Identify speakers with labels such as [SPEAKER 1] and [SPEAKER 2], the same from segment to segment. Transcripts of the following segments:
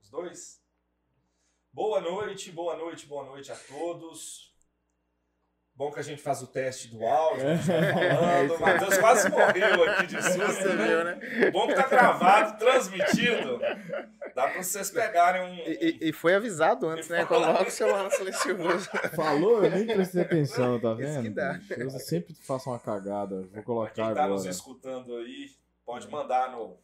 [SPEAKER 1] Os dois? Boa noite, boa noite, boa noite a todos. Bom que a gente faz o teste do áudio, a gente
[SPEAKER 2] É.
[SPEAKER 1] vai falando. O Matheus quase morreu aqui de susto,
[SPEAKER 2] Você
[SPEAKER 1] né?
[SPEAKER 2] viu, né?
[SPEAKER 1] Bom que tá gravado, transmitido. Dá pra vocês pegarem um.
[SPEAKER 2] E, e- e foi avisado antes, né? Coloca o celular no silencioso.
[SPEAKER 3] Falou, eu nem prestei atenção, tá
[SPEAKER 2] Isso
[SPEAKER 3] vendo?
[SPEAKER 2] que dá.
[SPEAKER 3] bicho? Eu sempre faço uma cagada. Vou
[SPEAKER 1] Pra
[SPEAKER 3] colocar
[SPEAKER 1] quem tá nos
[SPEAKER 3] agora.
[SPEAKER 2] né?
[SPEAKER 1] escutando aí, pode mandar no,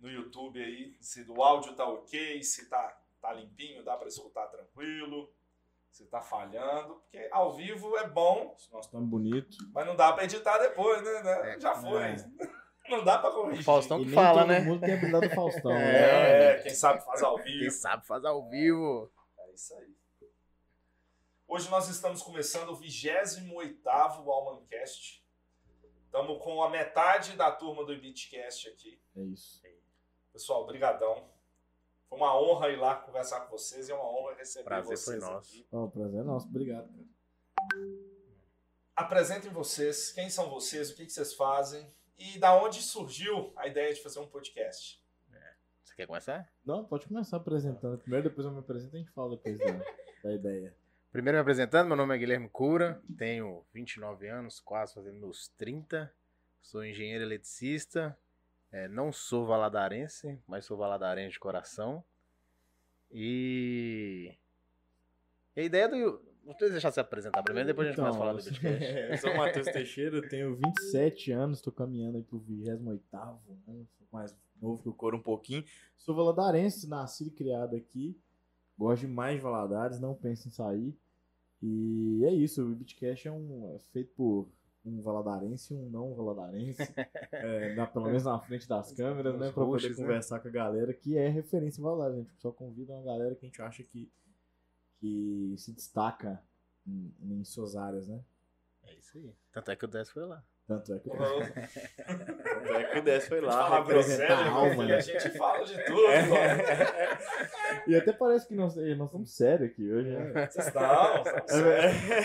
[SPEAKER 1] no YouTube aí se do áudio tá ok, se tá, tá limpinho, dá pra escutar tranquilo, se tá falhando, porque ao vivo é bom,
[SPEAKER 3] Nós estamos bonito.
[SPEAKER 1] mas não dá pra editar depois, né? né?
[SPEAKER 2] É,
[SPEAKER 1] Já foi.
[SPEAKER 3] é.
[SPEAKER 1] Não dá pra corrigir.
[SPEAKER 2] O Faustão
[SPEAKER 3] e
[SPEAKER 2] que
[SPEAKER 3] nem
[SPEAKER 2] fala,
[SPEAKER 3] todo
[SPEAKER 2] né?
[SPEAKER 3] mundo tem a habilidade do Faustão. né?
[SPEAKER 1] É, quem sabe faz ao
[SPEAKER 2] Quem
[SPEAKER 1] vivo.
[SPEAKER 2] sabe faz ao vivo.
[SPEAKER 1] É isso aí. Hoje nós estamos começando o 28º Almancast. Estamos com a metade da turma do Ibitcast aqui.
[SPEAKER 3] É isso.
[SPEAKER 1] Pessoal, brigadão. Foi uma honra ir lá conversar com vocês e é uma honra receber
[SPEAKER 2] Prazer
[SPEAKER 1] vocês.
[SPEAKER 2] foi nosso.
[SPEAKER 1] aqui.
[SPEAKER 3] Ó, o prazer é nosso. Obrigado, cara.
[SPEAKER 1] Apresentem vocês, quem são vocês, o que, que vocês fazem e da onde surgiu a ideia de fazer um podcast.
[SPEAKER 4] Você quer começar?
[SPEAKER 3] Não, pode começar apresentando. Primeiro, depois eu me apresento e a gente fala depois da, da ideia.
[SPEAKER 2] Primeiro me apresentando, meu nome é Guilherme Cura, tenho 29 anos, quase fazendo meus 30. Sou engenheiro eletricista, eh, não sou valadarense, mas sou valadarense de coração. E, e a ideia do. Vou te deixar você apresentar primeiro, depois a gente começa a falar do podcast.
[SPEAKER 3] Então, Eu sou o Matheus Teixeira, eu tenho 27 anos, tô caminhando aí pro 28 ano, sou mais novo que o coro um pouquinho. Sou valadarense, nascido e criado aqui. Gosto demais de Valadares, não penso em sair. E é isso, o Bitcast é, um, é feito por um valadarense e um não valadarense. é, na- pelo menos na frente das câmeras, né?
[SPEAKER 2] Os
[SPEAKER 3] Pra poder
[SPEAKER 2] roxos, né?
[SPEAKER 3] conversar com a galera que é referência em Valadares. A gente só convida uma galera que a gente acha que, que se destaca em, em suas áreas, né?
[SPEAKER 2] É isso aí. Tanto é que o 10 foi lá.
[SPEAKER 3] Tanto é que eu
[SPEAKER 5] Tanto é que o 10 foi lá.
[SPEAKER 1] falar
[SPEAKER 3] representar
[SPEAKER 1] groselha,
[SPEAKER 3] a alma,
[SPEAKER 1] porque
[SPEAKER 3] né?
[SPEAKER 1] a gente fala de tudo.
[SPEAKER 3] E até parece que nós, nós estamos sérios aqui hoje, né?
[SPEAKER 1] Vocês não,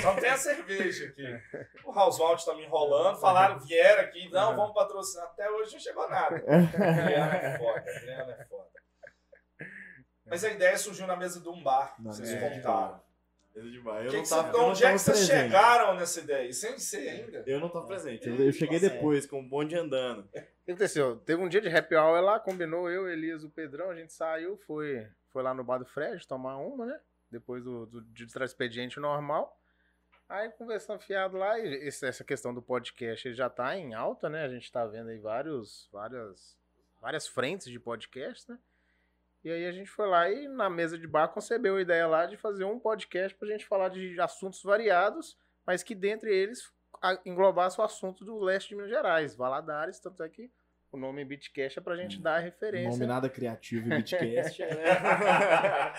[SPEAKER 1] só tem a cerveja aqui. O Housewild tá me enrolando, falaram, vieram aqui, não, vamos patrocinar. Até hoje não chegou nada. Adriano é foda, Adriano é foda. Mas a ideia surgiu na mesa de um bar,
[SPEAKER 3] Na
[SPEAKER 1] vocês
[SPEAKER 3] mesa de
[SPEAKER 1] contaram.
[SPEAKER 5] demais. Eu
[SPEAKER 1] Que
[SPEAKER 5] não
[SPEAKER 1] que
[SPEAKER 5] tava,
[SPEAKER 1] cê-
[SPEAKER 5] eu
[SPEAKER 1] de
[SPEAKER 5] não
[SPEAKER 1] onde é
[SPEAKER 5] tava
[SPEAKER 1] que vocês
[SPEAKER 3] presente.
[SPEAKER 1] chegaram nessa ideia? Sem ser ainda.
[SPEAKER 5] Eu não tava presente.
[SPEAKER 3] Eu, eu cheguei
[SPEAKER 1] Tá
[SPEAKER 3] depois.
[SPEAKER 5] Depois, com um bonde andando.
[SPEAKER 2] O que aconteceu? Teve um dia de happy hour lá, combinou eu, Elias, o Pedrão, a gente saiu, foi, foi lá no bar do Fred tomar uma, né? Depois do, do, de entrar expediente normal. Aí conversando fiado lá, e esse- essa questão do podcast ele já tá em alta, né? A gente tá vendo aí vários, várias, várias frentes de podcast, né? E aí a gente foi lá e na mesa de bar concebeu a ideia lá de fazer um podcast pra gente falar de assuntos variados, mas que dentre eles a- englobasse o assunto do leste de Minas Gerais, Valadares, tanto é que o nome Bitcast é pra gente dar a referência.
[SPEAKER 3] Nome nada criativo e Bitcast.
[SPEAKER 1] É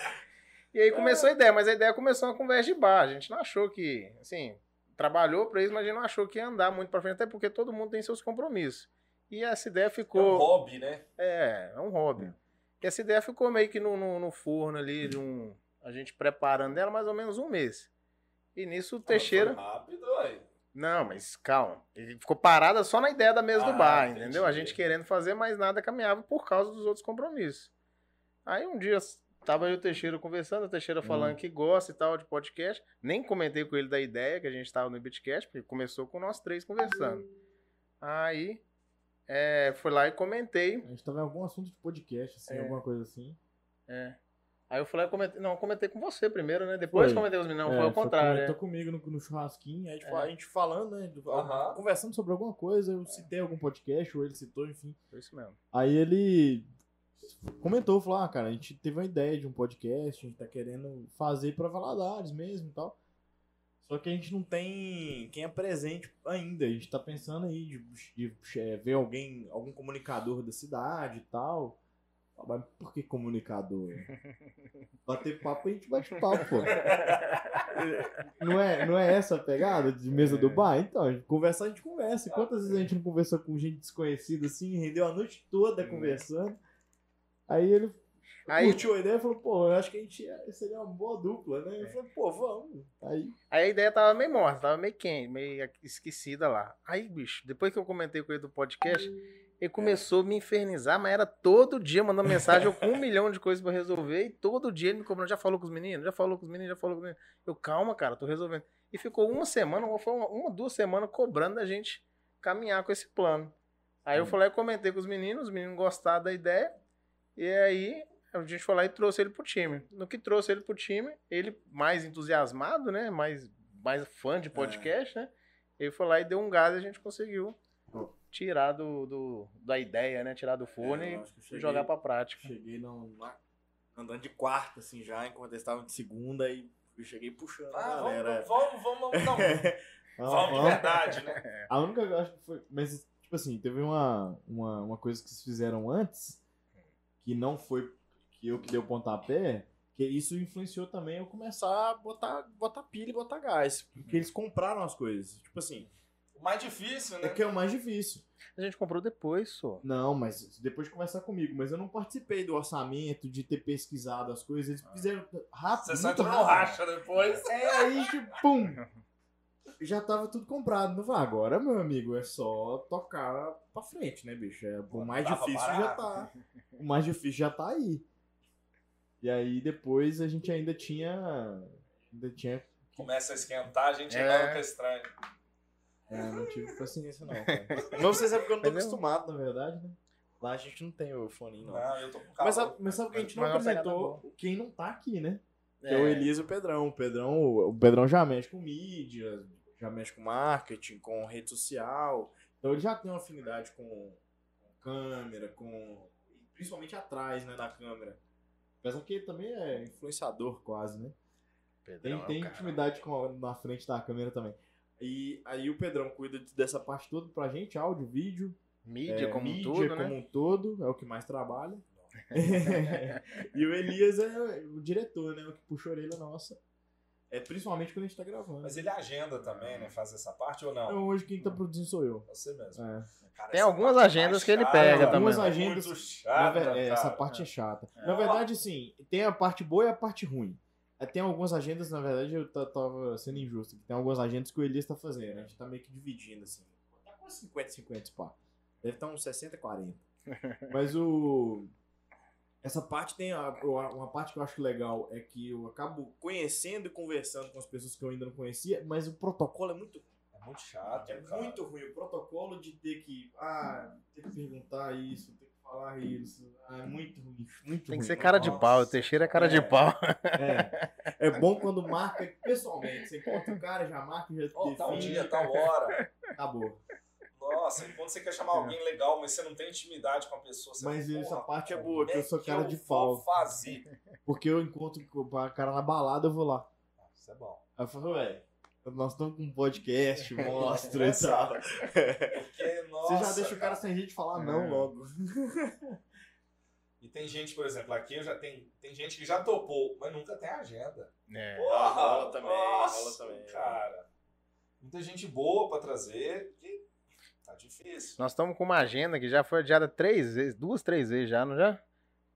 [SPEAKER 2] E aí começou a ideia, mas a ideia começou uma conversa de bar. A gente não achou que, assim, trabalhou pra isso, mas a gente não achou que ia andar muito pra frente, até porque todo mundo tem seus compromissos. E essa ideia
[SPEAKER 1] É um
[SPEAKER 2] ficou.
[SPEAKER 1] hobby, né?
[SPEAKER 2] É, é um hobby. E essa ideia ficou meio que no, no, no forno ali, de um, a gente preparando ela mais ou menos um mês. E nisso o Teixeira.
[SPEAKER 1] Foi Rápido, aí.
[SPEAKER 2] Não, mas calma. Ele ficou parada só na ideia da mesa
[SPEAKER 1] Ah,
[SPEAKER 2] do bar,
[SPEAKER 1] entendi.
[SPEAKER 2] entendeu? A gente querendo fazer, mas nada caminhava por causa dos outros compromissos. Aí um dia tava eu e o Teixeira conversando, o Teixeira
[SPEAKER 3] Hum.
[SPEAKER 2] falando que gosta e tal de podcast. Nem comentei com ele da ideia que a gente tava no Bitcast, porque começou com nós três conversando. Aí é, fui lá e comentei.
[SPEAKER 3] A gente tava em algum assunto de podcast, assim,
[SPEAKER 2] É.
[SPEAKER 3] alguma coisa assim.
[SPEAKER 2] É. Aí eu fui lá e comentei. Não, eu comentei com você primeiro, né? Depois
[SPEAKER 3] Foi.
[SPEAKER 2] comentei com os meninos. Não,
[SPEAKER 3] É,
[SPEAKER 2] foi ao
[SPEAKER 3] foi
[SPEAKER 2] contrário.
[SPEAKER 3] com-
[SPEAKER 2] é.
[SPEAKER 3] Tô comigo no, no churrasquinho, aí a gente, fala-
[SPEAKER 2] É.
[SPEAKER 3] a gente falando, né? do-
[SPEAKER 1] Aham.
[SPEAKER 3] Conversando sobre alguma coisa, eu citei algum podcast, ou ele citou, enfim.
[SPEAKER 2] é. Foi isso mesmo.
[SPEAKER 3] Aí ele comentou, falou, ah, cara, a gente teve uma ideia de um podcast, a gente tá querendo fazer pra Valadares mesmo e tal. Só que a gente não tem quem apresente ainda. A gente tá pensando aí de, de, eh, ver alguém, algum comunicador da cidade e tal. Ah, Mas por que comunicador? Bater papo, a gente bate papo, pô. Não é, não é essa a pegada de mesa do bar? Então, a gente conversar a gente conversa. E Quantas vezes a gente não conversou com gente desconhecida assim, rendeu a noite
[SPEAKER 1] Hum.
[SPEAKER 3] toda conversando? Aí ele
[SPEAKER 2] Aí,
[SPEAKER 3] curtiu a ideia e falou, pô, eu acho que a gente seria uma boa dupla,
[SPEAKER 1] É.
[SPEAKER 3] né? Eu falei, pô, vamos. Aí,
[SPEAKER 2] Aí a ideia tava meio morta, tava meio quente, meio esquecida lá. Aí, bicho, depois que eu comentei com ele do podcast, Ele começou a me infernizar, mas era todo dia mandando mensagem, eu com um milhão de coisas pra resolver, e todo dia ele me cobrando, já falou com os meninos, já falou com os meninos, já falou com os meninos. Eu, calma, cara, tô resolvendo. E ficou uma semana, ou foi uma, uma, duas semanas, cobrando da gente caminhar com esse plano. Aí eu falei, eu comentei com os meninos, os meninos gostaram da ideia, e aí a gente foi lá e trouxe ele pro time. No que trouxe ele pro time, ele mais entusiasmado, né, mais, mais fã de podcast, né, ele foi lá e deu um gás e a gente conseguiu tirar do, do- da ideia, né? Tirar do
[SPEAKER 5] É,
[SPEAKER 2] fone
[SPEAKER 5] eu acho que eu
[SPEAKER 2] e
[SPEAKER 5] cheguei-
[SPEAKER 2] jogar pra prática.
[SPEAKER 5] Cheguei não, lá, andando de quarta, assim, já, enquanto eles estavam de segunda, e eu cheguei puxando
[SPEAKER 1] Ah,
[SPEAKER 5] a
[SPEAKER 1] vamos,
[SPEAKER 5] galera.
[SPEAKER 1] vamos, vamos, não,
[SPEAKER 3] Ah,
[SPEAKER 1] vamos de
[SPEAKER 3] ah,
[SPEAKER 1] verdade, né?
[SPEAKER 3] A única eu acho que foi. Mas, tipo assim, teve uma, uma, uma coisa que vocês fizeram antes, que não foi que eu que dei o pontapé, que isso influenciou também eu começar a botar, botar pilha e botar gás.
[SPEAKER 5] Porque eles compraram as coisas. Tipo assim,
[SPEAKER 1] O mais difícil,
[SPEAKER 3] É
[SPEAKER 1] né?
[SPEAKER 3] que é o mais difícil.
[SPEAKER 2] A gente comprou depois, só.
[SPEAKER 3] Não, mas depois de conversar comigo, mas eu não participei do orçamento, de ter pesquisado as coisas, eles fizeram rápido.
[SPEAKER 1] Você só
[SPEAKER 3] muito
[SPEAKER 1] entrou no
[SPEAKER 3] rápido.
[SPEAKER 1] racha depois.
[SPEAKER 3] É aí que, pum! Já tava tudo comprado. Eu falei, agora, meu amigo, é só tocar pra frente, né, bicho? É, o mais
[SPEAKER 1] Tava
[SPEAKER 3] difícil já tá. O mais difícil já tá aí. E aí depois a gente ainda tinha. Ainda tinha.
[SPEAKER 1] Começa a esquentar, a gente
[SPEAKER 2] É.
[SPEAKER 1] é. estranho.
[SPEAKER 3] É, não tive paciência, não. Cara.
[SPEAKER 5] não sei se é porque eu não tô
[SPEAKER 2] Mas eu-
[SPEAKER 5] acostumado,
[SPEAKER 3] Na verdade, né?
[SPEAKER 5] Lá a gente não tem o fone, não.
[SPEAKER 1] Não, eu tô com calor.
[SPEAKER 3] Mas sabe, mas sabe que a gente não
[SPEAKER 2] Mas é uma pegada
[SPEAKER 3] apresentou quem não tá aqui, né?
[SPEAKER 5] Que é o Elias e o Pedrão. O Pedrão, o Pedrão já mexe com mídia, já mexe com marketing, com rede social. Então ele já tem uma afinidade com, com câmera, com. Principalmente atrás, né, da câmera.
[SPEAKER 3] Apesar que ele também é
[SPEAKER 5] Influenciador.
[SPEAKER 3] quase, né? Tem,
[SPEAKER 4] Pedrão é o
[SPEAKER 3] tem
[SPEAKER 4] cara.
[SPEAKER 3] intimidade com a- na frente da câmera também.
[SPEAKER 5] E aí o Pedrão cuida de-
[SPEAKER 3] Dessa parte toda pra gente, áudio, vídeo,
[SPEAKER 2] Mídia
[SPEAKER 3] é,
[SPEAKER 2] como
[SPEAKER 3] mídia
[SPEAKER 2] tudo,
[SPEAKER 3] como
[SPEAKER 2] né?
[SPEAKER 3] um todo, é o que mais trabalha. e o Elias é o diretor, né? O que puxa a orelha nossa. É principalmente quando a gente tá gravando.
[SPEAKER 1] Mas ele agenda também, né? Faz essa parte ou não?
[SPEAKER 3] Então, hoje quem tá produzindo sou eu.
[SPEAKER 1] Você mesmo. né?
[SPEAKER 3] É.
[SPEAKER 1] Cara,
[SPEAKER 2] Tem
[SPEAKER 1] essa
[SPEAKER 2] algumas
[SPEAKER 1] parte
[SPEAKER 2] agendas
[SPEAKER 1] mais
[SPEAKER 2] que ele
[SPEAKER 1] chata,
[SPEAKER 2] pega
[SPEAKER 1] mano.
[SPEAKER 2] também.
[SPEAKER 3] Algumas agendas-
[SPEAKER 1] Muito
[SPEAKER 3] Na
[SPEAKER 1] chata,
[SPEAKER 3] ver- é, essa
[SPEAKER 1] cara.
[SPEAKER 3] parte é chata.
[SPEAKER 1] É.
[SPEAKER 3] Na verdade, assim, tem a parte boa e a parte ruim. É, Tem algumas agendas, na verdade, eu ta- tava sendo injusto. que Tem algumas agendas que o Elias tá fazendo. A gente tá meio que dividindo, assim. Tá quase 50-50, pá. tá
[SPEAKER 5] Deve estar uns 60, 40.
[SPEAKER 3] Mas o. Essa parte tem. a- a- uma parte que eu acho legal é que eu acabo
[SPEAKER 5] Conhecendo e conversando com as pessoas.
[SPEAKER 3] pessoas que eu ainda não conhecia, mas o protocolo é muito.
[SPEAKER 1] É muito chato,
[SPEAKER 3] É
[SPEAKER 1] cara.
[SPEAKER 3] muito ruim. O protocolo de ter que. Ah, ter que perguntar isso, ter que falar isso. Ah, é muito ruim. Muito
[SPEAKER 2] Tem
[SPEAKER 3] ruim.
[SPEAKER 2] que ser cara de pau. O Teixeira é cara de pau.
[SPEAKER 3] É, é bom quando marca pessoalmente. Você encontra o cara, já marca, já
[SPEAKER 1] Ó, tal
[SPEAKER 3] define,
[SPEAKER 1] dia, tal hora.
[SPEAKER 3] acabou.
[SPEAKER 1] Nossa, e quando você quer chamar alguém legal, mas você não tem intimidade com a pessoa. Você
[SPEAKER 3] Mas
[SPEAKER 1] fala,
[SPEAKER 3] essa
[SPEAKER 1] "Porra,
[SPEAKER 3] parte é
[SPEAKER 1] como
[SPEAKER 3] boa, que eu
[SPEAKER 1] é
[SPEAKER 3] sou
[SPEAKER 1] que
[SPEAKER 3] cara
[SPEAKER 1] eu
[SPEAKER 3] de
[SPEAKER 1] vou
[SPEAKER 3] pau.
[SPEAKER 1] fazer.
[SPEAKER 3] Porque eu encontro com o cara na balada, eu vou lá.
[SPEAKER 1] Isso é bom.
[SPEAKER 3] Aí eu falo, ué, nós estamos com um podcast, mostra e tal.
[SPEAKER 1] Porque, nossa,
[SPEAKER 3] Você já deixa o cara sem jeito de falar não
[SPEAKER 2] É.
[SPEAKER 3] logo.
[SPEAKER 1] E tem gente, por exemplo, aqui eu já tem, tem gente que já topou, mas nunca tem agenda.
[SPEAKER 2] É.
[SPEAKER 1] Porra,
[SPEAKER 5] rola também,
[SPEAKER 1] nossa,
[SPEAKER 5] rola também. né?
[SPEAKER 1] Cara, muita gente boa pra trazer que tá difícil.
[SPEAKER 2] Nós estamos com uma agenda que já foi adiada três vezes, duas, três vezes já, não já?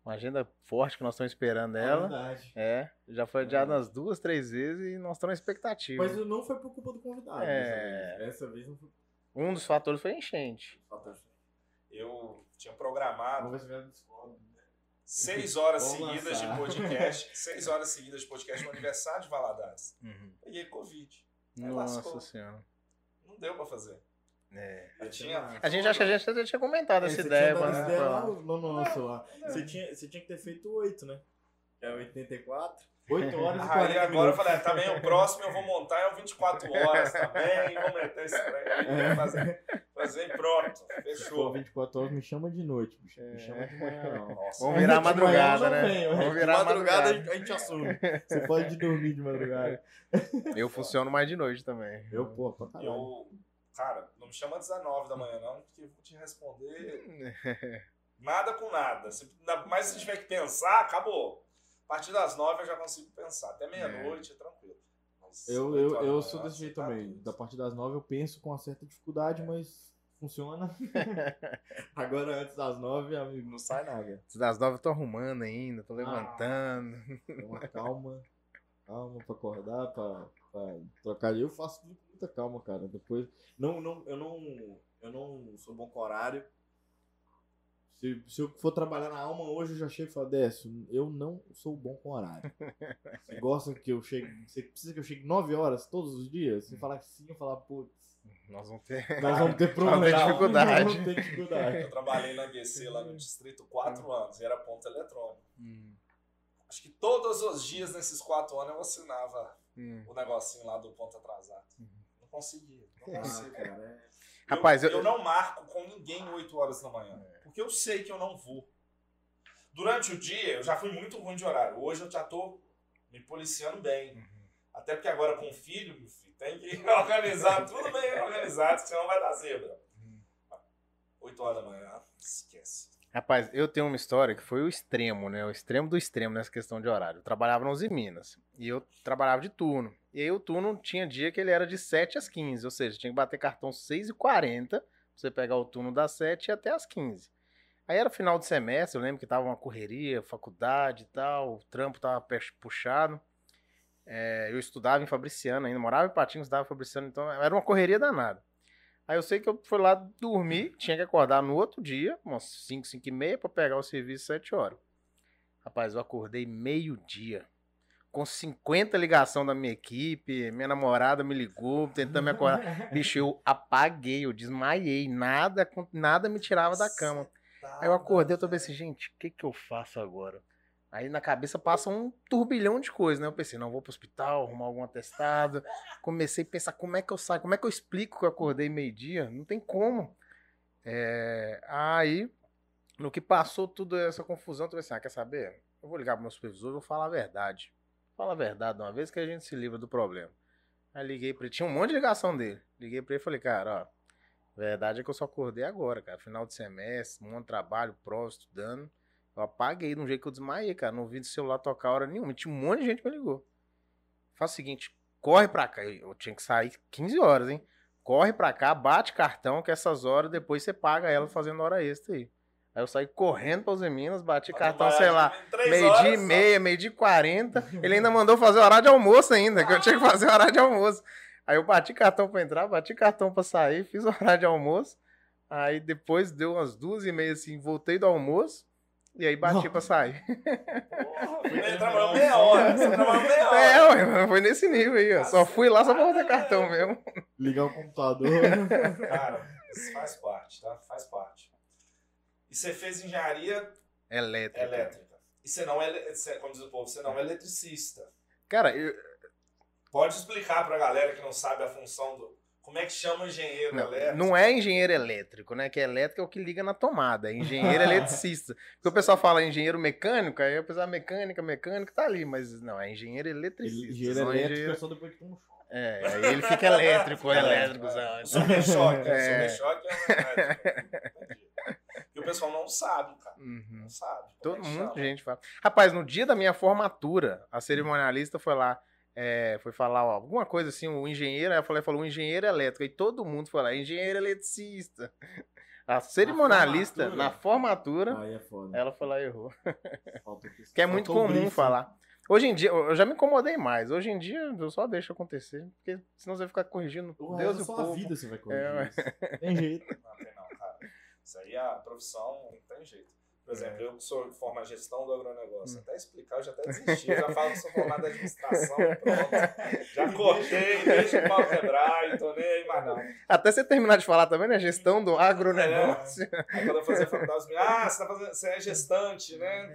[SPEAKER 2] Uma agenda forte que nós estamos esperando ela.
[SPEAKER 3] verdade.
[SPEAKER 2] É, já foi adiada umas duas, três vezes e nós estamos na expectativa.
[SPEAKER 3] Mas não foi por culpa do convidado.
[SPEAKER 2] É.
[SPEAKER 3] Dessa vez, Dessa vez não foi.
[SPEAKER 2] Um dos fatores foi a enchente.
[SPEAKER 1] Eu tinha programado
[SPEAKER 3] Vamos ver se ela descobre.
[SPEAKER 1] seis horas
[SPEAKER 3] Vamos
[SPEAKER 1] seguidas de
[SPEAKER 3] lançar.
[SPEAKER 1] podcast, seis horas seguidas de podcast no aniversário de Valadares. Peguei Covid. Aí Uhum. lascou.
[SPEAKER 2] Nossa senhora.
[SPEAKER 1] Não deu pra fazer.
[SPEAKER 2] É.
[SPEAKER 1] Eu tinha...
[SPEAKER 2] A gente acha que a gente até tinha comentado
[SPEAKER 3] É,
[SPEAKER 2] essa
[SPEAKER 3] você
[SPEAKER 2] ideia.
[SPEAKER 3] tinha dado
[SPEAKER 2] pra-
[SPEAKER 3] essa ideia
[SPEAKER 2] pra-
[SPEAKER 3] lá no no nosso lá.
[SPEAKER 5] Você tinha, você tinha que ter feito 8, né? É 84.
[SPEAKER 3] 8
[SPEAKER 2] é
[SPEAKER 3] horas e
[SPEAKER 1] Aí
[SPEAKER 3] 40
[SPEAKER 1] agora eu
[SPEAKER 3] minutos.
[SPEAKER 1] falei, ah, tá bem, o próximo eu vou montar é o 24 horas também, vou meter esse trem
[SPEAKER 2] É.
[SPEAKER 1] aí, fazer, fazer pronto,
[SPEAKER 3] Pô,
[SPEAKER 1] fechou.
[SPEAKER 3] 24 horas me chama de noite, bicho. Me chama de manhã, não.
[SPEAKER 1] Nossa,
[SPEAKER 2] É. Vamos virar a
[SPEAKER 3] Mas de manhã eu
[SPEAKER 2] madrugada,
[SPEAKER 3] não
[SPEAKER 2] né?
[SPEAKER 3] venho.
[SPEAKER 2] Vamos virar a
[SPEAKER 5] madrugada,
[SPEAKER 2] madrugada.
[SPEAKER 5] a gente assume.
[SPEAKER 3] Você pode dormir de madrugada.
[SPEAKER 2] Eu funciono mais de noite também.
[SPEAKER 3] Eu, pô, pra caralho.
[SPEAKER 1] eu, cara, não me chama 19 da manhã não, porque eu vou te responder nada com nada. Se, ainda mais se tiver que pensar, acabou. A partir das 9 eu já consigo pensar, até meia-noite, é. tranquilo. Mas
[SPEAKER 3] Eu,
[SPEAKER 1] oito
[SPEAKER 3] eu,
[SPEAKER 1] horas
[SPEAKER 3] eu
[SPEAKER 1] da
[SPEAKER 3] sou
[SPEAKER 1] manhã,
[SPEAKER 3] desse jeito
[SPEAKER 1] tá
[SPEAKER 3] também.
[SPEAKER 1] doido.
[SPEAKER 3] Da partir das 9 eu penso com uma certa dificuldade, mas funciona. Agora antes das 9, amigo, não sai nada.
[SPEAKER 2] Antes Das nove eu tô arrumando ainda, tô levantando.
[SPEAKER 3] É uma calma. Calma pra acordar, pra, pra trocar. Eu faço tudo com muita calma, cara. Depois.
[SPEAKER 5] Não, não, eu, não, eu não sou bom com horário.
[SPEAKER 3] Se, se eu for trabalhar na alma hoje, eu já chego e falo, Décio, eu não sou bom com horário. Você gosta que eu chegue. Você precisa que eu chegue 9 horas todos os dias? Se falar que sim, eu falar, putz,
[SPEAKER 2] Nós vamos ter.
[SPEAKER 3] nós vamos ter
[SPEAKER 2] Nós
[SPEAKER 3] problema.
[SPEAKER 2] vamos ter dificuldade.
[SPEAKER 3] Nós vamos ter dificuldade.
[SPEAKER 1] Eu trabalhei na ABC lá no distrito quatro anos e era ponto eletrônico.
[SPEAKER 2] Hum,
[SPEAKER 1] Acho que todos os dias nesses quatro anos eu assinava
[SPEAKER 2] Hum.
[SPEAKER 1] o negocinho lá do ponto atrasado. Não conseguia, não
[SPEAKER 3] Ah,
[SPEAKER 1] consigo.
[SPEAKER 3] cara, Uhum. é-
[SPEAKER 1] Eu-
[SPEAKER 2] Rapaz,
[SPEAKER 1] eu,
[SPEAKER 2] eu- É.
[SPEAKER 1] não marco com ninguém 8 horas da manhã. Porque eu sei que eu não vou. Durante o dia, eu já fui muito ruim de horário. Hoje eu já tô me policiando bem.
[SPEAKER 2] Uhum.
[SPEAKER 1] Até porque agora com o filho, meu filho, tem que organizar tudo bem organizado, senão vai dar zebra.
[SPEAKER 2] Uhum.
[SPEAKER 1] 8 horas da manhã, esquece.
[SPEAKER 2] Rapaz, eu tenho uma história que foi o extremo, né? O extremo do extremo nessa questão de horário. Eu trabalhava na Uzi Minas e eu trabalhava de turno. E aí o turno tinha dia que ele era de 7 às 15, ou seja, tinha que bater cartão 6h40 pra você pegar o turno das 7 até às 15. Aí era final de semestre, eu lembro que tava uma correria, faculdade e tal, o trampo tava pe- puxado. É, eu estudava em Fabriciano ainda, morava em Patinho, estudava em Fabriciano, então era uma correria danada. Aí eu sei que eu fui lá dormir, tinha que acordar no outro dia, umas 5, 5 e meia, pra pegar o serviço 7 horas. Rapaz, eu acordei meio-dia. Com 50 ligação da minha equipe, minha namorada me ligou, tentando me acordar. Bicho, eu apaguei, eu desmaiei, nada, acon- nada me tirava da cama. Aí eu
[SPEAKER 1] ah,
[SPEAKER 2] acordei, eu tô pensando, gente, o que que eu faço agora? Aí na cabeça passa um turbilhão de coisas, né? Eu pensei, não, vou pro hospital, arrumar algum atestado. Comecei a pensar, como é que eu saio? Como é que eu explico que eu acordei meio-dia? Não tem como. É, aí, no que passou tudo essa confusão, eu pensei, ah, quer saber? Eu vou ligar pro meu supervisor e vou falar a verdade. Fala a verdade de uma vez que a gente se livra do problema. Aí liguei pra ele, tinha um monte de ligação dele. Liguei pra ele e falei, cara, ó, Verdade é que eu só acordei agora, cara. Final de semestre, um monte de trabalho, prova, estudando. Eu apaguei de um jeito que eu desmaiei, cara. Não ouvi do celular tocar hora nenhuma. E Tinha um monte de gente que me ligou. Faz o seguinte, corre pra cá. Eu eu tinha que sair 15 horas, hein? Corre pra cá, bate cartão, que essas horas depois você paga ela fazendo hora extra aí. Aí eu saí correndo pra Uzi Minas, bati cartão, sei lá, Meio-dia e meia, meio-dia e quarenta. Ele ainda mandou fazer o horário de almoço ainda, que eu tinha que fazer o horário de almoço. Aí eu bati cartão pra entrar, bati cartão pra sair, fiz o horário de almoço. Aí depois deu umas duas e meia assim, voltei do almoço e aí bati pra sair.
[SPEAKER 1] Porra, trabalhou meia hora. Você trabalhou meia hora.
[SPEAKER 2] É, ué, mas foi nesse nível aí, ó. Só fui lá só pra botar cartão mesmo.
[SPEAKER 3] Ligar o computador.
[SPEAKER 1] Cara, isso faz parte, tá? Faz parte. E você fez engenharia
[SPEAKER 2] Elétrica.
[SPEAKER 1] elétrica. E você não é, ele- você- como diz o povo, você não é eletricista.
[SPEAKER 2] Cara, eu,
[SPEAKER 1] Pode explicar pra galera que não sabe a função do. Como é que chama o engenheiro
[SPEAKER 2] Não,
[SPEAKER 1] elétrico?
[SPEAKER 2] não é engenheiro elétrico, né? Que elétrico é o que liga na tomada. é Engenheiro eletricista. Porque o pessoal fala engenheiro mecânico, aí eu pensava mecânica, mecânico, tá ali. Mas não, é engenheiro eletricista.
[SPEAKER 3] Engenheiro
[SPEAKER 2] só
[SPEAKER 3] elétrico é
[SPEAKER 2] engenheiro-
[SPEAKER 3] só depois que toma um choque.
[SPEAKER 2] É, aí ele fica elétrico, é
[SPEAKER 1] É,
[SPEAKER 2] elétrico.
[SPEAKER 1] O
[SPEAKER 2] sabe?
[SPEAKER 1] Super-choque.
[SPEAKER 2] É.
[SPEAKER 1] O Super-choque é elétrico. Entendi. Porque o pessoal não sabe, cara.
[SPEAKER 2] Uhum.
[SPEAKER 1] Não sabe. Como
[SPEAKER 2] Todo
[SPEAKER 1] é que
[SPEAKER 2] mundo,
[SPEAKER 1] chama?
[SPEAKER 2] gente fala. Rapaz, no dia da minha formatura, a cerimonialista foi lá, é, foi falar ó, alguma coisa assim, o engenheiro, aí eu falei, falou engenheiro elétrico, e todo mundo foi lá, engenheiro eletricista. A cerimonialista,
[SPEAKER 3] formatura?
[SPEAKER 2] na formatura,
[SPEAKER 3] Aí é foda.
[SPEAKER 2] ela foi lá e errou.
[SPEAKER 3] Falta isso.
[SPEAKER 2] Que é muito
[SPEAKER 3] Faltou um
[SPEAKER 2] comum
[SPEAKER 3] briefing.
[SPEAKER 2] falar. Hoje em dia, eu já me incomodei mais. Hoje em dia, eu só deixo acontecer, porque senão você vai ficar corrigindo
[SPEAKER 3] O resto
[SPEAKER 2] Deus
[SPEAKER 3] da
[SPEAKER 2] e o
[SPEAKER 3] sua
[SPEAKER 2] povo.
[SPEAKER 3] é vida você vai corrigir.
[SPEAKER 2] É,
[SPEAKER 3] isso. Tem jeito.
[SPEAKER 1] Não, tem não, cara. Isso aí é a profissão não tem jeito.
[SPEAKER 3] É.
[SPEAKER 1] Por exemplo, eu que sou formado em gestão do
[SPEAKER 3] Hum.
[SPEAKER 1] agronegócio, até explicar, eu já até desisti, eu já falo que sou formado em administração, pronto. Já cortei, deixa o pau quebrar, e tô nem aí mais não.
[SPEAKER 2] Até você terminar de falar também, né? Gestão do
[SPEAKER 3] É.
[SPEAKER 2] agronegócio.
[SPEAKER 1] Aí quando eu fazia faculdade, os meninos, ah, você, tá fazendo, você é gestante, né?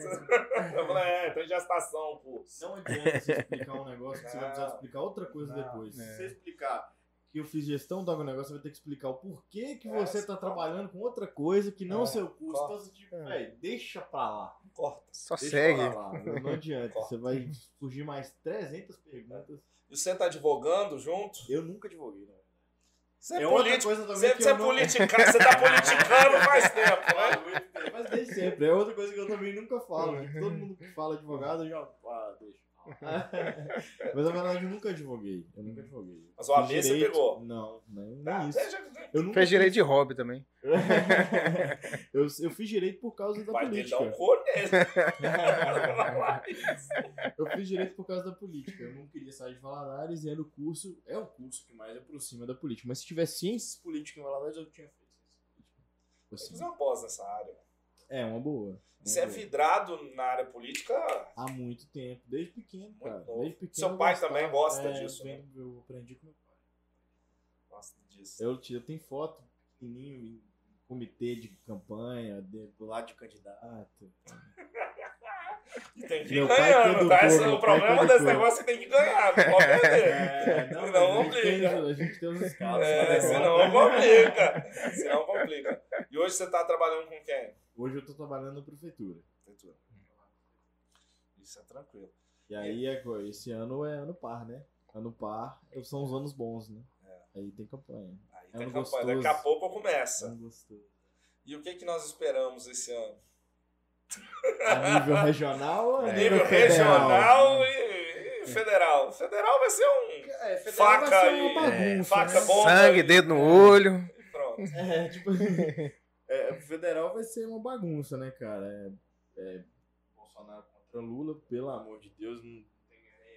[SPEAKER 1] Eu falei, é, tô em gestação o curso.
[SPEAKER 3] Não adianta você explicar um negócio que você vai precisar
[SPEAKER 1] Não.
[SPEAKER 3] explicar outra coisa
[SPEAKER 1] Não. é.
[SPEAKER 3] depois. Se você explicar que eu fiz gestão do agronegócio, você vai ter que explicar o porquê que
[SPEAKER 1] É,
[SPEAKER 3] você
[SPEAKER 1] você
[SPEAKER 3] está
[SPEAKER 1] corta.
[SPEAKER 3] trabalhando com outra coisa que não
[SPEAKER 1] É,
[SPEAKER 3] seu curso.
[SPEAKER 1] corta.
[SPEAKER 3] Então, você, tipo, velho, deixa pra lá.
[SPEAKER 1] Corta.
[SPEAKER 2] Só
[SPEAKER 3] Deixa
[SPEAKER 2] segue.
[SPEAKER 3] pra lá. Não adianta.
[SPEAKER 1] Corta.
[SPEAKER 3] Você vai surgir mais 300 perguntas.
[SPEAKER 1] E você tá advogando junto?
[SPEAKER 3] Eu nunca divulguei, né?
[SPEAKER 1] Você é,
[SPEAKER 3] outra
[SPEAKER 1] político.
[SPEAKER 3] coisa também
[SPEAKER 1] Você,
[SPEAKER 3] que
[SPEAKER 1] você, é
[SPEAKER 3] eu não-
[SPEAKER 1] politica- você tá politicando faz tempo, né?
[SPEAKER 3] Mas nem sempre. É outra coisa que eu também nunca falo. né? Todo mundo que fala advogado, eu já... Ah, deixa. Mas na verdade eu nunca advoguei. Eu nunca advoguei.
[SPEAKER 1] Mas o AB
[SPEAKER 3] Fiz
[SPEAKER 1] você
[SPEAKER 3] direito-
[SPEAKER 1] pegou?
[SPEAKER 3] Não, nem, nem
[SPEAKER 1] Ah,
[SPEAKER 3] isso. é
[SPEAKER 1] deixa-
[SPEAKER 3] Eu nunca
[SPEAKER 2] Fez direito de hobby também.
[SPEAKER 3] eu, eu fiz direito por causa da
[SPEAKER 1] Vai ter que dar
[SPEAKER 3] política.
[SPEAKER 1] um cor nele.
[SPEAKER 3] Eu fiz direito por causa da política. Eu não queria sair de Valadares e era o curso. É o curso que mais aproxima da política. Mas se tivesse ciências políticas em Valadares, eu tinha feito ciências políticas.
[SPEAKER 1] Fiz uma pós nessa área.
[SPEAKER 6] É, uma boa.
[SPEAKER 1] Você é vidrado na área política?
[SPEAKER 6] Há muito tempo, desde pequeno, cara.
[SPEAKER 1] novo.
[SPEAKER 6] Desde pequeno
[SPEAKER 1] Seu
[SPEAKER 6] eu
[SPEAKER 1] pai
[SPEAKER 6] gostava.
[SPEAKER 1] também gosta
[SPEAKER 6] É,
[SPEAKER 1] disso, né?
[SPEAKER 6] Eu eu aprendi com meu pai.
[SPEAKER 1] Gosta disso.
[SPEAKER 6] Eu, te- eu tenho foto pequenininho em comitê de campanha, de- do lado de candidato.
[SPEAKER 1] E tem que ir
[SPEAKER 6] Meu pai
[SPEAKER 1] ganhando,
[SPEAKER 6] quando
[SPEAKER 1] tá?
[SPEAKER 6] foi,
[SPEAKER 1] Esse-
[SPEAKER 6] meu pai
[SPEAKER 1] o problema
[SPEAKER 6] quando
[SPEAKER 1] desse
[SPEAKER 6] foi.
[SPEAKER 1] negócio é que tem que ganhar, não pode perder.
[SPEAKER 6] É,
[SPEAKER 1] não,
[SPEAKER 6] a, gente
[SPEAKER 1] obriga.
[SPEAKER 6] tem, a gente tem os né? escalos.
[SPEAKER 1] É, senão complica. Senão complica. E hoje você tá trabalhando com quem?
[SPEAKER 6] Hoje eu tô trabalhando na prefeitura.
[SPEAKER 1] Prefeitura. Isso é tranquilo.
[SPEAKER 6] E aí, agora, esse ano é ano par, né? Ano par são os anos bons, né?
[SPEAKER 1] É.
[SPEAKER 6] Aí tem campanha.
[SPEAKER 1] Aí
[SPEAKER 6] É
[SPEAKER 1] tem
[SPEAKER 6] um
[SPEAKER 1] campanha.
[SPEAKER 6] gostoso.
[SPEAKER 1] Daqui a pouco começa.
[SPEAKER 6] Ano gostoso.
[SPEAKER 1] E o que, que nós esperamos esse ano?
[SPEAKER 6] A nível regional ou a
[SPEAKER 7] É.
[SPEAKER 6] nível,
[SPEAKER 1] Nível
[SPEAKER 6] federal?
[SPEAKER 1] regional e, e federal. Federal vai ser um.
[SPEAKER 6] É, federal
[SPEAKER 1] Faca
[SPEAKER 6] vai ser uma
[SPEAKER 1] e- é,
[SPEAKER 6] bagunça,
[SPEAKER 1] faca
[SPEAKER 3] Tá
[SPEAKER 6] né?
[SPEAKER 1] bom.
[SPEAKER 2] Sangue, dedo no olho.
[SPEAKER 1] Pronto.
[SPEAKER 6] É, tipo.
[SPEAKER 3] É, federal vai ser uma bagunça, né, cara? É, é, Bolsonaro contra Lula, pelo amor de Deus. não tem-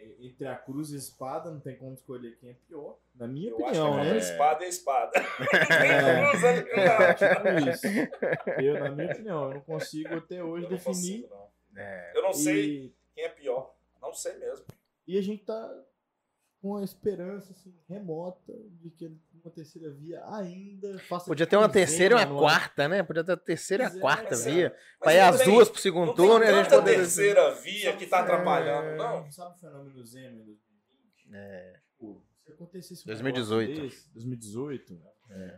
[SPEAKER 3] é, entre a cruz e a espada, não tem como escolher quem é pior.
[SPEAKER 6] Na minha
[SPEAKER 1] Eu acho que
[SPEAKER 6] opinião,
[SPEAKER 1] é
[SPEAKER 6] né?
[SPEAKER 1] uma espada é espada. Tem cruz ali que não.
[SPEAKER 6] Tipo isso.
[SPEAKER 3] Eu, na minha opinião, eu não consigo até hoje
[SPEAKER 1] Eu não
[SPEAKER 3] definir.
[SPEAKER 1] consigo, não.
[SPEAKER 2] É,
[SPEAKER 1] Eu não sei
[SPEAKER 3] E,
[SPEAKER 1] quem é pior. Não sei mesmo.
[SPEAKER 3] e a gente tá com a esperança assim, remota de que uma terceira via ainda faça.
[SPEAKER 2] podia ter uma
[SPEAKER 3] desenho,
[SPEAKER 2] terceira e uma
[SPEAKER 3] mano,
[SPEAKER 2] quarta, né? Podia ter a terceira e a
[SPEAKER 3] Pois é,
[SPEAKER 2] quarta
[SPEAKER 1] mas é.
[SPEAKER 2] via.
[SPEAKER 1] Mas
[SPEAKER 2] Pra ir
[SPEAKER 1] não
[SPEAKER 2] as
[SPEAKER 1] tem-
[SPEAKER 2] duas pro
[SPEAKER 1] Não
[SPEAKER 2] segundo
[SPEAKER 1] tem
[SPEAKER 2] turno e a gente
[SPEAKER 1] tanta
[SPEAKER 2] poder.
[SPEAKER 1] terceira via
[SPEAKER 3] Sabe
[SPEAKER 1] que
[SPEAKER 3] o
[SPEAKER 1] tá
[SPEAKER 3] fenômeno-
[SPEAKER 1] atrapalhando, não?
[SPEAKER 3] Sabe o fenômeno Zema em 2020?
[SPEAKER 2] É.
[SPEAKER 3] Pô, se acontecesse um
[SPEAKER 2] 2018.
[SPEAKER 3] negócio desse, 2018.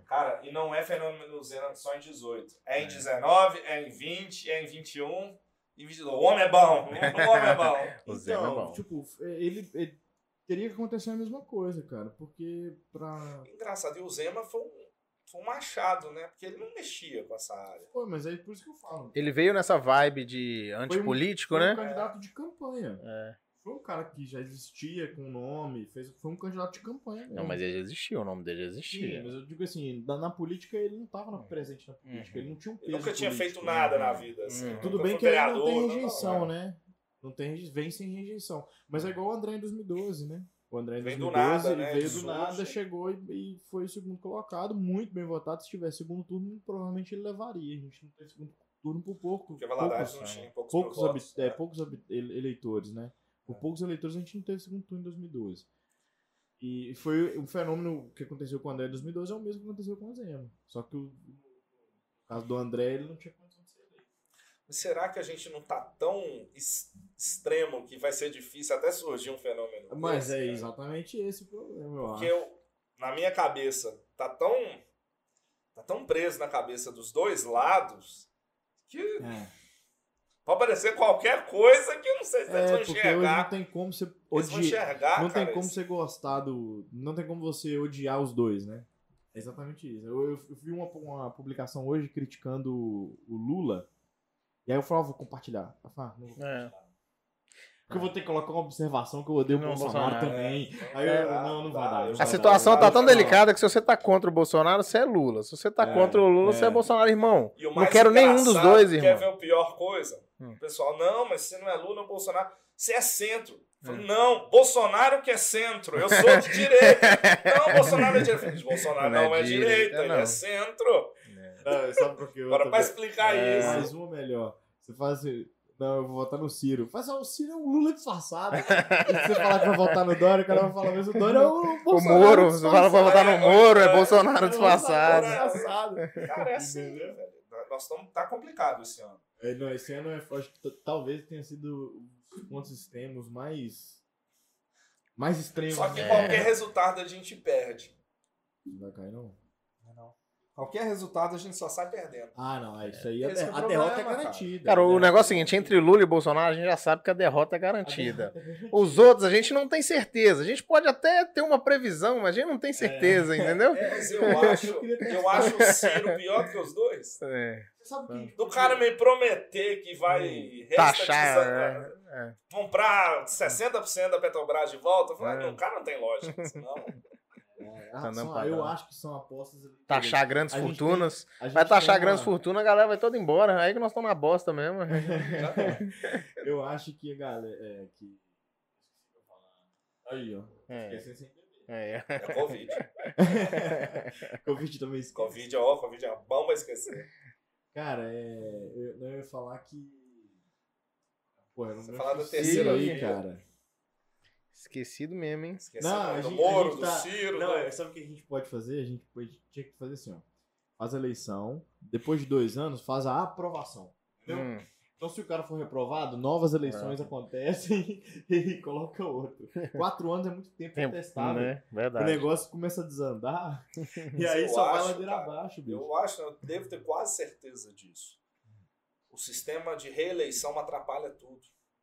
[SPEAKER 1] Cara, e não é fenômeno Zena só em 18. É em 19, é em 20, é em 21 e 22. O homem é bom. O homem é bom.
[SPEAKER 2] O Zé é bom.
[SPEAKER 3] tipo, ele, ele- teria que acontecer a mesma coisa, cara, porque pra...
[SPEAKER 1] Engraçado. E o Zema foi um, foi um machado, né? Porque ele não mexia com essa área.
[SPEAKER 3] Pô, mas é por isso que eu falo.
[SPEAKER 2] Ele veio nessa vibe de antipolítico,
[SPEAKER 3] Foi um
[SPEAKER 2] né?
[SPEAKER 3] candidato de campanha.
[SPEAKER 2] É.
[SPEAKER 3] Foi um cara que já existia com o nome, fez, foi um candidato de campanha mesmo.
[SPEAKER 7] Não, mas ele já existia, o nome dele já
[SPEAKER 3] Sim,
[SPEAKER 7] existia.
[SPEAKER 3] mas eu digo assim, na, na política ele não tava na- presente na política,
[SPEAKER 7] Uhum.
[SPEAKER 3] ele não tinha um peso
[SPEAKER 1] Ele nunca tinha
[SPEAKER 3] político,
[SPEAKER 1] feito nada
[SPEAKER 3] né?
[SPEAKER 1] na vida. assim.
[SPEAKER 2] Hum.
[SPEAKER 3] Tudo
[SPEAKER 1] Nunca
[SPEAKER 3] bem
[SPEAKER 1] foi
[SPEAKER 3] que ele não
[SPEAKER 1] vereador,
[SPEAKER 3] tem
[SPEAKER 1] não,
[SPEAKER 3] rejeição,
[SPEAKER 1] não.
[SPEAKER 3] né? Não tem, reje- vem sem rejeição. Mas é igual o André em 2012, né? O André em
[SPEAKER 1] Veio
[SPEAKER 3] 2012,
[SPEAKER 1] do nada,
[SPEAKER 3] ele
[SPEAKER 1] né?
[SPEAKER 3] veio do
[SPEAKER 1] Surge.
[SPEAKER 3] nada, chegou e, e foi o segundo colocado, muito bem votado. Se tivesse segundo turno, provavelmente ele levaria. A gente não teve segundo turno por pouco.
[SPEAKER 1] Porque é Valadares não
[SPEAKER 3] poucos,
[SPEAKER 1] tinha poucos,
[SPEAKER 3] poucos,
[SPEAKER 1] mil votos,
[SPEAKER 3] habi- é,
[SPEAKER 1] né?
[SPEAKER 3] poucos habi- ele- eleitores, né? Por
[SPEAKER 1] É.
[SPEAKER 3] poucos eleitores a gente não teve segundo turno em 2012. E foi o fenômeno que aconteceu com o André em 2012 é o mesmo que aconteceu com o Zema. Só que o, no caso do André, ele não tinha condição de ser eleito.
[SPEAKER 1] Mas Será que a gente não tá tão es- extremo que vai ser difícil até surgir um fenômeno?
[SPEAKER 3] Mas
[SPEAKER 1] desse,
[SPEAKER 3] é
[SPEAKER 1] cara?
[SPEAKER 3] exatamente esse o problema, eu
[SPEAKER 1] Porque
[SPEAKER 3] acho.
[SPEAKER 1] eu, na minha cabeça, tá tão. tá tão preso na cabeça dos dois lados que
[SPEAKER 3] É,
[SPEAKER 1] pode aparecer qualquer coisa que eu não sei se eles
[SPEAKER 3] É,
[SPEAKER 1] vão
[SPEAKER 3] porque hoje não
[SPEAKER 1] enxergar.
[SPEAKER 3] tem como você
[SPEAKER 1] Eles vão
[SPEAKER 3] odiar.
[SPEAKER 1] enxergar,
[SPEAKER 3] Não tem
[SPEAKER 1] cara,
[SPEAKER 3] como
[SPEAKER 1] isso.
[SPEAKER 3] você gostar do. Não tem como você odiar os dois, né? É exatamente isso. Eu, eu- eu vi uma, uma publicação hoje criticando o, o Lula. E aí eu falava, vou compartilhar. Eu falava, ah, não vou
[SPEAKER 2] É.
[SPEAKER 3] Porque eu vou ter que colocar uma observação que eu odeio o
[SPEAKER 2] Não,
[SPEAKER 3] Bolsonaro,
[SPEAKER 2] Bolsonaro,
[SPEAKER 3] também.
[SPEAKER 1] É,
[SPEAKER 3] Aí eu, não, não vai
[SPEAKER 1] dá,
[SPEAKER 3] dar.
[SPEAKER 1] dá.
[SPEAKER 3] não
[SPEAKER 2] A
[SPEAKER 3] vai
[SPEAKER 2] situação
[SPEAKER 3] dar,
[SPEAKER 2] tá
[SPEAKER 3] não
[SPEAKER 2] tão
[SPEAKER 3] vai dar.
[SPEAKER 2] delicada que se você tá contra o Bolsonaro, você é Lula. Se você tá
[SPEAKER 3] É,
[SPEAKER 2] contra o Lula,
[SPEAKER 3] é.
[SPEAKER 2] você é Bolsonaro, irmão.
[SPEAKER 1] E o
[SPEAKER 2] Não quero nenhum dos
[SPEAKER 1] engraçado,
[SPEAKER 2] dois,
[SPEAKER 1] Quer
[SPEAKER 2] irmão.
[SPEAKER 1] ver a pior coisa?
[SPEAKER 2] Hum.
[SPEAKER 1] O pessoal, não, mas você não é Lula, é o Bolsonaro. Você é centro. Eu falo,
[SPEAKER 2] Hum.
[SPEAKER 1] Não, Bolsonaro que é centro. Eu sou de direita. não, Bolsonaro é direita. Eu falei, Bolsonaro não, é, direita, ele é
[SPEAKER 2] não.
[SPEAKER 1] centro.
[SPEAKER 3] Não, sabe por quê?
[SPEAKER 1] é.
[SPEAKER 3] Eu
[SPEAKER 1] Agora, pra
[SPEAKER 3] também-
[SPEAKER 1] explicar
[SPEAKER 3] É,
[SPEAKER 1] isso.
[SPEAKER 3] Mais uma melhor. Você faz assim. Não, eu vou votar no Ciro. Mas ah, o Ciro é um Lula disfarçado. E se você falar que vai votar no Dória, o cara vai falar, mas o Dória é o
[SPEAKER 2] O
[SPEAKER 3] Bolsonaro.
[SPEAKER 2] Moro, você fala pra votar
[SPEAKER 1] é,
[SPEAKER 2] no Moro,
[SPEAKER 1] é,
[SPEAKER 2] é Bolsonaro
[SPEAKER 3] disfarçado.
[SPEAKER 2] disfarçado.
[SPEAKER 3] Disfarçado.
[SPEAKER 1] Cara, é assim, né, velho? Nós estamos. Tá complicado esse ano.
[SPEAKER 3] É, não, esse ano eu acho que t- talvez tenha sido um dos extremos mais. Mais extremos.
[SPEAKER 1] Só que
[SPEAKER 3] né?
[SPEAKER 1] qualquer resultado a gente perde.
[SPEAKER 3] Não vai cair, não.
[SPEAKER 1] é Qualquer resultado a gente só sai perdendo.
[SPEAKER 3] Ah, não, é isso aí. A,
[SPEAKER 1] Esse é o
[SPEAKER 3] a derrota é
[SPEAKER 1] problema, cara.
[SPEAKER 3] garantida.
[SPEAKER 2] Cara, o
[SPEAKER 3] Né?
[SPEAKER 2] negócio é o seguinte: entre Lula e Bolsonaro, a gente já sabe que a derrota é garantida. Os outros, a gente não tem certeza. A gente pode até ter uma previsão, mas a gente não tem certeza, entendeu?
[SPEAKER 1] É, mas eu acho. Eu acho o Ciro pior que os dois.
[SPEAKER 2] É.
[SPEAKER 3] Você sabe que-
[SPEAKER 1] Do cara me prometer que vai
[SPEAKER 2] Hum, Taxar.
[SPEAKER 1] restatizar-
[SPEAKER 2] né? É.
[SPEAKER 1] comprar 60% da Petrobras de volta. Eu falei,
[SPEAKER 2] É.
[SPEAKER 1] não, cara não tem lógica. isso Não.
[SPEAKER 3] É,
[SPEAKER 2] Tá
[SPEAKER 3] são-
[SPEAKER 2] lampadão.
[SPEAKER 3] eu acho que são apostas.
[SPEAKER 2] Taxar grandes
[SPEAKER 3] A gente
[SPEAKER 2] fortunas.
[SPEAKER 3] A gente
[SPEAKER 2] Tá Vai taxar
[SPEAKER 3] tem
[SPEAKER 2] grandes
[SPEAKER 3] uma-
[SPEAKER 2] fortunas, a galera vai toda embora. É Aí que nós estamos na bosta mesmo.
[SPEAKER 1] Já tá.
[SPEAKER 3] Eu acho que, galera, é que. Aí, ó.
[SPEAKER 2] É.
[SPEAKER 3] Esqueci sem beber.
[SPEAKER 2] É.
[SPEAKER 1] É Covid.
[SPEAKER 3] Covid também esquece.
[SPEAKER 1] Covid é ó, Covid é bom, mas esquecer.
[SPEAKER 3] Cara, é, eu, eu ia falar que. Pô, um eu não
[SPEAKER 1] Você
[SPEAKER 3] me
[SPEAKER 1] falar do
[SPEAKER 3] esqueci
[SPEAKER 1] terceiro
[SPEAKER 3] aí,
[SPEAKER 1] aí.
[SPEAKER 3] cara.
[SPEAKER 2] Esquecido mesmo, hein?
[SPEAKER 1] Esqueceu
[SPEAKER 3] Não, a
[SPEAKER 1] do
[SPEAKER 3] gente- a
[SPEAKER 1] Moro,
[SPEAKER 3] gente
[SPEAKER 1] do
[SPEAKER 3] tá-
[SPEAKER 1] Ciro. né?
[SPEAKER 3] Não,
[SPEAKER 1] do-
[SPEAKER 3] é, sabe o que a gente pode fazer? A gente pode- tinha que fazer assim, ó. Faz a eleição, depois de dois anos, faz a aprovação. Entendeu?
[SPEAKER 2] Hum.
[SPEAKER 3] Então, se o cara for reprovado, novas
[SPEAKER 2] Ah.
[SPEAKER 3] eleições acontecem e coloca outro. Quatro anos é muito tempo
[SPEAKER 2] Tempo,
[SPEAKER 3] contestável.
[SPEAKER 2] né?
[SPEAKER 3] O
[SPEAKER 2] Verdade.
[SPEAKER 3] negócio começa a desandar e
[SPEAKER 1] Mas
[SPEAKER 3] aí
[SPEAKER 1] eu
[SPEAKER 3] só
[SPEAKER 1] acho,
[SPEAKER 3] vai ladeira
[SPEAKER 1] cara,
[SPEAKER 3] abaixo, bicho.
[SPEAKER 1] Eu acho, eu devo ter quase certeza disso. O sistema de reeleição atrapalha tudo.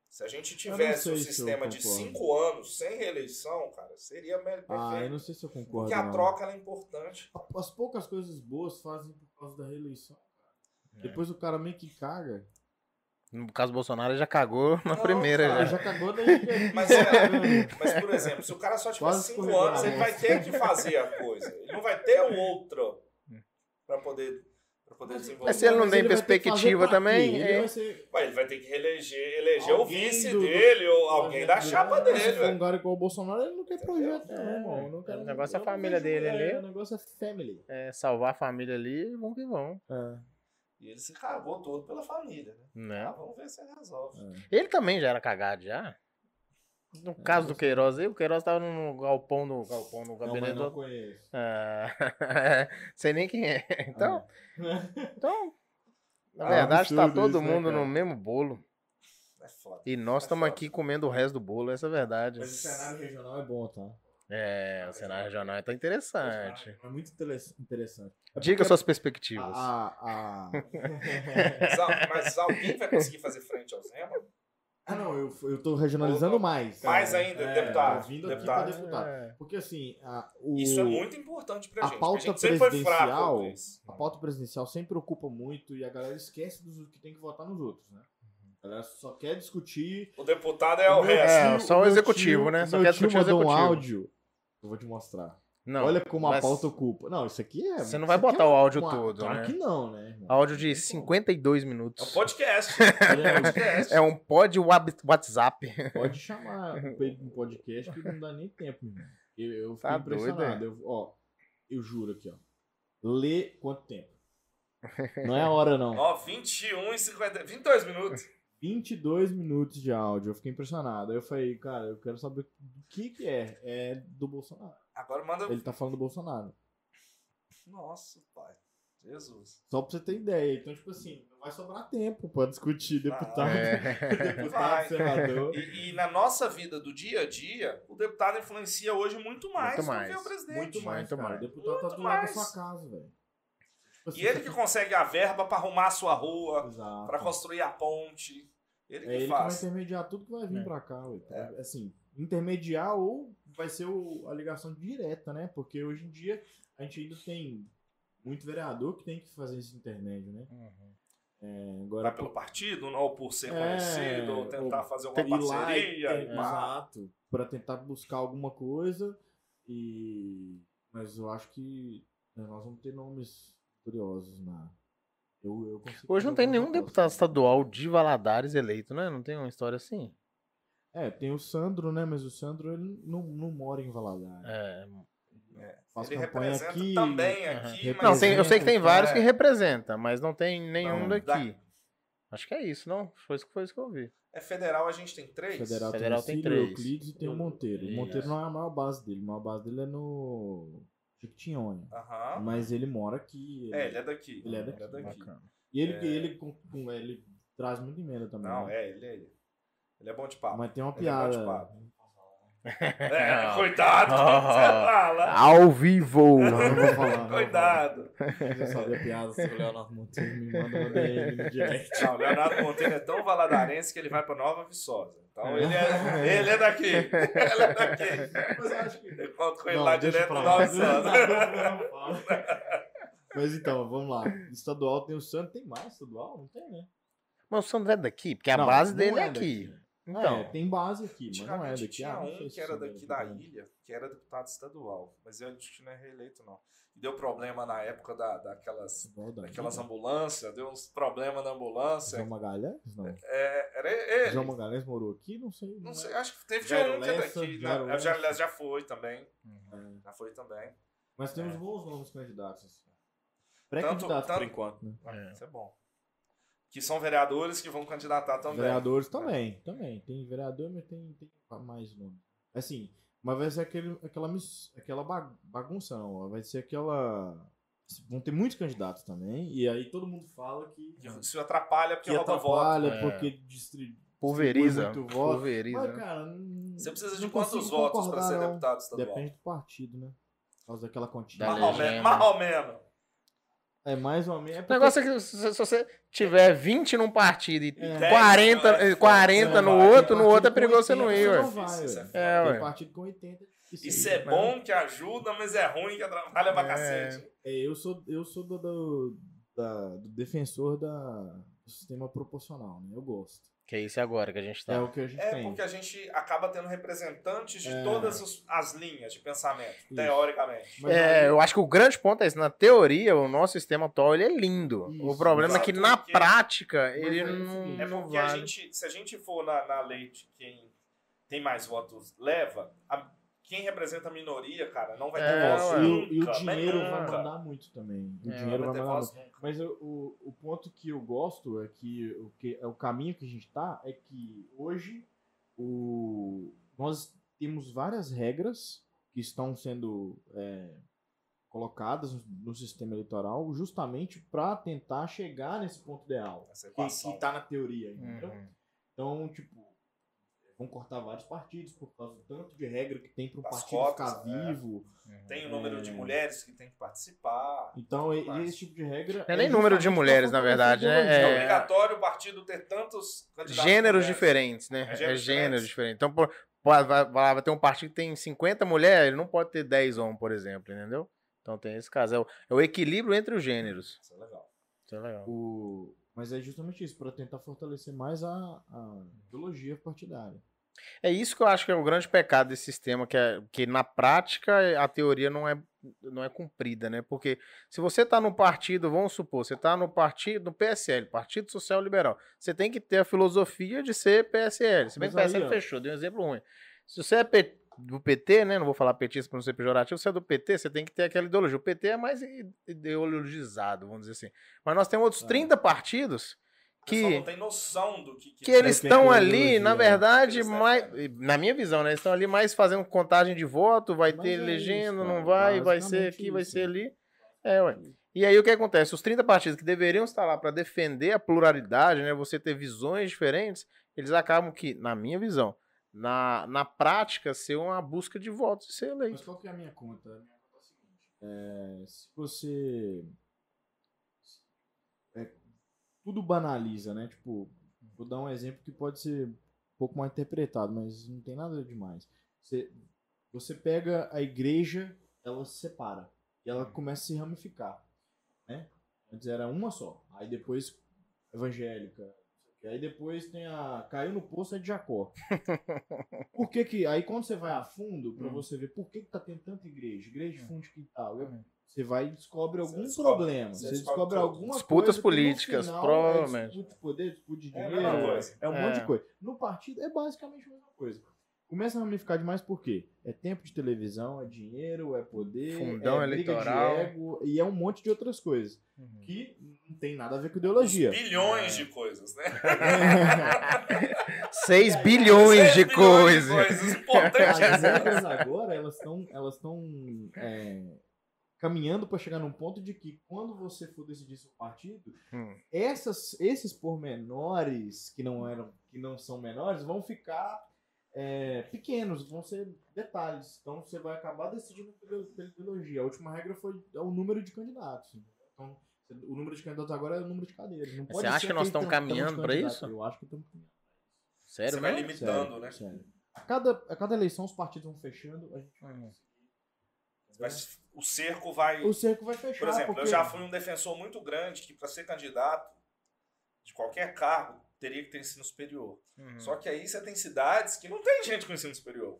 [SPEAKER 1] Se a gente
[SPEAKER 3] não
[SPEAKER 1] tivesse
[SPEAKER 3] sei
[SPEAKER 1] um
[SPEAKER 3] se eu
[SPEAKER 1] sistema de
[SPEAKER 3] concordo.
[SPEAKER 1] cinco anos sem reeleição, cara, seria melhor
[SPEAKER 3] Ah, eu
[SPEAKER 1] perfeito.
[SPEAKER 3] não sei se eu concordo.
[SPEAKER 1] é Porque a
[SPEAKER 3] não.
[SPEAKER 1] troca ela é importante.
[SPEAKER 3] As poucas coisas boas fazem por causa da reeleição.
[SPEAKER 1] É.
[SPEAKER 3] cara. Depois o cara meio que caga.
[SPEAKER 2] No caso do Bolsonaro, ele já cagou na
[SPEAKER 1] Não,
[SPEAKER 2] primeira.
[SPEAKER 1] cara,
[SPEAKER 3] Ah,
[SPEAKER 2] já.
[SPEAKER 3] já cagou é. daí. que-
[SPEAKER 1] É. Mas, é. cara, mas, por exemplo, se o cara só tiver
[SPEAKER 3] Quase
[SPEAKER 1] cinco
[SPEAKER 3] escorregou
[SPEAKER 1] anos,
[SPEAKER 3] na
[SPEAKER 1] ele vai ter que fazer a coisa. Ele não vai ter o outro para poder, pra poder desenvolver.
[SPEAKER 2] Mas se ele não tem
[SPEAKER 3] vai ter que
[SPEAKER 2] perspectiva
[SPEAKER 3] fazer pra
[SPEAKER 2] também,
[SPEAKER 3] quê? Ele
[SPEAKER 2] é.
[SPEAKER 3] vai ser-
[SPEAKER 1] Ué, ele vai ter que reeleger, eleger o
[SPEAKER 3] Alguém
[SPEAKER 1] vice
[SPEAKER 3] do-
[SPEAKER 1] dele ou alguém da
[SPEAKER 3] Se
[SPEAKER 1] chapa dele,
[SPEAKER 3] for
[SPEAKER 1] velho.
[SPEAKER 3] um cara igual o Bolsonaro, ele não quer projeto, não,
[SPEAKER 2] É,
[SPEAKER 3] irmão. Não quer-
[SPEAKER 2] o negócio é a
[SPEAKER 3] eu não
[SPEAKER 2] família
[SPEAKER 3] vejo-
[SPEAKER 2] dele
[SPEAKER 3] é,
[SPEAKER 2] ali.
[SPEAKER 3] O negócio é family.
[SPEAKER 2] É, salvar a família ali, vão que vão.
[SPEAKER 1] E ele se cagou todo pela família, né? Ah,
[SPEAKER 2] Né?
[SPEAKER 1] vamos ver se ele resolve.
[SPEAKER 2] Ele também já era cagado já. No caso do Queiroz aí, o Queiroz tava no galpão do galpão no
[SPEAKER 3] Não,
[SPEAKER 2] gabinete
[SPEAKER 3] mas não
[SPEAKER 2] do.
[SPEAKER 3] conheço.
[SPEAKER 2] Ah, sei nem quem é. Então, então na
[SPEAKER 3] Ah,
[SPEAKER 2] verdade, tá
[SPEAKER 3] É. absurdo
[SPEAKER 2] todo
[SPEAKER 3] isso, né,
[SPEAKER 2] mundo no
[SPEAKER 3] cara?
[SPEAKER 2] mesmo bolo.
[SPEAKER 1] É foda.
[SPEAKER 2] E nós
[SPEAKER 1] É
[SPEAKER 2] estamos
[SPEAKER 1] foda.
[SPEAKER 2] aqui comendo o resto do bolo, essa é a verdade.
[SPEAKER 3] Mas o cenário regional é bom, tá?
[SPEAKER 2] É, o cenário regional tá
[SPEAKER 3] O cenário
[SPEAKER 2] interessante.
[SPEAKER 3] regional É muito interes- interessante. É Ah,
[SPEAKER 2] Diga
[SPEAKER 3] porque
[SPEAKER 2] suas perspectivas.
[SPEAKER 3] a- a- a-
[SPEAKER 1] Mas, al- mas alguém vai conseguir fazer frente ao Zema?
[SPEAKER 3] Ah, não, eu, eu tô regionalizando
[SPEAKER 1] Ou-
[SPEAKER 3] mais.
[SPEAKER 1] Mais
[SPEAKER 3] cara.
[SPEAKER 1] ainda,
[SPEAKER 3] É,
[SPEAKER 1] deputado.
[SPEAKER 3] tá Vindo aqui pra
[SPEAKER 1] Deputado.
[SPEAKER 3] deputado.
[SPEAKER 2] É.
[SPEAKER 3] Porque assim, a, o,
[SPEAKER 1] Isso é muito importante pra
[SPEAKER 3] A
[SPEAKER 1] gente.
[SPEAKER 3] pauta
[SPEAKER 1] porque a gente sempre foi
[SPEAKER 3] presidencial-
[SPEAKER 1] fraco nisso.
[SPEAKER 3] a pauta presidencial sempre preocupa muito e a galera esquece dos que tem que votar nos outros, né? A galera só quer discutir.
[SPEAKER 1] O deputado é o
[SPEAKER 3] meu
[SPEAKER 1] resto.
[SPEAKER 2] É, só o
[SPEAKER 3] meu
[SPEAKER 2] executivo, né?
[SPEAKER 3] meu
[SPEAKER 2] Só
[SPEAKER 3] tio
[SPEAKER 2] quer discutir o
[SPEAKER 3] mandou um
[SPEAKER 2] executivo.
[SPEAKER 3] áudio. Eu vou te mostrar.
[SPEAKER 2] Não,
[SPEAKER 3] Olha como a
[SPEAKER 2] mas
[SPEAKER 3] pauta ocupa. Não, isso aqui é.
[SPEAKER 2] Você não
[SPEAKER 3] isso
[SPEAKER 2] vai
[SPEAKER 3] aqui é
[SPEAKER 2] botar o áudio
[SPEAKER 3] uma-
[SPEAKER 2] todo,
[SPEAKER 3] Claro
[SPEAKER 2] né?
[SPEAKER 3] que não, né? irmão?
[SPEAKER 2] Áudio de
[SPEAKER 3] Não tem
[SPEAKER 2] 52
[SPEAKER 1] É um
[SPEAKER 2] minutos.
[SPEAKER 1] podcast.
[SPEAKER 3] como.
[SPEAKER 1] É um podcast.
[SPEAKER 2] É um pod wab- WhatsApp.
[SPEAKER 3] Pode chamar um pe- um podcast que não dá nem tempo, irmão. Eu, eu fiquei
[SPEAKER 2] Tá doido,
[SPEAKER 3] impressionado. Eu, ó, eu juro aqui, ó. Lê quanto tempo? Não é a hora, não.
[SPEAKER 1] Ó, 21 e 50, 22 minutos.
[SPEAKER 3] 22 minutos de áudio. Eu fiquei impressionado. Aí eu falei, cara, eu quero saber do que que é. É do Bolsonaro.
[SPEAKER 1] Agora manda.
[SPEAKER 3] Ele tá falando do Bolsonaro.
[SPEAKER 1] Nossa, pai. Jesus.
[SPEAKER 3] Só pra você ter ideia. Então, tipo assim, não vai sobrar tempo pra discutir deputado,
[SPEAKER 2] É.
[SPEAKER 3] deputado,
[SPEAKER 1] Vai.
[SPEAKER 3] senador.
[SPEAKER 1] E, e na nossa vida do dia a dia, o deputado influencia hoje muito mais,
[SPEAKER 2] Muito
[SPEAKER 1] do
[SPEAKER 2] mais.
[SPEAKER 1] que o presidente.
[SPEAKER 3] Muito mais,
[SPEAKER 2] Muito
[SPEAKER 3] cara.
[SPEAKER 2] mais.
[SPEAKER 3] O deputado tá
[SPEAKER 1] Muito
[SPEAKER 3] do lado
[SPEAKER 1] mais.
[SPEAKER 3] da sua casa, velho. Tipo assim,
[SPEAKER 1] E ele que consegue a verba pra arrumar a sua rua,
[SPEAKER 3] Exato.
[SPEAKER 1] pra construir a ponte. Ele que
[SPEAKER 3] É ele
[SPEAKER 1] faz.
[SPEAKER 3] que vai intermediar tudo que vai vir
[SPEAKER 2] É.
[SPEAKER 3] pra cá, ué. Assim, intermediar ou vai ser o- a ligação direta, né? Porque hoje em dia a gente ainda tem muito vereador que tem que fazer esse intermédio, né? É, agora
[SPEAKER 1] Vai pelo partido, não ou por ser
[SPEAKER 3] É,
[SPEAKER 1] conhecido, ou tentar
[SPEAKER 3] ou
[SPEAKER 1] fazer
[SPEAKER 3] tem
[SPEAKER 1] alguma
[SPEAKER 3] que ir lá e
[SPEAKER 1] parceria.
[SPEAKER 3] tem-
[SPEAKER 1] e pá.
[SPEAKER 3] Exato. Pra tentar buscar alguma coisa e mas eu acho que né, nós vamos ter nomes curiosos na eu, eu consigo
[SPEAKER 2] Hoje não
[SPEAKER 3] fazer
[SPEAKER 2] tem
[SPEAKER 3] algumas
[SPEAKER 2] nenhum deputado
[SPEAKER 3] apostas.
[SPEAKER 2] estadual de Valadares eleito, né? Não tem uma história assim?
[SPEAKER 3] É, tem o Sandro, né? Mas o Sandro ele não, não mora em Valadares.
[SPEAKER 2] É.
[SPEAKER 3] Faz
[SPEAKER 1] Ele
[SPEAKER 3] campanha
[SPEAKER 1] representa
[SPEAKER 3] aqui,
[SPEAKER 1] também aqui,
[SPEAKER 3] Uhum.
[SPEAKER 1] mas.
[SPEAKER 2] Não, tem- eu sei que tem vários
[SPEAKER 1] é,
[SPEAKER 2] que representa, mas não tem nenhum
[SPEAKER 3] Não,
[SPEAKER 2] daqui. Acho que é isso, não? Foi isso, que- foi isso que eu vi.
[SPEAKER 1] É federal, a gente tem três.
[SPEAKER 3] Federal,
[SPEAKER 2] Federal
[SPEAKER 3] tem,
[SPEAKER 2] tem
[SPEAKER 3] o
[SPEAKER 2] três.
[SPEAKER 3] Cílio, Euclides e tem o Monteiro. O
[SPEAKER 2] Isso.
[SPEAKER 3] Monteiro não é a maior base dele. A maior base dele é no Jequitinhonha.
[SPEAKER 1] Aham.
[SPEAKER 3] Mas ele mora aqui.
[SPEAKER 1] É, ele é daqui.
[SPEAKER 3] Ele é daqui.
[SPEAKER 2] Bacana.
[SPEAKER 3] E ele,
[SPEAKER 1] é.
[SPEAKER 3] ele, com- com- ele traz muito emenda também.
[SPEAKER 1] Não,
[SPEAKER 3] né?
[SPEAKER 1] é, ele é ele. Ele é bom de papo.
[SPEAKER 3] Mas tem uma
[SPEAKER 1] Ele é bom de
[SPEAKER 3] piada.
[SPEAKER 1] papo.
[SPEAKER 3] né?
[SPEAKER 1] É, coitado. Você fala.
[SPEAKER 2] Ao vivo!
[SPEAKER 3] Não, Ah, não vou falar, não vou
[SPEAKER 1] Cuidado.
[SPEAKER 3] falar. Se você sabe a piada sobre o Leonardo Monteiro, me manda uma DM no direct.
[SPEAKER 1] Não, o Leonardo Monteiro é tão valadarense que ele vai pra Nova Viçosa. Então ele é, ele é daqui. Ele é daqui.
[SPEAKER 3] Mas eu acho que
[SPEAKER 1] Eu conto com ele
[SPEAKER 3] Não,
[SPEAKER 1] lá
[SPEAKER 3] deixa
[SPEAKER 1] direto na
[SPEAKER 3] pra lá.
[SPEAKER 1] Nova Viçosa.
[SPEAKER 3] Mas então, vamos lá. Estadual tem o Santos. Tem mais estadual? Não tem, né?
[SPEAKER 2] Mas o Sandro é daqui, porque a
[SPEAKER 3] Não,
[SPEAKER 2] base
[SPEAKER 3] não
[SPEAKER 2] dele é
[SPEAKER 3] é
[SPEAKER 2] aqui.
[SPEAKER 3] daqui.
[SPEAKER 2] Então,
[SPEAKER 3] É, tem base aqui, mas não é
[SPEAKER 1] Antigamente
[SPEAKER 3] daqui.
[SPEAKER 1] tinha
[SPEAKER 3] Ah, não
[SPEAKER 1] um
[SPEAKER 3] sei se
[SPEAKER 1] que era
[SPEAKER 3] isso é
[SPEAKER 1] daqui da
[SPEAKER 3] daqui.
[SPEAKER 1] ilha, que era deputado estadual, mas ele acho que não é reeleito, não. E deu problema na época da, daquelas,
[SPEAKER 3] Igual daqui,
[SPEAKER 1] daquelas
[SPEAKER 3] né?
[SPEAKER 1] ambulâncias, deu uns problemas na
[SPEAKER 3] João
[SPEAKER 1] ambulância.
[SPEAKER 3] Magalhães? Não.
[SPEAKER 1] É, era ele.
[SPEAKER 3] João Magalhães morou aqui? Não sei.
[SPEAKER 1] Não
[SPEAKER 3] é.
[SPEAKER 1] sei, acho que teve
[SPEAKER 3] Jairo
[SPEAKER 1] um que é
[SPEAKER 3] Lessa,
[SPEAKER 1] daqui.
[SPEAKER 3] Jairo
[SPEAKER 1] né? Já,
[SPEAKER 3] Lessa.
[SPEAKER 1] já foi também.
[SPEAKER 3] É.
[SPEAKER 1] Já foi também.
[SPEAKER 3] Mas temos
[SPEAKER 1] É.
[SPEAKER 3] bons nomes candidatos. Assim. Pré-candidatos,
[SPEAKER 1] Tanto- tanto-
[SPEAKER 3] por enquanto. Né?
[SPEAKER 1] Ah,
[SPEAKER 2] É.
[SPEAKER 1] Isso é bom. que são vereadores que vão candidatar também. É.
[SPEAKER 3] Vereadores também, também. Tem vereador, mas tem, tem mais nome. Assim, mas vai ser aquele, aquela, mis- aquela ba- bagunça, não. Vai ser aquela. Vão ter muitos candidatos também. E aí todo mundo fala que.
[SPEAKER 1] Isso atrapalha porque
[SPEAKER 3] que
[SPEAKER 1] rouba voto.
[SPEAKER 3] atrapalha,
[SPEAKER 4] É.
[SPEAKER 3] porque distri-
[SPEAKER 2] Pulveriza.
[SPEAKER 3] Muito voto.
[SPEAKER 2] Pulveriza.
[SPEAKER 3] Mas, cara, não-
[SPEAKER 1] Você precisa de
[SPEAKER 3] não
[SPEAKER 1] quantos
[SPEAKER 3] consigo
[SPEAKER 1] votos para
[SPEAKER 3] concordar,
[SPEAKER 1] ser
[SPEAKER 3] não.
[SPEAKER 1] deputado estadual?
[SPEAKER 3] Depende do partido, né? Por causa daquela quantia.
[SPEAKER 4] Da
[SPEAKER 1] Mais ou
[SPEAKER 4] legenda.
[SPEAKER 1] menos- mais ou menos.
[SPEAKER 3] É mais ou menos. É
[SPEAKER 2] O negócio é que se, se você tiver 20, num partido e
[SPEAKER 3] É.
[SPEAKER 2] 40,
[SPEAKER 1] Dez,
[SPEAKER 2] eh, 40 no
[SPEAKER 1] não vai.
[SPEAKER 2] outro, no outro é perigoso você não ir,
[SPEAKER 1] Tem partido
[SPEAKER 2] ué.
[SPEAKER 1] com 80, isso é
[SPEAKER 3] vai, ué.
[SPEAKER 1] foda.
[SPEAKER 2] É,
[SPEAKER 3] Tem
[SPEAKER 2] ué.
[SPEAKER 3] partido com 80. que
[SPEAKER 1] Isso
[SPEAKER 3] sim.
[SPEAKER 1] é bom que ajuda, mas é ruim que atrapalha pra
[SPEAKER 2] É.
[SPEAKER 1] cacete.
[SPEAKER 3] É, eu sou, eu sou do, do- da- do defensor da, do sistema proporcional, né? Eu gosto.
[SPEAKER 4] Que é isso agora que a gente
[SPEAKER 3] É
[SPEAKER 4] tá.
[SPEAKER 3] o que a gente
[SPEAKER 1] É
[SPEAKER 3] tem.
[SPEAKER 1] porque a gente acaba tendo representantes de
[SPEAKER 3] É.
[SPEAKER 1] todas os- as linhas de pensamento,
[SPEAKER 3] Isso.
[SPEAKER 1] teoricamente.
[SPEAKER 3] Mas
[SPEAKER 2] É,
[SPEAKER 3] aí-
[SPEAKER 2] eu acho que o grande ponto é isso. Na teoria, o nosso sistema atual ele é lindo. o
[SPEAKER 3] Isso,
[SPEAKER 2] problema é
[SPEAKER 1] exato.
[SPEAKER 2] que na
[SPEAKER 1] Porque-
[SPEAKER 2] prática
[SPEAKER 3] Mas
[SPEAKER 2] ele
[SPEAKER 3] aí é o
[SPEAKER 2] não,
[SPEAKER 3] seguinte,
[SPEAKER 1] É
[SPEAKER 2] não
[SPEAKER 1] porque a
[SPEAKER 2] vale.
[SPEAKER 1] gente, se a gente for na, na lei de quem tem mais votos leva, a- quem representa a minoria, cara, não vai ter
[SPEAKER 2] É,
[SPEAKER 1] voz
[SPEAKER 2] ué.
[SPEAKER 3] e,
[SPEAKER 1] nunca.
[SPEAKER 3] o- e o
[SPEAKER 1] mas
[SPEAKER 3] dinheiro vai
[SPEAKER 1] nunca.
[SPEAKER 3] mandar muito também. O
[SPEAKER 2] É,
[SPEAKER 3] dinheiro
[SPEAKER 1] Não vai
[SPEAKER 3] vai
[SPEAKER 1] ter
[SPEAKER 3] mandar muito.
[SPEAKER 1] voz nunca.
[SPEAKER 3] Mas eu- o, o ponto que eu gosto é que o, que é o caminho que a gente tá é que hoje o, nós temos várias regras que estão sendo é, colocadas no, no sistema eleitoral justamente para tentar chegar nesse ponto ideal
[SPEAKER 1] Essa
[SPEAKER 3] que,
[SPEAKER 1] equação.
[SPEAKER 3] que tá na teoria, entendeu?
[SPEAKER 2] Uhum.
[SPEAKER 3] Então, tipo, vão cortar vários partidos por causa do tanto de regra que tem para um
[SPEAKER 1] Das
[SPEAKER 3] partido
[SPEAKER 1] cotas,
[SPEAKER 3] ficar
[SPEAKER 1] é.
[SPEAKER 3] vivo.
[SPEAKER 2] Uhum.
[SPEAKER 1] Tem o número de mulheres que tem que participar.
[SPEAKER 3] É. Então, e- e
[SPEAKER 1] Mas-
[SPEAKER 3] esse tipo de regra.
[SPEAKER 2] Não é nem número
[SPEAKER 3] justamente
[SPEAKER 2] de
[SPEAKER 3] pra
[SPEAKER 2] mulheres, na verdade, né?
[SPEAKER 1] É,
[SPEAKER 2] É.
[SPEAKER 1] obrigatório o partido ter tantos candidatos.
[SPEAKER 2] Gêneros
[SPEAKER 1] mulheres.
[SPEAKER 2] diferentes, né?
[SPEAKER 1] É
[SPEAKER 2] É
[SPEAKER 1] gêneros
[SPEAKER 2] gêneros
[SPEAKER 1] diferentes.
[SPEAKER 2] diferentes. Então, pô, pô, vai, vai, vai ter um partido que tem 50 mulheres, ele não pode ter 10 homens, por exemplo, entendeu? Então tem esse caso. É o, é o equilíbrio entre os gêneros.
[SPEAKER 1] Isso é legal.
[SPEAKER 2] Isso é legal.
[SPEAKER 3] O... Mas é justamente isso, para tentar fortalecer mais a, a ideologia partidária.
[SPEAKER 2] É isso que eu acho que é o grande pecado desse sistema, que, é, que na prática a teoria não é, não é cumprida, né? Porque se você está no partido, vamos supor, você está no partido, no PSL, Partido Social Liberal, você tem que ter a filosofia de ser PSL. Se bem que o
[SPEAKER 3] Mas aí,
[SPEAKER 2] PSL
[SPEAKER 3] ó.
[SPEAKER 2] fechou, dei um exemplo ruim. Se você é P- do PT, né? Não vou falar petista para não ser pejorativo, se você é do PT, você tem que ter aquela ideologia. O PT é mais i- ideologizado, vamos dizer assim. Mas nós temos outros
[SPEAKER 3] É.
[SPEAKER 2] 30 partidos
[SPEAKER 1] O
[SPEAKER 2] que
[SPEAKER 1] pessoal não tem noção do que,
[SPEAKER 2] que eles
[SPEAKER 3] tem aquela
[SPEAKER 2] estão ali, na
[SPEAKER 3] ideologia,
[SPEAKER 2] verdade,
[SPEAKER 1] é, eles
[SPEAKER 2] mais,
[SPEAKER 1] defendem.
[SPEAKER 2] na minha visão, né? Eles estão ali mais fazendo contagem de voto, vai
[SPEAKER 3] Mas é
[SPEAKER 2] ter
[SPEAKER 3] isso,
[SPEAKER 2] legenda,
[SPEAKER 3] cara,
[SPEAKER 2] não vai, vai ser
[SPEAKER 3] basicamente
[SPEAKER 2] aqui, vai
[SPEAKER 3] isso.
[SPEAKER 2] ser ali. É, ué. E aí o que acontece? Os 30 partidos que deveriam estar lá para defender a pluralidade, né? Você ter visões diferentes, eles acabam que, na minha visão, na, na prática, ser uma busca de votos e ser
[SPEAKER 3] Mas
[SPEAKER 2] eleito.
[SPEAKER 3] qual que é a minha conta? A minha conta é a seguinte. É, se você. é, tudo banaliza, né? Tipo, vou dar um exemplo que pode ser um pouco mal interpretado, mas não tem nada demais. Você, você pega a igreja, ela se separa. E
[SPEAKER 1] Uhum.
[SPEAKER 3] ela começa a se ramificar. Né? Antes era uma só. Aí depois evangélica. E aí depois tem a. Caiu no poço é de Jacó. Por que que. Aí quando você vai a fundo,
[SPEAKER 1] Hum.
[SPEAKER 3] pra você ver por que, que tá tendo tanta igreja, igreja de fundo de quintal, eu- você vai e descobre
[SPEAKER 1] É. Você
[SPEAKER 3] algum
[SPEAKER 1] descobre.
[SPEAKER 3] problema.
[SPEAKER 1] Você
[SPEAKER 3] Você,
[SPEAKER 1] descobre
[SPEAKER 3] descobre
[SPEAKER 1] tudo.
[SPEAKER 3] alguma
[SPEAKER 2] Disputas
[SPEAKER 3] coisa que no
[SPEAKER 2] políticas,
[SPEAKER 3] final é
[SPEAKER 2] provavelmente.
[SPEAKER 3] Disputa de poder, disputa de
[SPEAKER 1] É a
[SPEAKER 3] dinheiro.
[SPEAKER 1] mesma coisa.
[SPEAKER 3] É um monte de
[SPEAKER 2] É.
[SPEAKER 3] coisa. No partido é basicamente a mesma coisa. Começa a ramificar demais por quê? É tempo de televisão, é dinheiro, é poder,
[SPEAKER 2] Fundão
[SPEAKER 3] é briga
[SPEAKER 2] eleitoral.
[SPEAKER 3] de ego e é um monte de outras coisas
[SPEAKER 1] Uhum.
[SPEAKER 3] que não tem nada a ver com ideologia.
[SPEAKER 2] É.
[SPEAKER 1] Bilhões de coisas, né?
[SPEAKER 2] 6 bilhões de
[SPEAKER 1] Bilhões
[SPEAKER 2] coisas.
[SPEAKER 1] coisas. Importante é
[SPEAKER 3] As regras agora, elas estão elas tão, é, caminhando para chegar num ponto de que quando você for decidir seu partido,
[SPEAKER 2] Hum.
[SPEAKER 3] essas, esses pormenores que não eram que não são menores vão ficar é, pequenos, vão ser detalhes. Então você vai acabar decidindo pela pela ideologia. A última regra foi é o número de candidatos. Então, o número de candidatos agora é o número de cadeiras. Não
[SPEAKER 2] Você
[SPEAKER 3] pode
[SPEAKER 2] acha
[SPEAKER 3] ser
[SPEAKER 2] que nós
[SPEAKER 3] aquele tam-
[SPEAKER 2] estamos caminhando
[SPEAKER 3] tanto de
[SPEAKER 2] pra
[SPEAKER 3] candidato.
[SPEAKER 2] isso?
[SPEAKER 3] Eu acho que estamos caminhando.
[SPEAKER 1] Você
[SPEAKER 2] Sério
[SPEAKER 1] vai
[SPEAKER 2] mesmo?
[SPEAKER 1] limitando, né?
[SPEAKER 3] Sério. A cada, a cada eleição os partidos vão fechando, a gente vai
[SPEAKER 2] Uhum.
[SPEAKER 1] Mas o cerco vai.
[SPEAKER 3] O cerco vai fechar.
[SPEAKER 1] Por exemplo, eu
[SPEAKER 3] porque-
[SPEAKER 1] já fui um defensor muito grande que, para ser candidato de qualquer cargo, teria que ter ensino superior.
[SPEAKER 3] Uhum.
[SPEAKER 2] Hum.
[SPEAKER 1] Só que aí você tem cidades que não tem gente com ensino superior.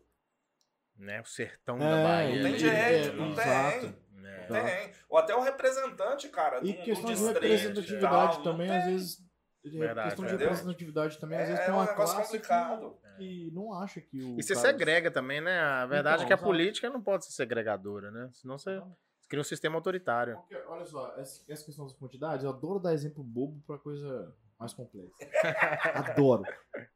[SPEAKER 2] Né? O sertão
[SPEAKER 3] É,
[SPEAKER 2] da Bahia.
[SPEAKER 1] Não tem
[SPEAKER 3] e-
[SPEAKER 2] ali,
[SPEAKER 1] jeito,
[SPEAKER 3] é,
[SPEAKER 1] não
[SPEAKER 3] exato.
[SPEAKER 1] tem.
[SPEAKER 2] né?
[SPEAKER 3] Tá.
[SPEAKER 1] Tem. Ou até o representante, cara.
[SPEAKER 3] E
[SPEAKER 1] de um- de um
[SPEAKER 3] questão de
[SPEAKER 1] distrito,
[SPEAKER 3] representatividade
[SPEAKER 1] tal,
[SPEAKER 3] também,
[SPEAKER 1] não
[SPEAKER 3] às
[SPEAKER 1] tem.
[SPEAKER 3] vezes. de-
[SPEAKER 2] Verdade,
[SPEAKER 3] questão de
[SPEAKER 1] entendeu?
[SPEAKER 3] representatividade também, às
[SPEAKER 1] É,
[SPEAKER 3] vezes
[SPEAKER 1] é
[SPEAKER 3] tem
[SPEAKER 1] um
[SPEAKER 3] uma
[SPEAKER 1] negócio
[SPEAKER 3] classe que,
[SPEAKER 1] complicado.
[SPEAKER 3] que não acha que o.
[SPEAKER 2] E você
[SPEAKER 3] cara-
[SPEAKER 2] segrega também, né? A verdade
[SPEAKER 3] Então,
[SPEAKER 2] é que a
[SPEAKER 3] exato.
[SPEAKER 2] política não pode ser segregadora, né? Senão você cria um sistema autoritário.
[SPEAKER 3] Porque, olha só, essa, essa questão das quantidades, eu adoro dar exemplo bobo pra coisa mais mais complexo. Adoro.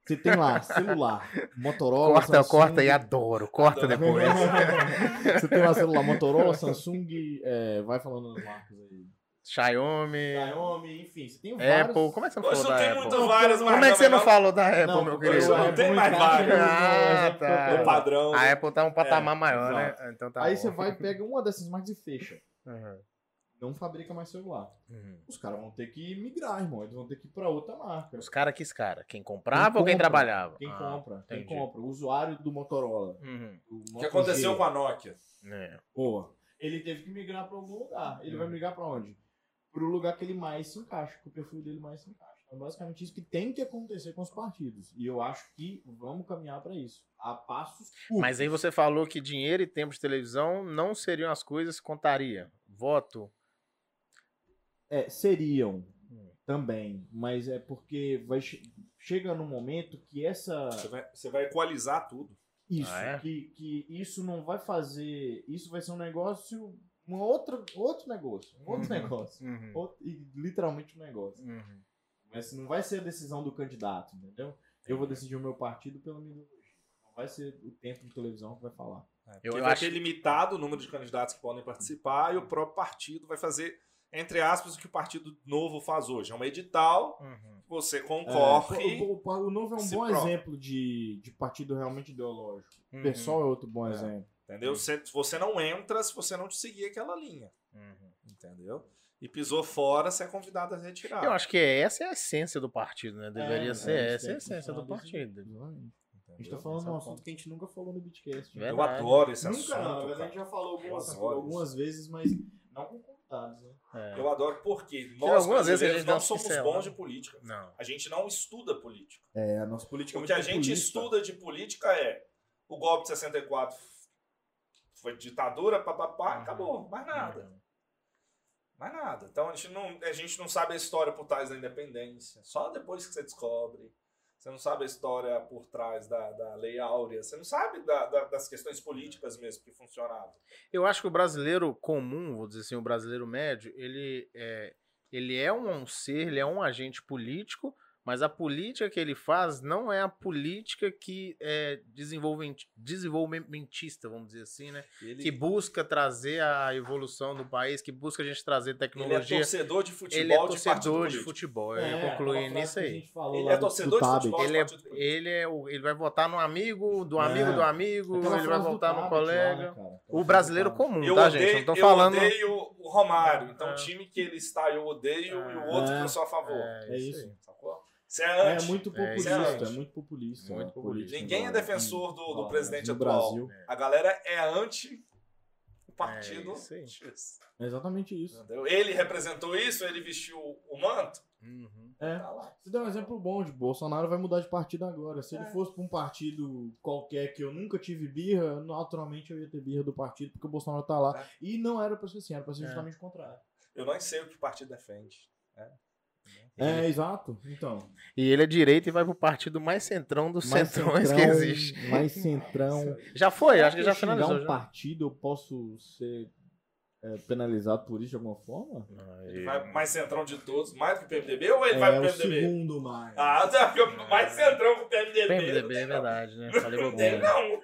[SPEAKER 3] Você tem lá celular, Motorola,
[SPEAKER 2] Corta,
[SPEAKER 3] Samsung,
[SPEAKER 2] corta e adoro. Corta
[SPEAKER 1] Adoro.
[SPEAKER 2] depois.
[SPEAKER 3] Você tem lá celular, Motorola, Samsung, é, vai falando as marcas aí.
[SPEAKER 2] Xiaomi,
[SPEAKER 3] Xiaomi, enfim, você tem vários.
[SPEAKER 2] Apple. Como é que você não
[SPEAKER 1] Hoje
[SPEAKER 2] falou
[SPEAKER 1] não
[SPEAKER 2] da
[SPEAKER 1] tem
[SPEAKER 2] Apple?
[SPEAKER 1] muitas várias, mas
[SPEAKER 2] Como é que você não
[SPEAKER 1] mas-
[SPEAKER 2] falou da Apple,
[SPEAKER 3] Não,
[SPEAKER 2] meu
[SPEAKER 3] pois
[SPEAKER 2] querido?
[SPEAKER 1] Não tem
[SPEAKER 3] é
[SPEAKER 1] mais
[SPEAKER 3] muito
[SPEAKER 1] vários.
[SPEAKER 3] caro, não,
[SPEAKER 2] Ah,
[SPEAKER 3] é
[SPEAKER 2] tá.
[SPEAKER 1] É
[SPEAKER 3] popular.
[SPEAKER 1] padrão.
[SPEAKER 2] A Apple tá um patamar maior, né? Então tá
[SPEAKER 3] É, Aí
[SPEAKER 2] bom.
[SPEAKER 3] você vai, pega uma dessas marcas e fecha.
[SPEAKER 2] Uhum.
[SPEAKER 3] Não fabrica mais celular.
[SPEAKER 2] Uhum.
[SPEAKER 3] Os caras vão ter que migrar, irmão. Eles vão ter que ir pra outra marca.
[SPEAKER 2] Os caras, que os caras? Quem comprava
[SPEAKER 3] Quem
[SPEAKER 2] ou quem
[SPEAKER 3] compra,
[SPEAKER 2] trabalhava?
[SPEAKER 3] Quem
[SPEAKER 2] Ah,
[SPEAKER 3] compra, quem
[SPEAKER 2] entendi.
[SPEAKER 3] compra. O usuário do Motorola.
[SPEAKER 2] Uhum.
[SPEAKER 3] O
[SPEAKER 1] O que aconteceu com
[SPEAKER 3] Moto
[SPEAKER 1] a Nokia?
[SPEAKER 2] É.
[SPEAKER 3] G. Boa. Ele teve que migrar pra algum lugar. Ele vai migrar pra onde? Pro lugar que ele mais se encaixa, que o perfil dele mais se encaixa. É basicamente isso que tem que acontecer com os partidos. E eu acho que vamos caminhar pra isso. A passos curtos.
[SPEAKER 2] Mas aí você falou que dinheiro e tempo de televisão não seriam as coisas que contaria. Voto.
[SPEAKER 3] É, seriam
[SPEAKER 2] Hum.
[SPEAKER 3] também, mas é porque vai che- chega num momento que essa
[SPEAKER 1] Você vai, você vai equalizar tudo.
[SPEAKER 3] isso
[SPEAKER 2] Ah, é?
[SPEAKER 3] que, que isso não vai fazer, isso vai ser um negócio, uma outra outro negócio, um outro
[SPEAKER 2] Uhum.
[SPEAKER 3] negócio, outro- e literalmente um negócio.
[SPEAKER 2] Uhum.
[SPEAKER 3] Mas não vai ser a decisão do candidato, entendeu? Eu vou decidir o meu partido pela minha ideologia. Não vai ser o tempo de televisão que vai falar.
[SPEAKER 2] Eu,
[SPEAKER 1] É, Porque
[SPEAKER 2] eu
[SPEAKER 1] vai
[SPEAKER 2] acho Uhum.
[SPEAKER 1] ter limitado o número de candidatos que podem participar e o próprio partido vai fazer, entre aspas, o que o Partido Novo faz hoje. É um edital,
[SPEAKER 2] Uhum.
[SPEAKER 1] você
[SPEAKER 3] É,
[SPEAKER 1] concorre.
[SPEAKER 3] o, o- o novo é um
[SPEAKER 1] se
[SPEAKER 3] bom
[SPEAKER 1] prova.
[SPEAKER 3] exemplo de, de partido realmente ideológico. O
[SPEAKER 2] Uhum.
[SPEAKER 3] pessoal é outro bom
[SPEAKER 1] É.
[SPEAKER 3] exemplo.
[SPEAKER 1] Entendeu? Você, você não entra se você não te seguir é aquela linha.
[SPEAKER 2] Uhum.
[SPEAKER 1] Entendeu? E pisou fora, você é convidado a retirar.
[SPEAKER 2] Eu acho que essa é a essência do partido, né? Deveria
[SPEAKER 3] É,
[SPEAKER 2] ser
[SPEAKER 3] a gente
[SPEAKER 2] essa é
[SPEAKER 3] tem
[SPEAKER 2] a
[SPEAKER 3] que
[SPEAKER 2] essência do
[SPEAKER 3] funcionar desse
[SPEAKER 2] partido.
[SPEAKER 3] jeito, exatamente. A gente
[SPEAKER 1] entendeu?
[SPEAKER 3] tá falando de
[SPEAKER 1] Essa
[SPEAKER 3] um
[SPEAKER 1] é a
[SPEAKER 3] assunto que a gente nunca falou no BitCast. né?
[SPEAKER 2] Verdade.
[SPEAKER 1] Eu adoro esse assunto.
[SPEAKER 3] Nunca, não. Na verdade, a
[SPEAKER 1] cara.
[SPEAKER 3] gente já falou
[SPEAKER 1] Duas
[SPEAKER 3] algumas,
[SPEAKER 1] horas.
[SPEAKER 3] algumas vezes, mas não com convidados, né?
[SPEAKER 2] É.
[SPEAKER 1] Eu adoro porque nós
[SPEAKER 2] algumas vezes a
[SPEAKER 1] brasileiros
[SPEAKER 2] gente dá um né?
[SPEAKER 1] não
[SPEAKER 2] uns
[SPEAKER 1] somos
[SPEAKER 2] pinceladas.
[SPEAKER 1] bons de política.
[SPEAKER 2] Não.
[SPEAKER 1] A gente não estuda política.
[SPEAKER 3] É, a nossa política
[SPEAKER 2] um
[SPEAKER 1] O que a gente estuda de política é o golpe de 64 foi ditadura, papapá,
[SPEAKER 2] Uhum.
[SPEAKER 1] acabou, mais nada, mais nada. Então a gente, não, a gente não sabe a história por trás da independência, só depois que você descobre. Você não sabe a história por trás da, da Lei Áurea, você não sabe da- da- das questões políticas mesmo que funcionavam.
[SPEAKER 2] Eu acho que o brasileiro comum, vou dizer assim, o brasileiro médio, ele é, ele é um, um ser, ele é um agente político, mas a política que ele faz não é a política que é desenvolvimenti- desenvolvimentista, vamos dizer assim, né?
[SPEAKER 1] Ele,
[SPEAKER 2] Que busca trazer a evolução do país, que busca a gente trazer
[SPEAKER 1] ele é
[SPEAKER 2] tecnologia.
[SPEAKER 1] torcedor de futebol
[SPEAKER 2] Ele é
[SPEAKER 1] de partido
[SPEAKER 2] torcedor de
[SPEAKER 1] político.
[SPEAKER 2] futebol,
[SPEAKER 3] É,
[SPEAKER 2] eu ia concluir nisso
[SPEAKER 3] assim
[SPEAKER 2] aí.
[SPEAKER 1] Ele é torcedor de futebol
[SPEAKER 2] Ele é,
[SPEAKER 1] partido político.
[SPEAKER 2] ele, é o- ele vai votar no amigo, do
[SPEAKER 3] É.
[SPEAKER 2] amigo do amigo, ele vai votar no
[SPEAKER 3] né,
[SPEAKER 2] colega. O brasileiro
[SPEAKER 3] Então,
[SPEAKER 2] comum,
[SPEAKER 1] Eu
[SPEAKER 2] tá,
[SPEAKER 1] odeio,
[SPEAKER 2] gente? Não tô
[SPEAKER 1] eu
[SPEAKER 2] falando.
[SPEAKER 1] odeio o Romário. Então,
[SPEAKER 2] É.
[SPEAKER 1] o time que ele está, eu odeio, e o
[SPEAKER 2] É.
[SPEAKER 1] outro eu sou a favor.
[SPEAKER 2] É,
[SPEAKER 3] É
[SPEAKER 2] isso.
[SPEAKER 3] isso.
[SPEAKER 2] aí.
[SPEAKER 1] Sacou? Você é
[SPEAKER 3] É
[SPEAKER 1] anti.
[SPEAKER 3] muito
[SPEAKER 2] É,
[SPEAKER 3] populista,
[SPEAKER 1] exatamente.
[SPEAKER 3] é muito populista.
[SPEAKER 2] Muito
[SPEAKER 3] a
[SPEAKER 2] populista.
[SPEAKER 3] política
[SPEAKER 1] Ninguém é
[SPEAKER 3] agora,
[SPEAKER 1] defensor do- do
[SPEAKER 3] agora,
[SPEAKER 1] presidente
[SPEAKER 3] no
[SPEAKER 1] atual.
[SPEAKER 3] Brasil.
[SPEAKER 1] A galera é anti o partido.
[SPEAKER 2] É isso aí.
[SPEAKER 3] É exatamente isso.
[SPEAKER 1] Entendeu? Ele representou isso, ele vestiu o manto.
[SPEAKER 2] Uhum.
[SPEAKER 3] É.
[SPEAKER 1] Tá lá.
[SPEAKER 3] Você deu um exemplo bom de Bolsonaro vai mudar de partido agora. Se ele
[SPEAKER 1] É.
[SPEAKER 3] fosse pra um partido qualquer que eu nunca tive birra, naturalmente eu ia ter birra do partido, porque o Bolsonaro tá lá.
[SPEAKER 1] É.
[SPEAKER 3] E não era pra ser assim, era pra ser
[SPEAKER 2] É.
[SPEAKER 3] justamente o contrário.
[SPEAKER 1] Eu não sei o que o partido defende.
[SPEAKER 3] É, exato. Então.
[SPEAKER 2] E ele é direito e vai pro partido mais centrão dos
[SPEAKER 3] mais
[SPEAKER 2] centrões que
[SPEAKER 3] centrão,
[SPEAKER 2] existe.
[SPEAKER 3] Mais centrão.
[SPEAKER 2] Já foi, acho que já
[SPEAKER 3] Se eu xingar
[SPEAKER 2] finalizou.
[SPEAKER 3] um
[SPEAKER 2] já.
[SPEAKER 3] partido, eu posso ser é, penalizado por isso de alguma forma?
[SPEAKER 1] Ele vai mais centrão de todos, mais que o PMDB ou ele
[SPEAKER 3] é
[SPEAKER 1] vai pro
[SPEAKER 3] o
[SPEAKER 1] PMDB?
[SPEAKER 3] segundo mais.
[SPEAKER 1] Ah, tá, porque eu- mais centrão que o PMDB.
[SPEAKER 2] PMDB é verdade, né? Falei
[SPEAKER 1] então. Não tem,
[SPEAKER 2] bobagem.
[SPEAKER 1] não.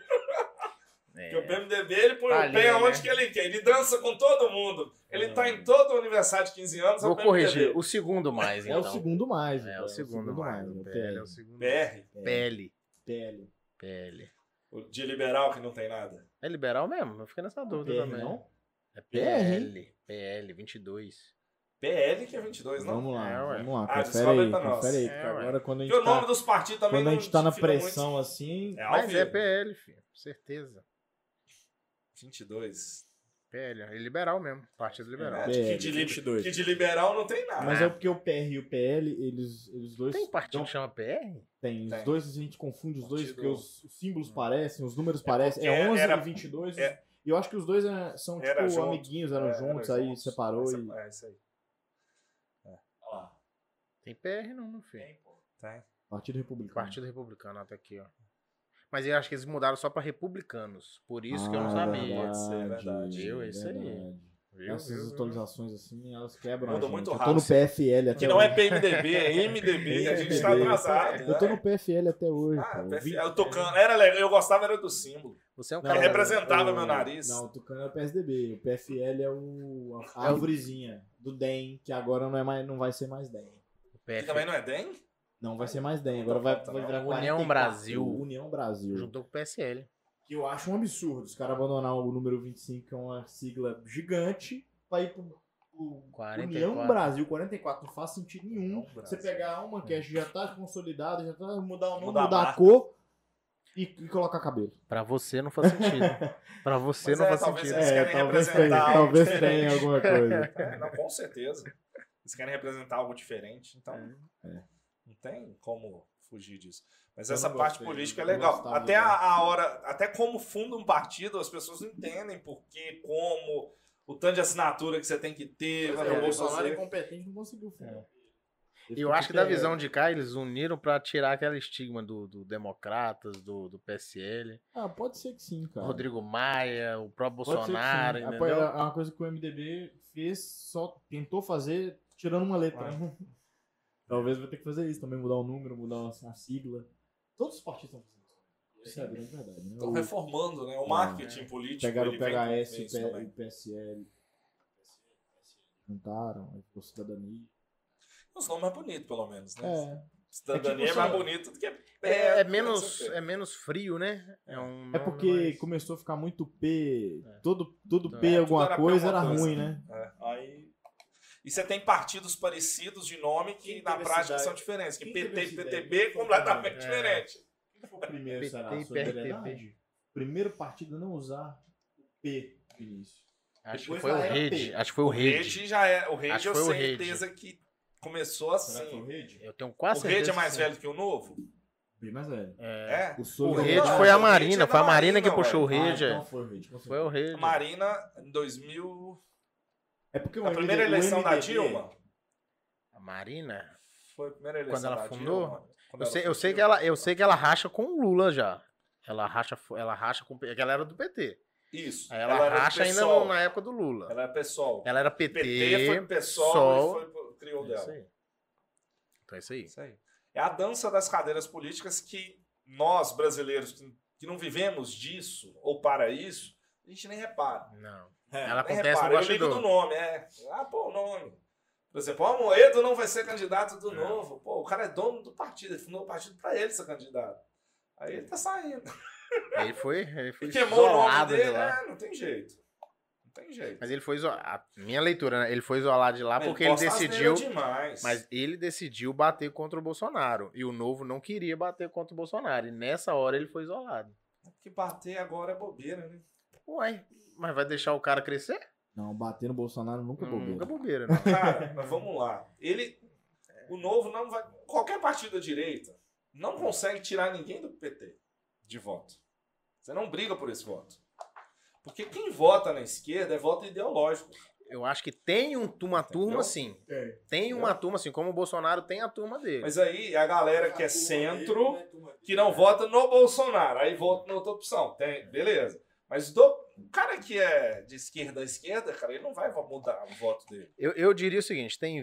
[SPEAKER 1] Porque o
[SPEAKER 2] É.
[SPEAKER 1] PMDB ele põe
[SPEAKER 2] Tá
[SPEAKER 1] o pé
[SPEAKER 2] ali,
[SPEAKER 1] aonde
[SPEAKER 2] né? É.
[SPEAKER 1] que ele quer. Ele dança com todo mundo. Ele tá em todo o aniversário de 15 anos. é
[SPEAKER 2] Vou
[SPEAKER 1] o PMDB.
[SPEAKER 2] corrigir. O segundo mais,
[SPEAKER 3] é
[SPEAKER 2] então.
[SPEAKER 3] o segundo mais.
[SPEAKER 2] É o segundo mais. O PL é o segundo mais.
[SPEAKER 1] PR,
[SPEAKER 2] PL.
[SPEAKER 3] PL.
[SPEAKER 2] PL.
[SPEAKER 1] o de liberal que não tem nada.
[SPEAKER 2] É liberal mesmo? Eu fiquei nessa dúvida
[SPEAKER 3] PL,
[SPEAKER 2] também.
[SPEAKER 3] não?
[SPEAKER 2] É
[SPEAKER 3] PL,
[SPEAKER 2] PL. PL, 22.
[SPEAKER 1] PL que é 22, não?
[SPEAKER 3] Vamos lá,
[SPEAKER 2] É, ué.
[SPEAKER 3] vamos lá.
[SPEAKER 1] Ah,
[SPEAKER 3] Confere
[SPEAKER 1] descobre
[SPEAKER 3] aí,
[SPEAKER 1] pra nós.
[SPEAKER 3] confere aí.
[SPEAKER 2] É,
[SPEAKER 3] porque
[SPEAKER 2] ué.
[SPEAKER 3] agora quando a
[SPEAKER 1] Porque o
[SPEAKER 3] gente
[SPEAKER 1] nome
[SPEAKER 3] tá,
[SPEAKER 1] dos partidos também
[SPEAKER 3] quando a
[SPEAKER 1] não
[SPEAKER 3] gente tá na
[SPEAKER 1] fica muito-
[SPEAKER 3] pressão assim...
[SPEAKER 1] É, ao
[SPEAKER 2] Mas é
[SPEAKER 1] vivo.
[SPEAKER 2] PL, filho. Certeza.
[SPEAKER 1] 22.
[SPEAKER 2] PL. É liberal mesmo. Partido liberal.
[SPEAKER 1] É,
[SPEAKER 3] PL,
[SPEAKER 1] que, de li-
[SPEAKER 3] 22.
[SPEAKER 1] que de liberal não tem nada.
[SPEAKER 3] Mas é porque o PR e o PL, eles, eles dois...
[SPEAKER 2] Tem um partido
[SPEAKER 1] Então-
[SPEAKER 3] dão-
[SPEAKER 2] que chama PR?
[SPEAKER 3] Tem, os
[SPEAKER 1] Tem.
[SPEAKER 3] dois a gente confunde os dois,
[SPEAKER 1] Partido-
[SPEAKER 3] porque os, os símbolos parecem, os números parecem.
[SPEAKER 1] porque
[SPEAKER 3] É 11
[SPEAKER 1] era-
[SPEAKER 3] e 22.
[SPEAKER 1] é-
[SPEAKER 3] e eu acho que os dois é, são, tipo,
[SPEAKER 1] Era junto.
[SPEAKER 3] amiguinhos, eram
[SPEAKER 1] É,
[SPEAKER 3] juntos,
[SPEAKER 1] era
[SPEAKER 3] aí
[SPEAKER 1] juntos,
[SPEAKER 3] separou
[SPEAKER 1] aí
[SPEAKER 3] e.
[SPEAKER 1] separa- É isso aí.
[SPEAKER 2] Tem PR não, meu filho.
[SPEAKER 1] Tá.
[SPEAKER 3] Partido Republicano.
[SPEAKER 2] Partido Republicano, ó, tá aqui, ó. Mas eu acho que eles mudaram só pra republicanos. Por é isso que eu não
[SPEAKER 3] Ah,
[SPEAKER 2] sabia.
[SPEAKER 1] verdade. Pode ser,
[SPEAKER 3] verdade,
[SPEAKER 2] Viu? É isso aí.
[SPEAKER 3] verdade.
[SPEAKER 2] Viu?
[SPEAKER 3] Essas atualizações assim, elas quebram.
[SPEAKER 1] Muda
[SPEAKER 3] a gente.
[SPEAKER 1] muito
[SPEAKER 3] eu tô
[SPEAKER 1] rápido.
[SPEAKER 3] no PFL até
[SPEAKER 1] Que não é
[SPEAKER 3] hoje.
[SPEAKER 1] PMDB, é MDB, a gente tá
[SPEAKER 3] MDB.
[SPEAKER 1] atrasado.
[SPEAKER 3] Eu tô
[SPEAKER 1] né?
[SPEAKER 3] no PFL até hoje.
[SPEAKER 1] Ah,
[SPEAKER 3] cara. Eu vi-
[SPEAKER 1] perfil- eu tocando. Era legal, eu gostava era do símbolo.
[SPEAKER 2] Você é um
[SPEAKER 1] Não,
[SPEAKER 2] cara.
[SPEAKER 1] é representava
[SPEAKER 3] o-
[SPEAKER 1] meu nariz.
[SPEAKER 3] Não, o Tucano é o PSDB. O PFL é o, a
[SPEAKER 2] É o-
[SPEAKER 3] árvorezinha do DEM, que agora não, é mais, não vai ser mais DEM.
[SPEAKER 1] Que
[SPEAKER 2] PF,
[SPEAKER 1] também não é DEM?
[SPEAKER 3] Não vai ser mais DEM, agora vai, vai virar
[SPEAKER 2] União
[SPEAKER 3] 44,
[SPEAKER 2] Brasil.
[SPEAKER 3] União Brasil.
[SPEAKER 2] juntou com o PSL.
[SPEAKER 3] Que eu acho um absurdo os caras abandonar o número 25, que é uma sigla gigante, pra ir pro, pro
[SPEAKER 2] 44.
[SPEAKER 3] União Brasil 44. Não faz sentido nenhum.
[SPEAKER 1] União Brasil.
[SPEAKER 3] Você pegar uma cash já tá consolidada, já tá mudar o nome,
[SPEAKER 1] Mudar
[SPEAKER 3] mudar,
[SPEAKER 1] a
[SPEAKER 3] a,
[SPEAKER 1] marca.
[SPEAKER 3] cor e, e colocar cabelo.
[SPEAKER 2] Pra você não faz sentido. pra você
[SPEAKER 1] Mas
[SPEAKER 2] não
[SPEAKER 1] é,
[SPEAKER 2] faz
[SPEAKER 1] talvez
[SPEAKER 2] sentido.
[SPEAKER 1] Eles querem
[SPEAKER 3] talvez tenha,
[SPEAKER 1] representar algo
[SPEAKER 3] talvez
[SPEAKER 1] diferente.
[SPEAKER 3] tenha alguma coisa.
[SPEAKER 1] É, não, com certeza. Eles querem representar algo diferente, então. Não tem como fugir disso. Mas
[SPEAKER 3] É, Eu
[SPEAKER 1] essa
[SPEAKER 3] não
[SPEAKER 1] parte
[SPEAKER 3] gostei,
[SPEAKER 1] política é
[SPEAKER 3] eu não
[SPEAKER 1] legal.
[SPEAKER 3] gostava
[SPEAKER 1] até
[SPEAKER 3] dela.
[SPEAKER 1] a, a hora, até como funda um partido, as pessoas não entendem por quê, como, o tanto de assinatura que você tem que ter, vai
[SPEAKER 3] é,
[SPEAKER 1] pro
[SPEAKER 3] o
[SPEAKER 1] Bolsonaro.
[SPEAKER 3] Bolsonaro é competente, não conseguiu fundar.
[SPEAKER 2] E É. eu acho que da visão de cá, eles uniram pra tirar aquela estigma do, do Democratas, do, do PSL,
[SPEAKER 3] Ah, pode ser que sim, cara.
[SPEAKER 2] Rodrigo Maia, o próprio
[SPEAKER 3] Pode ser que
[SPEAKER 2] Bolsonaro,
[SPEAKER 3] sim.
[SPEAKER 2] entendeu?
[SPEAKER 3] É uma coisa que o MDB fez, só tentou fazer tirando uma letra. Talvez vai ter que fazer isso também, mudar o número, mudar a a sigla. Todos os partidos estão fazendo isso. Isso é a grande verdade. Né?
[SPEAKER 1] Estão
[SPEAKER 3] O-
[SPEAKER 1] reformando, né? O marketing político.
[SPEAKER 3] é. Pegaram o
[SPEAKER 1] ele vem com
[SPEAKER 3] PHS,
[SPEAKER 1] isso
[SPEAKER 3] o P-
[SPEAKER 1] também.
[SPEAKER 3] o PSL. Juntaram, aí ficou cidadania.
[SPEAKER 1] Os nomes mais bonitos, pelo menos, né?
[SPEAKER 3] É.
[SPEAKER 1] Cidadania
[SPEAKER 3] É
[SPEAKER 1] é,
[SPEAKER 3] tipo
[SPEAKER 1] mais
[SPEAKER 3] assim,
[SPEAKER 1] bonito do que né?
[SPEAKER 2] É, é
[SPEAKER 1] não
[SPEAKER 2] menos,
[SPEAKER 1] sei o quê.
[SPEAKER 2] é menos frio, né? É, um
[SPEAKER 3] É
[SPEAKER 2] nome
[SPEAKER 3] porque
[SPEAKER 2] mais-
[SPEAKER 3] começou a ficar muito P.
[SPEAKER 2] É.
[SPEAKER 3] Todo, todo
[SPEAKER 2] Então,
[SPEAKER 3] P
[SPEAKER 1] é,
[SPEAKER 3] alguma
[SPEAKER 1] tudo era P
[SPEAKER 3] coisa era
[SPEAKER 1] alguma coisa,
[SPEAKER 3] ruim, né?
[SPEAKER 1] É, aí... E você tem partidos parecidos de nome que
[SPEAKER 3] Quem
[SPEAKER 1] na
[SPEAKER 3] teve
[SPEAKER 1] prática
[SPEAKER 3] essa
[SPEAKER 1] são
[SPEAKER 3] ideia?
[SPEAKER 1] diferentes. Que
[SPEAKER 3] Quem
[SPEAKER 1] PT
[SPEAKER 3] teve
[SPEAKER 1] e
[SPEAKER 3] essa
[SPEAKER 1] PTB
[SPEAKER 3] ideia?
[SPEAKER 1] é completamente
[SPEAKER 2] É.
[SPEAKER 1] diferente.
[SPEAKER 3] Quem foi o primeiro,
[SPEAKER 2] PT,
[SPEAKER 3] será? A
[SPEAKER 2] PRTB.
[SPEAKER 3] Solidariedade? Primeiro partido a não usar o P no início.
[SPEAKER 2] Acho que
[SPEAKER 3] depois
[SPEAKER 2] foi o
[SPEAKER 3] da era
[SPEAKER 2] Rede.
[SPEAKER 3] P.
[SPEAKER 2] Acho que foi o Rede.
[SPEAKER 1] Rede já é. O Rede
[SPEAKER 2] Acho
[SPEAKER 1] eu
[SPEAKER 2] que foi o
[SPEAKER 1] certeza que começou
[SPEAKER 3] Será que foi o
[SPEAKER 1] assim.
[SPEAKER 3] Rede?
[SPEAKER 2] Eu tenho
[SPEAKER 1] O
[SPEAKER 2] quase
[SPEAKER 1] Rede
[SPEAKER 2] certeza
[SPEAKER 1] é mais
[SPEAKER 2] que
[SPEAKER 1] velho que o novo?
[SPEAKER 3] Bem mais velho.
[SPEAKER 2] É.
[SPEAKER 1] É.
[SPEAKER 2] O
[SPEAKER 1] Rede
[SPEAKER 2] Rede
[SPEAKER 1] Não,
[SPEAKER 2] foi
[SPEAKER 1] o Rede é
[SPEAKER 2] a Marina,
[SPEAKER 1] da
[SPEAKER 2] foi a Marina que
[SPEAKER 1] Marina,
[SPEAKER 2] puxou o
[SPEAKER 1] ué.
[SPEAKER 3] Ah,
[SPEAKER 2] Rede. é.
[SPEAKER 3] então foi o Rede. com certeza.
[SPEAKER 2] Foi o Rede.
[SPEAKER 1] Marina, em 2000.
[SPEAKER 3] É porque o
[SPEAKER 1] A primeira
[SPEAKER 3] MDB
[SPEAKER 1] eleição da
[SPEAKER 3] MDB
[SPEAKER 1] Dilma?
[SPEAKER 2] A Marina?
[SPEAKER 1] Foi a primeira eleição
[SPEAKER 2] ela
[SPEAKER 1] da
[SPEAKER 2] fundou?
[SPEAKER 1] Dilma. Quando
[SPEAKER 2] Eu
[SPEAKER 1] ela
[SPEAKER 2] sei, eu
[SPEAKER 1] fundou?
[SPEAKER 2] sei que ela, eu sei que ela racha com o Lula já. Ela racha, fo- ela racha com, a galera do PT.
[SPEAKER 1] Isso.
[SPEAKER 2] Aí ela,
[SPEAKER 1] era do
[SPEAKER 2] racha ainda
[SPEAKER 1] PSOL.
[SPEAKER 2] no- na época do Lula.
[SPEAKER 1] Ela era pessoal.
[SPEAKER 2] Ela era PT,
[SPEAKER 1] PT foi pro pessoal
[SPEAKER 2] Sol.
[SPEAKER 1] e foi pro, criou
[SPEAKER 2] É isso
[SPEAKER 1] dela.
[SPEAKER 2] aí. Então é isso aí.
[SPEAKER 1] Isso aí. É a dança das cadeiras políticas que nós, brasileiros, que, que não vivemos disso ou para isso, a gente nem repara.
[SPEAKER 2] Não.
[SPEAKER 3] É,
[SPEAKER 2] Ela
[SPEAKER 1] nem
[SPEAKER 2] acontece no
[SPEAKER 1] repara. Eu ligo do
[SPEAKER 2] bastidor.
[SPEAKER 1] nome, é. Ah, pô, o nome. Por exemplo, o Moedo não vai ser candidato do novo. Pô, o cara é dono do partido, ele fundou o partido para ele ser candidato. Aí ele tá saindo.
[SPEAKER 2] Aí Ele foi, ele foi
[SPEAKER 1] E queimou o nome
[SPEAKER 2] isolado de
[SPEAKER 1] dele,
[SPEAKER 2] lá.
[SPEAKER 1] é, não tem jeito. Não tem jeito.
[SPEAKER 2] Mas ele foi isolado. A minha leitura, né? Ele foi isolado de lá porque ele
[SPEAKER 1] posta asneira
[SPEAKER 2] decidiu.
[SPEAKER 1] Demais.
[SPEAKER 2] Mas ele decidiu bater contra o Bolsonaro. E o novo não queria bater contra o Bolsonaro. E nessa hora ele foi isolado.
[SPEAKER 1] É que bater agora é bobeira, né?
[SPEAKER 2] Ué, mas vai deixar o cara crescer?
[SPEAKER 3] Não, bater no Bolsonaro nunca é
[SPEAKER 2] Nunca
[SPEAKER 3] bobeira.
[SPEAKER 2] bobeira, né?
[SPEAKER 1] Cara, mas vamos lá. Ele. O novo não vai. Qualquer partido da direita não consegue tirar ninguém do PT de voto. Você não briga por esse voto. Porque quem vota na esquerda é voto ideológico.
[SPEAKER 2] Eu acho que tem um- uma turma, sim.
[SPEAKER 1] É.
[SPEAKER 3] Tem.
[SPEAKER 2] Tem uma turma, assim, como o Bolsonaro tem a turma dele.
[SPEAKER 1] Mas aí a galera que é centro, que não
[SPEAKER 3] É.
[SPEAKER 1] vota no Bolsonaro, aí vota na outra opção. Tem, beleza. Mas do, o cara que é de esquerda a esquerda, cara, ele não vai mudar o voto dele. Tá
[SPEAKER 2] Eu, eu diria o seguinte: tem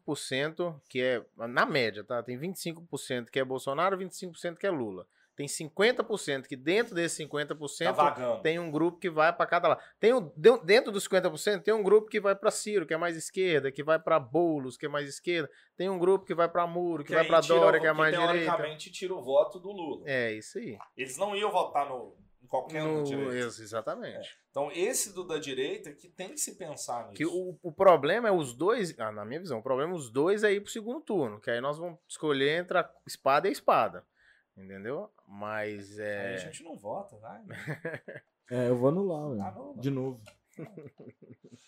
[SPEAKER 2] 25% que é, na média, tá? Tem 25% que é Bolsonaro, 25% que é Lula. Tem 50% que dentro desses 50%
[SPEAKER 1] Tá vagando.
[SPEAKER 2] tem um grupo que vai pra cada lado. Tem um, de- dentro dos 50% tem um grupo que vai pra Ciro, que é mais esquerda, que vai pra Boulos, que é mais esquerda. Tem um grupo que vai pra Muro, que, vai
[SPEAKER 1] aí
[SPEAKER 2] pra
[SPEAKER 1] tira o-
[SPEAKER 2] Dória, que é mais direita.
[SPEAKER 1] Teoricamente tira o voto do Lula.
[SPEAKER 2] É isso aí.
[SPEAKER 1] Eles não iam votar no, em qualquer um da
[SPEAKER 2] No-
[SPEAKER 1] direita.
[SPEAKER 2] isso, exatamente.
[SPEAKER 1] Então, esse do da direita que tem que se pensar nisso.
[SPEAKER 2] Que o, o problema é os dois, ah, na minha visão, o problema é os dois é ir pro segundo turno, que aí nós vamos escolher entre a espada e a espada. Entendeu? Mas
[SPEAKER 1] Aí A
[SPEAKER 2] é.
[SPEAKER 1] gente não vota, vai.
[SPEAKER 3] É, eu vou anular, velho.
[SPEAKER 1] Ah, não.
[SPEAKER 3] De novo.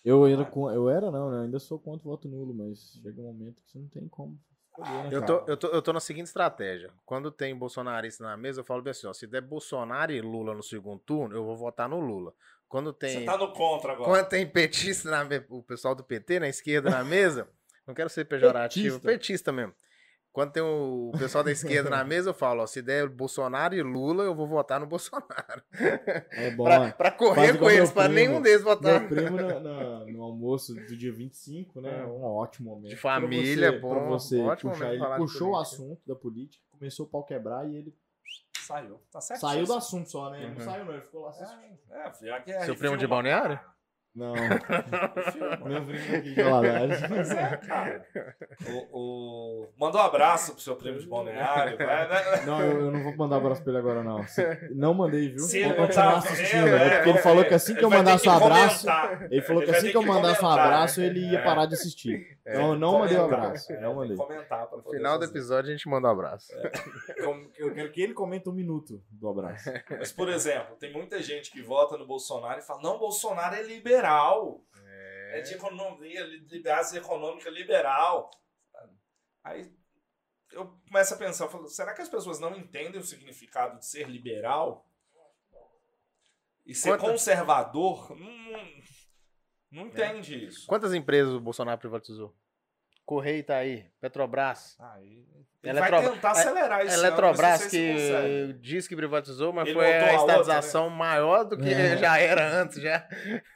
[SPEAKER 3] Eu era, com, eu era não, né? Eu ainda sou contra o voto nulo, mas chega um momento que você não tem como. escolher, né,
[SPEAKER 2] Eu
[SPEAKER 3] cara?
[SPEAKER 2] tô, eu, tô, eu tô na seguinte estratégia. Quando tem bolsonarista na mesa, eu falo bem assim: ó, se der Bolsonaro e Lula no segundo turno, eu vou votar no Lula. Quando
[SPEAKER 1] Você
[SPEAKER 2] tem.
[SPEAKER 1] tá no contra agora.
[SPEAKER 2] Quando tem petista na me- o pessoal do PT na esquerda na mesa, não quero ser pejorativo, petista, mesmo. Quando tem o pessoal da esquerda na mesa, eu falo, ó, se der Bolsonaro e Lula, eu vou votar no Bolsonaro.
[SPEAKER 3] É bom,
[SPEAKER 2] pra,
[SPEAKER 3] né?
[SPEAKER 2] pra
[SPEAKER 3] Quase
[SPEAKER 2] correr com
[SPEAKER 3] igual
[SPEAKER 2] eles,
[SPEAKER 3] meu
[SPEAKER 2] pra
[SPEAKER 3] primo.
[SPEAKER 2] nenhum deles votar.
[SPEAKER 3] Meu primo na- na- no, almoço do dia 25, né?
[SPEAKER 2] É.
[SPEAKER 3] Um ótimo momento.
[SPEAKER 2] De
[SPEAKER 3] pra
[SPEAKER 2] família,
[SPEAKER 3] você-
[SPEAKER 2] bom,
[SPEAKER 3] Pra você
[SPEAKER 2] ótimo
[SPEAKER 3] puxar,
[SPEAKER 2] momento
[SPEAKER 3] ele
[SPEAKER 2] falar de
[SPEAKER 3] puxou o
[SPEAKER 2] política.
[SPEAKER 3] assunto da política, começou o pau quebrar e ele
[SPEAKER 1] Saiu. Tá certo.
[SPEAKER 3] saiu do assunto só, né? Não
[SPEAKER 2] Uhum.
[SPEAKER 3] saiu, não. Ele ficou lá assistindo.
[SPEAKER 1] É, é, pior que é,
[SPEAKER 2] Seu
[SPEAKER 1] ele
[SPEAKER 2] primo de
[SPEAKER 1] filma.
[SPEAKER 2] Balneário?
[SPEAKER 3] Não,
[SPEAKER 1] Ah. Ele filma.
[SPEAKER 3] meu primo daqui de Valadares.
[SPEAKER 1] Pois é, cara. O, o- Manda um abraço pro seu primo de Balneário. vai, né?
[SPEAKER 3] Não, eu, eu não vou mandar abraço pra ele agora, não. Se- Não mandei, viu?
[SPEAKER 1] Se
[SPEAKER 3] Vou
[SPEAKER 1] ele não
[SPEAKER 3] continuar
[SPEAKER 1] tá vendo,
[SPEAKER 3] é
[SPEAKER 1] é,
[SPEAKER 3] porque ele
[SPEAKER 1] é,
[SPEAKER 3] falou que assim que
[SPEAKER 1] Ele
[SPEAKER 3] eu
[SPEAKER 1] vai ter
[SPEAKER 3] mandasse
[SPEAKER 1] que
[SPEAKER 3] um abraço,
[SPEAKER 1] comentar. É,
[SPEAKER 3] ele falou que
[SPEAKER 1] Ele vai
[SPEAKER 3] assim
[SPEAKER 1] ter
[SPEAKER 3] que eu
[SPEAKER 1] que
[SPEAKER 3] mandasse um
[SPEAKER 1] comentar,
[SPEAKER 3] abraço, ele
[SPEAKER 1] É.
[SPEAKER 3] ia parar de assistir. Então eu
[SPEAKER 1] Tem
[SPEAKER 3] não
[SPEAKER 1] que
[SPEAKER 3] mandei um
[SPEAKER 1] comentar.
[SPEAKER 3] abraço.
[SPEAKER 1] É,
[SPEAKER 3] Não
[SPEAKER 1] tem que
[SPEAKER 3] mandei.
[SPEAKER 1] comentar pra
[SPEAKER 2] No
[SPEAKER 1] poder
[SPEAKER 2] final do
[SPEAKER 1] fazer.
[SPEAKER 2] episódio, a gente manda um abraço.
[SPEAKER 3] Como que Eu quero que ele comente um minuto do abraço.
[SPEAKER 1] Mas, por exemplo, tem muita gente que vota no Bolsonaro e fala: não, Bolsonaro é liberal. É, de economia, li- liberdade econômica liberal. Aí eu começo a pensar: eu falo, será que as pessoas não entendem o significado de ser liberal? E ser
[SPEAKER 2] Quanta-
[SPEAKER 1] conservador? Hum, não entende isso.
[SPEAKER 2] Quantas empresas o Bolsonaro privatizou? Correio tá aí, Petrobras.
[SPEAKER 1] Aí, ele
[SPEAKER 3] é
[SPEAKER 2] Eletrobras-
[SPEAKER 1] vai tentar acelerar isso. não, mas
[SPEAKER 2] Eletrobras
[SPEAKER 1] não sei se consegue.
[SPEAKER 2] que diz que privatizou, mas
[SPEAKER 1] Ele
[SPEAKER 2] foi
[SPEAKER 1] montou
[SPEAKER 2] a
[SPEAKER 1] a outra,
[SPEAKER 2] estatização maior do que
[SPEAKER 3] É.
[SPEAKER 2] já era antes, já.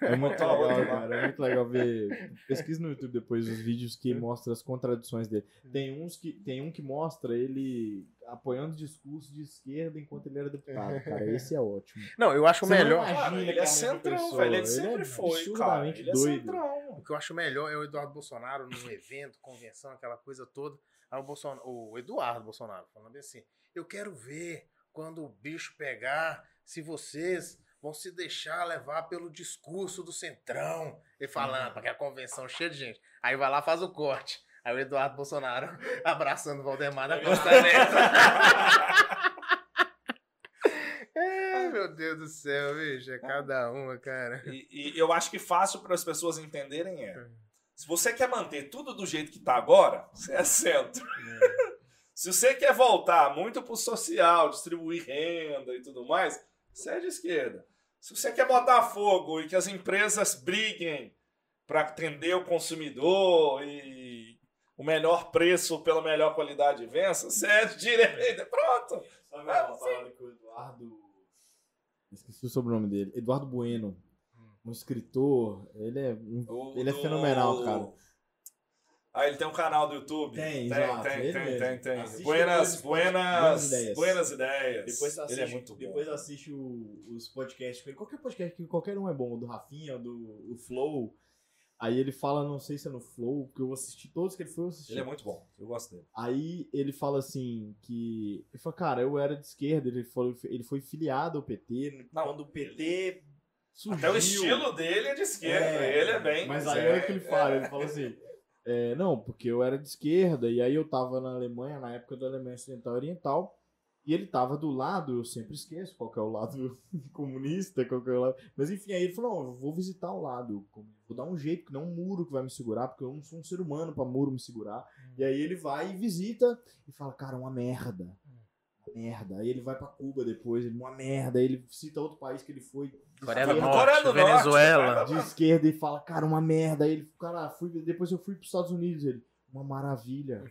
[SPEAKER 3] É muito
[SPEAKER 1] Tá
[SPEAKER 3] legal,
[SPEAKER 1] ótimo.
[SPEAKER 3] cara. É muito legal ver. Pesquisa no YouTube depois os vídeos que mostram as contradições dele. Tem, uns que, tem um que mostra ele apoiando o discurso de esquerda enquanto ele era deputado. Cara, esse é ótimo.
[SPEAKER 2] Não, eu acho o
[SPEAKER 3] Você não
[SPEAKER 2] melhor.
[SPEAKER 3] imagina.
[SPEAKER 1] Cara,
[SPEAKER 3] Imagina,
[SPEAKER 1] ele é
[SPEAKER 3] cara,
[SPEAKER 1] centrão,
[SPEAKER 3] pessoa.
[SPEAKER 1] velho. Ele
[SPEAKER 3] Ele
[SPEAKER 1] sempre
[SPEAKER 3] é
[SPEAKER 1] foi, cara.
[SPEAKER 3] absurdamente
[SPEAKER 1] Ele é
[SPEAKER 3] doido.
[SPEAKER 1] centrão.
[SPEAKER 2] O que eu acho melhor é o Eduardo Bolsonaro num evento, convenção, aquela coisa toda. Aí o, Bolsonaro, o Eduardo Bolsonaro falando bem assim: eu quero ver quando o bicho pegar, se vocês vão se deixar levar pelo discurso do Centrão. E falando, porque a convenção cheia de gente. Aí vai lá, faz o corte. Aí o Eduardo Bolsonaro abraçando o Valdemar da Costa Ai, meu Deus do céu, bicho, é cada uma, cara.
[SPEAKER 1] E, e eu acho que fácil para as pessoas entenderem é. Se você quer manter tudo do jeito que está agora, você é centro. Se você quer voltar muito pro social, distribuir renda e tudo mais, você é de esquerda. Se você quer botar fogo e que as empresas briguem para atender o consumidor e o melhor preço pela melhor qualidade vença, você é de direita. Pronto.
[SPEAKER 3] Sabe
[SPEAKER 1] uma
[SPEAKER 3] parada que o Eduardo. Esqueci o sobrenome dele. Eduardo Bueno. Um escritor. Ele é, um-
[SPEAKER 1] O
[SPEAKER 3] ele é
[SPEAKER 1] do-
[SPEAKER 3] fenomenal, cara.
[SPEAKER 1] Ah, ele tem um canal do YouTube?
[SPEAKER 3] Tem,
[SPEAKER 1] tem,
[SPEAKER 3] exato,
[SPEAKER 1] tem,
[SPEAKER 3] ele
[SPEAKER 1] tem,
[SPEAKER 3] mesmo.
[SPEAKER 1] tem, tem.
[SPEAKER 3] Assiste
[SPEAKER 1] Buenas,
[SPEAKER 3] depois,
[SPEAKER 1] buenas,
[SPEAKER 3] buenas
[SPEAKER 1] ideias.
[SPEAKER 3] ideias.
[SPEAKER 1] buenas ideias.
[SPEAKER 3] Depois assiste,
[SPEAKER 1] ele é muito bom.
[SPEAKER 3] Depois assiste o- os podcasts. com ele. Qualquer podcast que qualquer um é bom, o do Rafinha, o do o Flow. Aí ele fala, não sei se é no Flow, porque eu assisti todos que ele foi, eu assisti.
[SPEAKER 1] Ele é muito bom, eu gosto dele.
[SPEAKER 3] Aí ele fala assim que. Ele fala, cara, eu era de esquerda, ele, falou, ele foi filiado ao PT.
[SPEAKER 1] Não,
[SPEAKER 3] quando o PT surgiu.
[SPEAKER 1] Até o estilo dele é de esquerda, ele é bem...
[SPEAKER 3] Mas aí olha o que ele fala, ele fala assim. é, não, porque eu era de esquerda, e aí eu tava na Alemanha, na época da Alemanha Ocidental e Oriental, e ele tava do lado, eu sempre esqueço qual que é o lado comunista, qual que é o lado. Mas enfim, aí ele falou: não, eu vou visitar o lado, comunista, vou dar um jeito, que não é um muro que vai me segurar, porque eu não sou um ser humano pra muro me segurar.
[SPEAKER 1] Hum.
[SPEAKER 3] E aí ele vai e visita e fala: cara, uma merda. uma Merda. Aí ele vai pra Cuba depois, ele, uma merda. Aí ele cita outro país que ele foi. de
[SPEAKER 2] Coreia
[SPEAKER 1] Tá
[SPEAKER 2] do
[SPEAKER 1] pra
[SPEAKER 3] esquerda
[SPEAKER 2] Norte,
[SPEAKER 1] Coreia do
[SPEAKER 2] Venezuela.
[SPEAKER 1] Norte,
[SPEAKER 3] de
[SPEAKER 1] cara.
[SPEAKER 3] esquerda e fala, cara, uma merda. Aí ele, cara, fui, depois eu fui pros Estados Unidos. Ele, uma maravilha.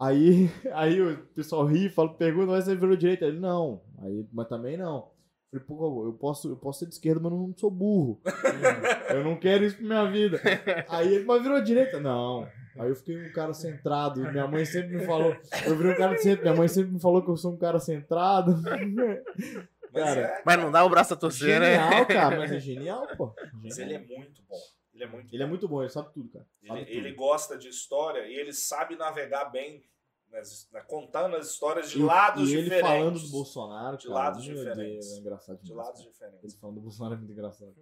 [SPEAKER 3] aí, aí o pessoal ri, fala, pergunta, mas você virou direita? Ele, não. Aí, mas também não. Eu Falei, pô, eu posso, eu posso ser de esquerda, mas eu não sou burro. eu não quero isso pra minha vida. Aí ele, mas virou direita? Não. Aí eu fiquei um cara centrado. Minha mãe sempre me falou. Eu virei um cara de centro. Minha mãe sempre me falou que eu sou um cara centrado.
[SPEAKER 1] Mas,
[SPEAKER 3] Cara,
[SPEAKER 1] é,
[SPEAKER 2] Mas não dá o braço a torcer, né?
[SPEAKER 3] Genial, cara. Mas é genial, pô.
[SPEAKER 1] mas ele é muito bom. Ele é muito
[SPEAKER 3] Ele é muito bom, ele sabe tudo, cara. Sabe
[SPEAKER 1] Ele,
[SPEAKER 3] tudo.
[SPEAKER 1] ele gosta de história e ele sabe navegar bem, nas- na- contando as histórias de
[SPEAKER 3] E-
[SPEAKER 1] lados
[SPEAKER 3] e ele
[SPEAKER 1] diferentes.
[SPEAKER 3] falando do Bolsonaro,
[SPEAKER 1] De
[SPEAKER 3] cara,
[SPEAKER 1] lados
[SPEAKER 3] meu
[SPEAKER 1] diferentes.
[SPEAKER 3] Deus, é engraçado
[SPEAKER 1] De
[SPEAKER 3] demais,
[SPEAKER 1] lados
[SPEAKER 3] cara.
[SPEAKER 1] diferentes.
[SPEAKER 3] Ele falando do Bolsonaro é muito engraçado.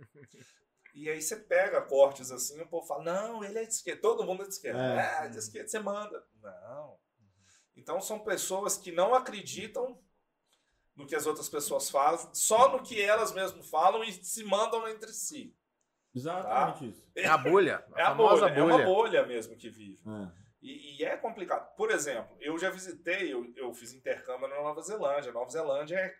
[SPEAKER 1] E aí você pega cortes assim, o povo fala, não, ele é de esquerda, todo mundo é de esquerda. É,
[SPEAKER 3] É.
[SPEAKER 1] de esquerda você manda. Não. Então são pessoas que não acreditam no que as outras pessoas falam, só no que elas mesmas falam e se mandam entre si.
[SPEAKER 3] Exatamente isso.
[SPEAKER 2] É a bolha. A
[SPEAKER 1] É a
[SPEAKER 2] famosa
[SPEAKER 1] bolha,
[SPEAKER 2] bolha.
[SPEAKER 1] é uma bolha mesmo que vive.
[SPEAKER 3] É.
[SPEAKER 1] E, e é complicado. Por exemplo, eu já visitei, eu, eu fiz intercâmbio na Nova Zelândia. Nova Zelândia é-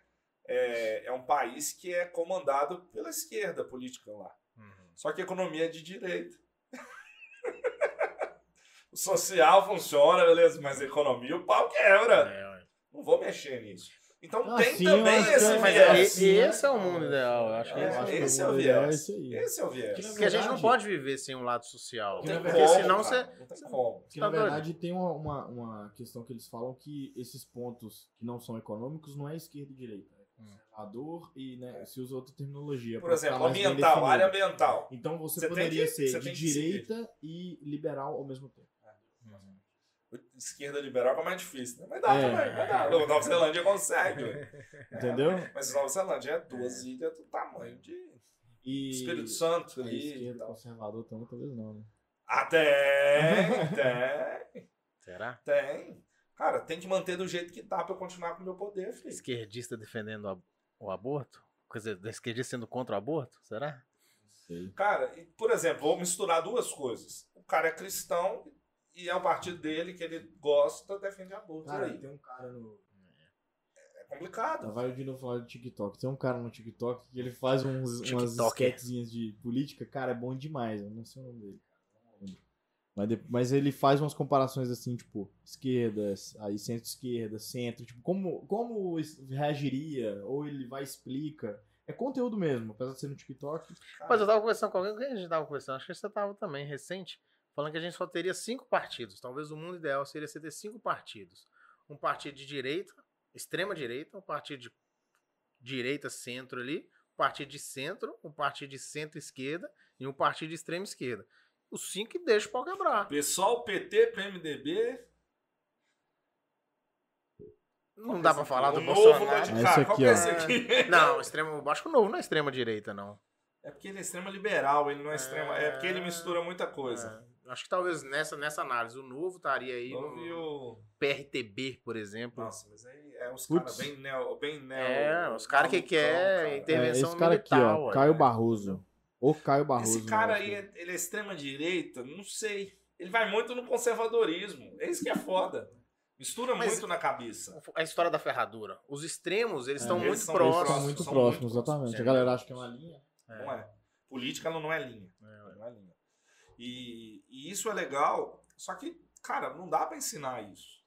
[SPEAKER 1] é, é um país que é comandado pela esquerda política lá.
[SPEAKER 2] Uhum.
[SPEAKER 1] Só que a economia é de direita. O social funciona, beleza, mas a economia, o pau quebra. Não vou mexer nisso. Então
[SPEAKER 3] Ah,
[SPEAKER 1] tem
[SPEAKER 3] sim,
[SPEAKER 1] também
[SPEAKER 3] eu acho
[SPEAKER 1] esse
[SPEAKER 3] que- mas
[SPEAKER 2] E-
[SPEAKER 1] viés.
[SPEAKER 2] e esse é o mundo ideal, eu acho que
[SPEAKER 1] É,
[SPEAKER 2] é.
[SPEAKER 1] esse
[SPEAKER 3] esse
[SPEAKER 1] é o
[SPEAKER 3] ideal
[SPEAKER 1] viés.
[SPEAKER 3] É isso aí.
[SPEAKER 1] Esse é o viés.
[SPEAKER 2] Porque a gente não
[SPEAKER 3] verdade-
[SPEAKER 2] pode viver sem um lado social.
[SPEAKER 1] Não é tem
[SPEAKER 2] Porque
[SPEAKER 1] como, cara.
[SPEAKER 2] senão você.
[SPEAKER 3] é
[SPEAKER 1] Não tem como.
[SPEAKER 3] Porque, na
[SPEAKER 2] Tá doido.
[SPEAKER 3] verdade, tem uma, uma, uma questão que eles falam que esses pontos que não são econômicos não é esquerda e direita. É
[SPEAKER 2] Hum.
[SPEAKER 3] conservador e né, se usa outra terminologia.
[SPEAKER 1] É. Por
[SPEAKER 3] pra ficar
[SPEAKER 1] exemplo,
[SPEAKER 3] mais bem
[SPEAKER 1] ambiental,
[SPEAKER 3] definido.
[SPEAKER 1] área ambiental.
[SPEAKER 3] Então você,
[SPEAKER 1] Você tem
[SPEAKER 3] poderia
[SPEAKER 1] que- você
[SPEAKER 3] ser
[SPEAKER 1] tem
[SPEAKER 3] de
[SPEAKER 1] que seguir.
[SPEAKER 3] direita e liberal ao mesmo tempo.
[SPEAKER 1] Esquerda liberal como é difícil, né? Mas dá
[SPEAKER 3] É.
[SPEAKER 1] também, mas dá. Nova Zelândia consegue. ué.
[SPEAKER 3] Entendeu?
[SPEAKER 1] Mas Nova Zelândia é duas ilhas do tamanho de
[SPEAKER 3] E é
[SPEAKER 1] Espírito Santo
[SPEAKER 3] a
[SPEAKER 1] ali. e
[SPEAKER 3] esquerda
[SPEAKER 1] tal.
[SPEAKER 3] conservador também, talvez não, né?
[SPEAKER 1] Ah, tem, tem,
[SPEAKER 2] Será?
[SPEAKER 1] tem. Cara, tem que manter do jeito que tá pra eu continuar com o meu poder, filho.
[SPEAKER 2] Esquerdista defendendo a- o aborto? Quer dizer, da esquerdista sendo contra o aborto? Será?
[SPEAKER 3] Sei.
[SPEAKER 1] Cara, e, por exemplo, vou misturar duas coisas. O cara é cristão e é o partido dele que ele gosta, defende aborto. E
[SPEAKER 3] Cara,
[SPEAKER 1] aí,
[SPEAKER 3] tem um cara no.
[SPEAKER 1] é complicado.
[SPEAKER 3] Tá, Vai o Dino falar de TikTok. Tem um cara no TikTok que ele faz uns, umas
[SPEAKER 2] TikToker.
[SPEAKER 3] esquetezinhas de política. Cara, é bom demais. Eu não sei o nome dele. Mas, de- mas ele faz umas comparações assim, tipo, esquerda, aí centro-esquerda, centro. Tipo, como, como es- reagiria? Ou ele vai e explica. É conteúdo mesmo, apesar de ser no TikTok.
[SPEAKER 1] Cara,
[SPEAKER 2] Mas eu tava conversando com alguém, com quem a gente tava conversando? Acho que você tava também, recente, falando que a gente só teria cinco partidos. Talvez o mundo ideal seria você ter cinco partidos. Um partido de direita, extrema direita, um partido de direita, centro ali, um partido de centro, um partido de centro-esquerda e um partido de extrema esquerda. Os cinco que deixa o pau quebrar.
[SPEAKER 1] Pessoal, PT, PMDB.
[SPEAKER 2] Não dá pra falar
[SPEAKER 1] o
[SPEAKER 2] do
[SPEAKER 1] novo,
[SPEAKER 2] Bolsonaro.
[SPEAKER 1] né, de-
[SPEAKER 3] Esse
[SPEAKER 1] Cara, qual
[SPEAKER 3] aqui,
[SPEAKER 1] que é
[SPEAKER 3] ó.
[SPEAKER 1] esse aqui?
[SPEAKER 2] Não, extremo, acho que o novo não é extrema direita, não.
[SPEAKER 1] É porque ele é extrema liberal, ele não é extrema. É porque ele mistura muita coisa.
[SPEAKER 2] É, acho que talvez nessa, nessa análise o novo estaria aí
[SPEAKER 1] Não
[SPEAKER 2] no
[SPEAKER 1] viu.
[SPEAKER 2] PRTB, por exemplo.
[SPEAKER 1] Nossa, mas aí é uns caras
[SPEAKER 3] Putz.
[SPEAKER 1] bem neo. Bem neo
[SPEAKER 2] É, os caras que
[SPEAKER 1] malucão,
[SPEAKER 2] quer
[SPEAKER 1] cara.
[SPEAKER 2] inter- Intervenção
[SPEAKER 3] é, esse cara aqui,
[SPEAKER 2] militar,
[SPEAKER 3] ó.
[SPEAKER 2] ué.
[SPEAKER 3] Caio Barroso. Ou Caio Barroso.
[SPEAKER 1] Esse cara
[SPEAKER 3] né?
[SPEAKER 1] aí, é- ele é extrema-direita? Não sei. Ele vai muito no conservadorismo. É isso que é foda. Mistura
[SPEAKER 2] Mas-
[SPEAKER 1] muito na cabeça.
[SPEAKER 2] A história da ferradura. Os extremos, eles
[SPEAKER 3] É,
[SPEAKER 2] estão
[SPEAKER 1] eles
[SPEAKER 2] muito
[SPEAKER 1] são
[SPEAKER 3] Eles
[SPEAKER 2] próximos.
[SPEAKER 3] são
[SPEAKER 1] próximos,
[SPEAKER 3] muito
[SPEAKER 1] são muito
[SPEAKER 3] próximos, exatamente.
[SPEAKER 2] próximos.
[SPEAKER 3] A galera acha que é uma linha.
[SPEAKER 2] É.
[SPEAKER 1] Não é. Política, ela não é linha. Não é linha. E, e isso é legal, só que, cara, não dá pra ensinar isso.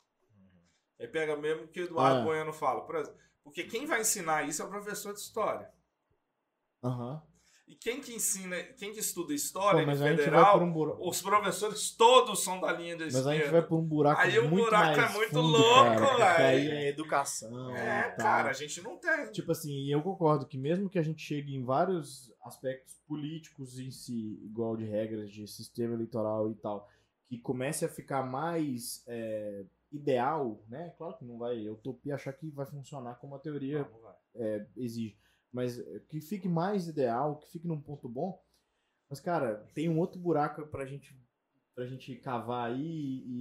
[SPEAKER 1] Aí pega mesmo que o Eduardo
[SPEAKER 3] Uhum. É.
[SPEAKER 1] Bueno fala, por exemplo, porque quem vai ensinar isso é o professor de história.
[SPEAKER 3] Aham.
[SPEAKER 1] E quem que ensina, quem que estuda
[SPEAKER 3] Pô,
[SPEAKER 1] história no
[SPEAKER 3] mas a gente vai
[SPEAKER 1] é federal,
[SPEAKER 3] por um buraco.
[SPEAKER 1] os professores todos são da linha da
[SPEAKER 3] Mas a gente
[SPEAKER 1] esquerda.
[SPEAKER 3] vai por um buraco
[SPEAKER 1] Aí o
[SPEAKER 3] muito
[SPEAKER 1] buraco
[SPEAKER 3] mais
[SPEAKER 1] é muito
[SPEAKER 3] fundo,
[SPEAKER 1] louco,
[SPEAKER 3] cara, porque Aí
[SPEAKER 1] velho.
[SPEAKER 3] é educação.
[SPEAKER 1] É,
[SPEAKER 3] e tal.
[SPEAKER 1] cara, a gente não tem.
[SPEAKER 3] tá. Tipo assim, e eu concordo que mesmo que a gente chegue em vários aspectos políticos em si, igual de regras de sistema eleitoral e tal, que comece a ficar mais é, ideal, né? Claro que não vai utopia achar que vai funcionar como a teoria
[SPEAKER 1] Não vai.
[SPEAKER 3] exige. Mas eh, que fique mais ideal, que fique num ponto bom. Mas, cara, tem um outro buraco pra gente, pra gente cavar aí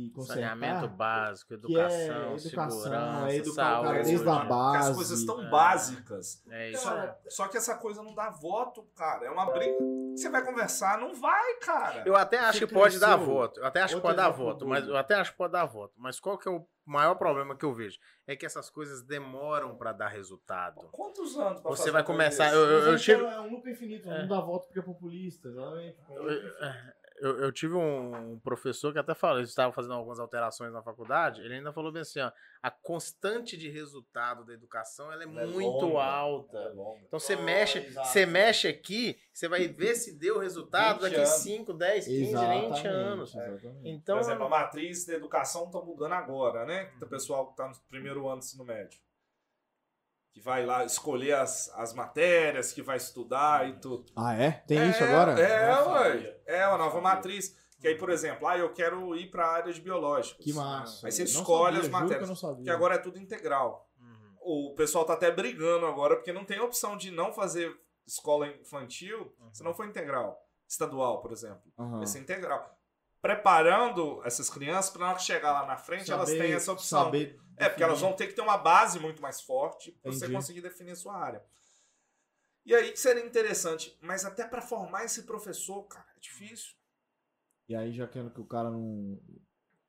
[SPEAKER 3] e consertar.
[SPEAKER 2] Saneamento básico,
[SPEAKER 3] que é
[SPEAKER 2] educação,
[SPEAKER 3] educação,
[SPEAKER 2] segurança,
[SPEAKER 3] é educar o
[SPEAKER 2] saúde.
[SPEAKER 3] cara desde a base.
[SPEAKER 1] Porque as coisas tão
[SPEAKER 2] É.
[SPEAKER 1] básicas.
[SPEAKER 2] É isso.
[SPEAKER 1] Cara, só que essa coisa não dá voto, cara. É uma briga. Você vai conversar, não vai, cara.
[SPEAKER 2] Eu até acho
[SPEAKER 3] Você
[SPEAKER 2] que pode dar
[SPEAKER 3] cresceu.
[SPEAKER 2] voto. Eu até acho que
[SPEAKER 3] Outro
[SPEAKER 2] pode dar
[SPEAKER 3] exemplo
[SPEAKER 2] voto,
[SPEAKER 3] do-
[SPEAKER 2] mas eu até acho que pode dar voto. Mas qual que é o maior problema que eu vejo? É que essas coisas demoram pra dar resultado.
[SPEAKER 1] Quantos anos pra
[SPEAKER 2] Você
[SPEAKER 1] fazer
[SPEAKER 2] vai
[SPEAKER 1] uma coisa
[SPEAKER 2] começar.
[SPEAKER 1] desse?
[SPEAKER 2] Eu, eu- eu
[SPEAKER 3] Mas
[SPEAKER 2] tive,
[SPEAKER 3] então É um loop infinito, não dá volta porque é populista, exatamente.
[SPEAKER 2] eu, eu tive um professor que até falou, ele estava fazendo algumas alterações na faculdade, ele ainda falou bem assim, ó, a constante de resultado da educação ela é
[SPEAKER 1] Ela é
[SPEAKER 2] muito
[SPEAKER 1] longa,
[SPEAKER 2] alta.
[SPEAKER 1] ela é longa.
[SPEAKER 2] Então você
[SPEAKER 3] Ah,
[SPEAKER 2] mexe,
[SPEAKER 3] exato.
[SPEAKER 2] você mexe aqui, você vai ver se deu resultado
[SPEAKER 1] 20
[SPEAKER 2] daqui a
[SPEAKER 1] anos. Uhum.
[SPEAKER 2] 5, 10, 15, 20 anos.
[SPEAKER 3] Exatamente.
[SPEAKER 2] Então, Uhum.
[SPEAKER 1] Por exemplo, a matriz da educação está mudando agora, né? O pessoal que está no primeiro ano do ensino médio. Que vai lá escolher as, as matérias, que vai estudar e tudo.
[SPEAKER 3] Ah, é? Tem isso
[SPEAKER 1] Uhum. É,
[SPEAKER 3] agora?
[SPEAKER 1] É,
[SPEAKER 3] Nossa,
[SPEAKER 1] ué. É uma nova
[SPEAKER 3] Não sabia.
[SPEAKER 1] matriz. Que aí, por exemplo, ah, eu quero ir para a área de biológicos.
[SPEAKER 3] Que massa.
[SPEAKER 1] Aí você
[SPEAKER 3] Eu não
[SPEAKER 1] escolhe
[SPEAKER 3] sabia,
[SPEAKER 1] as
[SPEAKER 3] juro que eu
[SPEAKER 1] matérias.
[SPEAKER 3] não sabia.
[SPEAKER 1] Porque agora é tudo integral.
[SPEAKER 2] Uhum.
[SPEAKER 1] O pessoal tá até brigando agora, porque não tem opção de não fazer escola infantil se
[SPEAKER 3] Uhum.
[SPEAKER 1] não for integral. Estadual, por exemplo.
[SPEAKER 3] Aham.
[SPEAKER 1] Vai ser integral. Preparando essas crianças para na hora que chegar lá na frente, elas
[SPEAKER 3] Saber-
[SPEAKER 1] têm essa opção.
[SPEAKER 3] saber
[SPEAKER 1] É, porque elas
[SPEAKER 3] definir.
[SPEAKER 1] vão ter que ter uma base muito mais forte para você
[SPEAKER 3] Entendi.
[SPEAKER 1] conseguir definir a sua área. E aí que seria interessante, mas até para formar esse professor, cara, é difícil.
[SPEAKER 3] E aí, já querendo que o cara não,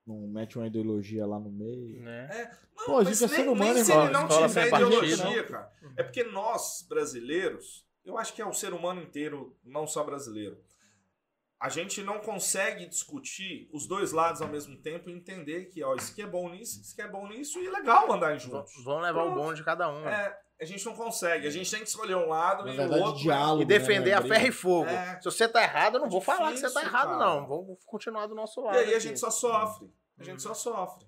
[SPEAKER 3] não mete uma ideologia lá no meio.
[SPEAKER 2] Né?
[SPEAKER 1] Não,
[SPEAKER 3] Pô, a
[SPEAKER 1] mas
[SPEAKER 3] gente é ser
[SPEAKER 1] nem,
[SPEAKER 3] humano,
[SPEAKER 1] nem se
[SPEAKER 3] irmão.
[SPEAKER 1] ele não
[SPEAKER 2] Escola
[SPEAKER 1] tiver
[SPEAKER 2] sem partido.
[SPEAKER 1] ideologia, cara. É porque nós, brasileiros, eu acho que é o ser humano inteiro, não só brasileiro. a gente não consegue discutir os dois lados ao mesmo tempo e entender que, ó, isso aqui é bom nisso, isso aqui é bom nisso, e é legal andar juntos.
[SPEAKER 2] Vão levar o bom de cada um. né?
[SPEAKER 1] É, a gente não consegue. A gente tem que escolher um lado
[SPEAKER 3] Na
[SPEAKER 1] e
[SPEAKER 3] verdade,
[SPEAKER 1] o outro.
[SPEAKER 3] diálogo.
[SPEAKER 2] E defender
[SPEAKER 3] né,
[SPEAKER 2] a
[SPEAKER 3] briga.
[SPEAKER 2] ferro e fogo.
[SPEAKER 1] É.
[SPEAKER 2] Se você tá errado, eu não vou falar que você tá
[SPEAKER 1] Difícil,
[SPEAKER 2] errado,
[SPEAKER 1] cara.
[SPEAKER 2] não. Vamos continuar do nosso lado.
[SPEAKER 1] E aí a
[SPEAKER 2] aqui.
[SPEAKER 1] gente só sofre. A gente só
[SPEAKER 3] Uhum.
[SPEAKER 1] sofre.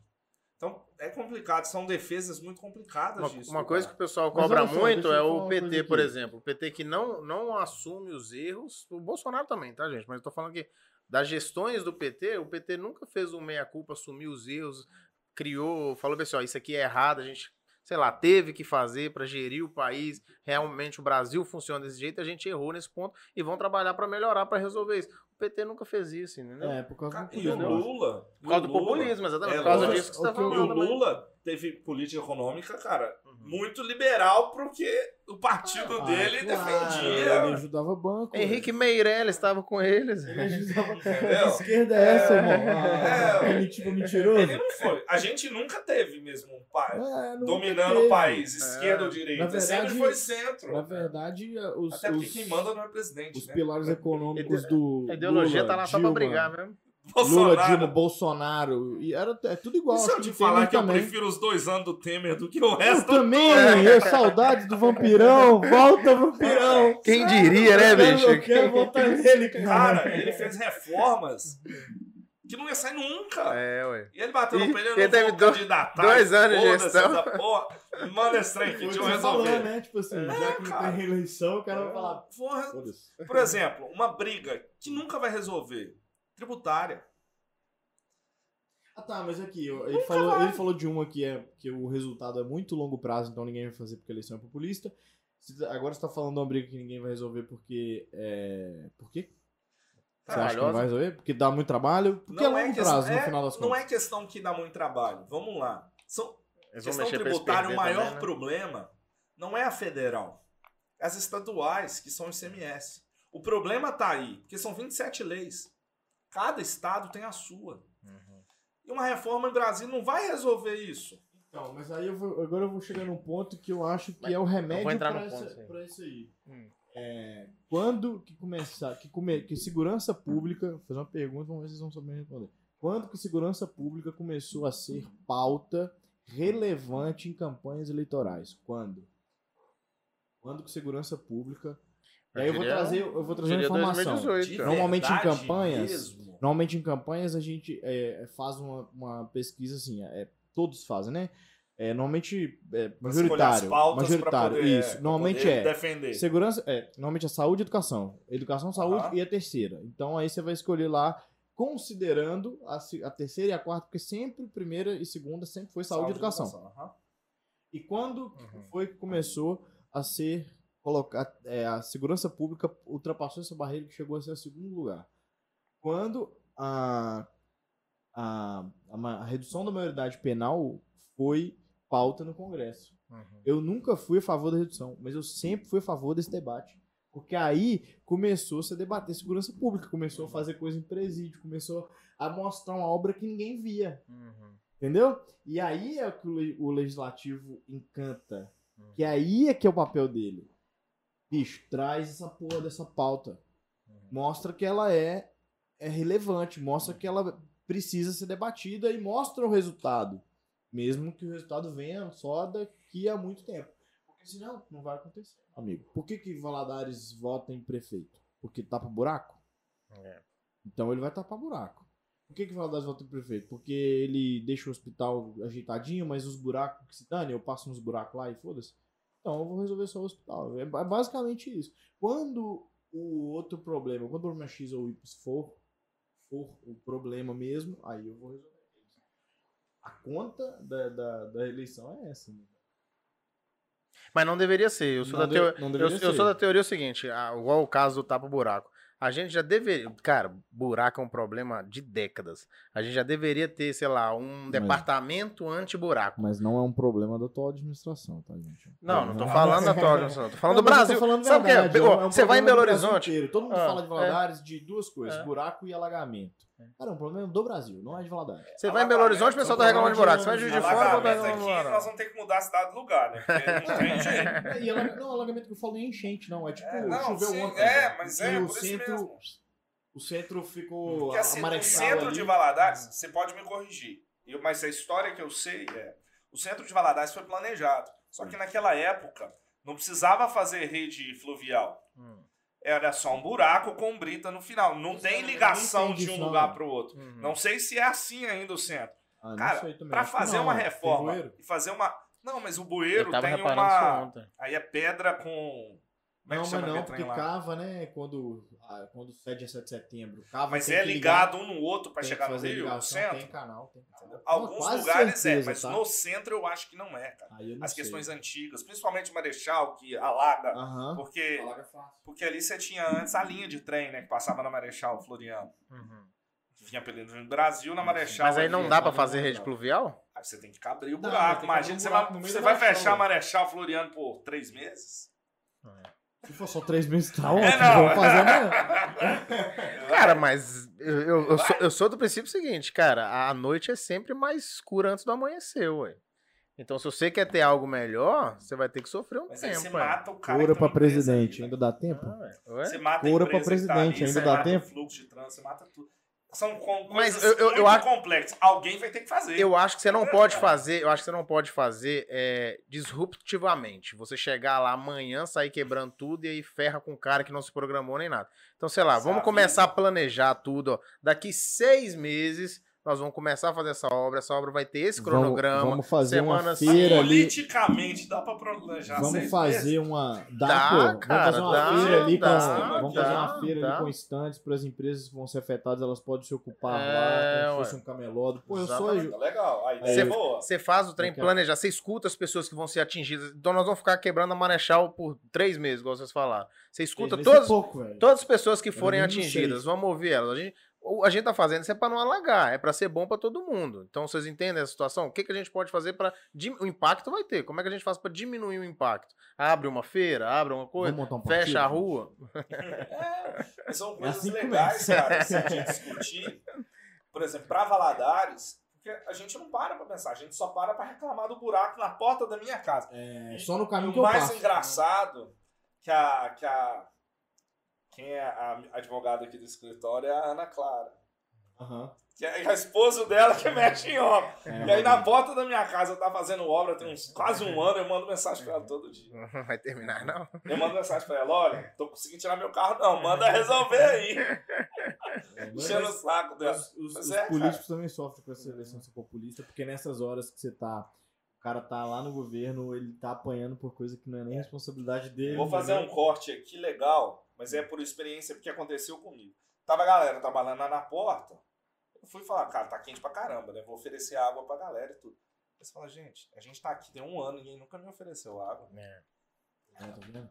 [SPEAKER 1] Então é complicado, são defesas muito complicadas
[SPEAKER 2] Uma,
[SPEAKER 1] disso.
[SPEAKER 2] uma
[SPEAKER 1] cara.
[SPEAKER 2] coisa que o pessoal
[SPEAKER 3] Mas
[SPEAKER 2] cobra
[SPEAKER 3] olha só,
[SPEAKER 2] muito
[SPEAKER 3] deixa eu
[SPEAKER 2] é
[SPEAKER 3] falar
[SPEAKER 2] o
[SPEAKER 3] uma
[SPEAKER 2] PT,
[SPEAKER 3] coisa
[SPEAKER 2] por
[SPEAKER 3] aqui.
[SPEAKER 2] exemplo. O PT que não, não assume os erros. O Bolsonaro também, tá, gente? Mas eu tô falando que das gestões do PT, o PT nunca fez um meia-culpa, assumiu os erros, criou, falou bem assim, ó, isso aqui é errado, a gente, sei lá, teve que fazer para gerir o país. Realmente o Brasil funciona desse jeito, a gente errou nesse ponto e vão trabalhar para melhorar, para resolver isso. O PT nunca fez isso, entendeu?
[SPEAKER 3] É, por causa do
[SPEAKER 1] E o
[SPEAKER 2] né?
[SPEAKER 3] Lula.
[SPEAKER 1] Lula.
[SPEAKER 2] Por causa
[SPEAKER 1] e o
[SPEAKER 2] do
[SPEAKER 1] Lula-
[SPEAKER 2] populismo, exatamente.
[SPEAKER 1] É
[SPEAKER 2] por causa
[SPEAKER 1] lógico.
[SPEAKER 2] disso que você tá
[SPEAKER 3] O que o
[SPEAKER 1] E o
[SPEAKER 2] falando. né?
[SPEAKER 1] Lula teve política econômica, cara,
[SPEAKER 2] Uhum.
[SPEAKER 1] muito liberal porque o partido
[SPEAKER 3] Ah,
[SPEAKER 1] dele
[SPEAKER 3] claro, Ele
[SPEAKER 1] defendia.
[SPEAKER 3] ajudava banco.
[SPEAKER 2] Henrique Meirelles estava com eles.
[SPEAKER 3] velho. Ele ajudava.
[SPEAKER 1] Entendeu?
[SPEAKER 3] Que esquerda é essa,
[SPEAKER 1] É.
[SPEAKER 3] irmão? Ah,
[SPEAKER 1] É.
[SPEAKER 3] Tipo mentiroso.
[SPEAKER 1] Ele não foi. A gente nunca teve mesmo um pai
[SPEAKER 3] É, nunca
[SPEAKER 1] dominando
[SPEAKER 3] teve. É.
[SPEAKER 1] o país, esquerda ou direita.
[SPEAKER 3] Na
[SPEAKER 1] Sempre
[SPEAKER 3] verdade-
[SPEAKER 1] foi centro.
[SPEAKER 3] Na verdade, os,
[SPEAKER 1] Até porque
[SPEAKER 3] os-
[SPEAKER 1] quem manda não é presidente,
[SPEAKER 3] os
[SPEAKER 1] né? é
[SPEAKER 3] pilares econômicos do.
[SPEAKER 2] A ideologia
[SPEAKER 3] Lula,
[SPEAKER 2] tá lá só pra
[SPEAKER 3] Dilma,
[SPEAKER 2] brigar mesmo.
[SPEAKER 3] Lula,
[SPEAKER 1] Bolsonaro.
[SPEAKER 3] Dilma, Bolsonaro. E era, é tudo igual.
[SPEAKER 1] E se
[SPEAKER 3] acho
[SPEAKER 1] eu te
[SPEAKER 3] o
[SPEAKER 1] falar
[SPEAKER 3] Temer
[SPEAKER 1] que eu
[SPEAKER 3] também.
[SPEAKER 1] prefiro os dois anos do Temer do que o
[SPEAKER 3] Eu
[SPEAKER 1] resto?
[SPEAKER 3] também, eu saudade do vampirão, volta vampirão.
[SPEAKER 2] Quem diria, né, bicho?
[SPEAKER 3] Eu quero voltar nele, cara.
[SPEAKER 1] Cara, ele fez reformas que não ia sair nunca.
[SPEAKER 2] É, ué.
[SPEAKER 1] E ele bateu no
[SPEAKER 2] E
[SPEAKER 1] pneu,
[SPEAKER 2] ele
[SPEAKER 1] ele
[SPEAKER 2] teve
[SPEAKER 1] não vou
[SPEAKER 2] dois-
[SPEAKER 1] candidatar.
[SPEAKER 2] dois anos de
[SPEAKER 1] foda-se
[SPEAKER 2] gestão.
[SPEAKER 1] essa Porra. Manda esse trem aqui,
[SPEAKER 3] Foi o
[SPEAKER 1] deixa
[SPEAKER 3] que
[SPEAKER 1] eu
[SPEAKER 3] você falou,
[SPEAKER 1] resolver.
[SPEAKER 3] né? Tipo assim, já que não
[SPEAKER 1] cara.
[SPEAKER 3] tem reeleição, o cara vai falar,
[SPEAKER 1] Porra.
[SPEAKER 3] foda-se.
[SPEAKER 1] Por exemplo, uma briga que nunca vai resolver. Tributária.
[SPEAKER 3] Ah tá, mas aqui, eu- ele falou, ele falou de uma que é que o resultado é muito longo prazo, então ninguém vai fazer porque a eleição é populista. Se- Agora você tá falando de uma briga que ninguém vai resolver porque. É... Por quê? Você acha que não
[SPEAKER 2] Trabalhosa.
[SPEAKER 3] vai resolver? Porque dá muito trabalho? Porque é
[SPEAKER 1] Não é
[SPEAKER 3] longo
[SPEAKER 1] questão-
[SPEAKER 3] prazo, no
[SPEAKER 1] é-
[SPEAKER 3] final das
[SPEAKER 1] Não
[SPEAKER 3] contas.
[SPEAKER 1] é questão que dá muito trabalho. Vamos lá. São
[SPEAKER 2] Eles vão
[SPEAKER 1] questão
[SPEAKER 2] mexer pra eles
[SPEAKER 1] tributária, o
[SPEAKER 2] perder
[SPEAKER 1] maior
[SPEAKER 2] também, né?
[SPEAKER 1] problema não é a federal, é as estaduais, que são ICMS. O problema tá aí, porque são 27 leis. Cada estado tem a sua.
[SPEAKER 2] Uhum.
[SPEAKER 1] E uma reforma em Brasília não vai resolver isso.
[SPEAKER 3] Então, mas aí eu vou- agora eu vou chegar num ponto que eu acho que é o remédio
[SPEAKER 2] vou entrar
[SPEAKER 3] pra,
[SPEAKER 2] no ponto,
[SPEAKER 3] essa-
[SPEAKER 2] sim.
[SPEAKER 3] pra isso aí.
[SPEAKER 2] Hum.
[SPEAKER 3] É, quando que começar, que, come, que segurança pública, vou fazer uma pergunta, vamos ver se vocês vão saber responder. Quando que segurança pública começou a ser pauta relevante em campanhas eleitorais? Quando? Quando que segurança pública? E aí eu vou
[SPEAKER 2] diria-
[SPEAKER 3] trazer, eu vou trazer uma
[SPEAKER 2] diria
[SPEAKER 3] informação.
[SPEAKER 2] 2018,
[SPEAKER 1] De
[SPEAKER 2] cara.
[SPEAKER 3] Normalmente em
[SPEAKER 1] verdade
[SPEAKER 3] campanhas,
[SPEAKER 1] mesmo.
[SPEAKER 3] Normalmente em campanhas a gente é, faz uma, uma pesquisa assim, é, todos fazem, né? É, normalmente
[SPEAKER 1] Escolher
[SPEAKER 3] é,
[SPEAKER 1] as
[SPEAKER 3] majoritário,
[SPEAKER 1] pautas pra
[SPEAKER 3] majoritário,
[SPEAKER 1] poder,
[SPEAKER 3] isso.
[SPEAKER 1] pra
[SPEAKER 3] normalmente
[SPEAKER 1] poder
[SPEAKER 3] é
[SPEAKER 1] Defender.
[SPEAKER 3] segurança, é, normalmente é saúde e educação, educação, saúde
[SPEAKER 1] Aham.
[SPEAKER 3] e a terceira. Então aí você vai escolher lá considerando a, se- a terceira e a quarta, porque sempre primeira e segunda sempre foi saúde, e educação.
[SPEAKER 1] aham.
[SPEAKER 3] E quando que
[SPEAKER 2] Uhum.
[SPEAKER 3] foi que começou a ser colocada a segurança pública ultrapassou essa barreira que chegou a ser o segundo lugar? Quando a, a, a, ma- a redução da maioridade penal foi pauta no Congresso.
[SPEAKER 2] Uhum.
[SPEAKER 3] Eu nunca fui a favor da redução, mas eu sempre fui a favor desse debate. Porque aí começou -se a debater segurança pública, começou a fazer coisa em presídio, começou a mostrar uma obra que ninguém via.
[SPEAKER 2] Uhum.
[SPEAKER 3] Entendeu? E aí é que o le- o legislativo encanta.
[SPEAKER 2] Uhum.
[SPEAKER 3] Que aí é que é o papel dele. Bicho, traz essa porra dessa pauta.
[SPEAKER 2] Uhum.
[SPEAKER 3] Mostra que ela é, é relevante, mostra que ela precisa ser debatida e mostra o resultado. Mesmo que o resultado venha só daqui a muito tempo. Porque senão não vai acontecer, amigo. Por que, que Valadares vota em prefeito? Porque tapa buraco?
[SPEAKER 2] É.
[SPEAKER 3] Então ele vai tapar buraco. Por que, que o Valadares volta pro prefeito? Porque ele deixa o hospital ajeitadinho, mas os buracos que se dane, eu passo nos buracos lá e foda-se. Então eu vou resolver só o hospital. É ba- basicamente isso. Quando o outro problema, quando o problema X ou Y for, for o problema mesmo, aí eu vou resolver. A conta da, da, da eleição é essa. Né?
[SPEAKER 2] Mas não deveria ser. Eu sou, da,
[SPEAKER 3] Não de-
[SPEAKER 2] teo-
[SPEAKER 3] não
[SPEAKER 2] eu-
[SPEAKER 3] deveria
[SPEAKER 2] eu
[SPEAKER 3] ser.
[SPEAKER 2] sou da teoria seguinte, ah, igual o caso do tapa-buraco. A gente já deveria. Cara, buraco é um problema de décadas. A gente já deveria ter, sei lá, um departamento anti-buraco.
[SPEAKER 3] Mas não é um problema da atual administração, tá, gente?
[SPEAKER 2] Não, não tô
[SPEAKER 3] É.
[SPEAKER 2] falando da Toga, não tô falando
[SPEAKER 3] Não,
[SPEAKER 2] do
[SPEAKER 3] mas eu tô
[SPEAKER 2] Brasil.
[SPEAKER 3] falando
[SPEAKER 2] Sabe o que é?
[SPEAKER 3] verdade, um- é um
[SPEAKER 2] Você vai em
[SPEAKER 3] problema
[SPEAKER 2] Belo
[SPEAKER 3] do Brasil
[SPEAKER 2] Horizonte,
[SPEAKER 3] inteiro. Todo mundo
[SPEAKER 2] Ah,
[SPEAKER 3] fala de
[SPEAKER 2] é.
[SPEAKER 3] Valadares de duas coisas,
[SPEAKER 2] É.
[SPEAKER 3] buraco e alagamento. Cara, é um problema do Brasil, não é de Valadares.
[SPEAKER 2] você vai em Belo Horizonte, o pessoal tá reclamando de buraco. Você vai em Juiz de Fora, o pessoal tá
[SPEAKER 1] Alagamento
[SPEAKER 2] reclamando
[SPEAKER 1] aqui,
[SPEAKER 2] de
[SPEAKER 1] nós
[SPEAKER 2] buraco.
[SPEAKER 1] vamos ter que mudar a cidade do lugar, né? Porque não tem jeito.
[SPEAKER 3] É, e alaga- não, alagamento que eu falo é enchente, não. É tipo,
[SPEAKER 1] É, não,
[SPEAKER 3] choveu
[SPEAKER 1] sim,
[SPEAKER 3] ontem.
[SPEAKER 1] é,
[SPEAKER 3] né?
[SPEAKER 1] mas
[SPEAKER 3] E
[SPEAKER 1] é,
[SPEAKER 3] o
[SPEAKER 1] por isso
[SPEAKER 3] centro,
[SPEAKER 1] mesmo.
[SPEAKER 3] O centro ficou
[SPEAKER 1] Porque assim, o
[SPEAKER 3] amarechado
[SPEAKER 1] centro
[SPEAKER 3] ali.
[SPEAKER 1] de Valadares, você pode me corrigir, eu- mas a história que eu sei é: o centro de Valadares foi planejado. Só
[SPEAKER 3] Hum.
[SPEAKER 1] que naquela época não precisava fazer rede fluvial.
[SPEAKER 2] Hum.
[SPEAKER 1] Era só um buraco com brita no final. Não tem
[SPEAKER 3] não
[SPEAKER 1] ligação
[SPEAKER 3] entendi
[SPEAKER 1] de um
[SPEAKER 3] isso, não.
[SPEAKER 1] lugar para o outro.
[SPEAKER 2] Uhum.
[SPEAKER 1] Não sei se é assim ainda o centro.
[SPEAKER 3] Ah, não
[SPEAKER 1] Cara,
[SPEAKER 3] sei também,
[SPEAKER 1] Para
[SPEAKER 3] acho que
[SPEAKER 1] fazer
[SPEAKER 3] não,
[SPEAKER 1] uma
[SPEAKER 3] né? Tem
[SPEAKER 1] reforma é
[SPEAKER 3] bueiro?
[SPEAKER 1] e fazer uma. Não, mas o
[SPEAKER 4] Eu
[SPEAKER 1] bueiro
[SPEAKER 4] tava
[SPEAKER 1] tem
[SPEAKER 4] reparando
[SPEAKER 1] uma.
[SPEAKER 4] isso ontem.
[SPEAKER 1] Aí é pedra com. Como é
[SPEAKER 3] Não,
[SPEAKER 1] que
[SPEAKER 3] mas
[SPEAKER 1] chama
[SPEAKER 3] não,
[SPEAKER 1] aquele trem
[SPEAKER 3] porque
[SPEAKER 1] lá?
[SPEAKER 3] cava, né? Quando, ah, quando cede a 7 de setembro. Cava
[SPEAKER 1] Mas
[SPEAKER 3] tem
[SPEAKER 1] é
[SPEAKER 3] que ligar,
[SPEAKER 1] ligado um no outro para
[SPEAKER 3] tem que
[SPEAKER 1] chegar no
[SPEAKER 3] fazer
[SPEAKER 1] Rio, no
[SPEAKER 3] ligação,
[SPEAKER 1] centro.
[SPEAKER 3] Tem canal, tem canal. Não,
[SPEAKER 1] Alguns
[SPEAKER 3] quase
[SPEAKER 1] lugares é,
[SPEAKER 3] certeza,
[SPEAKER 1] mas
[SPEAKER 3] tá?
[SPEAKER 1] no centro eu acho que não é, cara.
[SPEAKER 3] Aí eu não
[SPEAKER 1] As
[SPEAKER 3] sei.
[SPEAKER 1] questões antigas, principalmente Marechal, que alaga,
[SPEAKER 3] Aham.
[SPEAKER 1] porque,
[SPEAKER 5] Alaga fácil.
[SPEAKER 1] porque ali você tinha antes a linha de trem, né, que passava na Marechal Floriano.
[SPEAKER 2] Uhum.
[SPEAKER 1] Vinha pelo no Brasil, na Marechal.
[SPEAKER 2] Mas aí
[SPEAKER 1] ali.
[SPEAKER 2] não dá pra fazer rede pluvial?
[SPEAKER 1] Aí você tem que abrir o
[SPEAKER 3] Dá,
[SPEAKER 1] buraco.
[SPEAKER 3] tem que abrir
[SPEAKER 1] Imagina,
[SPEAKER 3] um
[SPEAKER 1] você
[SPEAKER 3] buraco
[SPEAKER 1] vai,
[SPEAKER 3] no meio
[SPEAKER 1] você
[SPEAKER 3] da
[SPEAKER 1] vai
[SPEAKER 3] Marechal,
[SPEAKER 1] fechar a
[SPEAKER 3] velho.
[SPEAKER 1] Marechal Floriano por três meses?
[SPEAKER 3] Se for só três meses, tá ótimo.
[SPEAKER 1] É, não.
[SPEAKER 3] Vamos fazer amanhã.
[SPEAKER 2] Cara, mas eu, eu- eu sou, eu sou do princípio seguinte, cara, a noite é sempre mais escura antes do amanhecer, ué. Então, se você quer ter algo melhor, você vai ter que sofrer um
[SPEAKER 1] Mas aí
[SPEAKER 2] tempo.
[SPEAKER 1] você
[SPEAKER 2] ué.
[SPEAKER 1] mata o cara. que
[SPEAKER 3] Cura
[SPEAKER 1] tem
[SPEAKER 3] pra
[SPEAKER 1] uma empresa ali,
[SPEAKER 3] presidente.
[SPEAKER 1] né?
[SPEAKER 3] Ainda dá tempo?
[SPEAKER 2] Ah, ué. Ué?
[SPEAKER 1] Você mata a
[SPEAKER 3] Cura
[SPEAKER 1] empresa que
[SPEAKER 3] pra
[SPEAKER 1] tá
[SPEAKER 3] presidente,
[SPEAKER 1] ali,
[SPEAKER 3] ainda
[SPEAKER 1] você
[SPEAKER 3] dá
[SPEAKER 1] mata
[SPEAKER 3] tempo?
[SPEAKER 1] o fluxo de trânsito, você mata tudo. São com-
[SPEAKER 2] Mas
[SPEAKER 1] coisas
[SPEAKER 2] eu- eu- eu
[SPEAKER 1] muito
[SPEAKER 2] acho-
[SPEAKER 1] complexas. Alguém vai ter que fazer.
[SPEAKER 2] Eu acho que você não pode fazer, eu acho que você não pode fazer é, disruptivamente. Você chegar lá amanhã, sair quebrando tudo e aí ferra com o cara que não se programou nem nada. Então, sei lá,
[SPEAKER 1] Sabe.
[SPEAKER 2] vamos começar a planejar tudo, ó. Daqui seis meses, nós vamos começar a fazer essa obra, essa obra vai ter esse cronograma.
[SPEAKER 3] Vamos, vamos fazer uma
[SPEAKER 2] semana assim.
[SPEAKER 3] feira ali.
[SPEAKER 1] Politicamente dá pra planejar
[SPEAKER 3] Vamos
[SPEAKER 1] seis
[SPEAKER 3] fazer uma. Dá,
[SPEAKER 2] Dá,
[SPEAKER 3] pô.
[SPEAKER 2] cara,
[SPEAKER 3] vamos fazer uma
[SPEAKER 2] dá,
[SPEAKER 3] feira ali
[SPEAKER 2] dá,
[SPEAKER 3] com as- Vamos fazer
[SPEAKER 2] dá,
[SPEAKER 3] uma feira
[SPEAKER 2] dá.
[SPEAKER 3] ali com estantes para as empresas que vão ser afetadas, elas podem se ocupar
[SPEAKER 2] É,
[SPEAKER 3] lá, como
[SPEAKER 2] ué.
[SPEAKER 3] se fosse um camelódrio. Pô, eu
[SPEAKER 2] Exatamente.
[SPEAKER 3] sou.
[SPEAKER 1] meses. Tá Legal,
[SPEAKER 3] É.
[SPEAKER 1] aí
[SPEAKER 2] Cê-
[SPEAKER 1] você boa.
[SPEAKER 2] Você faz o trem
[SPEAKER 3] Ok.
[SPEAKER 2] planejar, você escuta as pessoas que vão ser atingidas. Então nós vamos ficar quebrando a Marechal por três meses, igual vocês falaram. Você escuta
[SPEAKER 3] Três meses e é
[SPEAKER 2] todos,
[SPEAKER 3] pouco, velho.
[SPEAKER 2] Todas as pessoas que forem
[SPEAKER 3] mínimo
[SPEAKER 2] atingidas,
[SPEAKER 3] seis.
[SPEAKER 2] vamos ouvir elas. A gente, o- a gente tá fazendo isso é para não alagar, é para ser bom para todo mundo. Então vocês entendem essa situação? O que, que a gente pode fazer para o impacto vai ter? Como é que a gente faz para diminuir o impacto? Abre uma feira, abre uma
[SPEAKER 3] Vamos
[SPEAKER 2] coisa,
[SPEAKER 3] montar um partido?
[SPEAKER 2] fecha a rua.
[SPEAKER 1] É, são coisas
[SPEAKER 3] assim que
[SPEAKER 1] legais, cara, assim, de discutir. Por exemplo, pra Valadares, porque a gente não para pra pensar, a gente só para pra reclamar do buraco na porta da minha casa.
[SPEAKER 3] É, só no
[SPEAKER 1] E
[SPEAKER 3] caminho que
[SPEAKER 1] o
[SPEAKER 3] eu
[SPEAKER 1] mais
[SPEAKER 3] passo.
[SPEAKER 1] engraçado que a, que a. Quem é a advogada aqui do escritório é a Ana Clara.
[SPEAKER 3] Aham.
[SPEAKER 1] Que é a esposa dela que mexe em obra.
[SPEAKER 3] É,
[SPEAKER 1] E aí na porta da minha casa eu tava fazendo obra tem uns, quase um ano, eu mando mensagem pra ela todo dia.
[SPEAKER 2] Não vai terminar, não.
[SPEAKER 1] Eu mando mensagem pra ela, olha, tô conseguindo tirar meu carro não, manda resolver aí.
[SPEAKER 3] é, mas-
[SPEAKER 1] Enchendo o saco dela.
[SPEAKER 3] Os, os-
[SPEAKER 1] Mas
[SPEAKER 3] os
[SPEAKER 1] é, cara.
[SPEAKER 3] políticos também sofrem com essa eleição ser populista, porque nessas horas que você tá. O cara tá lá no governo, ele tá apanhando por coisa que não é nem responsabilidade dele.
[SPEAKER 1] Vou fazer um
[SPEAKER 3] entendeu?
[SPEAKER 1] corte aqui legal, mas é por experiência porque aconteceu comigo. Tava a galera trabalhando lá na porta, eu fui falar, cara, tá quente pra caramba, né? Vou oferecer água pra galera e tudo. Aí você fala, gente, a gente tá aqui tem um ano, ninguém nunca me ofereceu água. um-
[SPEAKER 3] É, tá vendo?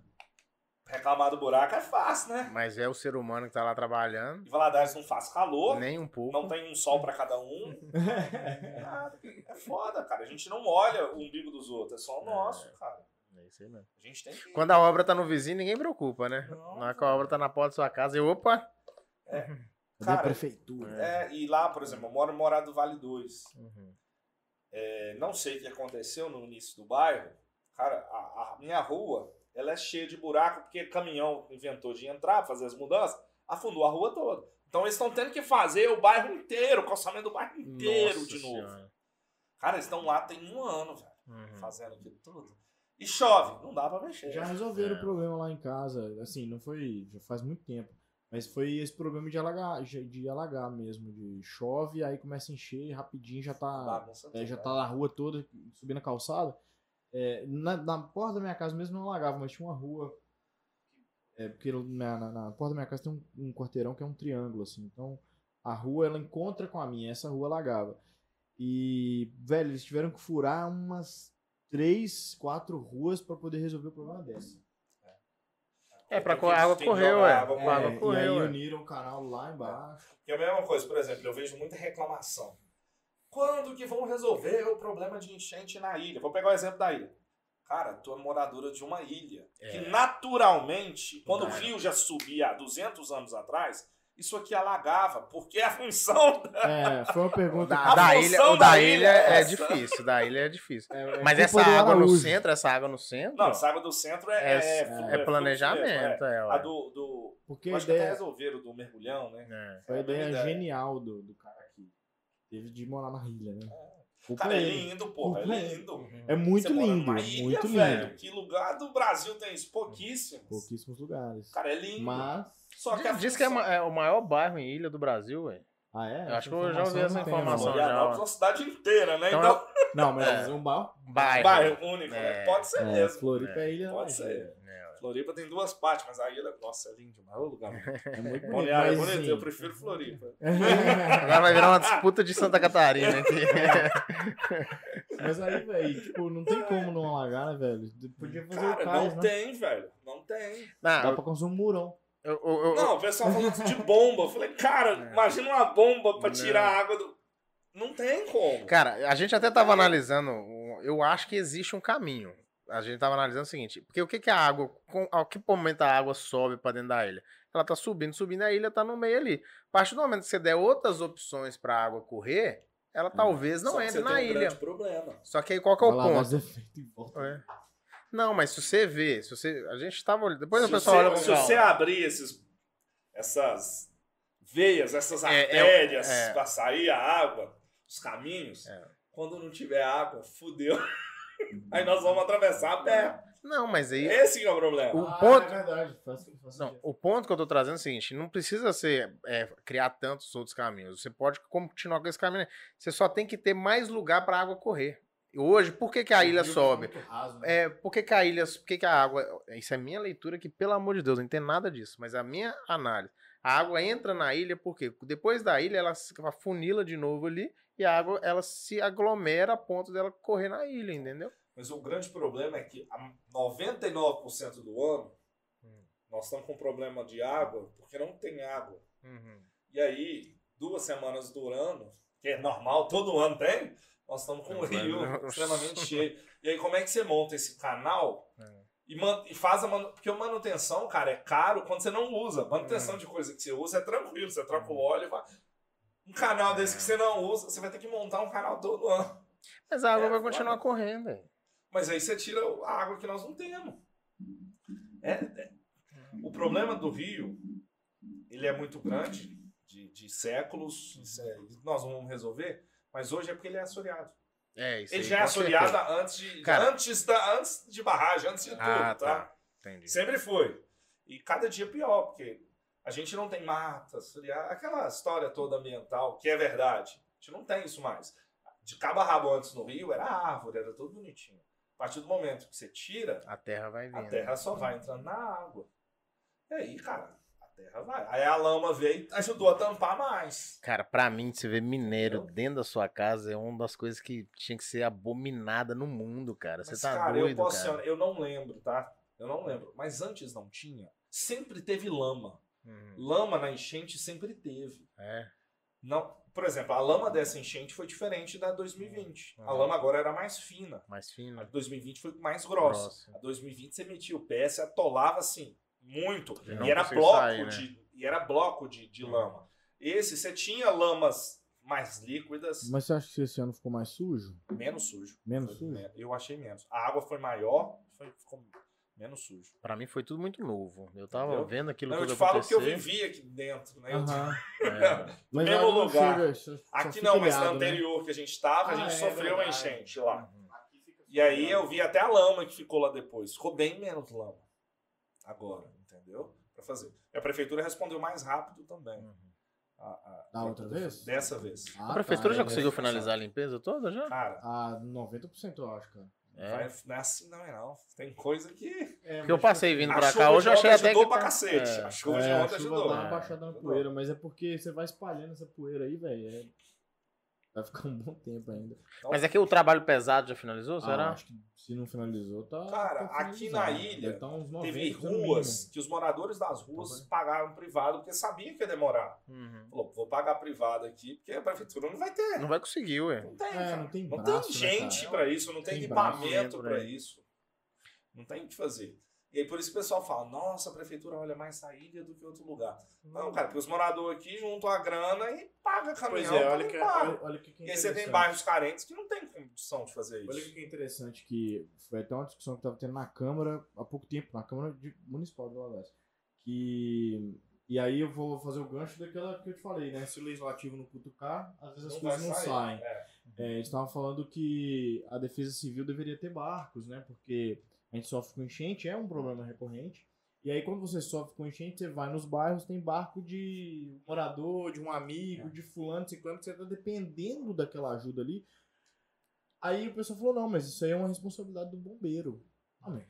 [SPEAKER 1] Reclamar do buraco é fácil, né?
[SPEAKER 2] Mas é o ser humano que tá lá trabalhando,
[SPEAKER 1] E Valadares não faz calor,
[SPEAKER 2] nem um pouco.
[SPEAKER 1] não tem um sol pra cada um. É nada. É foda, cara. A gente não olha o umbigo dos outros, é só o nosso, cara.
[SPEAKER 2] É isso aí mesmo.
[SPEAKER 1] A gente tem que.
[SPEAKER 2] Quando a obra tá no vizinho, ninguém preocupa, né?
[SPEAKER 1] Não,
[SPEAKER 2] Na hora que a obra tá na porta da sua casa, eu, opa,
[SPEAKER 3] Cadê
[SPEAKER 1] Cara,
[SPEAKER 3] a prefeitura?
[SPEAKER 1] É, e lá, por exemplo, eu moro em Morada do Vale 2.
[SPEAKER 2] Uhum.
[SPEAKER 1] É, não sei o que aconteceu no início do bairro. Cara, a, a minha rua ela é cheia de buraco, porque caminhão inventou de entrar, fazer as mudanças, afundou a rua toda. Então eles estão tendo que fazer o bairro inteiro, o calçamento do bairro inteiro
[SPEAKER 2] Nossa
[SPEAKER 1] de novo.
[SPEAKER 2] Senhora.
[SPEAKER 1] Cara, eles estão lá tem um ano, velho,
[SPEAKER 2] Uhum.
[SPEAKER 1] fazendo aquilo tudo. E chove, não dá pra mexer.
[SPEAKER 3] Já resolveram
[SPEAKER 2] É.
[SPEAKER 3] o problema lá em casa. Assim, não foi. Já faz muito tempo. Mas foi esse problema de alagar, de de alagar mesmo. De chove, aí começa a encher e rapidinho já tá.
[SPEAKER 1] Bagunça
[SPEAKER 3] É, já
[SPEAKER 1] toda.
[SPEAKER 3] tá na rua toda, subindo a calçada. É, na, na porta da minha casa mesmo não lagava, mas tinha uma rua. É, porque na, na- na porta da minha casa tem um, um quarteirão que é um triângulo, assim. Então, a rua, ela encontra com a minha. Essa rua lagava. E, velho, eles tiveram que furar umas três, quatro ruas pra poder resolver o problema dessa.
[SPEAKER 2] É, pra
[SPEAKER 1] Tem
[SPEAKER 2] co- a água
[SPEAKER 1] que- tem que
[SPEAKER 2] correr,
[SPEAKER 1] jogar
[SPEAKER 2] ué.
[SPEAKER 1] água
[SPEAKER 2] É,
[SPEAKER 1] pra água
[SPEAKER 2] e
[SPEAKER 3] e aí
[SPEAKER 2] correu, é.
[SPEAKER 3] uniram o canal lá embaixo.
[SPEAKER 1] E a mesma coisa, por exemplo, eu vejo muita reclamação. Quando que vão resolver o problema de enchente na ilha? Vou pegar o exemplo da ilha. Cara, tu é moradora de uma ilha. Que naturalmente, quando o rio já subia há 200 anos atrás, isso aqui alagava, porque a função da,
[SPEAKER 3] É, foi uma pergunta.
[SPEAKER 2] Da,
[SPEAKER 1] Tá A
[SPEAKER 2] da
[SPEAKER 1] função
[SPEAKER 2] ilha, o da,
[SPEAKER 1] da
[SPEAKER 2] ilha
[SPEAKER 1] ilha
[SPEAKER 2] é,
[SPEAKER 1] é essa.
[SPEAKER 2] difícil, da ilha é difícil.
[SPEAKER 3] É, é
[SPEAKER 2] Mas
[SPEAKER 3] culpa
[SPEAKER 2] essa
[SPEAKER 3] do
[SPEAKER 2] água no
[SPEAKER 3] Araújo.
[SPEAKER 2] centro, essa água no centro,
[SPEAKER 1] Não, saiba do centro é,
[SPEAKER 2] é,
[SPEAKER 1] é,
[SPEAKER 2] é
[SPEAKER 1] fluxo mesmo,
[SPEAKER 2] planejamento, é,
[SPEAKER 1] é.
[SPEAKER 2] ué.
[SPEAKER 1] A do. do
[SPEAKER 3] Porque a
[SPEAKER 1] acho que até
[SPEAKER 3] ideia,
[SPEAKER 1] resolveram do mergulhão, né?
[SPEAKER 2] É.
[SPEAKER 3] foi a
[SPEAKER 1] é uma
[SPEAKER 3] ideia
[SPEAKER 1] ideia.
[SPEAKER 3] genial do, do cara aqui. Teve de morar na ilha, né? Culpa
[SPEAKER 1] Cara, é
[SPEAKER 3] dele.
[SPEAKER 1] lindo, porra. É
[SPEAKER 3] Porra, é
[SPEAKER 1] lindo.
[SPEAKER 3] É muito
[SPEAKER 1] Você mora
[SPEAKER 3] lindo,
[SPEAKER 1] numa ilha,
[SPEAKER 3] muito
[SPEAKER 1] velho,
[SPEAKER 3] lindo.
[SPEAKER 1] Que lugar do Brasil tem isso? Pouquíssimos.
[SPEAKER 3] Pouquíssimos lugares.
[SPEAKER 1] Cara, é lindo.
[SPEAKER 3] Mas.
[SPEAKER 1] Só que a
[SPEAKER 2] Diz, diz que é,
[SPEAKER 1] função-
[SPEAKER 2] ma- é o maior bairro em ilha do Brasil, ué.
[SPEAKER 3] Ah, é?
[SPEAKER 2] Eu acho que eu já ouvi
[SPEAKER 3] eu
[SPEAKER 2] essa
[SPEAKER 3] não tenho,
[SPEAKER 2] informação.
[SPEAKER 3] não.
[SPEAKER 1] Florianópolis é uma cidade inteira, né?
[SPEAKER 2] Então,
[SPEAKER 1] Então,
[SPEAKER 3] Não, mas é um bairro.
[SPEAKER 2] Bairro.
[SPEAKER 1] bairro único,
[SPEAKER 2] É.
[SPEAKER 1] né? Pode ser
[SPEAKER 3] É,
[SPEAKER 1] mesmo.
[SPEAKER 3] Floripa é ilha.
[SPEAKER 1] Pode
[SPEAKER 3] né?
[SPEAKER 1] ser.
[SPEAKER 2] É, ué.
[SPEAKER 1] Floripa tem duas partes, mas a ilha, nossa, é lindo demais. É o lugar. bonito.
[SPEAKER 3] É muito bonito.
[SPEAKER 1] Balneário é
[SPEAKER 3] Mas,
[SPEAKER 1] bonito,
[SPEAKER 3] assim,
[SPEAKER 1] eu prefiro Floripa.
[SPEAKER 2] Agora vai virar uma disputa de Santa Catarina aqui.
[SPEAKER 3] mas aí, velho, tipo, não tem como não alagar, né, velho? Podia fazer o
[SPEAKER 1] Cara,
[SPEAKER 3] cais,
[SPEAKER 1] não
[SPEAKER 3] né?
[SPEAKER 1] tem, velho. Não tem.
[SPEAKER 3] Dá
[SPEAKER 2] Não,
[SPEAKER 3] pra construir um murão.
[SPEAKER 2] eu- eu- eu-
[SPEAKER 1] Não, o pessoal falando de bomba. Eu falei, cara,
[SPEAKER 2] É.
[SPEAKER 1] imagina uma bomba pra
[SPEAKER 2] Não.
[SPEAKER 1] tirar a água do. Não tem como.
[SPEAKER 2] Cara, a gente até tava analisando, um- eu acho que existe um caminho. A gente tava analisando o seguinte, porque o que que a água, com, ao que momento a água sobe pra dentro da ilha? Ela tá subindo, subindo, a ilha tá no meio ali. A partir do momento que você der outras opções pra água correr, ela talvez não
[SPEAKER 1] Só que
[SPEAKER 2] entre
[SPEAKER 1] você
[SPEAKER 2] na
[SPEAKER 1] tem um
[SPEAKER 2] ilha.
[SPEAKER 1] grande problema.
[SPEAKER 2] Só que aí qual que é o
[SPEAKER 3] Hum. Vai lá,
[SPEAKER 2] ponto?
[SPEAKER 3] mas é feito em
[SPEAKER 1] Ah,
[SPEAKER 3] volta.
[SPEAKER 2] É. Não, mas se você vê, se você, a gente tava olhando, depois o
[SPEAKER 1] se
[SPEAKER 2] pessoal
[SPEAKER 1] você,
[SPEAKER 2] olha com
[SPEAKER 1] se
[SPEAKER 2] calma.
[SPEAKER 1] você abrir esses, essas veias, essas
[SPEAKER 2] É, é,
[SPEAKER 1] artérias
[SPEAKER 2] é.
[SPEAKER 1] pra sair a água, os caminhos,
[SPEAKER 2] É.
[SPEAKER 1] quando não tiver água, fudeu. Aí nós vamos atravessar a pé.
[SPEAKER 2] Não, mas aí
[SPEAKER 1] Esse que é o problema.
[SPEAKER 2] É. O
[SPEAKER 3] Ah,
[SPEAKER 2] ponto-
[SPEAKER 3] É verdade, faço, faço
[SPEAKER 2] Não, o ponto que eu tô trazendo é o seguinte: não precisa ser é, criar tantos outros caminhos. Você pode continuar com esse caminho. né? Você só tem que ter mais lugar pra água correr. E hoje, por que, que a ilha sobe?
[SPEAKER 1] né?
[SPEAKER 2] É, por que, que a ilha. Por que, que a água. Isso é minha leitura que, pelo amor de Deus, não tem nada disso. Mas a minha análise. A água entra na ilha porque depois da ilha ela se- ela funila de novo ali e a água ela se aglomera a ponto dela correr na ilha, entendeu?
[SPEAKER 1] Mas o grande problema é que a 99% do ano
[SPEAKER 2] Hum.
[SPEAKER 1] nós estamos com problema de água porque não tem água.
[SPEAKER 2] Uhum.
[SPEAKER 1] E aí, duas semanas do ano, que é normal, todo ano tem, nós estamos com um
[SPEAKER 2] Mas
[SPEAKER 1] rio
[SPEAKER 2] não.
[SPEAKER 1] extremamente cheio. E aí, como é que você monta esse canal
[SPEAKER 2] É.
[SPEAKER 1] e, man- e faz a manutenção? Porque a manutenção, cara, é caro quando você não usa. Manutenção
[SPEAKER 2] Hum.
[SPEAKER 1] de coisa que você usa é tranquilo, você troca o óleo e vai. Um canal
[SPEAKER 2] É.
[SPEAKER 1] desse que você não usa, você vai ter que montar um canal todo ano.
[SPEAKER 2] Mas a água
[SPEAKER 1] É,
[SPEAKER 2] vai continuar
[SPEAKER 1] foda.
[SPEAKER 2] correndo. velho.
[SPEAKER 1] Mas aí você tira a água que nós não temos. É, é. O problema do rio, ele é muito grande, de, de séculos, isso é- nós não vamos resolver, mas hoje é porque ele é assoreado.
[SPEAKER 2] É isso.
[SPEAKER 1] Ele
[SPEAKER 2] aí,
[SPEAKER 1] já é
[SPEAKER 2] com certeza.
[SPEAKER 1] assoreado antes de,
[SPEAKER 2] Cara.
[SPEAKER 1] antes, da, antes de barragem, antes de tudo,
[SPEAKER 2] Ah,
[SPEAKER 1] tá?
[SPEAKER 2] tá. Entendi.
[SPEAKER 1] Sempre foi. E cada dia pior, porque a gente não tem mata, assoreado, aquela história toda ambiental, que é verdade. A gente não tem isso mais. De cabo a rabo antes no Rio, era árvore, era tudo bonitinho. A partir do momento que você tira,
[SPEAKER 2] A terra vai
[SPEAKER 1] a
[SPEAKER 2] vindo.
[SPEAKER 1] terra só
[SPEAKER 2] Hum.
[SPEAKER 1] vai entrando na água. E aí, cara, a terra vai. Aí a lama veio e ajudou a tampar mais.
[SPEAKER 2] Cara, pra mim, você ver mineiro
[SPEAKER 1] Entendeu?
[SPEAKER 2] dentro da sua casa é uma das coisas que tinha que ser abominada no mundo, cara. Você
[SPEAKER 1] Mas,
[SPEAKER 2] tá
[SPEAKER 1] cara,
[SPEAKER 2] doido,
[SPEAKER 1] eu posso
[SPEAKER 2] cara.
[SPEAKER 1] ser- eu não lembro, tá? Eu não lembro. Mas antes não tinha. Sempre teve lama.
[SPEAKER 2] Uhum.
[SPEAKER 1] Lama na enchente sempre teve.
[SPEAKER 2] É.
[SPEAKER 1] Não, por exemplo, a lama dessa enchente foi diferente da 2020. A
[SPEAKER 2] Uhum.
[SPEAKER 1] lama agora era mais fina.
[SPEAKER 2] mais
[SPEAKER 1] A
[SPEAKER 2] fino.
[SPEAKER 1] de 2020 foi mais grossa. A
[SPEAKER 2] Grossa.
[SPEAKER 1] 2020 você metia o pé, você atolava assim, muito.
[SPEAKER 2] E
[SPEAKER 1] E
[SPEAKER 2] não
[SPEAKER 1] era,
[SPEAKER 2] conseguiu
[SPEAKER 1] bloco
[SPEAKER 2] sair, né?
[SPEAKER 1] de, e era bloco de, de lama. Esse, você tinha lamas mais líquidas,
[SPEAKER 3] Mas você acha que esse ano ficou mais sujo?
[SPEAKER 1] menos sujo.
[SPEAKER 3] Menos
[SPEAKER 1] Foi
[SPEAKER 3] sujo?
[SPEAKER 1] men- Eu achei menos. A água foi maior, foi- ficou menos sujo.
[SPEAKER 2] Pra mim foi tudo muito novo. Eu tava
[SPEAKER 1] Entendeu?
[SPEAKER 2] vendo aquilo
[SPEAKER 1] Não, eu
[SPEAKER 2] tudo
[SPEAKER 1] te falo o que eu
[SPEAKER 2] acontecer.
[SPEAKER 1] vivi né? aqui dentro. Né? Eu-
[SPEAKER 3] Aham.
[SPEAKER 2] É.
[SPEAKER 3] Mas
[SPEAKER 1] Mesmo
[SPEAKER 3] ela não
[SPEAKER 1] lugar.
[SPEAKER 3] chega, só- só
[SPEAKER 1] Aqui
[SPEAKER 3] fica
[SPEAKER 1] não, mas na
[SPEAKER 3] ilhado, né?
[SPEAKER 1] anterior que a gente estava, a
[SPEAKER 3] Ah,
[SPEAKER 1] gente
[SPEAKER 3] é
[SPEAKER 1] sofreu uma
[SPEAKER 3] verdade.
[SPEAKER 1] enchente lá.
[SPEAKER 2] Uhum.
[SPEAKER 1] E aí eu vi até a lama que ficou lá depois. Ficou bem menos lama. Agora, entendeu? Pra fazer. E a prefeitura respondeu mais rápido também.
[SPEAKER 2] Uhum.
[SPEAKER 1] A- a-
[SPEAKER 3] Da outra vez?
[SPEAKER 1] Dessa vez.
[SPEAKER 3] Ah,
[SPEAKER 2] A
[SPEAKER 3] tá,
[SPEAKER 2] professora já
[SPEAKER 3] é,
[SPEAKER 2] conseguiu
[SPEAKER 3] é.
[SPEAKER 2] finalizar a limpeza toda já?
[SPEAKER 1] Cara,
[SPEAKER 3] Ah, 90% eu acho, cara.
[SPEAKER 2] É.
[SPEAKER 1] vai- não é assim não, é não. Tem coisa que.
[SPEAKER 2] Porque eu passei vindo
[SPEAKER 1] tipo assim, A
[SPEAKER 2] pra
[SPEAKER 1] chuva
[SPEAKER 2] cá
[SPEAKER 1] de
[SPEAKER 2] hoje, eu
[SPEAKER 1] ontem
[SPEAKER 2] achei até
[SPEAKER 1] ajudou
[SPEAKER 2] que.
[SPEAKER 1] pra
[SPEAKER 2] tá-
[SPEAKER 1] cacete.
[SPEAKER 2] É.
[SPEAKER 1] A chuva de
[SPEAKER 3] É,
[SPEAKER 1] ontem
[SPEAKER 3] a chuva
[SPEAKER 1] ajudou.
[SPEAKER 3] dá uma
[SPEAKER 2] É.
[SPEAKER 3] baixada na poeira, mas é porque você vai espalhando essa poeira aí, velho. é- Vai ficar um bom tempo ainda.
[SPEAKER 1] Então,
[SPEAKER 2] Mas é aqui o trabalho pesado já finalizou,
[SPEAKER 3] Ah,
[SPEAKER 2] será?
[SPEAKER 3] acho que se não finalizou, tá.
[SPEAKER 1] Cara,
[SPEAKER 3] tá
[SPEAKER 1] aqui na
[SPEAKER 3] finalizado.
[SPEAKER 1] ilha,
[SPEAKER 3] Deve tá uns 90
[SPEAKER 1] Teve
[SPEAKER 3] no mínimo.
[SPEAKER 1] ruas que os moradores
[SPEAKER 3] Tá
[SPEAKER 1] das ruas pagaram privado porque sabia que ia demorar.
[SPEAKER 2] Uhum.
[SPEAKER 1] Falou, vou pagar privado aqui porque a prefeitura não vai ter.
[SPEAKER 2] Não vai conseguir, ué.
[SPEAKER 1] Não tem,
[SPEAKER 3] É,
[SPEAKER 1] cara.
[SPEAKER 3] não tem
[SPEAKER 1] Não
[SPEAKER 3] braço,
[SPEAKER 1] tem
[SPEAKER 3] né,
[SPEAKER 1] gente
[SPEAKER 3] cara?
[SPEAKER 1] pra isso, não tem,
[SPEAKER 3] Tem braço, né,
[SPEAKER 1] equipamento
[SPEAKER 2] né,
[SPEAKER 1] pra
[SPEAKER 2] pra
[SPEAKER 1] isso. Não tem o que fazer. E aí por isso o pessoal fala, nossa, a prefeitura olha mais a ilha do que outro lugar. Não, cara, porque os moradores aqui juntam a grana e paga
[SPEAKER 3] Pois
[SPEAKER 1] caminhão
[SPEAKER 3] é,
[SPEAKER 1] pra
[SPEAKER 3] olha que,
[SPEAKER 1] limpar.
[SPEAKER 3] olha, olha que, que
[SPEAKER 1] E aí você tem
[SPEAKER 3] interessante.
[SPEAKER 1] é bairros carentes que não tem condição de fazer
[SPEAKER 3] Olha
[SPEAKER 1] é isso.
[SPEAKER 3] que interessante que foi até uma discussão que estava tendo na Câmara há pouco tempo, na Câmara de- Municipal do Alas. Que. E aí eu vou fazer o gancho daquela que eu te falei, né? Se o legislativo não cutucar, às vezes as coisas não saem.
[SPEAKER 1] É.
[SPEAKER 3] É, eles estavam falando que a defesa civil deveria ter barcos, né? Porque a gente sofre com enchente, é um problema recorrente. E aí, quando você sofre com enchente, você vai nos bairros, tem barco de morador, de um amigo, de fulano, ciclano, que você tá dependendo daquela ajuda ali. Aí o pessoal falou, não, mas isso aí é uma responsabilidade do bombeiro. Ah, mas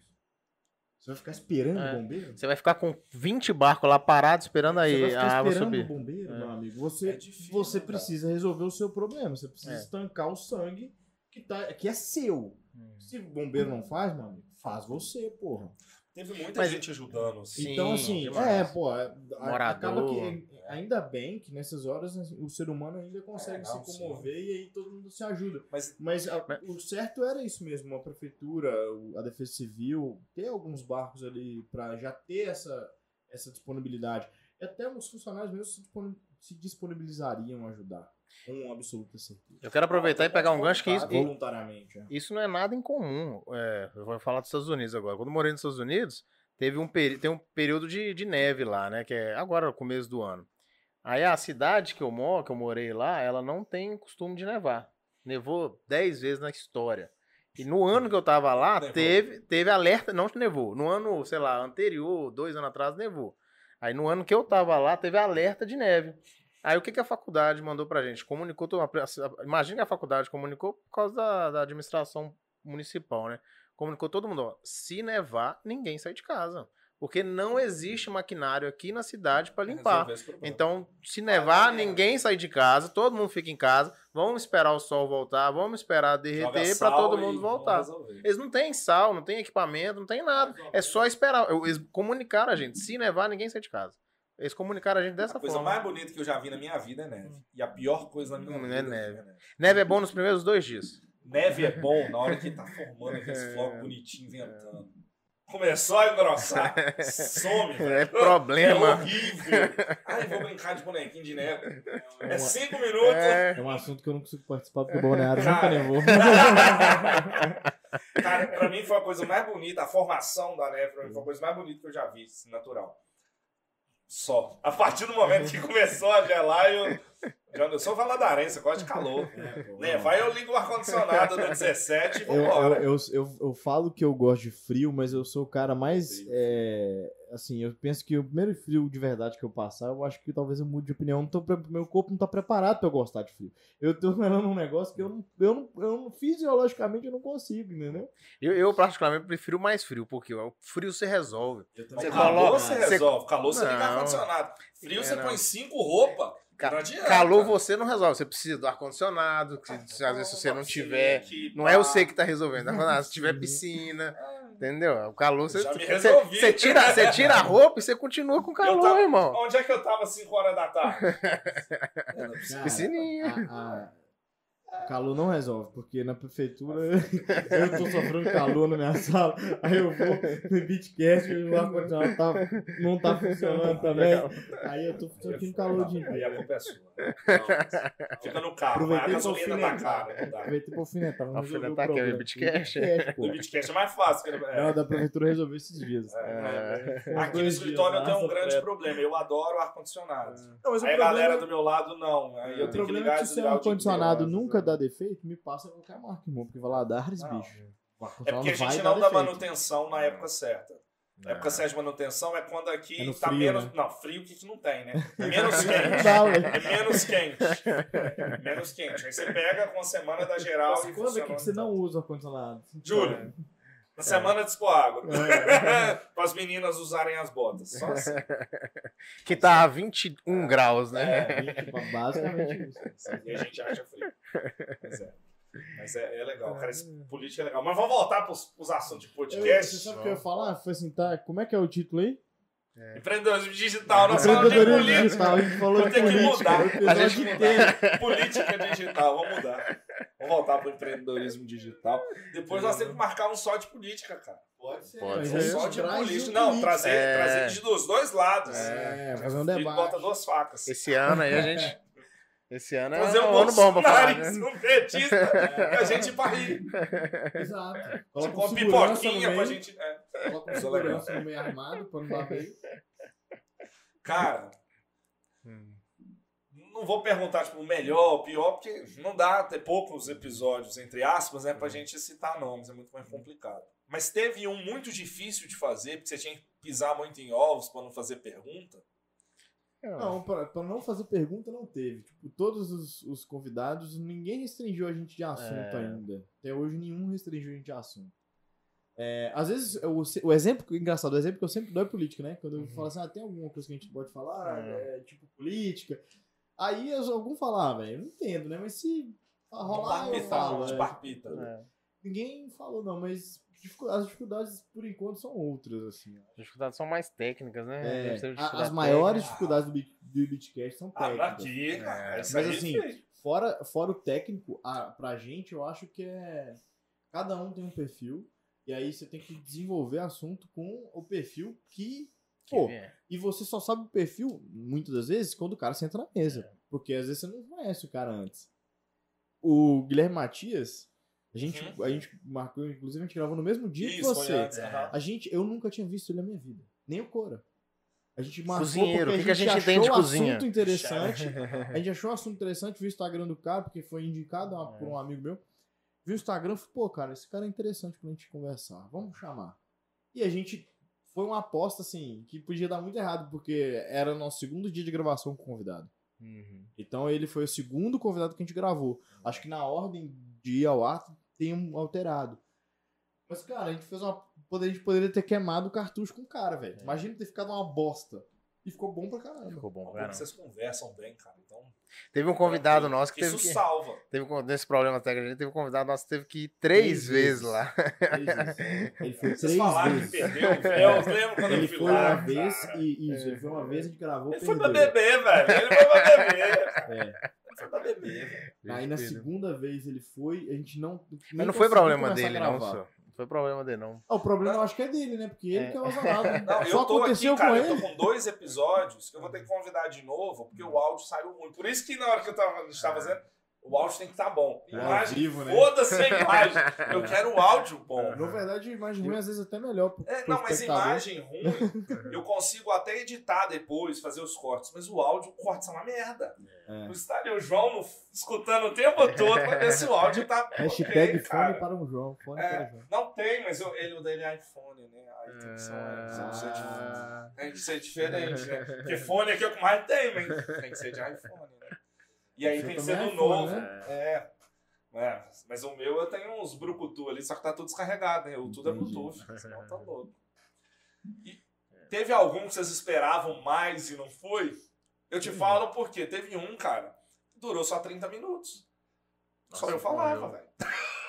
[SPEAKER 3] você vai ficar esperando
[SPEAKER 2] É.
[SPEAKER 3] o bombeiro?
[SPEAKER 2] Você vai ficar com 20 barcos lá parados esperando
[SPEAKER 3] Você vai
[SPEAKER 2] aí a
[SPEAKER 3] ficar
[SPEAKER 2] água
[SPEAKER 3] esperando o
[SPEAKER 2] subir.
[SPEAKER 3] bombeiro,
[SPEAKER 2] É.
[SPEAKER 3] meu amigo. Você,
[SPEAKER 1] É difícil,
[SPEAKER 3] você
[SPEAKER 1] cara.
[SPEAKER 3] precisa resolver o seu problema. Você precisa
[SPEAKER 2] É.
[SPEAKER 3] estancar o sangue que, tá, que é seu.
[SPEAKER 2] Hum.
[SPEAKER 3] Se o bombeiro não faz, meu amigo, faz você, porra.
[SPEAKER 1] Teve muita
[SPEAKER 2] Mas-
[SPEAKER 1] gente ajudando. assim.
[SPEAKER 2] Sim,
[SPEAKER 3] então, assim,
[SPEAKER 2] demais.
[SPEAKER 3] é, pô. é, a-
[SPEAKER 2] Morador.
[SPEAKER 3] Acaba que, ainda bem que nessas horas assim, o ser humano ainda consegue
[SPEAKER 1] É, não,
[SPEAKER 3] se comover e aí todo mundo se ajuda.
[SPEAKER 1] Mas
[SPEAKER 3] Mas a-
[SPEAKER 2] Mas-
[SPEAKER 3] o certo era isso mesmo, a prefeitura, o- a defesa civil, ter alguns barcos ali pra já ter essa, essa disponibilidade. E até os funcionários mesmo se, disponi- se disponibilizariam a ajudar, com absoluta certeza.
[SPEAKER 2] Eu quero aproveitar e pegar um gancho que isso,
[SPEAKER 3] Voluntariamente, é.
[SPEAKER 2] isso não é nada incomum. É, eu vou falar dos Estados Unidos agora. Quando eu morei nos Estados Unidos, teve um, peri- tem um período de, de neve lá, né? Que é agora, no começo do ano. Aí a cidade que eu moro, que eu morei lá, ela não tem costume de nevar. Nevou 10 vezes na história. E no ano que eu tava lá,
[SPEAKER 1] Nevou.
[SPEAKER 2] teve, teve alerta, não nevou. No ano, sei lá, anterior, dois anos atrás, nevou. Aí no ano que eu tava lá, teve alerta de neve. Aí o que, que a faculdade mandou pra gente? Comunicou. toda a- Imagina que a faculdade comunicou por causa da, da administração municipal, né? Comunicou todo mundo: ó, se nevar, ninguém sai de casa. Porque não existe maquinário aqui na cidade pra limpar.
[SPEAKER 1] resolver esse problema.
[SPEAKER 2] Então, se nevar,
[SPEAKER 1] merda.
[SPEAKER 2] ninguém sai de casa, todo mundo fica em casa. Vamos esperar o sol voltar, vamos esperar
[SPEAKER 1] Joga
[SPEAKER 2] derreter pra
[SPEAKER 1] sal
[SPEAKER 2] todo
[SPEAKER 1] e
[SPEAKER 2] mundo
[SPEAKER 1] vamos
[SPEAKER 2] voltar.
[SPEAKER 1] resolver.
[SPEAKER 2] Eles não têm sal, não têm equipamento, não tem nada. É só esperar. Eu- Eles comunicaram a gente. Se nevar, ninguém sai de casa. Eles comunicaram a gente dessa
[SPEAKER 1] A coisa
[SPEAKER 2] forma.
[SPEAKER 1] mais bonita que eu já vi na minha vida é neve. E a pior coisa na minha
[SPEAKER 2] Não
[SPEAKER 1] vida
[SPEAKER 2] é neve.
[SPEAKER 1] É neve.
[SPEAKER 2] Neve é bom nos primeiros dois dias.
[SPEAKER 1] Neve é bom na hora que tá formando
[SPEAKER 3] É,
[SPEAKER 1] aqueles flocos bonitinhos ventando. Começou a engrossar. Some, velho.
[SPEAKER 2] É
[SPEAKER 1] É
[SPEAKER 2] problema.
[SPEAKER 1] horrível. Ai, vou brincar de bonequinho de neve.
[SPEAKER 3] É
[SPEAKER 1] É
[SPEAKER 3] uma-
[SPEAKER 1] cinco minutos.
[SPEAKER 3] É um assunto que eu não consigo participar
[SPEAKER 2] É.
[SPEAKER 3] porque o Balneário nunca
[SPEAKER 1] Cara.
[SPEAKER 3] levou.
[SPEAKER 1] Cara, pra mim foi a coisa mais bonita, a formação da neve pra mim foi a coisa mais bonita que eu já vi, assim, natural. Só. A partir do momento que começou a gelar, eu. Já eu sou valadarense, eu gosto de calor.
[SPEAKER 2] É,
[SPEAKER 1] Né? Vai, eu ligo o ar-condicionado da 17 e
[SPEAKER 3] Eu, eu,
[SPEAKER 1] vambora.
[SPEAKER 3] eu, eu, eu falo que eu gosto de frio, mas eu sou o cara mais.
[SPEAKER 1] Sim.
[SPEAKER 3] é, assim, eu penso que o primeiro frio de verdade que eu passar, eu acho que talvez eu mude de opinião. Não tô pre- meu corpo não tá preparado pra eu gostar de frio. Eu tô falando um negócio que eu não, eu não, eu não fisiologicamente eu não consigo, entendeu?
[SPEAKER 2] Eu, eu, particularmente, prefiro mais frio, porque o frio se resolve.
[SPEAKER 1] Você
[SPEAKER 2] Você
[SPEAKER 1] calor
[SPEAKER 2] coloca-
[SPEAKER 1] você
[SPEAKER 2] você-
[SPEAKER 1] resolve, calor você liga
[SPEAKER 2] Não.
[SPEAKER 1] ar-condicionado. Frio
[SPEAKER 2] É,
[SPEAKER 1] você
[SPEAKER 2] não.
[SPEAKER 1] põe cinco roupas.
[SPEAKER 2] Ca-
[SPEAKER 1] Não adianta. Ah,
[SPEAKER 2] Calor você não resolve. Você precisa do ar-condicionado, que se- às vezes se você não tiver. Não é você que tá resolvendo. Ah, Se tiver piscina, entendeu? O calor você.
[SPEAKER 1] Já me
[SPEAKER 2] Você
[SPEAKER 1] resolvi.
[SPEAKER 2] você tira, você tira a roupa e você continua com calor,
[SPEAKER 1] tava-
[SPEAKER 2] irmão.
[SPEAKER 1] Onde é que eu tava às 5 horas da tarde?
[SPEAKER 2] Piscininha.
[SPEAKER 3] A- a- calor não resolve, porque na prefeitura eu tô sofrendo calor na minha sala. Aí eu vou no beatcast e o ar-condicionado tá, não tá funcionando também. Aí eu tô sentindo calor de
[SPEAKER 1] Aí
[SPEAKER 3] dia.
[SPEAKER 1] a culpa é sua. Não, Fica no carro, mas a
[SPEAKER 3] Aproveitei
[SPEAKER 1] gasolina
[SPEAKER 3] pra
[SPEAKER 1] tá cara. não dá.
[SPEAKER 3] Aproveitei pra alfinetar. vamos tipo resolver
[SPEAKER 2] Alfinetar
[SPEAKER 3] o
[SPEAKER 2] que é o
[SPEAKER 3] problema.
[SPEAKER 2] beatcast?
[SPEAKER 3] Beatcast, pô.
[SPEAKER 1] Do Bitcast é mais fácil. Que...
[SPEAKER 3] Não,
[SPEAKER 1] É.
[SPEAKER 3] da prefeitura resolveu esses dias.
[SPEAKER 2] É.
[SPEAKER 1] Aqui no escritório eu tenho um grande problema. Eu adoro
[SPEAKER 3] É.
[SPEAKER 1] ar-condicionado. Aí a galera do meu é lado, não. Aí eu tenho
[SPEAKER 3] O
[SPEAKER 1] que
[SPEAKER 3] problema é
[SPEAKER 1] ligar
[SPEAKER 3] que
[SPEAKER 1] e
[SPEAKER 3] se o
[SPEAKER 1] desligar o dia inteiro. É
[SPEAKER 3] ar-condicionado nunca dá defeito, me passa qualquer marca, irmão, porque Valadares,
[SPEAKER 1] né? Não.
[SPEAKER 3] bicho. o
[SPEAKER 1] É porque a
[SPEAKER 3] ar-condicionado
[SPEAKER 1] gente não
[SPEAKER 3] vai dar
[SPEAKER 1] dá
[SPEAKER 3] defeito.
[SPEAKER 1] manutenção na época certa. A época certa de manutenção é quando
[SPEAKER 3] É
[SPEAKER 1] aqui
[SPEAKER 3] no
[SPEAKER 1] tá
[SPEAKER 3] frio,
[SPEAKER 1] menos.
[SPEAKER 3] né?
[SPEAKER 1] Não, frio que não tem, né? Menos
[SPEAKER 3] Não
[SPEAKER 1] quente.
[SPEAKER 3] dá, velho.
[SPEAKER 1] É menos quente. Menos quente. Aí você pega com a semana da geral
[SPEAKER 3] Mas
[SPEAKER 1] e
[SPEAKER 3] quando é que,
[SPEAKER 1] funciona.
[SPEAKER 3] você não usa o Então, ar-condicionado?
[SPEAKER 1] Júlio,
[SPEAKER 3] É.
[SPEAKER 1] na semana de expor água. Para as meninas usarem as botas. Só assim.
[SPEAKER 2] Que tá a 21 graus, né?
[SPEAKER 1] É,
[SPEAKER 3] Tipo, basicamente isso.
[SPEAKER 1] assim. e a gente acha frio. Mas é. Mas é, é legal, cara. Esse político é legal. Mas vamos voltar para os assuntos de
[SPEAKER 3] Eu,
[SPEAKER 1] podcast.
[SPEAKER 3] É, você sabe o que eu ia falar? Foi assim, tá, como é que é o título aí?
[SPEAKER 1] Empreendedorismo digital, nós falamos de
[SPEAKER 3] É. Empreendedorismo
[SPEAKER 1] política.
[SPEAKER 3] digital, tá? a gente falou
[SPEAKER 1] Vou
[SPEAKER 3] de
[SPEAKER 1] ter que
[SPEAKER 3] política.
[SPEAKER 1] mudar.
[SPEAKER 3] o episódio
[SPEAKER 1] A gente mudar. Política é digital, vamos mudar. Vamos voltar pro empreendedorismo digital. Depois nós temos que marcar um só de política, cara. Pode ser.
[SPEAKER 2] Pode
[SPEAKER 1] Pode
[SPEAKER 2] ser.
[SPEAKER 1] Só de
[SPEAKER 3] Traz
[SPEAKER 1] político.
[SPEAKER 3] um
[SPEAKER 1] Não,
[SPEAKER 3] político.
[SPEAKER 1] trazer,
[SPEAKER 2] É.
[SPEAKER 1] trazer de dos dois lados.
[SPEAKER 3] É, fazer um
[SPEAKER 1] Ele
[SPEAKER 3] debate.
[SPEAKER 1] bota duas facas.
[SPEAKER 2] Esse ano aí a gente. Esse ano é
[SPEAKER 1] Trazer um
[SPEAKER 2] um ano bom pra falar.
[SPEAKER 1] Bolsonaro,
[SPEAKER 2] Né?
[SPEAKER 1] um petista,
[SPEAKER 3] É.
[SPEAKER 1] que a gente varre.
[SPEAKER 3] Exato.
[SPEAKER 1] Tipo,
[SPEAKER 3] Coloca
[SPEAKER 1] uma
[SPEAKER 3] um segurança no
[SPEAKER 1] pipoquinha pra
[SPEAKER 3] meio,
[SPEAKER 1] gente... é.
[SPEAKER 3] Coloca um
[SPEAKER 1] Isso é legal.
[SPEAKER 3] segurança no meio armado pra não bater.
[SPEAKER 1] Cara,
[SPEAKER 2] Hum.
[SPEAKER 1] não vou perguntar, tipo, o melhor, o pior, porque não dá ter poucos episódios, entre aspas, né,
[SPEAKER 3] Uhum.
[SPEAKER 1] pra gente citar nomes, é muito mais complicado. Mas teve um muito difícil de fazer, porque você tinha que pisar muito em ovos pra não fazer pergunta.
[SPEAKER 2] né?
[SPEAKER 3] Não, pra, pra não fazer pergunta, não teve. Tipo, todos os, os convidados, ninguém restringiu a gente de assunto
[SPEAKER 2] É.
[SPEAKER 3] ainda. Até hoje, nenhum restringiu a gente de assunto. É, às vezes, o, o exemplo, que- engraçado, o exemplo que eu sempre dou é política, né? Quando eu falo assim, ah, tem alguma coisa que a gente pode falar, é, tipo política. Aí eu- algum falar, ah, velho, eu não entendo, né? Mas se rolar, eu
[SPEAKER 1] Parpita,
[SPEAKER 3] falo.
[SPEAKER 1] não, de
[SPEAKER 3] é.
[SPEAKER 1] parpita.
[SPEAKER 3] Ninguém falou, não, mas dificu- as dificuldades, por enquanto, são outras, assim.
[SPEAKER 2] As dificuldades são mais técnicas, né?
[SPEAKER 3] É,
[SPEAKER 2] Deve ser
[SPEAKER 3] a-
[SPEAKER 2] dificuldade
[SPEAKER 3] as maiores
[SPEAKER 1] técnica.
[SPEAKER 3] dificuldades do, Bit- do Bitcast são
[SPEAKER 1] Ah, pra
[SPEAKER 3] técnicas.
[SPEAKER 1] quê, cara? Isso
[SPEAKER 3] É, Mas
[SPEAKER 1] aí,
[SPEAKER 3] assim,
[SPEAKER 1] filho.
[SPEAKER 3] Fora, fora o técnico, a, pra gente, eu acho que é. Cada um tem um perfil. E aí você tem que desenvolver assunto com o perfil que.
[SPEAKER 2] técnica
[SPEAKER 3] Pô,
[SPEAKER 2] que vier.
[SPEAKER 3] e você só sabe o perfil, muitas das vezes, quando o cara senta na mesa.
[SPEAKER 2] É.
[SPEAKER 3] Porque às vezes você não conhece o cara antes. O Guilherme Matias, a gente,
[SPEAKER 1] Uhum.
[SPEAKER 3] a gente marcou, inclusive a gente gravou no mesmo dia que
[SPEAKER 1] Isso, foi
[SPEAKER 3] você. É.
[SPEAKER 1] antes, aham.
[SPEAKER 3] A gente, eu nunca tinha visto ele na minha vida. Nem o Cora. A gente marcou porque
[SPEAKER 2] Cozinheiro, o que que a gente
[SPEAKER 3] achou
[SPEAKER 2] tem de
[SPEAKER 3] o
[SPEAKER 2] cozinha?
[SPEAKER 3] assunto interessante. a gente achou o assunto interessante, viu o Instagram do cara, porque foi indicado a-
[SPEAKER 2] É.
[SPEAKER 3] por um amigo meu. Viu o Instagram e falei, pô, cara, esse cara é interessante pra gente conversar. Vamos chamar. E a gente foi uma aposta, assim, que podia dar muito errado, porque era o nosso segundo dia de gravação com o convidado.
[SPEAKER 2] Uhum.
[SPEAKER 3] Então ele foi o segundo convidado que a gente gravou. Acho que na ordem de ir ao ar tem um alterado. Mas, cara, a gente fez uma. poder- A gente poderia ter queimado o cartucho com o cara,
[SPEAKER 1] É.
[SPEAKER 3] velho. Imagina ter ficado uma bosta. E ficou bom pra caramba.
[SPEAKER 2] Ficou bom,
[SPEAKER 1] Bom, que
[SPEAKER 2] cara.
[SPEAKER 1] vocês conversam bem, cara. Então,
[SPEAKER 2] Teve um convidado nosso que teve
[SPEAKER 1] É, isso
[SPEAKER 2] que.
[SPEAKER 1] salva.
[SPEAKER 2] Teve, um- nesse problema técnico, a gente teve um convidado nosso que teve que ir
[SPEAKER 3] Três
[SPEAKER 2] três
[SPEAKER 3] vezes.
[SPEAKER 2] vezes lá.
[SPEAKER 3] Ele foi
[SPEAKER 1] Vocês
[SPEAKER 3] três
[SPEAKER 1] falaram
[SPEAKER 3] vezes.
[SPEAKER 1] que perdeu. Eu lembro quando
[SPEAKER 3] Ele
[SPEAKER 1] eu fui
[SPEAKER 3] foi
[SPEAKER 1] lá.
[SPEAKER 3] uma vez
[SPEAKER 1] cara. É.
[SPEAKER 3] e isso, ele foi uma vez, a gente gravou.
[SPEAKER 1] Ele foi pra
[SPEAKER 3] perdeu.
[SPEAKER 1] beber, velho. Ele foi pra beber.
[SPEAKER 3] É.
[SPEAKER 1] Ele foi pra beber, velho.
[SPEAKER 3] Aí na
[SPEAKER 2] Perdeu.
[SPEAKER 3] segunda vez ele foi, a gente não.
[SPEAKER 2] Mas
[SPEAKER 3] nem
[SPEAKER 2] não foi
[SPEAKER 3] conseguiu
[SPEAKER 2] problema
[SPEAKER 3] começar a
[SPEAKER 2] dele, não,
[SPEAKER 3] gravar.
[SPEAKER 2] senhor. Não foi problema dele, não.
[SPEAKER 3] Ah, o problema eu acho que é dele, né? Porque ele que é o azarado.
[SPEAKER 1] Não,
[SPEAKER 3] Só
[SPEAKER 1] eu tô
[SPEAKER 3] aconteceu
[SPEAKER 1] aqui, cara,
[SPEAKER 3] com
[SPEAKER 1] eu
[SPEAKER 3] ele.
[SPEAKER 1] tô com dois episódios que eu vou ter que convidar de novo, porque o áudio saiu ruim. Por isso que na hora que eu tava, a gente tava fazendo, o áudio tem que estar bom.
[SPEAKER 3] É, ao
[SPEAKER 1] Imagem,
[SPEAKER 3] vivo, Ah. né? É.
[SPEAKER 1] foda-se a imagem. Eu quero o áudio bom.
[SPEAKER 3] Na verdade, imagem ruim às vezes até melhor. pro-
[SPEAKER 1] É,
[SPEAKER 3] pro
[SPEAKER 1] não, mas
[SPEAKER 3] espectador.
[SPEAKER 1] imagem ruim, eu consigo até editar depois, fazer os cortes, mas o áudio, o corte é uma merda.
[SPEAKER 3] É.
[SPEAKER 1] Eu estaria o João no- escutando o tempo todo pra ver se o áudio tá.
[SPEAKER 3] É, Hashtag
[SPEAKER 1] ok, cara.
[SPEAKER 3] fone para um João. Fone
[SPEAKER 1] É.
[SPEAKER 3] para um João.
[SPEAKER 1] Não tem, mas eu, ele, o dele é iPhone, né? Aí
[SPEAKER 2] É,
[SPEAKER 1] tem que ser, um- tem que ser
[SPEAKER 2] Ah.
[SPEAKER 1] de- tem que ser diferente, né? Porque fone aqui é o que mais tem, mas tem que ser de iPhone, né? E aí
[SPEAKER 3] Você
[SPEAKER 1] tem que
[SPEAKER 3] também
[SPEAKER 1] ser
[SPEAKER 3] é
[SPEAKER 1] do
[SPEAKER 3] iPhone,
[SPEAKER 1] novo.
[SPEAKER 3] né?
[SPEAKER 1] É. É, mas o meu eu tenho uns brucutu ali, só que tá tudo descarregado, né? O tudo é
[SPEAKER 3] Entendi.
[SPEAKER 1] Bluetooth, senão tá louco. E teve algum que vocês esperavam mais e não foi? Eu te falo porque teve um, cara, que durou só 30 minutos. só eu falava, velho.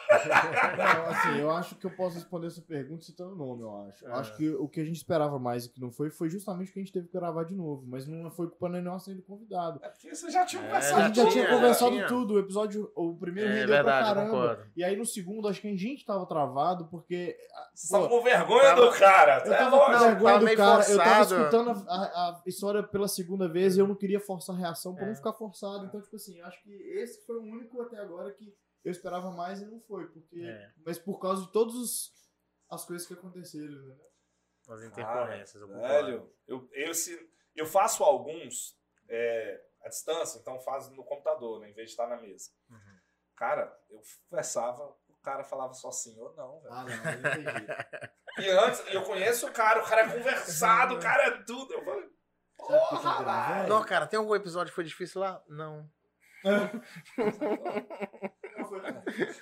[SPEAKER 3] Não, assim, eu acho que eu posso responder essa pergunta citando o nome, eu acho.
[SPEAKER 1] É.
[SPEAKER 3] Eu acho que o que a gente esperava mais e que não foi, foi justamente o que a gente teve que gravar de novo. Mas não foi culpa nossa nem do convidado.
[SPEAKER 1] É porque você já tinha
[SPEAKER 2] É,
[SPEAKER 1] conversado. né?
[SPEAKER 3] A gente já
[SPEAKER 2] tinha,
[SPEAKER 3] tinha
[SPEAKER 2] já
[SPEAKER 3] conversado
[SPEAKER 2] tinha.
[SPEAKER 3] tudo. O episódio, o primeiro
[SPEAKER 2] É
[SPEAKER 3] rendeu
[SPEAKER 2] verdade,
[SPEAKER 3] pra
[SPEAKER 2] eu
[SPEAKER 3] caramba.
[SPEAKER 2] concordo.
[SPEAKER 3] E aí no segundo, acho que a gente tava travado, porque
[SPEAKER 1] Vocês estavam
[SPEAKER 3] Pô,
[SPEAKER 1] com vergonha do cara.
[SPEAKER 3] Eu
[SPEAKER 1] é
[SPEAKER 3] tava com
[SPEAKER 1] lógico.
[SPEAKER 3] vergonha
[SPEAKER 2] tava
[SPEAKER 3] do
[SPEAKER 2] meio
[SPEAKER 3] cara, eu tava
[SPEAKER 2] forçado.
[SPEAKER 3] escutando a, a- a história pela segunda vez e eu não queria forçar a reação pra não
[SPEAKER 1] É.
[SPEAKER 3] ficar forçado. Então, tipo assim, eu acho que esse foi o único até agora que eu esperava mais e não foi. Porque,
[SPEAKER 2] É.
[SPEAKER 3] Mas por causa de todas as coisas que aconteceram, né?
[SPEAKER 2] As
[SPEAKER 1] intercorrências,
[SPEAKER 2] intercorrências.
[SPEAKER 1] Velho, eu, eu, se- eu faço alguns é, à distância, então faz no computador, né? Em vez de estar na mesa.
[SPEAKER 2] Uhum.
[SPEAKER 1] Cara, eu conversava, o cara falava só sim ou não, velho.
[SPEAKER 3] Ah, não, eu entendi.
[SPEAKER 1] E antes, eu conheço o cara, o cara é conversado,
[SPEAKER 3] Uhum.
[SPEAKER 1] o cara é tudo. Eu falei, porra,
[SPEAKER 3] gravando?
[SPEAKER 1] velho.
[SPEAKER 2] Não, cara, tem algum episódio que foi difícil lá? Não.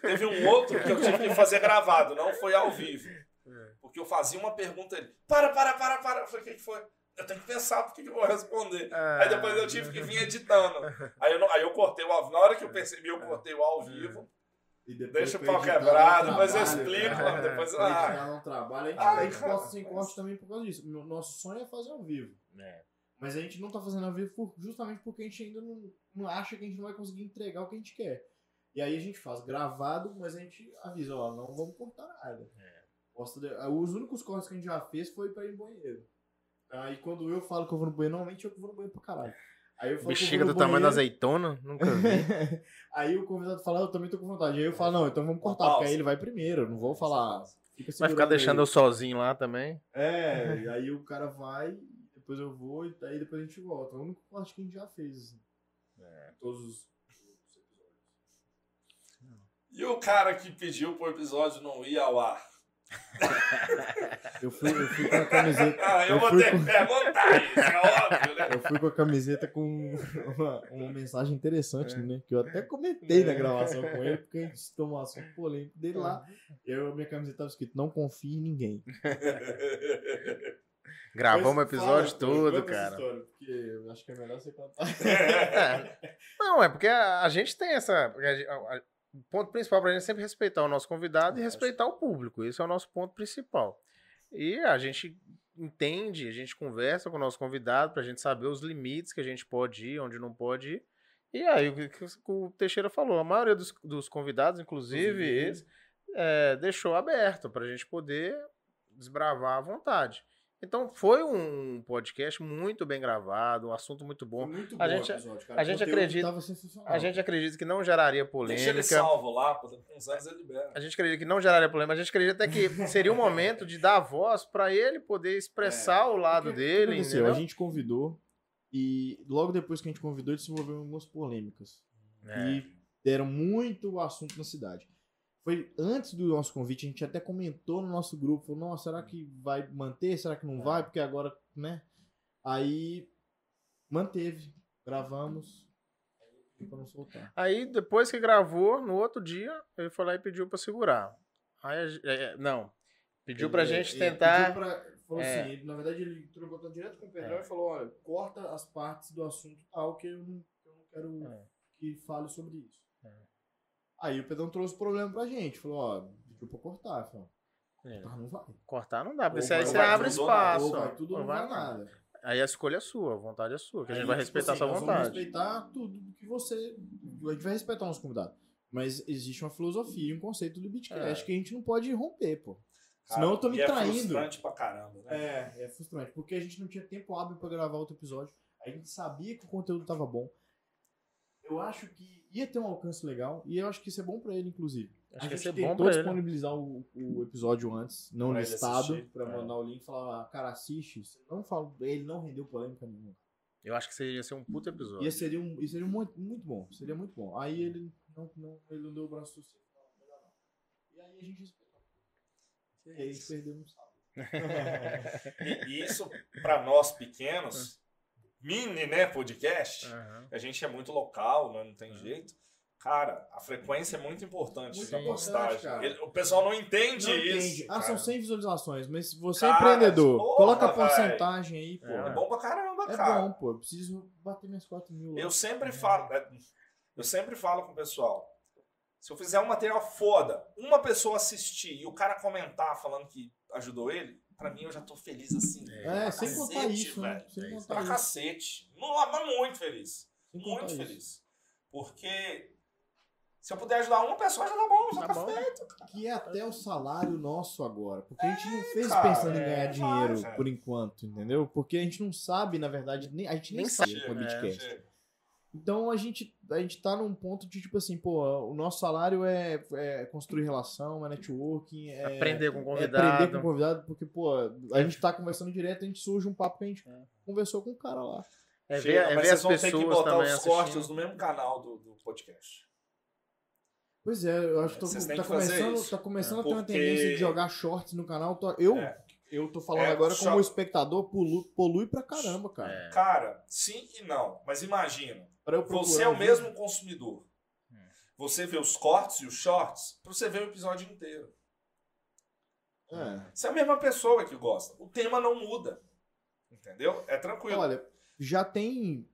[SPEAKER 1] Teve um outro que eu tive que fazer gravado, não foi ao vivo.
[SPEAKER 3] É.
[SPEAKER 1] Porque eu fazia uma pergunta ele, para, para, para, para. Eu falei, o que que foi? Eu tenho que pensar porque que eu vou responder. Aí depois eu
[SPEAKER 2] É.
[SPEAKER 1] tive que vir editando. Aí eu, não- aí eu cortei o ao Na hora que eu percebi, eu cortei o ao vivo.
[SPEAKER 3] E depois
[SPEAKER 1] Deixa o
[SPEAKER 3] pra
[SPEAKER 1] pau
[SPEAKER 3] editar
[SPEAKER 1] quebrado,
[SPEAKER 3] dá um
[SPEAKER 1] depois eu
[SPEAKER 3] trabalho, né?
[SPEAKER 1] explico.
[SPEAKER 3] cara.
[SPEAKER 1] Depois
[SPEAKER 3] Pra
[SPEAKER 1] ah,
[SPEAKER 3] editar dá um trabalho, a gente,
[SPEAKER 1] Ai,
[SPEAKER 3] a gente
[SPEAKER 1] cara,
[SPEAKER 3] posta sem
[SPEAKER 1] mas-
[SPEAKER 3] corte também por causa disso. Meu- Nosso sonho é fazer ao vivo.
[SPEAKER 2] É.
[SPEAKER 3] Mas a gente não tá fazendo ao vivo por- justamente porque a gente ainda não, não acha que a gente não vai conseguir entregar o que a gente
[SPEAKER 2] É.
[SPEAKER 3] quer. E aí a gente faz gravado, mas a gente avisa, ó, não vamos cortar nada. Gosto de- ah, Os únicos cortes que a gente já fez foi pra ir no banheiro. Aí quando eu falo que eu vou no banheiro, normalmente eu que vou no banheiro pra caralho. Aí eu falo que eu
[SPEAKER 2] Bexiga
[SPEAKER 3] vou no
[SPEAKER 2] do tamanho da
[SPEAKER 3] banheiro,
[SPEAKER 2] azeitona? Nunca vi.
[SPEAKER 3] aí o convidado fala, "Ah, eu também tô com vontade. Aí eu falo, não, então vamos cortar,
[SPEAKER 1] Pausa.
[SPEAKER 3] porque aí ele vai primeiro, eu não vou falar. Fica
[SPEAKER 2] Vai ficar
[SPEAKER 3] segurando
[SPEAKER 2] deixando
[SPEAKER 3] ele.
[SPEAKER 2] eu sozinho lá também.
[SPEAKER 3] É, e aí o cara vai, depois eu vou, e aí depois a gente volta. É o único corte que a gente já fez. assim. Todos os. os episódios.
[SPEAKER 1] E o cara que pediu pro episódio não ir ao ar?
[SPEAKER 3] Eu fui, eu fui com a camiseta.
[SPEAKER 1] Ah, eu,
[SPEAKER 3] Eu
[SPEAKER 1] vou
[SPEAKER 3] fui
[SPEAKER 1] ter
[SPEAKER 3] com-
[SPEAKER 1] que perguntar isso, é óbvio, né?
[SPEAKER 3] Eu fui com a camiseta com uma, uma mensagem interessante, né? Que eu até comentei na gravação com ele, porque a gente tomou um assunto polêmico dele lá. Eu, minha camiseta tava escrito, não confie em ninguém.
[SPEAKER 2] Gravamos o
[SPEAKER 3] Mas
[SPEAKER 2] Tá, episódio
[SPEAKER 3] fala,
[SPEAKER 2] todo,
[SPEAKER 3] conta essa
[SPEAKER 2] cara.
[SPEAKER 3] história, porque eu acho que é melhor você contar.
[SPEAKER 2] É. Não, é porque a, a gente tem essa. porque a gen- a- a- o ponto principal pra gente é sempre respeitar o nosso convidado e respeitar o público. Esse é o nosso ponto principal. E a gente entende, a gente conversa com o nosso convidado pra gente saber os limites que a gente pode ir, onde não pode ir. E aí, o que- que o Teixeira falou, a maioria dos, dos convidados, inclusive,
[SPEAKER 3] Inclusive.
[SPEAKER 2] esse, é, deixou aberto pra gente poder desbravar à vontade. Então, foi um podcast muito bem gravado, um assunto muito bom.
[SPEAKER 3] Foi muito
[SPEAKER 2] A
[SPEAKER 3] bom
[SPEAKER 2] gente-
[SPEAKER 3] o episódio, cara.
[SPEAKER 2] a
[SPEAKER 3] O
[SPEAKER 2] gente
[SPEAKER 3] conteúdo
[SPEAKER 2] acredita-
[SPEAKER 3] Tava sensacional.
[SPEAKER 2] A gente acredita que não geraria
[SPEAKER 1] Deixa ele
[SPEAKER 2] polêmica.
[SPEAKER 1] salvo lá, pô, daqui uns anos ele libera.
[SPEAKER 2] A gente acredita que não geraria polêmica. A gente acredita até que seria um momento de dar voz pra ele poder expressar o lado
[SPEAKER 3] Porque o que
[SPEAKER 2] dele,
[SPEAKER 3] aconteceu?
[SPEAKER 2] entendeu?
[SPEAKER 3] A gente convidou e logo depois que a gente convidou, ele desenvolveu algumas polêmicas.
[SPEAKER 2] É.
[SPEAKER 3] E deram muito assunto na cidade. Foi antes do nosso convite, a gente até comentou no nosso grupo, falou, nossa, será que vai manter? Será
[SPEAKER 2] É.
[SPEAKER 3] que não vai? Porque agora, né? Aí manteve, gravamos, pediu pra não soltar.
[SPEAKER 2] Aí, depois que gravou, no outro dia, ele foi lá e pediu pra segurar. Aí, a ge- é, é, não. Pediu pra
[SPEAKER 3] Ele-
[SPEAKER 2] gente
[SPEAKER 3] ele
[SPEAKER 2] tentar.
[SPEAKER 3] pediu pra- falou
[SPEAKER 2] É.
[SPEAKER 3] assim, ele- na verdade ele entrou em contato direto com o Pedrão
[SPEAKER 2] É.
[SPEAKER 3] e falou, olha, corta as partes do assunto tal que eu não, que eu não quero
[SPEAKER 2] É.
[SPEAKER 3] que fale sobre isso.
[SPEAKER 2] É.
[SPEAKER 3] Aí o Pedrão trouxe o problema pra gente, falou, ó, pediu pra cortar, eu falei,
[SPEAKER 2] É,
[SPEAKER 3] tá, não vai.
[SPEAKER 2] Cortar não dá, porque
[SPEAKER 1] Ou
[SPEAKER 2] se aí
[SPEAKER 1] vai-
[SPEAKER 2] você
[SPEAKER 1] vai
[SPEAKER 2] abre
[SPEAKER 1] tudo ou nada,
[SPEAKER 2] espaço.
[SPEAKER 3] Ou um vai
[SPEAKER 2] ó.
[SPEAKER 3] tudo ou
[SPEAKER 2] Ou
[SPEAKER 3] não vai
[SPEAKER 2] vai nada.
[SPEAKER 3] nada.
[SPEAKER 2] Aí a escolha é sua, a vontade é sua, que a gente
[SPEAKER 3] Aí,
[SPEAKER 2] vai
[SPEAKER 3] tipo
[SPEAKER 2] respeitar
[SPEAKER 3] assim,
[SPEAKER 2] sua
[SPEAKER 3] nós
[SPEAKER 2] vontade.
[SPEAKER 3] Vamos respeitar tudo que você. A gente vai respeitar o nosso convidado. Mas existe uma filosofia e um conceito
[SPEAKER 2] É.
[SPEAKER 3] do Bitcast que a gente não pode romper, pô. Senão eu tô me
[SPEAKER 1] e É
[SPEAKER 3] traindo.
[SPEAKER 1] frustrante pra caramba, né?
[SPEAKER 3] É, é frustrante, porque a gente não tinha tempo hábil pra gravar outro episódio. A gente sabia que o conteúdo tava bom. Eu acho que ia ter um alcance legal e eu acho que isso é bom pra ele, inclusive.
[SPEAKER 2] Acho
[SPEAKER 3] a
[SPEAKER 2] que ia
[SPEAKER 3] gente
[SPEAKER 2] ser bom
[SPEAKER 3] tentou
[SPEAKER 2] pra ele. né?
[SPEAKER 3] disponibilizar o, o episódio antes, não
[SPEAKER 1] Pra ele
[SPEAKER 3] listado,
[SPEAKER 1] assistir.
[SPEAKER 3] pra
[SPEAKER 1] É.
[SPEAKER 3] mandar o link e falar, "Ah, cara, assiste. Não falo, ele não rendeu polêmica nenhuma.
[SPEAKER 2] Eu acho que seria ser um puto episódio.
[SPEAKER 3] E seria, um, e seria muito, muito bom. Seria muito bom. Aí ele não, não, ele não deu o braço assim, não, melhor não. E aí a gente respeitou. E aí a gente perdeu um sábado.
[SPEAKER 1] E isso, pra nós pequenos,
[SPEAKER 3] Ah.
[SPEAKER 1] mini, né, podcast,
[SPEAKER 2] Aham.
[SPEAKER 1] a gente é muito local, né, não tem jeito. Cara, a frequência é muito importante
[SPEAKER 3] Muito
[SPEAKER 1] na
[SPEAKER 3] importante,
[SPEAKER 1] postagem.
[SPEAKER 3] cara.
[SPEAKER 1] Ele- o pessoal não entende
[SPEAKER 3] Não
[SPEAKER 1] isso.
[SPEAKER 3] entende. Ah,
[SPEAKER 1] cara.
[SPEAKER 3] são 100 visualizações, mas se você é
[SPEAKER 1] Cara,
[SPEAKER 3] empreendedor,
[SPEAKER 1] porra,
[SPEAKER 3] coloca a
[SPEAKER 1] véi.
[SPEAKER 3] porcentagem aí, pô.
[SPEAKER 1] É
[SPEAKER 3] É,
[SPEAKER 1] bom pra caramba, cara.
[SPEAKER 3] bom, pô. Eu preciso bater minhas 4 mil. lá.
[SPEAKER 1] Eu sempre falo, é, eu sempre falo com o pessoal. Se eu fizer um material foda, uma pessoa assistir e o cara comentar falando que ajudou ele, pra mim eu já tô feliz assim.
[SPEAKER 3] É,
[SPEAKER 1] pra
[SPEAKER 3] sem
[SPEAKER 1] cacete,
[SPEAKER 3] contar isso, né?
[SPEAKER 1] velho.
[SPEAKER 3] Sem
[SPEAKER 2] É isso.
[SPEAKER 3] contar
[SPEAKER 1] Pra
[SPEAKER 3] isso.
[SPEAKER 1] cacete. Não, mas muito feliz.
[SPEAKER 3] Sem contar
[SPEAKER 1] muito
[SPEAKER 3] isso.
[SPEAKER 1] feliz. Porque se eu puder ajudar uma pessoa, já tá bom, já tá,
[SPEAKER 2] Tá bom.
[SPEAKER 1] feito.
[SPEAKER 3] Que é até o salário nosso agora. Porque a gente não fez
[SPEAKER 1] cara,
[SPEAKER 3] pensando em
[SPEAKER 1] é,
[SPEAKER 3] ganhar
[SPEAKER 1] vai,
[SPEAKER 3] dinheiro
[SPEAKER 1] velho.
[SPEAKER 3] por enquanto, entendeu? Porque a gente não sabe, na verdade, nem, a gente nem,
[SPEAKER 2] Nem
[SPEAKER 3] sabe
[SPEAKER 2] sabe,
[SPEAKER 3] com o
[SPEAKER 2] é,
[SPEAKER 1] né,
[SPEAKER 3] Bitcast.
[SPEAKER 1] Chega.
[SPEAKER 3] Então a gente, a gente tá num ponto de tipo assim, pô, o nosso salário é, é construir relação, é networking, é
[SPEAKER 2] Aprender com o
[SPEAKER 3] é
[SPEAKER 2] convidado.
[SPEAKER 3] aprender com o convidado, porque, pô, a gente tá conversando direto, a gente surge um papo que a gente conversou com o cara lá.
[SPEAKER 2] É ver,
[SPEAKER 1] Chega,
[SPEAKER 2] é
[SPEAKER 1] mas
[SPEAKER 2] ver
[SPEAKER 1] vocês
[SPEAKER 2] as
[SPEAKER 1] vão ter que
[SPEAKER 2] pessoas
[SPEAKER 1] botar
[SPEAKER 2] também
[SPEAKER 1] os cortes
[SPEAKER 2] assistindo.
[SPEAKER 1] no mesmo canal do, do podcast.
[SPEAKER 3] Pois é, eu acho que tô,
[SPEAKER 1] Vocês têm
[SPEAKER 3] tá,
[SPEAKER 1] que fazer
[SPEAKER 3] começando,
[SPEAKER 1] isso. É,
[SPEAKER 3] tá começando a ter uma
[SPEAKER 1] Porque-
[SPEAKER 3] tendência de jogar shorts no canal. Tô- eu,
[SPEAKER 1] É.
[SPEAKER 3] eu tô falando
[SPEAKER 1] É,
[SPEAKER 3] agora
[SPEAKER 1] só-
[SPEAKER 3] como espectador, polui, polui pra caramba, cara.
[SPEAKER 2] É.
[SPEAKER 1] Cara, sim e não. Mas imagina,
[SPEAKER 3] Pra eu
[SPEAKER 1] você
[SPEAKER 3] procurar
[SPEAKER 1] é o
[SPEAKER 3] um
[SPEAKER 1] mesmo consumidor.
[SPEAKER 2] É.
[SPEAKER 1] Você vê os cortes e os shorts pra você ver o episódio inteiro.
[SPEAKER 3] vídeo- É.
[SPEAKER 1] Você é a mesma pessoa que gosta. O tema não muda. Entendeu? É tranquilo.
[SPEAKER 3] Olha, já tem.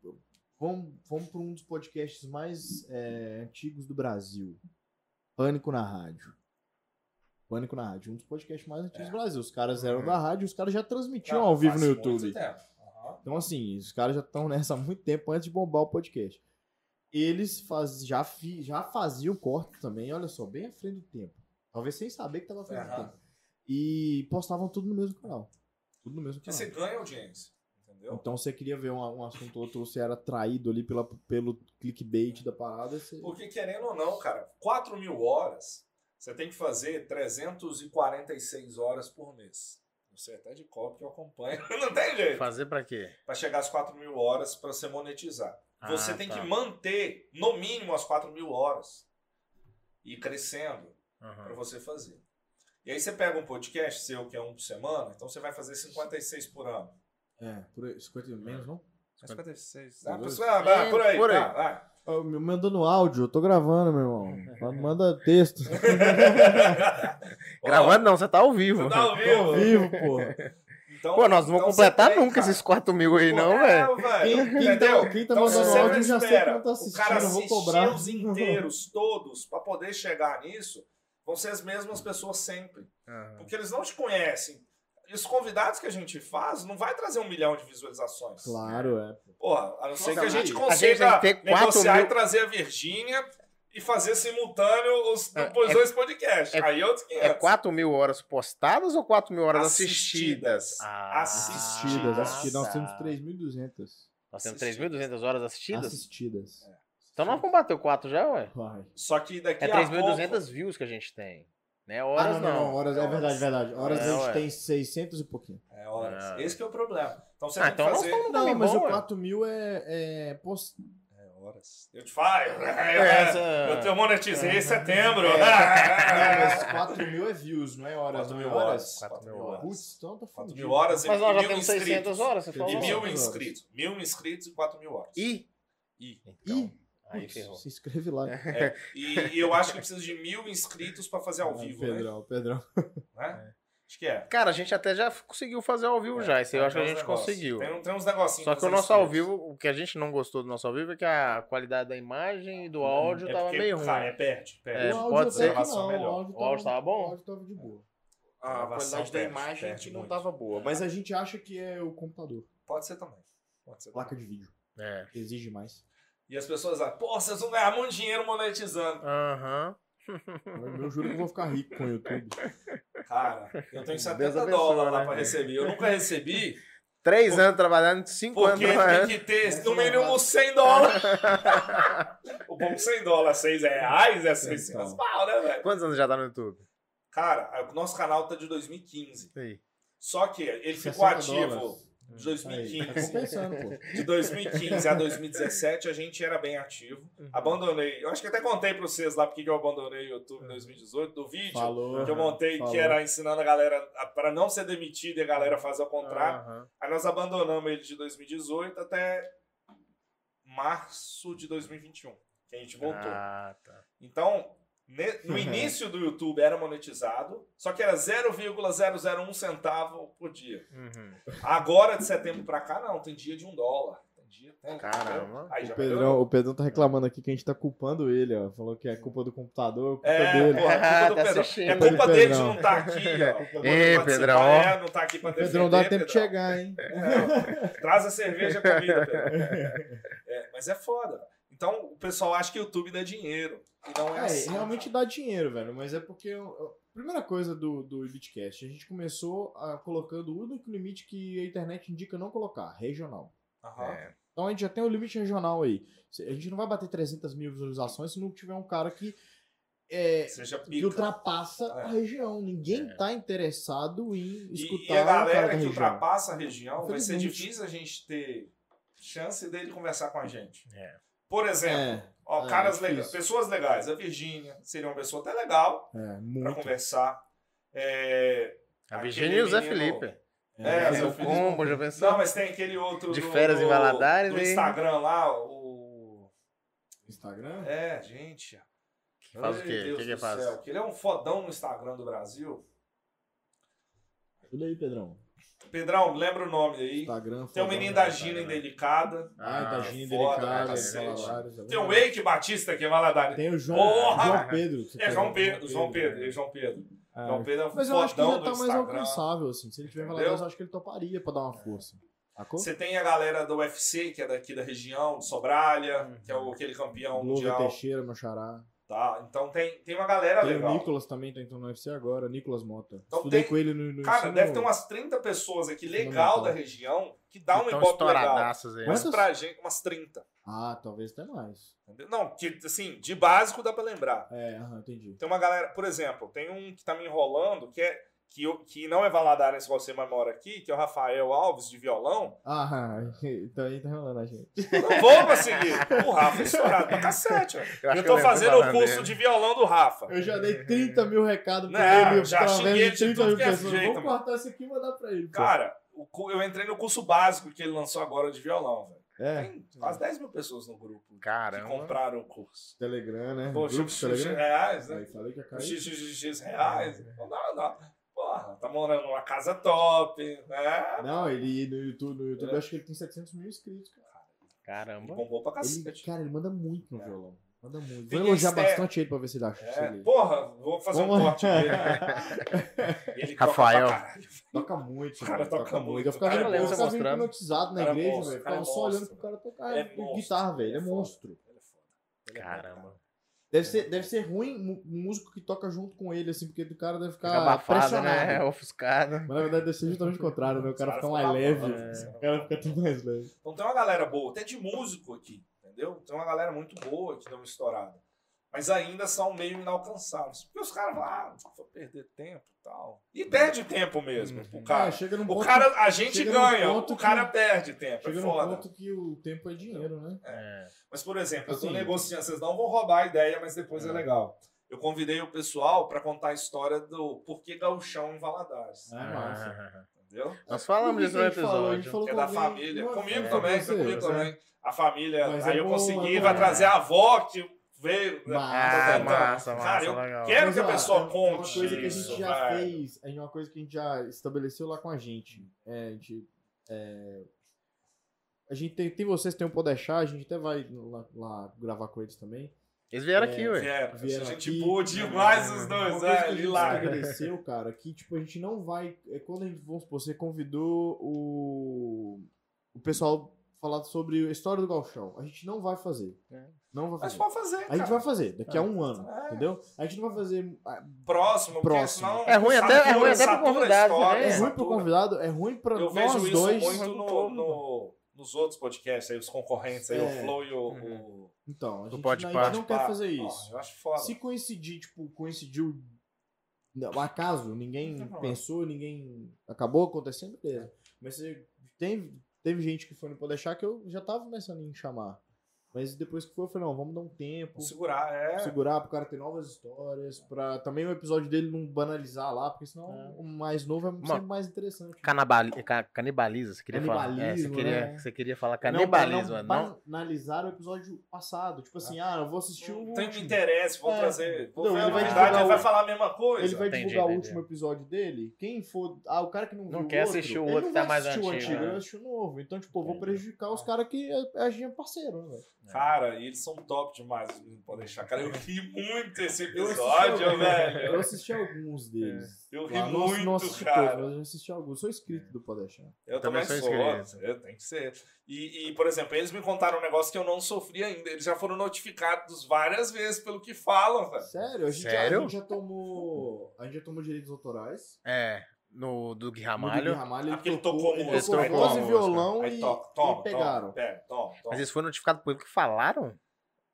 [SPEAKER 3] Vamos, vamos para um dos podcasts mais é, antigos do Brasil. Pânico na Rádio. Pânico na Rádio, um dos podcasts mais antigos do Brasil. Os caras eram da rádio, os caras já transmitiam
[SPEAKER 1] Cara,
[SPEAKER 3] um ao vivo
[SPEAKER 1] É. Uhum. Ah, faz
[SPEAKER 3] no
[SPEAKER 1] muito
[SPEAKER 3] YouTube.
[SPEAKER 1] tempo. Aham.
[SPEAKER 3] Então, assim, os caras já estão nessa há muito tempo antes de bombar o podcast. Eles faz, já, fi- já faziam corte também, olha só, bem à frente do tempo. Talvez sem saber que estava à frente do
[SPEAKER 1] Aham.
[SPEAKER 3] tempo. e postavam tudo no mesmo canal. Tudo no mesmo
[SPEAKER 1] Porque
[SPEAKER 3] canal.
[SPEAKER 1] você ganha audiência, entendeu?
[SPEAKER 3] Então você queria ver um, um assunto ou outro, você era atraído ali pela, pelo clickbait da parada. Você...
[SPEAKER 1] Porque querendo ou não, cara, 4 mil horas, você tem que fazer 346 horas por mês. Eu sei até de copo que eu acompanho. Não tem jeito.
[SPEAKER 2] É, Fazer pra quê?
[SPEAKER 1] Pra chegar às 4 mil horas pra você monetizar. Você
[SPEAKER 2] Ah,
[SPEAKER 1] tem
[SPEAKER 2] tá.
[SPEAKER 1] que manter, no mínimo, as 4 mil horas. E ir crescendo
[SPEAKER 2] Aham.
[SPEAKER 1] pra você fazer. E aí você pega um podcast seu, que é um por semana, então você vai fazer 56 por ano.
[SPEAKER 3] É, por aí, 50 menos, não?
[SPEAKER 1] 56. Ah,
[SPEAKER 3] Dois.
[SPEAKER 1] pessoal, vai,
[SPEAKER 2] É,
[SPEAKER 1] por aí.
[SPEAKER 2] por aí.
[SPEAKER 1] vai, vai.
[SPEAKER 3] Ô, me mandando áudio, eu tô gravando, meu irmão. Manda- Manda texto.
[SPEAKER 1] Ó,
[SPEAKER 2] Gravando não, você tá ao vivo.
[SPEAKER 1] Você tá ao
[SPEAKER 3] Ao
[SPEAKER 1] vivo.
[SPEAKER 3] vivo, porra.
[SPEAKER 1] Então,
[SPEAKER 2] Pô, nós não vamos
[SPEAKER 1] então
[SPEAKER 2] completar
[SPEAKER 1] você tem,
[SPEAKER 2] nunca
[SPEAKER 1] cara.
[SPEAKER 2] esses 4 mil aí,
[SPEAKER 1] Pô,
[SPEAKER 2] não,
[SPEAKER 1] é,
[SPEAKER 2] velho.
[SPEAKER 3] Quem, quem
[SPEAKER 1] Entendeu?
[SPEAKER 3] tá, quem tá
[SPEAKER 1] Então, se
[SPEAKER 3] mandando
[SPEAKER 1] você não
[SPEAKER 3] áudio já sei que
[SPEAKER 1] espera
[SPEAKER 3] não tá
[SPEAKER 1] o
[SPEAKER 3] assistindo,
[SPEAKER 1] cara
[SPEAKER 3] eu vou
[SPEAKER 1] assistir
[SPEAKER 3] cobrar.
[SPEAKER 1] os inteiros, todos, pra poder chegar nisso, vão ser as mesmas pessoas sempre.
[SPEAKER 2] Aham.
[SPEAKER 1] Porque eles não te conhecem. E os convidados que a gente faz não vai trazer um milhão de visualizações.
[SPEAKER 3] Claro, é.
[SPEAKER 1] Porra, a não ser que a
[SPEAKER 2] mas
[SPEAKER 1] gente
[SPEAKER 2] a
[SPEAKER 1] consiga
[SPEAKER 2] gente tem que ter quatro
[SPEAKER 1] negociar
[SPEAKER 2] mil-
[SPEAKER 1] e trazer a Virgínia e fazer simultâneo os,
[SPEAKER 2] É,
[SPEAKER 1] os
[SPEAKER 2] é-
[SPEAKER 1] dois podcasts.
[SPEAKER 2] é-
[SPEAKER 1] Aí outros 500.
[SPEAKER 2] É 4 mil horas postadas ou 4 mil horas assistidas? Ah,
[SPEAKER 1] Assistidas.
[SPEAKER 3] Assistidas,
[SPEAKER 2] tá.
[SPEAKER 3] assistidas. Nós temos 3.200
[SPEAKER 2] Nós temos 3.200 horas assistidas?
[SPEAKER 3] assistidas.
[SPEAKER 2] Então nós vamos bater o 4 já, ué.
[SPEAKER 3] Vai.
[SPEAKER 1] Só que daqui
[SPEAKER 2] É
[SPEAKER 1] a pouco...
[SPEAKER 2] 3.200 views que a gente tem. Né? Horas
[SPEAKER 3] Ah,
[SPEAKER 2] não.
[SPEAKER 3] Horas, é verdade, verdade. Horas
[SPEAKER 2] É,
[SPEAKER 3] a gente
[SPEAKER 2] ué.
[SPEAKER 3] tem 600 e pouquinho.
[SPEAKER 1] É horas.
[SPEAKER 2] Ah.
[SPEAKER 1] Esse que é o problema. Então você
[SPEAKER 2] Ah,
[SPEAKER 1] tem
[SPEAKER 2] então
[SPEAKER 1] que
[SPEAKER 2] nós
[SPEAKER 1] fazer...
[SPEAKER 2] estamos no
[SPEAKER 3] Não,
[SPEAKER 2] caminho
[SPEAKER 3] mas
[SPEAKER 2] bom,
[SPEAKER 3] o
[SPEAKER 2] ué.
[SPEAKER 3] 4 mil é, é post...
[SPEAKER 1] É horas. Eu te falo.
[SPEAKER 2] É, essa-
[SPEAKER 1] Eu te monetizei em setembro.
[SPEAKER 3] mas 4 mil é views, não é horas.
[SPEAKER 1] 4 mil
[SPEAKER 3] não é
[SPEAKER 1] horas.
[SPEAKER 2] Quatro
[SPEAKER 1] 4
[SPEAKER 2] mil
[SPEAKER 1] mil
[SPEAKER 2] horas.
[SPEAKER 1] horas.
[SPEAKER 3] Putz, então tá
[SPEAKER 1] 4
[SPEAKER 3] fudido.
[SPEAKER 1] mil horas e
[SPEAKER 2] Mas nós já
[SPEAKER 1] mil
[SPEAKER 2] temos 600
[SPEAKER 1] inscritos.
[SPEAKER 2] horas, você
[SPEAKER 1] E
[SPEAKER 2] falou.
[SPEAKER 1] mil
[SPEAKER 3] horas.
[SPEAKER 1] inscritos. Mil inscritos e 4 mil horas.
[SPEAKER 2] E?
[SPEAKER 1] E,
[SPEAKER 2] Então, aí
[SPEAKER 3] Putz,
[SPEAKER 2] ferrou.
[SPEAKER 3] Se inscreve lá.
[SPEAKER 1] é. E- e eu acho que precisa de mil inscritos pra fazer ao
[SPEAKER 3] Ah,
[SPEAKER 1] vivo, né?
[SPEAKER 3] Pedrão, Pedrão.
[SPEAKER 1] Né? Acho que é.
[SPEAKER 2] Cara, a gente até já conseguiu fazer ao vivo já. Isso eu acho que a
[SPEAKER 1] Tem uns
[SPEAKER 2] gente
[SPEAKER 1] negócios.
[SPEAKER 2] conseguiu.
[SPEAKER 1] Tem, um- tem uns negocinhos.
[SPEAKER 2] Só que o
[SPEAKER 1] uns
[SPEAKER 2] nosso ao
[SPEAKER 1] inscritos.
[SPEAKER 2] vivo, o que a gente não gostou do nosso ao vivo é que a qualidade da imagem e do áudio
[SPEAKER 1] É
[SPEAKER 2] tava
[SPEAKER 1] porque,
[SPEAKER 2] meio ruim.
[SPEAKER 1] cara, é, perde, perde.
[SPEAKER 2] É,
[SPEAKER 3] o áudio
[SPEAKER 2] pode
[SPEAKER 3] até
[SPEAKER 2] ser.
[SPEAKER 3] que não,
[SPEAKER 1] Melhor.
[SPEAKER 2] O áudio tava bom?
[SPEAKER 3] O áudio tava de boa.
[SPEAKER 1] Ah, A
[SPEAKER 5] A qualidade
[SPEAKER 1] gravação
[SPEAKER 5] da
[SPEAKER 1] perde,
[SPEAKER 5] imagem
[SPEAKER 1] perde
[SPEAKER 5] que não
[SPEAKER 1] muito.
[SPEAKER 5] tava boa. Mas
[SPEAKER 3] Mas a gente acha que é o computador.
[SPEAKER 1] Pode ser também. Pode ser
[SPEAKER 3] Placa
[SPEAKER 1] também.
[SPEAKER 3] de vídeo.
[SPEAKER 2] É.
[SPEAKER 3] Exige mais.
[SPEAKER 1] E as pessoas falam, pô, vocês vão ganhar muito dinheiro monetizando.
[SPEAKER 2] Aham.
[SPEAKER 3] Eu juro que eu vou ficar rico com o YouTube.
[SPEAKER 1] Cara, eu tenho 70
[SPEAKER 2] Deus abençoe,
[SPEAKER 1] dólares lá
[SPEAKER 2] né?
[SPEAKER 1] pra receber. Eu nunca recebi,
[SPEAKER 2] Três
[SPEAKER 1] Por-
[SPEAKER 2] anos trabalhando, cinco anos
[SPEAKER 1] porque tem
[SPEAKER 2] trabalhando.
[SPEAKER 1] que ter
[SPEAKER 2] é
[SPEAKER 1] no mínimo 100 dólares. o bom é que 100 dólares, 6 reais, é 600 pau, né, velho?
[SPEAKER 2] Quantos anos já tá no YouTube?
[SPEAKER 1] Cara, o nosso canal tá de 2015.
[SPEAKER 2] Aí.
[SPEAKER 1] Só que ele ficou
[SPEAKER 3] 60
[SPEAKER 1] ativo
[SPEAKER 3] dólares.
[SPEAKER 2] É,
[SPEAKER 1] de
[SPEAKER 3] Aí, tá
[SPEAKER 1] 2015.
[SPEAKER 3] compensando, pô.
[SPEAKER 1] De 2015 a 2017, a gente era bem ativo.
[SPEAKER 2] Uhum.
[SPEAKER 1] Abandonei. Eu acho que até contei pra vocês lá porque que eu abandonei o
[SPEAKER 2] Uhum.
[SPEAKER 1] YouTube em 2018, do vídeo.
[SPEAKER 3] Falou.
[SPEAKER 1] que eu montei,
[SPEAKER 3] falou.
[SPEAKER 1] que era ensinando a galera a- pra não ser demitido e a galera fazer o contrário.
[SPEAKER 2] Aham.
[SPEAKER 3] Ah.
[SPEAKER 1] Aí nós abandonamos ele de 2018 até março de 2021, que a gente voltou.
[SPEAKER 2] Ah, tá.
[SPEAKER 1] Então, ne- no início do YouTube era monetizado, só que era 0,001 centavo por dia.
[SPEAKER 2] Uhum.
[SPEAKER 1] Agora, de setembro pra cá, não, tem dia de um dólar. Tem dia, tem,
[SPEAKER 2] Caramba.
[SPEAKER 1] Aí já
[SPEAKER 3] O Pedrão, o Pedrão tá reclamando aqui que a gente tá culpando ele, ó. Falou que é culpa do computador, culpa
[SPEAKER 1] É,
[SPEAKER 3] dele.
[SPEAKER 1] porra, é culpa do
[SPEAKER 2] Tá
[SPEAKER 1] Pedrão.
[SPEAKER 2] assistindo.
[SPEAKER 1] É culpa
[SPEAKER 3] Pedro
[SPEAKER 1] dele de
[SPEAKER 3] Pedrão.
[SPEAKER 1] não estar aqui, ó.
[SPEAKER 2] Ê,
[SPEAKER 1] Não participar,
[SPEAKER 2] Pedrão.
[SPEAKER 1] É, não tá aqui pra
[SPEAKER 3] O
[SPEAKER 1] defender,
[SPEAKER 3] Pedrão dá tempo
[SPEAKER 1] Pedrão.
[SPEAKER 3] de chegar, hein?
[SPEAKER 1] É, traz a cerveja e a comida, Pedro. É, mas é foda. Então, o pessoal acha que o YouTube dá dinheiro. E não é,
[SPEAKER 3] É,
[SPEAKER 1] assim.
[SPEAKER 3] realmente dá dinheiro, velho, mas é porque. eu- eu- Primeira coisa do, do Ibitcast, a gente começou ah, colocando o único limite que a internet indica não colocar, regional.
[SPEAKER 1] Aham.
[SPEAKER 2] É.
[SPEAKER 3] Então a gente já tem o limite regional aí. Se- A gente não vai bater 300 mil visualizações se não tiver um cara que, é,
[SPEAKER 1] Seja pica.
[SPEAKER 3] que ultrapassa a
[SPEAKER 1] É.
[SPEAKER 3] região. Ninguém
[SPEAKER 2] É.
[SPEAKER 3] tá interessado em
[SPEAKER 1] E,
[SPEAKER 3] escutar
[SPEAKER 1] e a
[SPEAKER 3] o cara da
[SPEAKER 1] galera que
[SPEAKER 3] região.
[SPEAKER 1] ultrapassa a região, vai ser
[SPEAKER 3] Infelizmente.
[SPEAKER 1] difícil a gente ter chance dele conversar com a gente.
[SPEAKER 2] É.
[SPEAKER 1] Por exemplo,
[SPEAKER 3] É,
[SPEAKER 1] ó,
[SPEAKER 3] é,
[SPEAKER 1] caras
[SPEAKER 3] difícil.
[SPEAKER 1] legais, pessoas legais. A Virgínia seria uma pessoa até legal
[SPEAKER 3] é,
[SPEAKER 1] pra
[SPEAKER 3] muito.
[SPEAKER 1] conversar. É,
[SPEAKER 2] A
[SPEAKER 1] Aquele
[SPEAKER 2] Virgínia e o Zé
[SPEAKER 1] menino-
[SPEAKER 2] Felipe.
[SPEAKER 1] É,
[SPEAKER 2] Fazendo
[SPEAKER 1] Zé Felipe.
[SPEAKER 2] combo, já pensou?
[SPEAKER 1] Não, mas tem aquele outro
[SPEAKER 2] De
[SPEAKER 1] do-
[SPEAKER 2] férias em
[SPEAKER 1] do-
[SPEAKER 2] Valadares,
[SPEAKER 1] do
[SPEAKER 2] hein?
[SPEAKER 1] Instagram lá, o
[SPEAKER 3] Instagram?
[SPEAKER 1] É, gente.
[SPEAKER 2] Faz o
[SPEAKER 1] Meu Deus
[SPEAKER 2] quê? O que que
[SPEAKER 1] do
[SPEAKER 2] ele faz?
[SPEAKER 1] céu, que Ele é um fodão no Instagram do Brasil.
[SPEAKER 3] Ajuda aí, Pedrão.
[SPEAKER 1] Pedrão, lembra o nome aí. Tem
[SPEAKER 3] Instagram.
[SPEAKER 1] o
[SPEAKER 3] fodão,
[SPEAKER 1] um menino
[SPEAKER 3] né?
[SPEAKER 1] da Gina Indelicada.
[SPEAKER 3] Ah, da Gina
[SPEAKER 1] foda,
[SPEAKER 3] Delicada,
[SPEAKER 1] cacete.
[SPEAKER 3] Valadares, é
[SPEAKER 1] Tem um o
[SPEAKER 3] verdade.
[SPEAKER 1] Wake Batista, que é Valadares.
[SPEAKER 3] Tem o João,
[SPEAKER 1] Porra!
[SPEAKER 3] João Pedro. que
[SPEAKER 1] É
[SPEAKER 3] tá-
[SPEAKER 1] João Pedro, João Pedro, é
[SPEAKER 3] né?
[SPEAKER 1] João Pedro.
[SPEAKER 3] Ah,
[SPEAKER 1] João Pedro é um
[SPEAKER 3] Mas eu acho que
[SPEAKER 1] fodão
[SPEAKER 3] já
[SPEAKER 1] do
[SPEAKER 3] tá mais
[SPEAKER 1] Instagram.
[SPEAKER 3] alcançável, assim. Se ele tiver em
[SPEAKER 1] Entendeu?
[SPEAKER 3] Valadares, eu acho que ele toparia pra dar uma força. Sacou?
[SPEAKER 1] Você tem a galera da
[SPEAKER 3] Uhum.
[SPEAKER 1] UFC, que é daqui da região, de Sobralha, que é o- aquele campeão
[SPEAKER 3] Glover
[SPEAKER 1] mundial.
[SPEAKER 3] Teixeira, meu xará.
[SPEAKER 1] Tá, então tem, tem uma galera
[SPEAKER 3] Tem o
[SPEAKER 1] legal.
[SPEAKER 3] Nicolas também tá entrando no UFC agora, Nicolas Mota.
[SPEAKER 1] Então
[SPEAKER 3] Estudei
[SPEAKER 1] tem-
[SPEAKER 3] com ele no, no
[SPEAKER 1] Cara,
[SPEAKER 3] ensino-
[SPEAKER 1] deve ter umas 30 pessoas aqui
[SPEAKER 3] é
[SPEAKER 1] legal
[SPEAKER 3] Fundamental.
[SPEAKER 1] da região que dá um
[SPEAKER 2] Tão
[SPEAKER 1] ibope legal.
[SPEAKER 2] estouradaças aí. né?
[SPEAKER 1] Mas
[SPEAKER 3] Quantas?
[SPEAKER 1] pra gente, umas 30.
[SPEAKER 3] Ah, talvez até mais.
[SPEAKER 1] Entendeu? Não, que assim, de básico dá pra lembrar.
[SPEAKER 3] É, aham, entendi.
[SPEAKER 1] Tem uma galera, por exemplo, tem um que tá me enrolando, que é que, eu, que não é Valadares, você, mas mora aqui, que é o Rafael Alves, de violão.
[SPEAKER 3] Ah, então aí tá rolando a gente.
[SPEAKER 1] Eu Não vou conseguir. O Rafa é estourado pra cacete, velho.
[SPEAKER 2] Eu,
[SPEAKER 1] Eu,
[SPEAKER 2] acho que
[SPEAKER 1] tô
[SPEAKER 2] lembro
[SPEAKER 1] fazendo o
[SPEAKER 2] falando
[SPEAKER 1] curso
[SPEAKER 2] dele.
[SPEAKER 1] de violão do Rafa.
[SPEAKER 3] Eu já dei 30 mil recados pra
[SPEAKER 1] Não,
[SPEAKER 3] ele.
[SPEAKER 1] já
[SPEAKER 3] através
[SPEAKER 1] xinguei ele de
[SPEAKER 3] de 30
[SPEAKER 1] tudo
[SPEAKER 3] mil
[SPEAKER 1] que é
[SPEAKER 3] pessoas.
[SPEAKER 1] jeito,
[SPEAKER 3] Vou
[SPEAKER 1] mano.
[SPEAKER 3] cortar isso aqui e mandar pra ele. pô.
[SPEAKER 1] Cara, o cu- eu entrei no curso básico que ele lançou agora de violão, velho.
[SPEAKER 3] é,
[SPEAKER 1] Tem quase 10 mil pessoas no grupo que
[SPEAKER 2] Caramba.
[SPEAKER 1] compraram o curso.
[SPEAKER 3] Telegram, né?
[SPEAKER 1] Pô,
[SPEAKER 3] Grupo
[SPEAKER 1] x,
[SPEAKER 3] do
[SPEAKER 1] x,
[SPEAKER 3] Telegram.
[SPEAKER 1] reais, né?
[SPEAKER 3] Aí falei que ia
[SPEAKER 1] Os
[SPEAKER 3] cair. É,
[SPEAKER 1] x, x, x, x reais. Não dá, não dá. Porra, tá morando numa casa top, né?
[SPEAKER 3] Não, ele no YouTube, no
[SPEAKER 1] É.
[SPEAKER 3] YouTube eu acho que ele tem 700 mil inscritos, cara.
[SPEAKER 1] Ele
[SPEAKER 2] Caramba.
[SPEAKER 1] bombou pra
[SPEAKER 3] Ele,
[SPEAKER 1] cacete.
[SPEAKER 3] cara, ele manda muito no violão. Manda muito.
[SPEAKER 1] Tem
[SPEAKER 3] Vou elogiar
[SPEAKER 1] esse- é.
[SPEAKER 3] bastante ele pra ver se ele acha. se
[SPEAKER 1] É,
[SPEAKER 3] ele-
[SPEAKER 1] porra, vou fazer um
[SPEAKER 3] Vamos-
[SPEAKER 1] corte dele. Ele toca
[SPEAKER 2] Rafael.
[SPEAKER 1] pra caralho.
[SPEAKER 3] Toca muito,
[SPEAKER 1] O cara
[SPEAKER 3] velho,
[SPEAKER 1] toca muito.
[SPEAKER 3] Eu ficava,
[SPEAKER 1] Cara,
[SPEAKER 3] eu
[SPEAKER 1] eu lembro
[SPEAKER 3] ficava
[SPEAKER 2] você mostrando.
[SPEAKER 3] hipnotizado na
[SPEAKER 1] Cara, é
[SPEAKER 3] igreja,
[SPEAKER 1] monstro,
[SPEAKER 3] velho.
[SPEAKER 1] cara,
[SPEAKER 3] Ficava só olhando
[SPEAKER 1] monstro.
[SPEAKER 3] pro cara tocar.
[SPEAKER 1] É
[SPEAKER 3] É
[SPEAKER 1] monstro.
[SPEAKER 3] guitarra, velho. Ele é
[SPEAKER 1] foda.
[SPEAKER 3] monstro.
[SPEAKER 1] Ele é foda. Ele é
[SPEAKER 2] Caramba.
[SPEAKER 3] Deve ser, deve ser ruim um músico que toca junto com ele, assim, porque o cara deve
[SPEAKER 2] Fica
[SPEAKER 3] ficar
[SPEAKER 2] abafado,
[SPEAKER 3] pressionado.
[SPEAKER 2] né? Ofuscado.
[SPEAKER 3] Mas na verdade deve ser justamente o contrário, né? O cara
[SPEAKER 1] Os
[SPEAKER 3] fica
[SPEAKER 1] caras
[SPEAKER 3] mais
[SPEAKER 1] ficam
[SPEAKER 3] leve.
[SPEAKER 1] babando, né?
[SPEAKER 3] O cara fica tudo mais leve.
[SPEAKER 1] Então tem uma galera boa, até de músico aqui, entendeu? Tem uma galera muito boa que deu uma estourada. Mas ainda são meio inalcançáveis. Porque os caras falam, ah, vou perder tempo e tal. E perde tempo mesmo pro
[SPEAKER 3] É,
[SPEAKER 1] cara.
[SPEAKER 3] chega num
[SPEAKER 1] O
[SPEAKER 3] ponto,
[SPEAKER 1] cara, a gente
[SPEAKER 3] chega num
[SPEAKER 1] ganha,
[SPEAKER 3] ponto
[SPEAKER 1] o cara
[SPEAKER 3] que-
[SPEAKER 1] perde tempo.
[SPEAKER 3] chega
[SPEAKER 1] É
[SPEAKER 3] num
[SPEAKER 1] foda.
[SPEAKER 3] ponto que o tempo é dinheiro, né?
[SPEAKER 2] É.
[SPEAKER 1] Mas, por exemplo, eu tô
[SPEAKER 3] Assim.
[SPEAKER 1] negociando, vocês não vão roubar a ideia, mas depois é, legal. Eu convidei o pessoal pra contar a história do porquê gauchão em Valadares.
[SPEAKER 3] É
[SPEAKER 2] Ah,
[SPEAKER 3] massa.
[SPEAKER 1] Entendeu?
[SPEAKER 2] Nós falamos
[SPEAKER 3] O que
[SPEAKER 2] disso no
[SPEAKER 3] que a gente falou? A gente
[SPEAKER 2] episódio.
[SPEAKER 3] falou
[SPEAKER 1] É
[SPEAKER 3] com
[SPEAKER 1] da
[SPEAKER 3] alguém,
[SPEAKER 1] família.
[SPEAKER 3] não é?
[SPEAKER 1] Comigo
[SPEAKER 3] É,
[SPEAKER 1] também,
[SPEAKER 3] você,
[SPEAKER 1] foi comigo
[SPEAKER 3] você.
[SPEAKER 1] também. A família.
[SPEAKER 3] Mas
[SPEAKER 1] aí
[SPEAKER 3] é
[SPEAKER 1] eu
[SPEAKER 3] bom,
[SPEAKER 1] consegui,
[SPEAKER 3] é
[SPEAKER 1] vai
[SPEAKER 3] bom.
[SPEAKER 1] trazer a avó que veio.
[SPEAKER 3] Mas-
[SPEAKER 2] Ah,
[SPEAKER 1] Então,
[SPEAKER 2] massa,
[SPEAKER 1] cara,
[SPEAKER 2] massa,
[SPEAKER 1] eu
[SPEAKER 2] legal.
[SPEAKER 1] quero
[SPEAKER 3] Mas,
[SPEAKER 1] que a
[SPEAKER 3] ó,
[SPEAKER 1] pessoa
[SPEAKER 3] é
[SPEAKER 1] conte.
[SPEAKER 3] Uma coisa que a
[SPEAKER 1] isso,
[SPEAKER 3] gente já
[SPEAKER 1] velho.
[SPEAKER 3] fez, é uma coisa que a gente já estabeleceu lá com a gente. É, a gente. é, a gente tem, tem vocês, um tem o Podeixar, a gente até vai lá, lá gravar com eles também.
[SPEAKER 2] Eles É, vieram aqui, ué.
[SPEAKER 1] Vieram,
[SPEAKER 3] Vieram
[SPEAKER 1] a gente
[SPEAKER 3] aqui. né?
[SPEAKER 1] boa demais os
[SPEAKER 3] Uma
[SPEAKER 1] dois,
[SPEAKER 3] coisa que
[SPEAKER 1] é,
[SPEAKER 3] a gente
[SPEAKER 1] milagre.
[SPEAKER 3] estabeleceu, cara, que tipo, a gente não vai. É quando a gente, vamos supor, você convidou o, o pessoal falar sobre a história do Galchão. A gente não vai fazer.
[SPEAKER 2] É.
[SPEAKER 3] Não vai
[SPEAKER 1] Mas
[SPEAKER 3] fazer.
[SPEAKER 1] pode fazer,
[SPEAKER 3] A gente vai
[SPEAKER 1] cara.
[SPEAKER 3] fazer daqui a um ano,
[SPEAKER 1] É.
[SPEAKER 3] entendeu? A gente não vai fazer. ah,
[SPEAKER 1] Próximo, porque
[SPEAKER 3] Próximo.
[SPEAKER 1] senão...
[SPEAKER 2] É ruim até- é
[SPEAKER 1] satura-
[SPEAKER 2] ruim até pro
[SPEAKER 1] satura a
[SPEAKER 2] convidado,
[SPEAKER 1] história,
[SPEAKER 2] né?
[SPEAKER 3] É ruim pro
[SPEAKER 1] satura.
[SPEAKER 3] convidado, é ruim pra
[SPEAKER 1] Eu
[SPEAKER 3] nós
[SPEAKER 1] vejo isso
[SPEAKER 3] dois.
[SPEAKER 1] muito no- no- nos outros podcasts, aí, os concorrentes, aí,
[SPEAKER 3] É.
[SPEAKER 1] o Flow e o... o-
[SPEAKER 3] Então, a gente,
[SPEAKER 2] Pode
[SPEAKER 3] a gente
[SPEAKER 2] Pá.
[SPEAKER 3] não
[SPEAKER 1] Pá.
[SPEAKER 3] quer fazer
[SPEAKER 1] Ó,
[SPEAKER 3] isso.
[SPEAKER 1] Eu acho foda.
[SPEAKER 3] Se coincidir, tipo, coincidiu não, um acaso, ninguém
[SPEAKER 1] Não tem problema.
[SPEAKER 3] pensou, ninguém acabou acontecendo, beleza. Mas se- teve, teve gente que foi no Podeixar que eu já tava começando em chamar. Mas depois que foi, eu falei, não, vamos dar um tempo.
[SPEAKER 1] Vamos segurar, é.
[SPEAKER 3] segurar pro cara ter novas histórias, pra também o episódio dele não banalizar lá, porque senão o mais novo é sempre
[SPEAKER 2] Mano,
[SPEAKER 3] mais interessante.
[SPEAKER 2] Canabali- ca- Canibaliza, você queria falar. É, você,
[SPEAKER 3] Canibalismo,
[SPEAKER 2] queria,
[SPEAKER 3] né?
[SPEAKER 2] você queria falar
[SPEAKER 3] Não, pra
[SPEAKER 2] canibalismo, é não?
[SPEAKER 3] não banalizar o episódio passado. Tipo assim, ah, eu vou assistir o
[SPEAKER 1] Não tem
[SPEAKER 3] último.
[SPEAKER 1] interesse, vou
[SPEAKER 3] É.
[SPEAKER 1] trazer. Vou
[SPEAKER 3] Não,
[SPEAKER 1] ver
[SPEAKER 3] ele
[SPEAKER 1] a
[SPEAKER 3] vai
[SPEAKER 1] novidade,
[SPEAKER 3] divulgar
[SPEAKER 1] ele vai
[SPEAKER 3] o-
[SPEAKER 1] falar a mesma coisa.
[SPEAKER 3] Ele vai
[SPEAKER 2] Entendi,
[SPEAKER 3] divulgar o
[SPEAKER 2] entendi.
[SPEAKER 3] último episódio dele. Quem for. Ah, o cara que não viu.
[SPEAKER 2] Não
[SPEAKER 3] o
[SPEAKER 2] quer
[SPEAKER 3] outro,
[SPEAKER 2] assistir o
[SPEAKER 3] ele
[SPEAKER 2] outro
[SPEAKER 3] não
[SPEAKER 2] que tá
[SPEAKER 3] vai
[SPEAKER 2] mais
[SPEAKER 3] assistir o
[SPEAKER 2] antigo,
[SPEAKER 3] antigo,
[SPEAKER 2] né?
[SPEAKER 3] ele vai assistir o novo. Então, tipo, eu vou
[SPEAKER 2] Entendi.
[SPEAKER 3] prejudicar os caras que é- a gente é parceiro, né, velho?
[SPEAKER 1] Cara, e eles são top demais, não pode deixar. Cara, eu ri muito esse
[SPEAKER 3] Eu assisti
[SPEAKER 1] episódio,
[SPEAKER 3] alguns- Eu
[SPEAKER 1] velho.
[SPEAKER 3] assisti alguns
[SPEAKER 2] É.
[SPEAKER 3] deles.
[SPEAKER 1] Eu ri
[SPEAKER 3] Lá, não-
[SPEAKER 1] muito,
[SPEAKER 3] não assisti
[SPEAKER 1] cara.
[SPEAKER 3] todos, mas eu assisti alguns. Sou inscrito
[SPEAKER 2] É.
[SPEAKER 3] do né? Podeixar.
[SPEAKER 1] Eu também
[SPEAKER 2] Também
[SPEAKER 1] sou.
[SPEAKER 2] sou
[SPEAKER 1] Eu tenho que ser. E, e, por exemplo, eles me contaram um negócio que eu não sofri ainda. Eles já foram notificados várias vezes pelo que falam, velho.
[SPEAKER 3] Sério? A gente,
[SPEAKER 2] Sério?
[SPEAKER 3] A gente já tomou. A gente já tomou direitos autorais.
[SPEAKER 2] É, no do Gui
[SPEAKER 3] No
[SPEAKER 2] Ramalho.
[SPEAKER 3] Billy Ramalho,
[SPEAKER 1] Ah, porque
[SPEAKER 3] ele
[SPEAKER 1] ele
[SPEAKER 3] tocou,
[SPEAKER 1] tocou
[SPEAKER 3] ele
[SPEAKER 1] música.
[SPEAKER 3] tocou
[SPEAKER 2] Ele tocou
[SPEAKER 3] voz e
[SPEAKER 2] música.
[SPEAKER 3] violão
[SPEAKER 1] Aí
[SPEAKER 3] e,
[SPEAKER 1] toca, toma,
[SPEAKER 3] e pegaram.
[SPEAKER 1] toma. Pega, toma, toma.
[SPEAKER 2] Mas eles foram notificados por ele que falaram?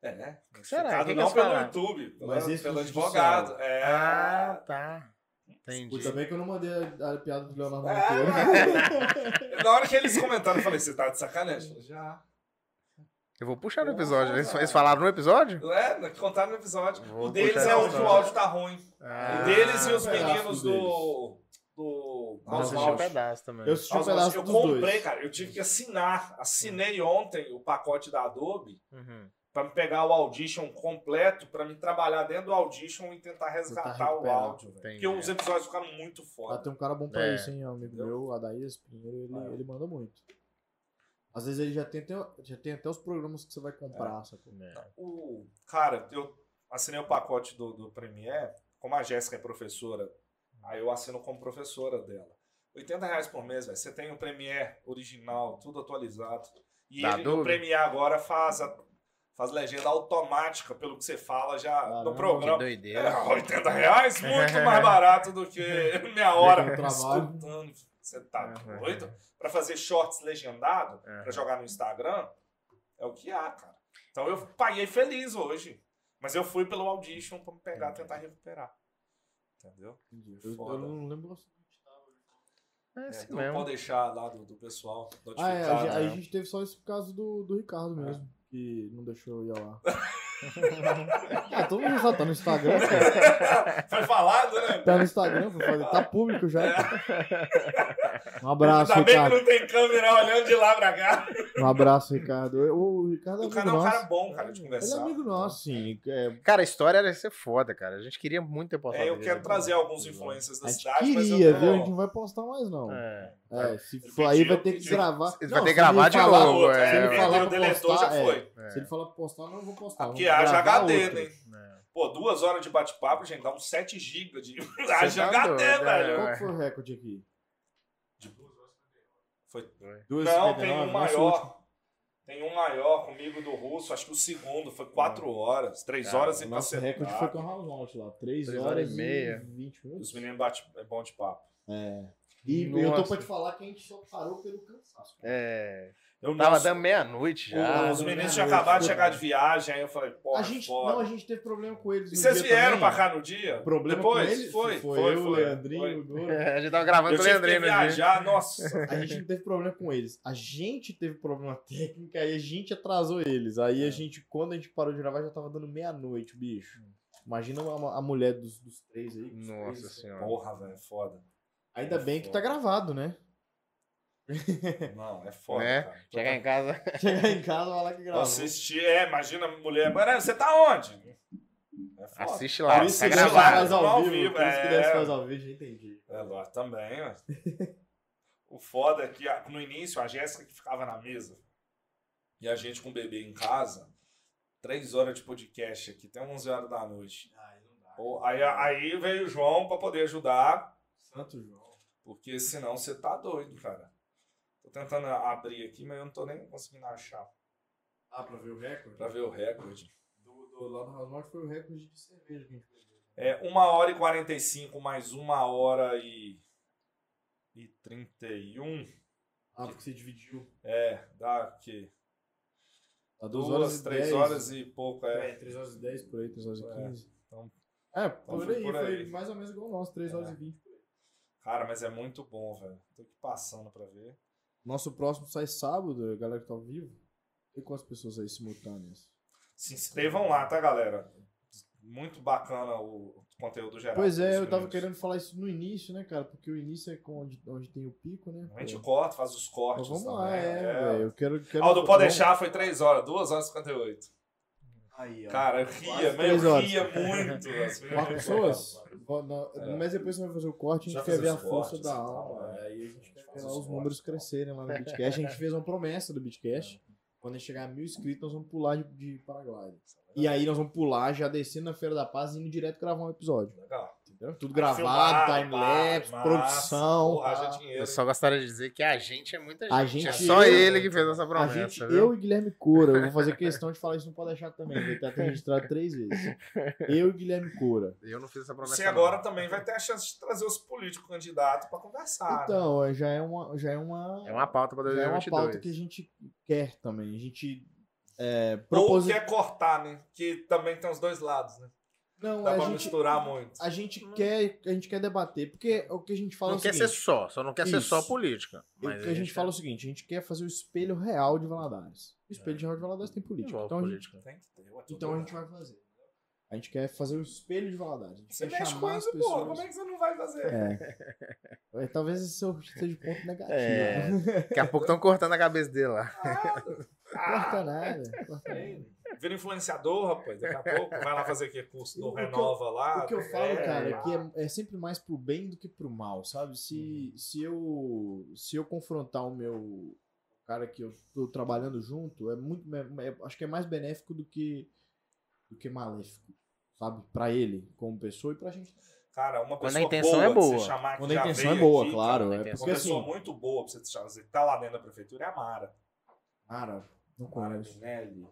[SPEAKER 1] É, né?
[SPEAKER 2] será? O que que
[SPEAKER 1] não
[SPEAKER 2] eles
[SPEAKER 1] pelo
[SPEAKER 2] falaram?
[SPEAKER 1] YouTube, pelo,
[SPEAKER 3] Mas esse
[SPEAKER 1] pelo
[SPEAKER 3] não
[SPEAKER 1] advogado. É.
[SPEAKER 2] Ah, tá. Entendi.
[SPEAKER 3] Puta, também que eu não mandei a, a piada do Leonardo
[SPEAKER 1] É.
[SPEAKER 3] inteira.
[SPEAKER 1] Na hora que eles comentaram, eu falei, você tá de sacanagem. Eu falei, Já.
[SPEAKER 2] Eu vou puxar no episódio. Eles, eles falaram no episódio?
[SPEAKER 1] É, contaram no episódio.
[SPEAKER 2] Vou
[SPEAKER 1] o deles
[SPEAKER 2] puxar
[SPEAKER 1] é
[SPEAKER 2] essa
[SPEAKER 1] onde o
[SPEAKER 2] história.
[SPEAKER 1] áudio tá ruim.
[SPEAKER 2] Ah,
[SPEAKER 1] o deles e os
[SPEAKER 3] um pedaço
[SPEAKER 1] meninos do. Do.
[SPEAKER 2] eu assisti um
[SPEAKER 1] Oswald.
[SPEAKER 2] pedaço também.
[SPEAKER 3] Eu assisti um
[SPEAKER 1] Oswald.
[SPEAKER 3] pedaço
[SPEAKER 1] Eu
[SPEAKER 3] dos
[SPEAKER 1] comprei,
[SPEAKER 3] dois.
[SPEAKER 1] cara. Eu tive que assinar. Assinei ontem o pacote da Adobe
[SPEAKER 2] Uhum.
[SPEAKER 1] pra me pegar o Audition completo, pra me trabalhar dentro do Audition e tentar resgatar o
[SPEAKER 3] recuperar.
[SPEAKER 1] áudio. velho.
[SPEAKER 2] Entendi.
[SPEAKER 1] Porque os episódios ficaram muito
[SPEAKER 3] Ah,
[SPEAKER 1] foda.
[SPEAKER 3] tem um cara bom pra
[SPEAKER 2] É.
[SPEAKER 3] isso, hein? Um amigo meu, Adair Pinheiro, ele,
[SPEAKER 1] Ah.
[SPEAKER 3] ele manda muito. Às vezes ele já tem, até, já tem até os programas que você vai comprar, sacou?
[SPEAKER 2] É.
[SPEAKER 1] O, cara, eu assinei o pacote do, do Premiere, como a Jéssica é professora, aí eu assino como professora dela. 80 reais por mês, velho. Você tem o Premiere original, tudo atualizado. E
[SPEAKER 2] Da
[SPEAKER 1] ele, o
[SPEAKER 2] Adobe?
[SPEAKER 1] Premiere agora faz, a- Faz legenda automática pelo que você fala já
[SPEAKER 3] Caramba,
[SPEAKER 1] no
[SPEAKER 2] Que
[SPEAKER 1] programa. É,
[SPEAKER 2] doideira.
[SPEAKER 1] 80 reais, muito mais barato do que meia hora
[SPEAKER 3] Trabalho.
[SPEAKER 1] escutando. Você tá
[SPEAKER 2] Aham.
[SPEAKER 1] doido? Pra fazer shorts legendado,
[SPEAKER 2] Aham.
[SPEAKER 1] pra jogar no Instagram, é o que há, cara. Então eu paguei feliz hoje. Mas eu fui pelo audition pra me pegar, tentar recuperar. Entendeu?
[SPEAKER 3] Eu, eu
[SPEAKER 1] Foda.
[SPEAKER 3] não lembro onde tava.
[SPEAKER 2] É
[SPEAKER 1] É,
[SPEAKER 2] assim
[SPEAKER 1] então
[SPEAKER 2] mesmo.
[SPEAKER 1] pode deixar lá do, do pessoal
[SPEAKER 3] Ah, é,
[SPEAKER 1] notificado.
[SPEAKER 3] a, gente-
[SPEAKER 1] né? É.
[SPEAKER 3] a gente teve só esse caso do, do Ricardo mesmo, que não deixou eu ir lá. ah, todo mundo já tá no Instagram, cara.
[SPEAKER 1] Foi falado, né?
[SPEAKER 3] Tá no Instagram, foi fazer- tá público já. Um abraço,
[SPEAKER 1] É. Ainda bem que
[SPEAKER 3] Ricardo.
[SPEAKER 1] não tem câmera olhando de lá pra cá.
[SPEAKER 3] Um abraço, Ricardo. O, o Ricardo
[SPEAKER 1] O
[SPEAKER 3] é amigo
[SPEAKER 1] cara é um
[SPEAKER 3] nosso.
[SPEAKER 1] cara bom, cara, de
[SPEAKER 3] Ele
[SPEAKER 1] conversar.
[SPEAKER 3] é amigo nosso, sim. É,
[SPEAKER 2] Cara, a história era ser foda, cara. A gente queria muito ter postado
[SPEAKER 1] É, eu
[SPEAKER 2] isso
[SPEAKER 1] quero
[SPEAKER 2] aqui.
[SPEAKER 1] trazer alguns influencers
[SPEAKER 3] a
[SPEAKER 1] da
[SPEAKER 3] gente
[SPEAKER 1] cidade, mas eu
[SPEAKER 3] queria,
[SPEAKER 1] tô...
[SPEAKER 3] viu? A gente não vai postar mais,
[SPEAKER 1] um.
[SPEAKER 3] não. É,
[SPEAKER 2] É.
[SPEAKER 3] se
[SPEAKER 1] Ele
[SPEAKER 3] for aí
[SPEAKER 1] pediu,
[SPEAKER 3] vai ter que
[SPEAKER 1] pediu.
[SPEAKER 3] gravar. Não,
[SPEAKER 2] Ele vai ter
[SPEAKER 3] se
[SPEAKER 2] que gravar de
[SPEAKER 3] falar-
[SPEAKER 2] novo,
[SPEAKER 1] Outra,
[SPEAKER 2] é.
[SPEAKER 1] se ele
[SPEAKER 2] é,
[SPEAKER 1] falar
[SPEAKER 3] pra
[SPEAKER 1] o deletor
[SPEAKER 3] postar,
[SPEAKER 1] já
[SPEAKER 3] é.
[SPEAKER 1] foi.
[SPEAKER 2] é.
[SPEAKER 3] Se ele falar pra postar, não eu vou postar.
[SPEAKER 1] Porque
[SPEAKER 3] vamos
[SPEAKER 1] haja
[SPEAKER 3] gravar
[SPEAKER 1] HD,
[SPEAKER 3] outro.
[SPEAKER 1] né? Pô, duas horas de bate-papo, gente, dá uns 7 GB de haja
[SPEAKER 2] tá
[SPEAKER 1] HD,
[SPEAKER 3] é.
[SPEAKER 2] doido,
[SPEAKER 1] velho.
[SPEAKER 2] né?
[SPEAKER 3] Qual que foi o recorde aqui?
[SPEAKER 1] Foi...
[SPEAKER 3] Duas
[SPEAKER 1] Não,
[SPEAKER 3] 59,
[SPEAKER 1] tem um
[SPEAKER 3] nosso último.
[SPEAKER 1] maior. Tem um maior comigo do russo, acho que o segundo foi 4 horas, 3
[SPEAKER 2] Cara,
[SPEAKER 1] horas e
[SPEAKER 3] É. Nosso recorde foi com
[SPEAKER 1] cacetado.
[SPEAKER 3] o House Out lá, 3
[SPEAKER 2] Três
[SPEAKER 3] horas,
[SPEAKER 2] horas e
[SPEAKER 3] e
[SPEAKER 2] meia.
[SPEAKER 3] 20 minutos.
[SPEAKER 1] Os meninos bate... é bom de papo.
[SPEAKER 3] E eu tô
[SPEAKER 2] Nossa.
[SPEAKER 3] pra te falar que a gente só parou pelo cansaço.
[SPEAKER 2] É.
[SPEAKER 1] Eu
[SPEAKER 2] Tava
[SPEAKER 1] nossa,
[SPEAKER 2] dando meia-noite já.
[SPEAKER 1] Um os meninos
[SPEAKER 3] meia-noite.
[SPEAKER 1] tinham acabado de chegar de viagem, aí eu falei, pô,
[SPEAKER 3] né? a gente,
[SPEAKER 1] foda.
[SPEAKER 3] não, a gente teve problema com eles.
[SPEAKER 1] E
[SPEAKER 3] no
[SPEAKER 1] vocês
[SPEAKER 3] dia
[SPEAKER 1] vieram
[SPEAKER 3] também.
[SPEAKER 1] pra cá no dia?
[SPEAKER 3] Problema
[SPEAKER 1] Depois?
[SPEAKER 3] com eles?
[SPEAKER 1] Foi,
[SPEAKER 3] foi,
[SPEAKER 1] foi,
[SPEAKER 3] eu, o
[SPEAKER 1] foi,
[SPEAKER 3] Leandrinho,
[SPEAKER 1] foi.
[SPEAKER 3] o Doro.
[SPEAKER 2] É, a gente tava gravando
[SPEAKER 1] Eu
[SPEAKER 2] com o
[SPEAKER 1] tive que
[SPEAKER 2] Leandrino. né?
[SPEAKER 1] viajar, nossa.
[SPEAKER 3] A gente não teve problema com eles. A gente teve problema técnico, aí a gente atrasou eles. Aí a gente, quando a gente parou de gravar, já tava dando meia-noite, bicho. Imagina a, a mulher dos, dos três aí. dos
[SPEAKER 2] Nossa
[SPEAKER 3] três.
[SPEAKER 2] senhora.
[SPEAKER 1] Porra, velho, é foda.
[SPEAKER 3] Ainda bem que tá gravado, né?
[SPEAKER 1] Não, é foda,
[SPEAKER 2] Né?
[SPEAKER 1] cara.
[SPEAKER 2] Chegar em casa.
[SPEAKER 3] Chegar em casa, vai lá que gravou.
[SPEAKER 1] Assistir, é, imagina a mulher. Mano, você tá onde? É foda.
[SPEAKER 2] Assiste lá.
[SPEAKER 3] Por isso
[SPEAKER 2] Tá
[SPEAKER 3] que Deus
[SPEAKER 1] gravado,
[SPEAKER 3] faz
[SPEAKER 1] tá
[SPEAKER 3] ao
[SPEAKER 1] ao
[SPEAKER 3] vivo.
[SPEAKER 1] vivo,
[SPEAKER 3] Por isso que
[SPEAKER 1] é.
[SPEAKER 3] Deus faz ao vivo, já entendi.
[SPEAKER 1] É, lá também, ó. O foda é que a- no início a Jéssica que ficava na mesa e a gente com o bebê em casa, três horas de podcast aqui, até 11 horas da noite.
[SPEAKER 3] Ah,
[SPEAKER 1] Pô, Aí, aí veio o João pra poder ajudar,
[SPEAKER 3] Santo João.
[SPEAKER 1] porque senão você tá doido, cara. Tô tentando abrir aqui, mas eu não tô nem conseguindo achar
[SPEAKER 3] Ah, pra ver o recorde?
[SPEAKER 1] pra ver o recorde.
[SPEAKER 3] Do, do, lá do Rasmort foi o recorde de cerveja que a gente bebeu.
[SPEAKER 1] É, 1 hora e 45 mais 1 hora e, e 31. Tipo,
[SPEAKER 3] Ah, porque você dividiu.
[SPEAKER 1] É, dá o quê?
[SPEAKER 3] Tá
[SPEAKER 1] Duas,
[SPEAKER 3] 2 horas,
[SPEAKER 1] três
[SPEAKER 3] 10.
[SPEAKER 1] horas e pouco, é.
[SPEAKER 3] É, 3 horas e 10 por aí, 3 horas e
[SPEAKER 1] É,
[SPEAKER 3] 15.
[SPEAKER 1] então-
[SPEAKER 3] é, por,
[SPEAKER 1] foi
[SPEAKER 3] aí,
[SPEAKER 1] por
[SPEAKER 3] foi
[SPEAKER 1] aí.
[SPEAKER 3] mais ou menos igual o nosso, 3 horas
[SPEAKER 1] É.
[SPEAKER 3] e 20 por aí.
[SPEAKER 1] Cara, mas é muito bom, velho. Tô aqui passando pra ver.
[SPEAKER 3] Nosso próximo sai sábado, a galera que tá ao vivo. E com as pessoas aí simultâneas?
[SPEAKER 1] Se inscrevam lá, tá, galera? Muito bacana o conteúdo geral.
[SPEAKER 3] pois é,
[SPEAKER 1] dos
[SPEAKER 3] eu tava
[SPEAKER 1] meninos.
[SPEAKER 3] querendo falar isso no início, né, cara? Porque o início é com onde, onde tem o pico, né?
[SPEAKER 1] A gente
[SPEAKER 3] pô?
[SPEAKER 1] corta, faz os
[SPEAKER 3] Mas
[SPEAKER 1] cortes.
[SPEAKER 3] vamos
[SPEAKER 1] também,
[SPEAKER 3] lá, é, velho. Eu quero. quero
[SPEAKER 1] Ah, o do Pode
[SPEAKER 3] vamos-
[SPEAKER 1] Deixar foi 3 horas, 2 horas e 58.
[SPEAKER 3] Aí, ó.
[SPEAKER 1] Cara, eu ria, mas eu
[SPEAKER 3] Quase três horas.
[SPEAKER 1] ria muito. as meninas.
[SPEAKER 3] Quatro pessoas? Vó- na-
[SPEAKER 1] É.
[SPEAKER 3] Mas depois você vai fazer o corte, a
[SPEAKER 1] Já
[SPEAKER 3] gente quer
[SPEAKER 1] fez
[SPEAKER 3] ver a
[SPEAKER 1] os
[SPEAKER 3] força
[SPEAKER 1] cortes
[SPEAKER 3] da
[SPEAKER 1] e tal,
[SPEAKER 3] alma.
[SPEAKER 1] é.
[SPEAKER 3] Aí a gente
[SPEAKER 1] A gente
[SPEAKER 3] quer
[SPEAKER 1] faz
[SPEAKER 3] ver
[SPEAKER 1] os
[SPEAKER 3] lá os
[SPEAKER 1] cortes
[SPEAKER 3] números
[SPEAKER 1] e tal.
[SPEAKER 3] crescerem lá no BitCast. A gente fez uma promessa do BitCast.
[SPEAKER 1] É.
[SPEAKER 3] Quando a gente chegar a mil inscritos, nós vamos pular de, de paraglide. E aí nós vamos pular, já descendo na Feira da Paz e indo direto gravar um episódio.
[SPEAKER 1] Legal.
[SPEAKER 3] Entendeu? Tudo
[SPEAKER 1] Filmado,
[SPEAKER 3] gravado, time-lapse,
[SPEAKER 1] pá, massa.
[SPEAKER 3] produção. tá?
[SPEAKER 1] Porra,
[SPEAKER 3] pá.
[SPEAKER 1] haja dinheiro.
[SPEAKER 2] Eu só gostaria de dizer que a gente é muita gente.
[SPEAKER 3] A
[SPEAKER 2] é
[SPEAKER 3] gente-
[SPEAKER 2] só
[SPEAKER 3] eu-
[SPEAKER 2] ele que fez essa
[SPEAKER 3] A
[SPEAKER 2] promessa,
[SPEAKER 3] gente,
[SPEAKER 2] viu?
[SPEAKER 3] eu e Guilherme Cura, eu vou fazer questão de falar isso, não pode deixar também, ele tá registrado três vezes. Eu e Guilherme Cura.
[SPEAKER 2] Eu, não fiz essa promessa.
[SPEAKER 1] Você
[SPEAKER 2] não.
[SPEAKER 1] agora também vai ter a chance de trazer os políticos candidatos pra conversar. né?
[SPEAKER 3] Então, ó, já é uma, já é uma,
[SPEAKER 2] É uma pauta pra
[SPEAKER 3] já é uma
[SPEAKER 2] 2022.
[SPEAKER 3] pauta que a gente quer também. A gente é,
[SPEAKER 1] Ou
[SPEAKER 3] proposi-
[SPEAKER 1] quer cortar, né? Que também tem os dois lados, né?
[SPEAKER 3] Não,
[SPEAKER 1] Dá
[SPEAKER 3] Então, a
[SPEAKER 1] pra
[SPEAKER 3] gente,
[SPEAKER 1] misturar muito.
[SPEAKER 3] a gente quer, a gente quer debater, porque o que a gente fala
[SPEAKER 2] Não
[SPEAKER 3] é o
[SPEAKER 2] quer ser
[SPEAKER 3] seguinte,
[SPEAKER 2] só, só não quer ser só
[SPEAKER 3] Isso.
[SPEAKER 2] política.
[SPEAKER 3] o
[SPEAKER 2] Mas
[SPEAKER 3] que a gente fala é o seguinte, a gente quer fazer o espelho real de Valadares. O espelho real de Valadares tem política.
[SPEAKER 2] É. envolve
[SPEAKER 3] Então a, gente,
[SPEAKER 2] política.
[SPEAKER 1] Tem que ter. ué, tudo
[SPEAKER 3] então a
[SPEAKER 1] bem.
[SPEAKER 3] gente vai fazer. A gente quer fazer o espelho de Valadares. A gente
[SPEAKER 1] Você
[SPEAKER 3] quer
[SPEAKER 1] mexe com
[SPEAKER 3] chamar as
[SPEAKER 1] isso, pô. Como
[SPEAKER 3] pessoas.
[SPEAKER 1] é que você não vai fazer?
[SPEAKER 3] É. É, Talvez esse seu- seja o ponto negativo.
[SPEAKER 2] É.
[SPEAKER 3] Não
[SPEAKER 2] Daqui a pouco estão cortando a cabeça dele lá.
[SPEAKER 1] Ah,
[SPEAKER 3] corta nada.
[SPEAKER 1] É.
[SPEAKER 3] corta nada.
[SPEAKER 1] vira influenciador, rapaz. Daqui a pouco vai lá fazer aquele curso do
[SPEAKER 3] O que eu-
[SPEAKER 1] Renova lá.
[SPEAKER 3] O que eu falo,
[SPEAKER 1] É,
[SPEAKER 3] cara, é que é, é sempre mais pro bem do que pro mal, sabe? Se, se, eu, se eu confrontar o meu o cara que eu tô trabalhando junto, é muito. é- é- acho que é mais benéfico do que, do que maléfico, sabe? Pra ele, como pessoa, e pra gente.
[SPEAKER 1] Cara, uma
[SPEAKER 2] Quando
[SPEAKER 1] pessoa
[SPEAKER 2] a intenção
[SPEAKER 1] boa
[SPEAKER 2] é
[SPEAKER 1] de
[SPEAKER 2] boa.
[SPEAKER 1] Você chamar que
[SPEAKER 3] Quando
[SPEAKER 1] já
[SPEAKER 3] a intenção é
[SPEAKER 1] veio
[SPEAKER 3] boa,
[SPEAKER 1] aqui,
[SPEAKER 3] claro.
[SPEAKER 2] cara,
[SPEAKER 3] É
[SPEAKER 2] a intenção
[SPEAKER 1] né? Uma
[SPEAKER 3] porque
[SPEAKER 1] pessoa
[SPEAKER 3] assim,
[SPEAKER 1] muito boa pra você chamar. Você tá lá dentro da prefeitura é a Mara.
[SPEAKER 3] cara, não
[SPEAKER 1] Mara
[SPEAKER 3] conheço.
[SPEAKER 1] Minelli.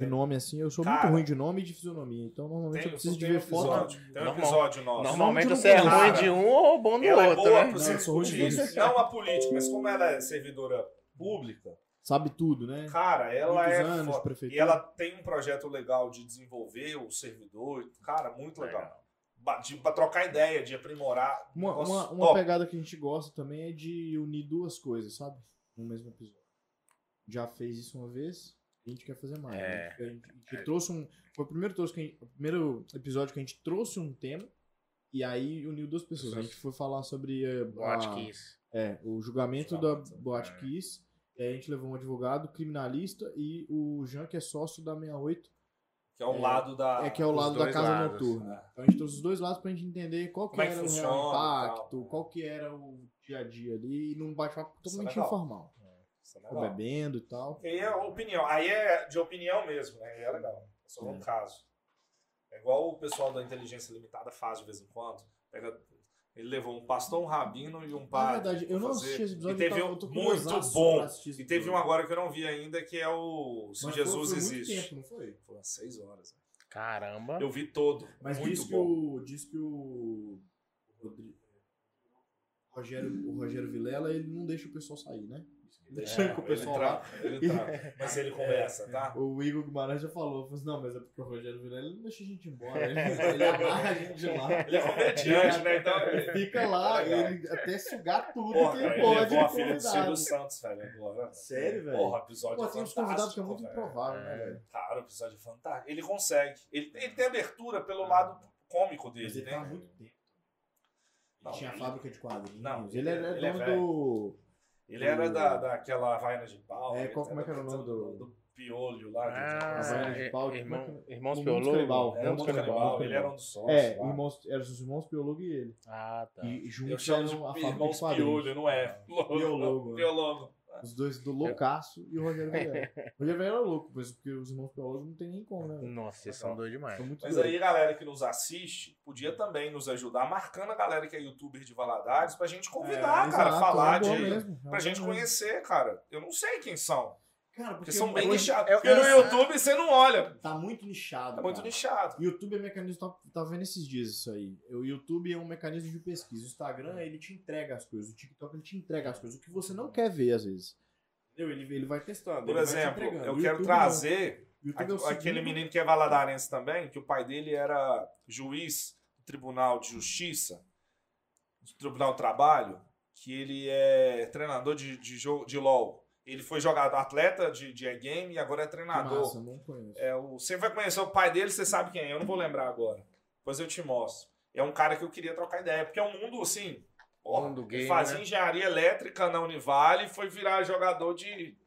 [SPEAKER 3] de nome assim, eu sou
[SPEAKER 1] Cara.
[SPEAKER 3] muito ruim de nome e de fisionomia. Então, normalmente eu preciso de
[SPEAKER 1] tem
[SPEAKER 3] ver
[SPEAKER 1] um
[SPEAKER 3] foto.
[SPEAKER 1] episódio, Tem um
[SPEAKER 4] Normal-
[SPEAKER 1] episódio nosso.
[SPEAKER 4] Normalmente
[SPEAKER 3] Não,
[SPEAKER 4] você é
[SPEAKER 1] cara.
[SPEAKER 4] ruim de um ou bom do
[SPEAKER 1] ela é
[SPEAKER 4] outro,
[SPEAKER 1] boa
[SPEAKER 4] né?
[SPEAKER 1] para
[SPEAKER 3] Não,
[SPEAKER 1] ser
[SPEAKER 3] eu sou ruim
[SPEAKER 1] discutir
[SPEAKER 3] nisso.
[SPEAKER 1] isso, não a política, mas como ela é servidora pública,
[SPEAKER 3] Sabe tudo, né?
[SPEAKER 1] cara, ela
[SPEAKER 3] Muitos
[SPEAKER 1] é
[SPEAKER 3] anos,
[SPEAKER 1] foda.
[SPEAKER 3] prefeitura.
[SPEAKER 1] E ela tem um projeto legal de desenvolver o servidor, cara, muito legal. Ba- de- Pra trocar ideia, de aprimorar.
[SPEAKER 3] Uma,
[SPEAKER 1] Negócio
[SPEAKER 3] uma, uma
[SPEAKER 1] top.
[SPEAKER 3] pegada que a gente gosta também é de unir duas coisas, sabe? No mesmo episódio. Já fez isso uma vez, a gente quer fazer mais. né? Tipo,
[SPEAKER 4] É.
[SPEAKER 3] A gente, a gente trouxe um. Foi o primeiro, trouxe que a gente- o primeiro episódio que a gente trouxe um tema e aí uniu duas pessoas. A gente foi falar sobre eh,
[SPEAKER 4] Boate
[SPEAKER 3] a-
[SPEAKER 4] Kiss.
[SPEAKER 3] é, o julgamento da
[SPEAKER 1] Julgamento,
[SPEAKER 3] Boate Kiss. E aí a gente levou um advogado, criminalista e o Jean, que é sócio da 68,
[SPEAKER 1] Que é o lado da.
[SPEAKER 3] é que é o
[SPEAKER 2] os
[SPEAKER 3] lado da
[SPEAKER 2] dois
[SPEAKER 3] casa
[SPEAKER 2] lados,
[SPEAKER 3] noturna.
[SPEAKER 1] né?
[SPEAKER 3] Então a gente trouxe os dois lados pra gente entender qual que
[SPEAKER 1] Como é que
[SPEAKER 3] era o
[SPEAKER 1] funciona
[SPEAKER 3] real
[SPEAKER 1] e tal.
[SPEAKER 3] impacto, qual que era o dia a dia ali, e num bate-papo
[SPEAKER 1] Isso é
[SPEAKER 3] totalmente
[SPEAKER 1] legal.
[SPEAKER 3] informal.
[SPEAKER 1] Isso é
[SPEAKER 3] Ficou
[SPEAKER 1] legal.
[SPEAKER 3] bebendo e tal.
[SPEAKER 1] E é opinião. Aí é de opinião mesmo, né? E é legal. É só um caso. É igual o pessoal da inteligência limitada faz de vez em quando. Pega- Ele levou um pastor, um rabino e um
[SPEAKER 3] Na
[SPEAKER 1] padre.
[SPEAKER 3] verdade,
[SPEAKER 1] pra
[SPEAKER 3] eu não
[SPEAKER 1] fazer.
[SPEAKER 3] assisti esse episódio,
[SPEAKER 1] E teve
[SPEAKER 3] eu tava-
[SPEAKER 1] um
[SPEAKER 3] eu tô
[SPEAKER 1] muito
[SPEAKER 3] curiosaço pra
[SPEAKER 1] bom.
[SPEAKER 3] assistir esse
[SPEAKER 1] E teve um
[SPEAKER 3] episódio.
[SPEAKER 1] agora que eu não vi ainda, que é o Se
[SPEAKER 3] Mas foi-
[SPEAKER 1] Jesus
[SPEAKER 3] foi muito
[SPEAKER 1] Existe.
[SPEAKER 3] tempo, não foi?
[SPEAKER 1] Foi umas seis horas. né?
[SPEAKER 4] Caramba.
[SPEAKER 1] Eu vi todo.
[SPEAKER 3] Mas
[SPEAKER 1] muito
[SPEAKER 3] diz que,
[SPEAKER 1] bom.
[SPEAKER 3] o, diz que o, o Rodrigo- o Rogério, o Rogério Vilela, ele não deixa o pessoal sair, né? Deixa
[SPEAKER 1] É,
[SPEAKER 3] que o
[SPEAKER 1] ele
[SPEAKER 3] pessoal lá.
[SPEAKER 1] trava, ele trava. Mas ele conversa, tá?
[SPEAKER 3] O Igor Guimarães já falou, falou assim, não, mas é porque o Rogério Vilela ele não deixa a gente embora, ele, ele amarra a gente lá.
[SPEAKER 1] Ele é comediante, né? Então, ele-
[SPEAKER 3] Ele fica lá,
[SPEAKER 1] Tá Legal.
[SPEAKER 3] ele até sugar tudo
[SPEAKER 1] Porra,
[SPEAKER 3] que
[SPEAKER 1] cara,
[SPEAKER 3] ele
[SPEAKER 1] ele
[SPEAKER 3] pode.
[SPEAKER 1] levou a
[SPEAKER 3] de
[SPEAKER 1] filha do Silvio
[SPEAKER 3] convidado.
[SPEAKER 1] Santos, velho, agora.
[SPEAKER 3] Sério, velho?
[SPEAKER 1] Porra, o episódio
[SPEAKER 3] Pô,
[SPEAKER 1] é
[SPEAKER 3] tem uns
[SPEAKER 1] fantástico.
[SPEAKER 3] convidados que é muito
[SPEAKER 1] velho.
[SPEAKER 3] improvável, né, velho?
[SPEAKER 1] Cara, o episódio é fantástico. Ele consegue. Ele, ele tem abertura pelo lado cômico
[SPEAKER 3] É. Mas
[SPEAKER 1] dele,
[SPEAKER 3] ele
[SPEAKER 1] né?
[SPEAKER 3] tá há muito tempo. Ele
[SPEAKER 1] Não,
[SPEAKER 3] tinha
[SPEAKER 1] ele-
[SPEAKER 3] fábrica de quadrinhos.
[SPEAKER 1] Não,
[SPEAKER 3] ele era
[SPEAKER 1] ele é
[SPEAKER 3] dono
[SPEAKER 1] velho.
[SPEAKER 3] do.
[SPEAKER 1] Ele era da, daquela vaina de né? pau.
[SPEAKER 3] É,
[SPEAKER 1] ele
[SPEAKER 3] qual- como é que era o nome do-
[SPEAKER 1] piolho lá. de-
[SPEAKER 4] Ah,
[SPEAKER 3] Zé
[SPEAKER 4] é-
[SPEAKER 3] Paulo,
[SPEAKER 4] irmão-
[SPEAKER 3] como é
[SPEAKER 4] irmãos É
[SPEAKER 3] O Mundo Canibal. né?
[SPEAKER 4] Piolô.
[SPEAKER 1] Era um
[SPEAKER 3] Mundo
[SPEAKER 1] mundo
[SPEAKER 3] Canibal,
[SPEAKER 1] canibal.
[SPEAKER 3] Mundo
[SPEAKER 1] Ele
[SPEAKER 3] Canibal.
[SPEAKER 1] era um dos sócios.
[SPEAKER 3] É,
[SPEAKER 1] lá.
[SPEAKER 3] irmãos, eram os irmãos Piologo e ele.
[SPEAKER 4] Ah, tá.
[SPEAKER 3] E
[SPEAKER 1] Eu
[SPEAKER 3] juntos
[SPEAKER 1] chamo
[SPEAKER 3] eram a
[SPEAKER 1] de
[SPEAKER 3] fábrica de
[SPEAKER 1] irmãos
[SPEAKER 3] quadrinhos.
[SPEAKER 1] piolho, não é?
[SPEAKER 3] Piologo, né?
[SPEAKER 1] Piologo.
[SPEAKER 3] Os dois do Loucaço e o Rogério Vilela. O Rogério Vilela é louco, mas porque os irmãos Piologo não tem nem como, né? velho?
[SPEAKER 4] Nossa, vocês são doidos
[SPEAKER 2] é.
[SPEAKER 4] demais.
[SPEAKER 3] São muito
[SPEAKER 1] Mas
[SPEAKER 3] doidos.
[SPEAKER 1] aí, é galera que nos assiste, podia também nos ajudar, marcando a galera que é youtuber de Valadares, pra gente convidar, cara,
[SPEAKER 3] Exato,
[SPEAKER 1] falar
[SPEAKER 3] é uma boa
[SPEAKER 1] de.
[SPEAKER 3] mesmo, é uma
[SPEAKER 1] Pra gente
[SPEAKER 3] boa mesmo.
[SPEAKER 1] conhecer, cara. Eu não sei quem são.
[SPEAKER 3] Cara,
[SPEAKER 1] Porque são bem
[SPEAKER 3] hoje
[SPEAKER 1] nichados.
[SPEAKER 3] é-
[SPEAKER 1] Porque no
[SPEAKER 3] é-
[SPEAKER 1] YouTube você não olha.
[SPEAKER 3] Tá muito nichado.
[SPEAKER 1] Tá muito
[SPEAKER 3] cara.
[SPEAKER 1] nichado.
[SPEAKER 3] YouTube é mecanismo, tava, tava vendo esses dias isso aí. O YouTube é um mecanismo de pesquisa. O Instagram, ele te entrega as coisas. O TikTok, ele te entrega as coisas. O que você não quer ver, às vezes. Entendeu? Ele, ele vai testando.
[SPEAKER 1] Por
[SPEAKER 3] ele vai te
[SPEAKER 1] exemplo,
[SPEAKER 3] entregando.
[SPEAKER 1] eu
[SPEAKER 3] O
[SPEAKER 1] quero
[SPEAKER 3] YouTube
[SPEAKER 1] trazer
[SPEAKER 3] não. O YouTube é o
[SPEAKER 1] aqu- aquele
[SPEAKER 3] segundo-
[SPEAKER 1] menino que é valadarense também, que o pai dele era juiz do Tribunal de Justiça, do Tribunal do Trabalho, que ele é treinador de, de, jogo- de LOL. Ele foi jogador, atleta de, de game e agora é
[SPEAKER 3] Que
[SPEAKER 1] treinador.
[SPEAKER 3] massa, não conheço.
[SPEAKER 1] É o, você vai conhecer o pai dele, você sabe quem é. Eu não vou lembrar agora. Depois eu te mostro. É um cara que eu queria trocar ideia, porque é um mundo assim. Porra,
[SPEAKER 4] Mundo
[SPEAKER 1] ele
[SPEAKER 4] game,
[SPEAKER 1] fazia
[SPEAKER 4] né?
[SPEAKER 1] engenharia elétrica na Univale e foi virar jogador de.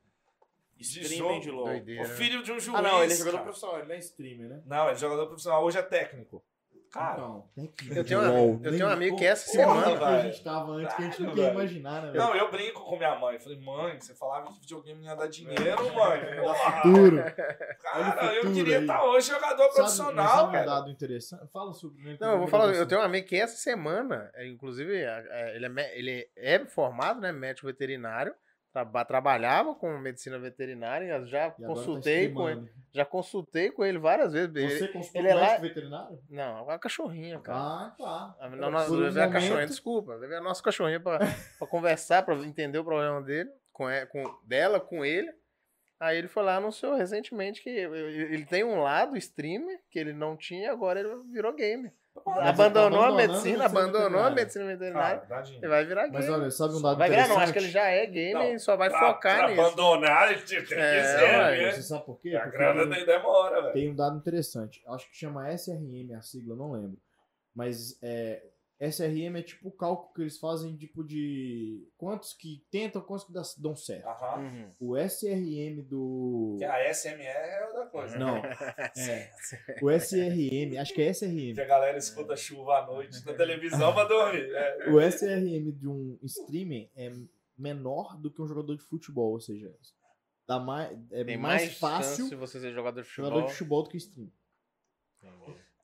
[SPEAKER 5] Streaming de LOL.
[SPEAKER 1] O
[SPEAKER 4] Doideira. né?
[SPEAKER 1] filho de um juiz.
[SPEAKER 5] Ah, não, ele é jogador
[SPEAKER 1] cara.
[SPEAKER 5] profissional, ele não é streamer, né?
[SPEAKER 1] Não, ele é jogador profissional. Hoje é técnico. Cara,
[SPEAKER 3] Então,
[SPEAKER 4] Eu tenho, eu tenho um amigo que essa semana.
[SPEAKER 1] Porra,
[SPEAKER 3] que a
[SPEAKER 1] velho.
[SPEAKER 3] gente tava antes, que a gente não
[SPEAKER 1] Caralho,
[SPEAKER 3] queria
[SPEAKER 1] velho.
[SPEAKER 3] imaginar, né, velho?
[SPEAKER 1] não, eu brinco com minha mãe. Falei, mãe, você falava que videogame não ia dar dinheiro, mãe. Porra,
[SPEAKER 3] Duro. Olha o
[SPEAKER 1] cara, eu
[SPEAKER 3] futuro
[SPEAKER 1] queria
[SPEAKER 3] aí.
[SPEAKER 1] estar hoje jogador profissional,
[SPEAKER 3] sabe, mas sabe um
[SPEAKER 1] velho.
[SPEAKER 3] dado interessante? Fala sobre né, o
[SPEAKER 4] Não, eu vou falar, eu tenho um amigo que essa semana, é, inclusive, é, é, ele é, mé- ele é formado, né? Médico veterinário, traba- trabalhava com medicina veterinária, eu já um
[SPEAKER 3] tá
[SPEAKER 4] consultei com ele, já consultei com ele várias vezes. Ele,
[SPEAKER 3] Você consultou
[SPEAKER 4] ele é lá-
[SPEAKER 3] médico veterinário?
[SPEAKER 4] não, é uma cachorrinha, cara.
[SPEAKER 3] Ah, tá.
[SPEAKER 4] A- Não, nós
[SPEAKER 3] Por um
[SPEAKER 4] levei a cachorrinha,
[SPEAKER 3] momento-
[SPEAKER 4] desculpa. Levei a nossa cachorrinha pra, pra conversar, pra entender o problema dele, com, e- com- dela, com ele. Aí ele foi lá e anunciou recentemente que eu- eu- ele tem um lado streamer que ele não tinha, agora ele virou game.
[SPEAKER 3] tá
[SPEAKER 4] abandonou a
[SPEAKER 3] abandonando a medicina
[SPEAKER 4] medicina, abandonou a
[SPEAKER 3] veterinária.
[SPEAKER 4] medicina
[SPEAKER 1] Cara,
[SPEAKER 4] veterinária
[SPEAKER 1] dá dinheiro.
[SPEAKER 4] e vai virar game.
[SPEAKER 3] Mas olha, sabe um dado
[SPEAKER 4] vai virar,
[SPEAKER 3] interessante?
[SPEAKER 4] não, acho que ele já é game
[SPEAKER 1] Não,
[SPEAKER 4] e só vai
[SPEAKER 1] Pra-
[SPEAKER 4] focar
[SPEAKER 1] pra
[SPEAKER 4] nisso.
[SPEAKER 1] Abandonar, ele tinha que ser,
[SPEAKER 4] É,
[SPEAKER 1] né?
[SPEAKER 3] Você sabe por quê?
[SPEAKER 1] A
[SPEAKER 3] Porque
[SPEAKER 1] grana
[SPEAKER 3] tem-
[SPEAKER 1] daí demora, velho.
[SPEAKER 3] Tem um dado interessante. Acho que chama SRM a sigla, eu não lembro. Mas é, SRM é tipo o cálculo que eles fazem tipo de quantos que tentam, quantos que dá- dão certo.
[SPEAKER 1] Aham.
[SPEAKER 4] Uhum.
[SPEAKER 3] O SRM do
[SPEAKER 1] Que a SMR é outra coisa.
[SPEAKER 3] Não. É. O SRM, acho que é SRM.
[SPEAKER 1] Que a galera escuta chuva à noite na televisão pra dormir. É.
[SPEAKER 3] O SRM de um streamer é menor do que um jogador de futebol, ou seja, dá mais, é
[SPEAKER 4] Tem
[SPEAKER 3] mais,
[SPEAKER 4] mais
[SPEAKER 3] fácil
[SPEAKER 4] chance de você ser jogador de futebol.
[SPEAKER 3] jogador de futebol do que streamer.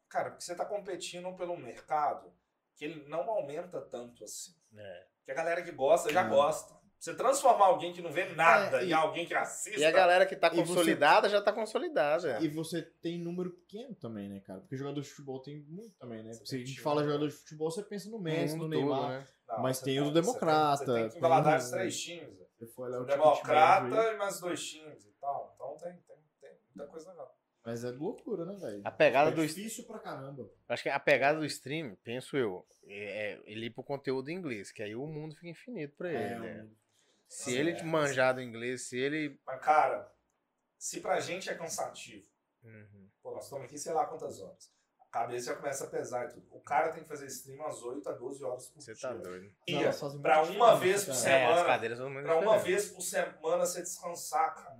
[SPEAKER 1] Cara, porque você tá competindo pelo mercado que ele não aumenta tanto assim.
[SPEAKER 4] É.
[SPEAKER 1] Que a galera que gosta já gosta. Você transformar alguém que não vê nada
[SPEAKER 3] É, e-
[SPEAKER 1] em alguém que assista.
[SPEAKER 4] E a galera que tá
[SPEAKER 3] E você-
[SPEAKER 4] consolidada já tá consolidada.
[SPEAKER 1] É.
[SPEAKER 3] E você tem número pequeno também, né, cara? Porque jogador de futebol tem muito também, né?
[SPEAKER 1] Você
[SPEAKER 3] Se a
[SPEAKER 1] tem
[SPEAKER 3] gente
[SPEAKER 1] time,
[SPEAKER 3] fala
[SPEAKER 1] né?
[SPEAKER 3] jogador de futebol, você pensa no Messi, no
[SPEAKER 4] Mundo
[SPEAKER 3] Neymar.
[SPEAKER 4] todo, né?
[SPEAKER 1] Não,
[SPEAKER 3] mas
[SPEAKER 1] você
[SPEAKER 3] tem o
[SPEAKER 1] você
[SPEAKER 3] democrata,
[SPEAKER 1] Você tem que
[SPEAKER 3] tem é
[SPEAKER 1] embalar os
[SPEAKER 3] o-
[SPEAKER 1] três times. velho.
[SPEAKER 3] Você foi olhar
[SPEAKER 1] O
[SPEAKER 3] time que tiveram aí,
[SPEAKER 1] democrata e mais dois times e tal. Então tem, tem, tem muita coisa legal.
[SPEAKER 3] Mas é loucura, né, velho?
[SPEAKER 4] A pegada
[SPEAKER 3] é
[SPEAKER 4] do
[SPEAKER 3] difícil pra caramba.
[SPEAKER 4] Acho que a pegada do stream, penso eu, é, é ele ir pro conteúdo em inglês, que aí o mundo fica infinito
[SPEAKER 3] É,
[SPEAKER 4] pra ele. né?
[SPEAKER 3] um-
[SPEAKER 4] Se ele
[SPEAKER 1] É,
[SPEAKER 4] manjar do inglês, se ele.
[SPEAKER 1] Mas, cara, se pra gente é cansativo,
[SPEAKER 3] Uhum.
[SPEAKER 1] pô, nós estamos aqui sei lá quantas horas. A cabeça já começa a pesar e tudo. O cara tem que fazer stream às 8 a 12 horas por
[SPEAKER 4] Você
[SPEAKER 1] dia.
[SPEAKER 4] tá doido.
[SPEAKER 1] E
[SPEAKER 3] Não, elas fazem
[SPEAKER 1] pra
[SPEAKER 3] muito
[SPEAKER 1] uma vez
[SPEAKER 3] diferença,
[SPEAKER 1] por
[SPEAKER 3] cara.
[SPEAKER 1] semana,
[SPEAKER 4] É, as cadeiras são muito
[SPEAKER 1] Pra uma
[SPEAKER 4] diferentes.
[SPEAKER 1] vez por semana você descansar, cara.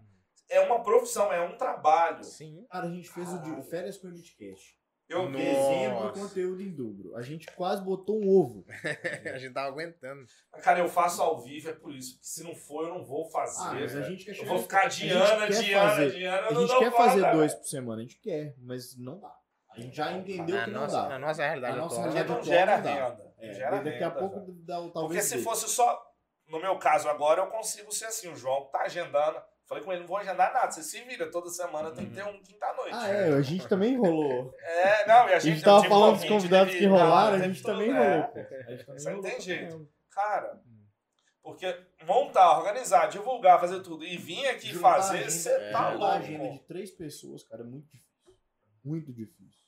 [SPEAKER 1] É uma profissão, é um trabalho.
[SPEAKER 4] Sim.
[SPEAKER 3] Cara, a gente fez o
[SPEAKER 1] Caralho.
[SPEAKER 3] de férias com o Midcast.
[SPEAKER 1] Eu
[SPEAKER 4] Nossa.
[SPEAKER 3] Dezembro, conteúdo em dobro. A gente quase botou um ovo.
[SPEAKER 1] É,
[SPEAKER 4] A gente tava aguentando.
[SPEAKER 1] Cara, eu faço ao vivo, é por isso. Porque se não for, eu não vou fazer.
[SPEAKER 3] Ah, mas a
[SPEAKER 1] velho.
[SPEAKER 3] gente quer
[SPEAKER 1] é. eu
[SPEAKER 3] chegar.
[SPEAKER 1] vou ficar Diana,
[SPEAKER 3] quer
[SPEAKER 1] Diana,
[SPEAKER 3] fazer.
[SPEAKER 1] Diana.
[SPEAKER 3] A
[SPEAKER 1] eu não
[SPEAKER 3] gente
[SPEAKER 1] dou
[SPEAKER 3] quer
[SPEAKER 1] conta,
[SPEAKER 3] fazer
[SPEAKER 1] velho.
[SPEAKER 3] dois por semana, a gente quer, mas não dá. A gente já entendeu
[SPEAKER 4] na,
[SPEAKER 3] que não
[SPEAKER 4] Ah, nossa, na
[SPEAKER 3] dá.
[SPEAKER 4] nossa realidade
[SPEAKER 3] Na nossa
[SPEAKER 4] atual, é
[SPEAKER 1] Já
[SPEAKER 3] realidade é
[SPEAKER 1] não
[SPEAKER 3] atual
[SPEAKER 1] gera
[SPEAKER 3] não dá.
[SPEAKER 1] renda.
[SPEAKER 3] É,
[SPEAKER 1] Não gera
[SPEAKER 3] daqui
[SPEAKER 1] renda,
[SPEAKER 3] a pouco
[SPEAKER 1] velho.
[SPEAKER 3] dá o talvez.
[SPEAKER 1] Porque se
[SPEAKER 3] dê.
[SPEAKER 1] fosse só. No meu caso agora, eu consigo ser assim. O João tá agendando. Falei com ele, não vou agendar nada. Você se vira. Toda semana tem que ter um quinta-noite.
[SPEAKER 3] Ah, é, a gente também rolou.
[SPEAKER 1] É, não, e a
[SPEAKER 3] A
[SPEAKER 1] gente.
[SPEAKER 3] gente tava
[SPEAKER 1] eu tive
[SPEAKER 3] falando dos
[SPEAKER 1] Covid,
[SPEAKER 3] convidados
[SPEAKER 1] teve-
[SPEAKER 3] que rolaram,
[SPEAKER 1] ah,
[SPEAKER 3] a
[SPEAKER 1] teve
[SPEAKER 3] gente
[SPEAKER 1] tudo,
[SPEAKER 3] também
[SPEAKER 1] né?
[SPEAKER 3] rolou. Hum. pô. A gente também
[SPEAKER 1] Isso aí não
[SPEAKER 3] rolou
[SPEAKER 1] tem
[SPEAKER 3] pra
[SPEAKER 1] jeito.
[SPEAKER 3] caramba.
[SPEAKER 1] Cara, porque montar, organizar, divulgar, fazer tudo e vir aqui
[SPEAKER 3] Juntar a
[SPEAKER 1] fazer,
[SPEAKER 3] agenda,
[SPEAKER 1] você tá
[SPEAKER 3] juntar É. a
[SPEAKER 1] louco.
[SPEAKER 3] agenda de
[SPEAKER 1] irmão.
[SPEAKER 3] três pessoas, cara, é muito difícil. Muito difícil.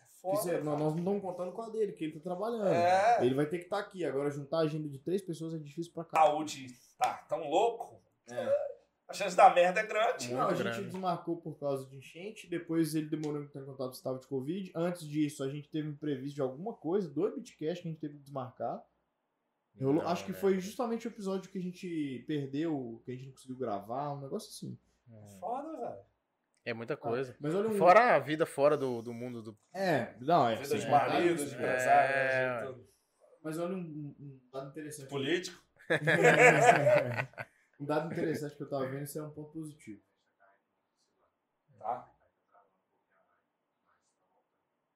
[SPEAKER 1] É foda,
[SPEAKER 3] Fizer- nós,
[SPEAKER 1] cara.
[SPEAKER 3] nós não estamos contando com a dele, que ele tá trabalhando.
[SPEAKER 1] É.
[SPEAKER 3] Ele vai ter que estar aqui. Agora, juntar a agenda de três pessoas é difícil pra cá.
[SPEAKER 1] Saúde tá tão louco.
[SPEAKER 3] É,
[SPEAKER 1] A chance da merda é grande.
[SPEAKER 3] Não, a gente
[SPEAKER 4] grande.
[SPEAKER 3] desmarcou por causa de enchente, depois ele demorou muito pra entrar em contato estava de Covid. Antes disso, a gente teve um imprevisto de alguma coisa, dois bitcasts que a gente teve que desmarcar.
[SPEAKER 1] Então,
[SPEAKER 3] Eu
[SPEAKER 4] Não,
[SPEAKER 3] acho que
[SPEAKER 4] né?
[SPEAKER 3] foi justamente o episódio que a gente perdeu, que a gente não conseguiu gravar, um negócio assim.
[SPEAKER 1] Foda, velho.
[SPEAKER 4] É muita coisa.
[SPEAKER 3] Mas olha um.
[SPEAKER 4] Fora a vida fora do, do mundo do.
[SPEAKER 3] É, não, é.
[SPEAKER 1] Vida de
[SPEAKER 3] sim,
[SPEAKER 1] marido,
[SPEAKER 3] é.
[SPEAKER 1] de
[SPEAKER 4] É.
[SPEAKER 1] empresário, né, de tudo.
[SPEAKER 3] Mas olha um, um- um dado interessante.
[SPEAKER 1] político.
[SPEAKER 3] um dado interessante que eu tava vendo, isso é um ponto positivo.
[SPEAKER 1] Tá?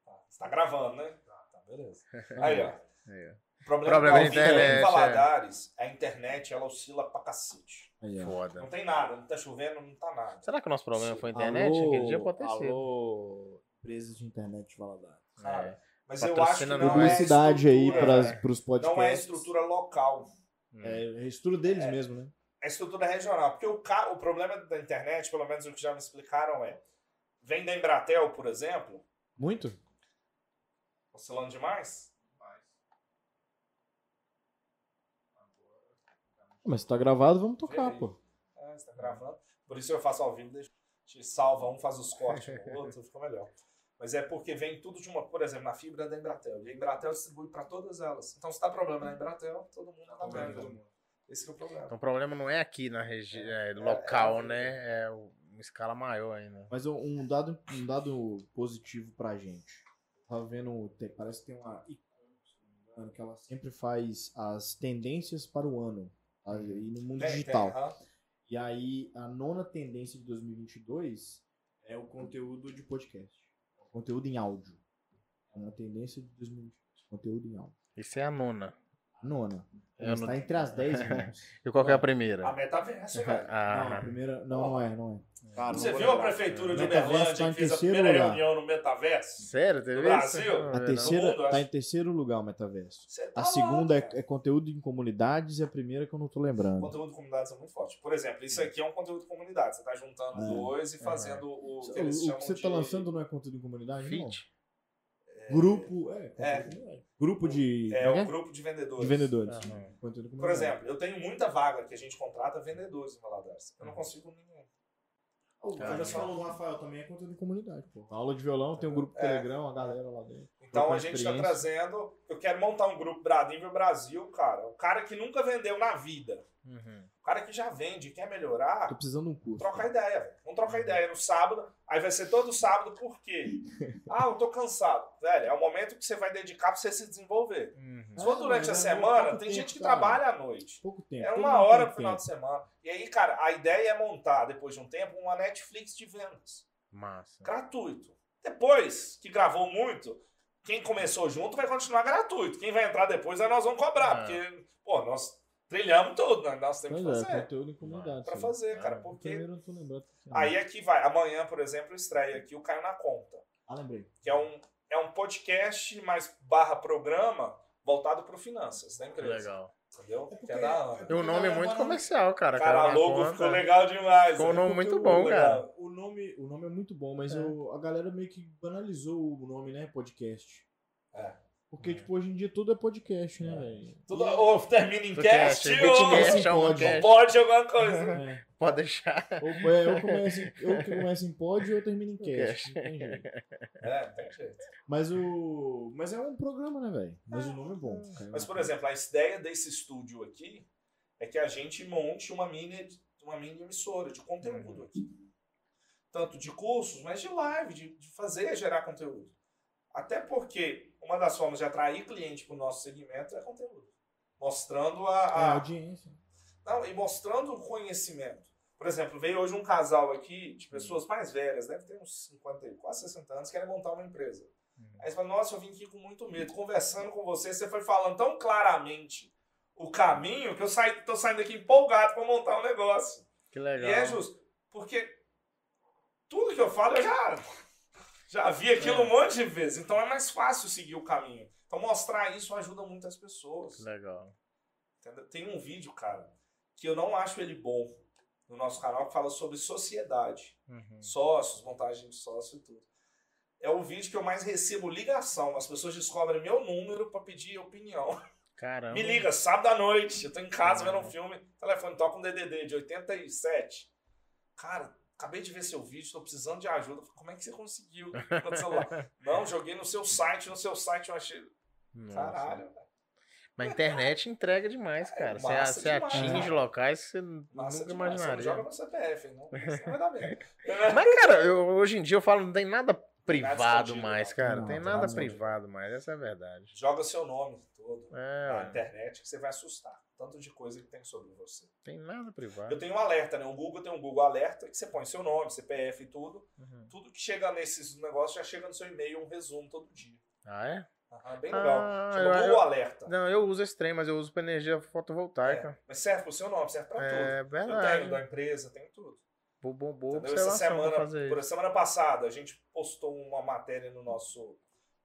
[SPEAKER 1] Tá. Você tá gravando, né? Tá, beleza. Aí, ó.
[SPEAKER 4] É.
[SPEAKER 1] O problema,
[SPEAKER 4] Problema
[SPEAKER 1] da
[SPEAKER 4] da
[SPEAKER 1] Alvina
[SPEAKER 4] internet,
[SPEAKER 1] em
[SPEAKER 4] é.
[SPEAKER 1] Valadares, a internet ela oscila pra cacete.
[SPEAKER 3] Aí, ó.
[SPEAKER 4] Foda.
[SPEAKER 1] Não tem nada, não tá chovendo, não tá nada.
[SPEAKER 4] Será que o nosso problema foi a internet? Aquele dia pode ter sido.
[SPEAKER 3] Alô, empresas de internet de Valadares.
[SPEAKER 1] Cara,
[SPEAKER 4] É.
[SPEAKER 1] Mas eu acho que
[SPEAKER 4] Patrocina
[SPEAKER 1] não é
[SPEAKER 3] Publicidade aí
[SPEAKER 1] estrutura,
[SPEAKER 3] pras,
[SPEAKER 1] né?
[SPEAKER 3] pros podcasts.
[SPEAKER 1] Não é estrutura local.
[SPEAKER 3] É, é a estrutura deles mesmo, né?
[SPEAKER 1] É estrutura regional. Porque o, ca... o problema da internet, pelo menos o que já me explicaram, é. Vem da Embratel, por exemplo,
[SPEAKER 3] Muito?
[SPEAKER 1] oscilando demais.
[SPEAKER 3] Mas se tá gravado, vamos tocar, pô.
[SPEAKER 1] É, você tá gravando. Por isso eu faço ao vivo, deixa. Te salva um, faz os cortes no outro, fica melhor. Mas é porque vem tudo de uma, por exemplo, na fibra da Embratel. E a Embratel distribui para todas elas. Então, se dá problema na Embratel, todo mundo tá vendo. Esse que é o problema.
[SPEAKER 4] Então o problema não é aqui na região local, né? É o- uma escala maior ainda.
[SPEAKER 3] Mas um- um dado, um dado positivo pra gente. Tava vendo, tem- parece que tem uma icônica, se não me engano, que ela sempre faz as tendências para o ano. Aí no mundo
[SPEAKER 1] Tem, tem,
[SPEAKER 3] digital.
[SPEAKER 1] aham.
[SPEAKER 3] E aí, a nona tendência de 2022 é o conteúdo de podcast. O conteúdo em áudio. É uma tendência de 2022. Conteúdo em áudio.
[SPEAKER 4] Isso é a nona.
[SPEAKER 3] A nona.
[SPEAKER 4] É a nona.
[SPEAKER 3] Ela está tá entre as 10 irmãos.
[SPEAKER 4] E qual que é a
[SPEAKER 1] A
[SPEAKER 4] primeira?
[SPEAKER 1] metaverso, velho.
[SPEAKER 3] Não, a
[SPEAKER 4] Ah,
[SPEAKER 3] primeira. Não, não é, não é.
[SPEAKER 5] Cara,
[SPEAKER 1] Você
[SPEAKER 5] não vou
[SPEAKER 1] viu a
[SPEAKER 5] lembrar.
[SPEAKER 1] prefeitura de
[SPEAKER 3] Metaverso tá
[SPEAKER 1] Uberlândia
[SPEAKER 3] em
[SPEAKER 1] que fez a
[SPEAKER 3] terceiro
[SPEAKER 1] primeira
[SPEAKER 3] lugar.
[SPEAKER 1] reunião no metaverso?
[SPEAKER 4] sério? Teve
[SPEAKER 1] No Brasil?
[SPEAKER 4] isso?
[SPEAKER 1] A
[SPEAKER 4] Não,
[SPEAKER 3] A
[SPEAKER 4] não.
[SPEAKER 3] terceira
[SPEAKER 1] mundo,
[SPEAKER 3] tá
[SPEAKER 1] acho.
[SPEAKER 3] em terceiro lugar o metaverso.
[SPEAKER 1] Você tá
[SPEAKER 3] A
[SPEAKER 1] louco,
[SPEAKER 3] segunda
[SPEAKER 1] cara.
[SPEAKER 3] é, é conteúdo em comunidades e a primeira é que eu não tô
[SPEAKER 1] O
[SPEAKER 3] lembrando.
[SPEAKER 1] conteúdo de comunidades é muito forte. Por exemplo, isso aqui é um conteúdo de comunidade. Você tá juntando
[SPEAKER 3] É.
[SPEAKER 1] dois e fazendo
[SPEAKER 3] O,
[SPEAKER 1] o,
[SPEAKER 3] o
[SPEAKER 1] que eles chamam
[SPEAKER 3] que você
[SPEAKER 1] de...
[SPEAKER 3] tá lançando não é conteúdo em comunidade,
[SPEAKER 4] Fit?
[SPEAKER 3] não? Grupo. É,
[SPEAKER 1] É.
[SPEAKER 3] conteúdo em comunidade. Grupo de.
[SPEAKER 1] É
[SPEAKER 3] como
[SPEAKER 1] um
[SPEAKER 3] é que
[SPEAKER 1] grupo de
[SPEAKER 3] é?
[SPEAKER 1] vendedores.
[SPEAKER 3] De vendedores.
[SPEAKER 2] Ah,
[SPEAKER 4] Aham.
[SPEAKER 3] Conteúdo em
[SPEAKER 1] Por
[SPEAKER 3] comunidade.
[SPEAKER 1] exemplo, eu tenho muita vaga que a gente contrata vendedores em Valadares.
[SPEAKER 3] Hum.
[SPEAKER 1] Eu não consigo ninguém.
[SPEAKER 3] O
[SPEAKER 4] Cara,
[SPEAKER 3] Anderson falou do Rafael também é conteúdo de comunidade, pô. Aula de violão, tem um grupo
[SPEAKER 1] É.
[SPEAKER 3] Telegram, a galera lá dentro.
[SPEAKER 1] Então
[SPEAKER 3] Trocar
[SPEAKER 1] a gente está
[SPEAKER 3] experiência.
[SPEAKER 1] trazendo. Eu quero montar um grupo Bradinho Brasil, cara. O cara que nunca vendeu na vida.
[SPEAKER 4] Uhum.
[SPEAKER 1] O cara que já vende, quer
[SPEAKER 3] Tô
[SPEAKER 1] melhorar.
[SPEAKER 3] precisando de um curso.
[SPEAKER 1] Troca ideia, velho. Vamos trocar ideia no sábado. Aí vai ser todo sábado, por quê? Ah, eu tô cansado. Velho, é o momento que você vai dedicar pra você se desenvolver.
[SPEAKER 4] Uhum.
[SPEAKER 1] Se for
[SPEAKER 3] Ah,
[SPEAKER 1] durante a
[SPEAKER 3] mas é
[SPEAKER 1] semana,
[SPEAKER 3] pouco
[SPEAKER 1] tem
[SPEAKER 3] tempo,
[SPEAKER 1] gente que
[SPEAKER 3] cara.
[SPEAKER 1] trabalha à noite.
[SPEAKER 3] Pouco tempo.
[SPEAKER 1] É
[SPEAKER 3] todo
[SPEAKER 1] uma
[SPEAKER 3] mundo
[SPEAKER 1] hora
[SPEAKER 3] tem
[SPEAKER 1] pro final
[SPEAKER 3] tempo.
[SPEAKER 1] de semana. E aí, cara, a ideia é montar, depois de um tempo, uma Netflix de vendas.
[SPEAKER 4] Massa.
[SPEAKER 1] Gratuito. Depois que gravou muito, quem começou junto vai continuar gratuito. Quem vai entrar depois, aí nós é vamos cobrar.
[SPEAKER 4] É.
[SPEAKER 1] Porque, pô, nós Trilhamos tudo, né? nós temos
[SPEAKER 3] Pois
[SPEAKER 1] que
[SPEAKER 3] é,
[SPEAKER 1] fazer.
[SPEAKER 3] conteúdo em comunidade.
[SPEAKER 1] Pra
[SPEAKER 3] sabe?
[SPEAKER 1] fazer, cara,
[SPEAKER 3] Ah,
[SPEAKER 1] porque-
[SPEAKER 3] Primeiro eu tô lembrando.
[SPEAKER 1] Aí aqui vai. Amanhã, por exemplo, estreia aqui o Caio na Conta.
[SPEAKER 3] Ah, lembrei.
[SPEAKER 1] que é um, é um podcast mais barra programa voltado para finanças da empresa.
[SPEAKER 2] Legal.
[SPEAKER 1] Entendeu?
[SPEAKER 8] É porque-
[SPEAKER 1] Que é da hora.
[SPEAKER 2] E o nome é muito comercial, cara.
[SPEAKER 1] Cara, a
[SPEAKER 2] Carona
[SPEAKER 1] logo
[SPEAKER 2] Conta.
[SPEAKER 1] ficou legal demais.
[SPEAKER 2] Ficou um
[SPEAKER 1] né?
[SPEAKER 2] nome muito bom, cara.
[SPEAKER 3] O nome, o nome é muito bom, mas
[SPEAKER 2] É.
[SPEAKER 3] eu- a galera meio que banalizou o nome, né? Podcast.
[SPEAKER 1] É.
[SPEAKER 3] Porque, tipo, hoje em dia tudo é podcast, né, velho?
[SPEAKER 1] Tudo, ou termina em cast,
[SPEAKER 2] Podcast,
[SPEAKER 1] ou
[SPEAKER 2] Bitcast, chama
[SPEAKER 3] pode.
[SPEAKER 2] Cast.
[SPEAKER 1] pode alguma coisa.
[SPEAKER 3] É.
[SPEAKER 2] Pode deixar.
[SPEAKER 3] Ou, é, ou, começa, em- ou que começa em pod ou termina em cast. não tem jeito.
[SPEAKER 1] é, não tem jeito.
[SPEAKER 3] Mas o. Mas é um programa, né, velho? Mas o nome é bom. cara.
[SPEAKER 1] Mas, por exemplo, a ideia desse estúdio aqui é que a gente monte uma mini, uma mini emissora de
[SPEAKER 3] Uhum.
[SPEAKER 1] conteúdo aqui. Tanto de cursos, mas de live, de, de fazer gerar conteúdo. Até porque uma das formas de atrair cliente para o nosso segmento é conteúdo. Mostrando a-
[SPEAKER 3] É a
[SPEAKER 1] a,
[SPEAKER 3] audiência.
[SPEAKER 1] não, e mostrando o conhecimento. Por exemplo, veio hoje um casal aqui de pessoas mais velhas, deve ter uns 50, e quase 60 anos, querem montar uma empresa. Aí você fala, nossa, eu vim aqui com muito medo. Conversando com você, você foi falando tão claramente o caminho que eu saí, tô saindo aqui empolgado para montar um negócio.
[SPEAKER 2] Que
[SPEAKER 1] E é
[SPEAKER 2] legal.
[SPEAKER 1] justo, porque tudo que eu falo eu já, já vi aquilo um monte de vezes. Então é mais fácil seguir o caminho. Então mostrar isso ajuda muitas pessoas.
[SPEAKER 2] Que legal.
[SPEAKER 1] Entendeu? Tem um vídeo, cara, que eu não acho ele bom no nosso canal, que fala sobre sociedade,
[SPEAKER 2] Uhum.
[SPEAKER 1] sócios, montagem de sócio e tudo. É o vídeo que eu mais recebo ligação. As pessoas descobrem meu número pra pedir opinião.
[SPEAKER 2] Caramba.
[SPEAKER 1] Me liga, sábado à noite, eu tô em casa vendo um
[SPEAKER 2] Caramba.
[SPEAKER 1] filme, telefone toca um DDD de 87. Cara, acabei de ver seu vídeo, tô precisando de ajuda. Eu falo, Como é que você conseguiu? No celular. Não, joguei no seu site, no seu site eu achei.
[SPEAKER 2] Nossa.
[SPEAKER 1] Caralho, velho.
[SPEAKER 2] Mas a internet entrega demais, cara. Você
[SPEAKER 1] massa
[SPEAKER 2] você
[SPEAKER 1] demais,
[SPEAKER 2] atinge
[SPEAKER 1] cara.
[SPEAKER 2] locais que você
[SPEAKER 1] Massa
[SPEAKER 2] nunca
[SPEAKER 1] demais, você não
[SPEAKER 2] imaginaria.
[SPEAKER 1] joga no CPF, não. Você vai dar bem.
[SPEAKER 2] Mas, cara, eu- hoje em dia eu falo, não tem nada privado
[SPEAKER 1] escondido,
[SPEAKER 2] mais,
[SPEAKER 1] não.
[SPEAKER 2] cara. Não
[SPEAKER 3] Não,
[SPEAKER 2] tem
[SPEAKER 3] tá
[SPEAKER 2] nada
[SPEAKER 3] nada
[SPEAKER 2] privado mais, essa é a verdade.
[SPEAKER 1] joga seu nome todo
[SPEAKER 2] É,
[SPEAKER 1] na
[SPEAKER 2] ué,
[SPEAKER 1] internet que você vai assustar. Tanto de coisa que tem sobre você.
[SPEAKER 2] tem nada
[SPEAKER 1] Eu
[SPEAKER 2] privado.
[SPEAKER 1] tenho um alerta, né? O Google tem um Google Alerta que você põe seu nome, CPF e tudo.
[SPEAKER 2] Uhum.
[SPEAKER 1] Tudo que chega nesses negócios já chega no seu e-mail um resumo todo dia.
[SPEAKER 2] Ah, é?
[SPEAKER 1] Aham, bem legal.
[SPEAKER 2] Ah,
[SPEAKER 1] Chama
[SPEAKER 2] eu-
[SPEAKER 1] Google Alerta.
[SPEAKER 2] Não, eu uso esse trem, mas eu uso pra energia fotovoltaica.
[SPEAKER 1] Mas serve pro seu nome, serve pra tudo.
[SPEAKER 2] É,
[SPEAKER 1] Eu tenho
[SPEAKER 2] verdade.
[SPEAKER 1] da empresa, tenho tudo.
[SPEAKER 2] Bo- bo- Boa
[SPEAKER 1] Entendeu? Essa
[SPEAKER 2] observação pra
[SPEAKER 1] semana,
[SPEAKER 2] fazer
[SPEAKER 1] por
[SPEAKER 2] isso.
[SPEAKER 1] semana passada, a gente postou uma matéria no nosso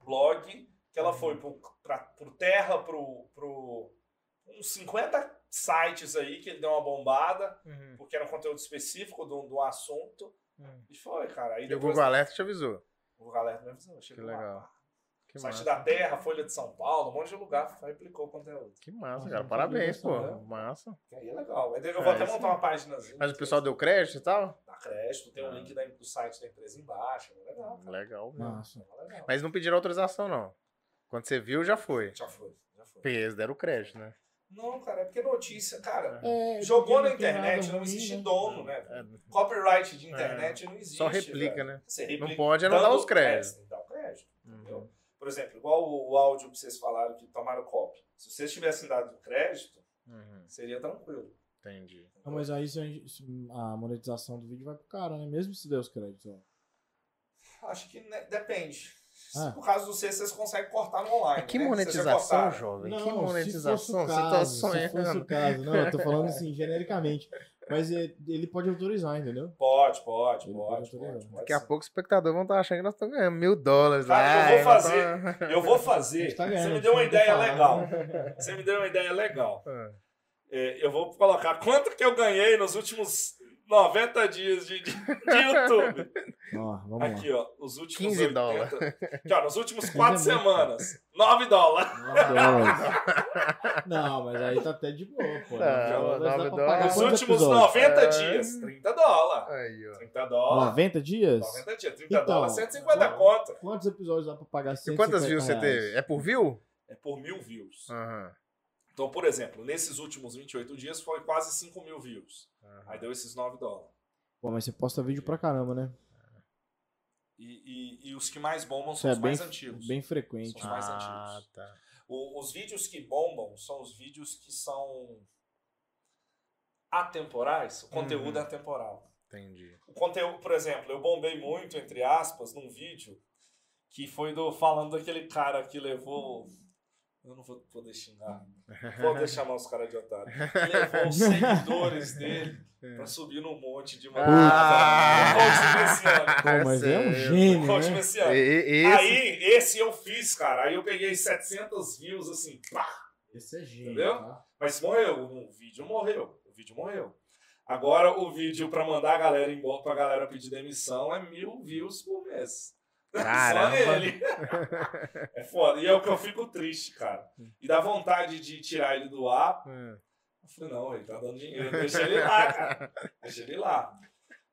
[SPEAKER 1] blog que
[SPEAKER 2] Uhum.
[SPEAKER 1] ela foi pro, pra, pro Terra, pro, pro uns 50 sites aí que ele deu uma bombada,
[SPEAKER 2] Uhum,
[SPEAKER 1] porque era um conteúdo específico do, do um assunto.
[SPEAKER 2] uhum.
[SPEAKER 1] E foi, cara. Aí
[SPEAKER 2] E o
[SPEAKER 1] depois
[SPEAKER 2] Google Alerta te avisou.
[SPEAKER 1] o galera me avisou, chegou
[SPEAKER 2] Que
[SPEAKER 1] lá.
[SPEAKER 2] legal. Que
[SPEAKER 1] O site
[SPEAKER 2] massa. Uhum.
[SPEAKER 1] da Terra, Folha de São Paulo, um monte de lugar replicou o conteúdo.
[SPEAKER 2] Que massa,
[SPEAKER 3] Nossa,
[SPEAKER 2] cara.
[SPEAKER 3] não
[SPEAKER 2] Parabéns,
[SPEAKER 3] sabia
[SPEAKER 2] pô.
[SPEAKER 3] dessa,
[SPEAKER 1] né?
[SPEAKER 2] Massa.
[SPEAKER 1] Que aí é legal. Aí Eu
[SPEAKER 2] É,
[SPEAKER 1] vou até
[SPEAKER 2] isso
[SPEAKER 1] montar uma página.
[SPEAKER 2] Mas o pessoal deu Ah. crédito e tal?
[SPEAKER 1] Dá crédito, tem o link da- do site da empresa embaixo. É legal, cara.
[SPEAKER 2] Hum, Legal. mesmo.
[SPEAKER 3] Massa.
[SPEAKER 1] É legal.
[SPEAKER 2] Mas não pediram autorização, não. Quando você viu, já foi.
[SPEAKER 1] Já foi, já foi.
[SPEAKER 2] Porque eles deram crédito, né?
[SPEAKER 1] Não, cara, é porque notícia, cara.
[SPEAKER 3] É,
[SPEAKER 1] Jogou na
[SPEAKER 3] porque não tem
[SPEAKER 1] internet,
[SPEAKER 3] nada
[SPEAKER 1] não
[SPEAKER 3] ruim,
[SPEAKER 1] existe
[SPEAKER 3] né?
[SPEAKER 1] dono, né?
[SPEAKER 2] É,
[SPEAKER 1] Copyright de internet não existe.
[SPEAKER 2] Só replica,
[SPEAKER 1] velho.
[SPEAKER 2] né?
[SPEAKER 1] Você
[SPEAKER 2] Não
[SPEAKER 1] replica-
[SPEAKER 2] pode é não dar
[SPEAKER 1] dando
[SPEAKER 2] os créditos.
[SPEAKER 1] crédito, Então. Dá o crédito, entendeu?
[SPEAKER 2] Uhum.
[SPEAKER 1] Por exemplo, igual o, o áudio que vocês falaram que tomaram copy. Se vocês tivessem dado crédito,
[SPEAKER 2] Uhum.
[SPEAKER 1] seria tranquilo.
[SPEAKER 2] Entendi.
[SPEAKER 3] Não, Ah, mas aí se a gente- se a monetização do vídeo vai pro cara, né? Mesmo se der os créditos, ó.
[SPEAKER 1] Acho que né, depende.
[SPEAKER 3] Ah.
[SPEAKER 1] No caso do C, vocês conseguem cortar no online.
[SPEAKER 2] Mas É que
[SPEAKER 1] né? Vocês já
[SPEAKER 2] monetização,
[SPEAKER 1] cortaram.
[SPEAKER 2] jovem?
[SPEAKER 3] Não,
[SPEAKER 2] que
[SPEAKER 3] se
[SPEAKER 2] monetização?
[SPEAKER 3] fosse o
[SPEAKER 2] Você tá
[SPEAKER 3] caso, Se fosse o
[SPEAKER 2] sonhando.
[SPEAKER 3] caso, não, eu tô falando assim, genericamente. Mas é- ele pode autorizar, entendeu?
[SPEAKER 1] Pode, pode,
[SPEAKER 3] Ele
[SPEAKER 1] pode,
[SPEAKER 3] pode,
[SPEAKER 1] pode,
[SPEAKER 3] né?
[SPEAKER 1] pode
[SPEAKER 2] Daqui a
[SPEAKER 1] sim.
[SPEAKER 2] pouco os espectadores vão estar achando que nós estamos ganhando mil dólares.
[SPEAKER 1] Cara, eu
[SPEAKER 2] lá,
[SPEAKER 1] vou
[SPEAKER 2] e nós
[SPEAKER 1] fazer.
[SPEAKER 2] tamo-
[SPEAKER 1] Eu vou
[SPEAKER 3] A
[SPEAKER 1] fazer.
[SPEAKER 3] gente tá
[SPEAKER 1] Você
[SPEAKER 3] ganhando,
[SPEAKER 1] me deu uma
[SPEAKER 3] não tem
[SPEAKER 1] ideia
[SPEAKER 3] falar. né?
[SPEAKER 1] legal. Você me deu uma ideia legal.
[SPEAKER 2] Ah.
[SPEAKER 1] É, eu vou colocar quanto que eu ganhei nos últimos 90 dias de, de, de YouTube.
[SPEAKER 3] Ó, vamos lá.
[SPEAKER 1] Aqui, ó. Os últimos
[SPEAKER 2] 15
[SPEAKER 1] 80.
[SPEAKER 2] dólares.
[SPEAKER 1] Aqui, ó, nos últimos 4
[SPEAKER 3] é muito,
[SPEAKER 1] semanas. 9 dólares.
[SPEAKER 3] Nove dólares. Não, mas aí tá até de boa, pô.
[SPEAKER 2] Tá,
[SPEAKER 3] Nove
[SPEAKER 2] nove
[SPEAKER 3] dá pra
[SPEAKER 2] dólares.
[SPEAKER 3] pagar
[SPEAKER 1] Nos
[SPEAKER 3] É, quantos
[SPEAKER 1] últimos
[SPEAKER 3] episódios?
[SPEAKER 1] 90
[SPEAKER 2] É.
[SPEAKER 1] dias. 30 dólares.
[SPEAKER 2] Aí, ó.
[SPEAKER 1] 30 dólares.
[SPEAKER 3] 90 dias?
[SPEAKER 1] 90 dias. 30
[SPEAKER 3] Então,
[SPEAKER 1] dólares. 150
[SPEAKER 3] ó.
[SPEAKER 1] conta.
[SPEAKER 3] Quantos episódios dá pra pagar
[SPEAKER 2] E
[SPEAKER 3] 150
[SPEAKER 2] quantas views você
[SPEAKER 3] reais?
[SPEAKER 2] teve? É por view?
[SPEAKER 1] É por mil views.
[SPEAKER 2] Aham.
[SPEAKER 1] Então, por exemplo, nesses últimos 28 dias foi quase 5 mil views.
[SPEAKER 2] Aham.
[SPEAKER 1] Aí deu esses 9 dólares.
[SPEAKER 3] Pô, mas você posta vídeo pra caramba, né?
[SPEAKER 1] E, e- e os que mais bombam
[SPEAKER 3] Isso
[SPEAKER 1] são
[SPEAKER 3] é
[SPEAKER 1] os mais
[SPEAKER 3] bem,
[SPEAKER 1] antigos.
[SPEAKER 3] bem frequente.
[SPEAKER 1] São os mais
[SPEAKER 2] Ah,
[SPEAKER 1] antigos.
[SPEAKER 2] tá.
[SPEAKER 1] O- os vídeos que bombam são os vídeos que são atemporais. O conteúdo é atemporal.
[SPEAKER 2] Entendi.
[SPEAKER 1] O conteúdo, por exemplo, eu bombei muito, entre aspas, num vídeo que foi do falando daquele cara que levou Eu não vou poder xingar. Vou deixar chamar os caras de otário. Levou os seguidores dele pra subir num monte de uma.
[SPEAKER 4] Ah!
[SPEAKER 1] Ah!
[SPEAKER 3] Pô, mas é um
[SPEAKER 4] Sério?
[SPEAKER 3] gênio,
[SPEAKER 1] Coach
[SPEAKER 3] né?
[SPEAKER 1] Messiano.
[SPEAKER 4] E- e- esse-
[SPEAKER 1] Aí, esse eu fiz, cara. Aí eu peguei 700 views, assim, pá.
[SPEAKER 3] Esse é gênio,
[SPEAKER 1] Entendeu?
[SPEAKER 3] tá?
[SPEAKER 1] Mas morreu, o vídeo morreu, o vídeo morreu. Agora, o vídeo pra mandar a galera embora, pra galera pedir demissão, é mil views por mês.
[SPEAKER 4] Caramba.
[SPEAKER 1] Só ele. é foda. E é o que eu fico triste, cara. E dá vontade de tirar ele do ar,
[SPEAKER 4] Hum.
[SPEAKER 1] eu falei, não, ele tá dando dinheiro, deixa ele lá, cara. Deixa ele lá.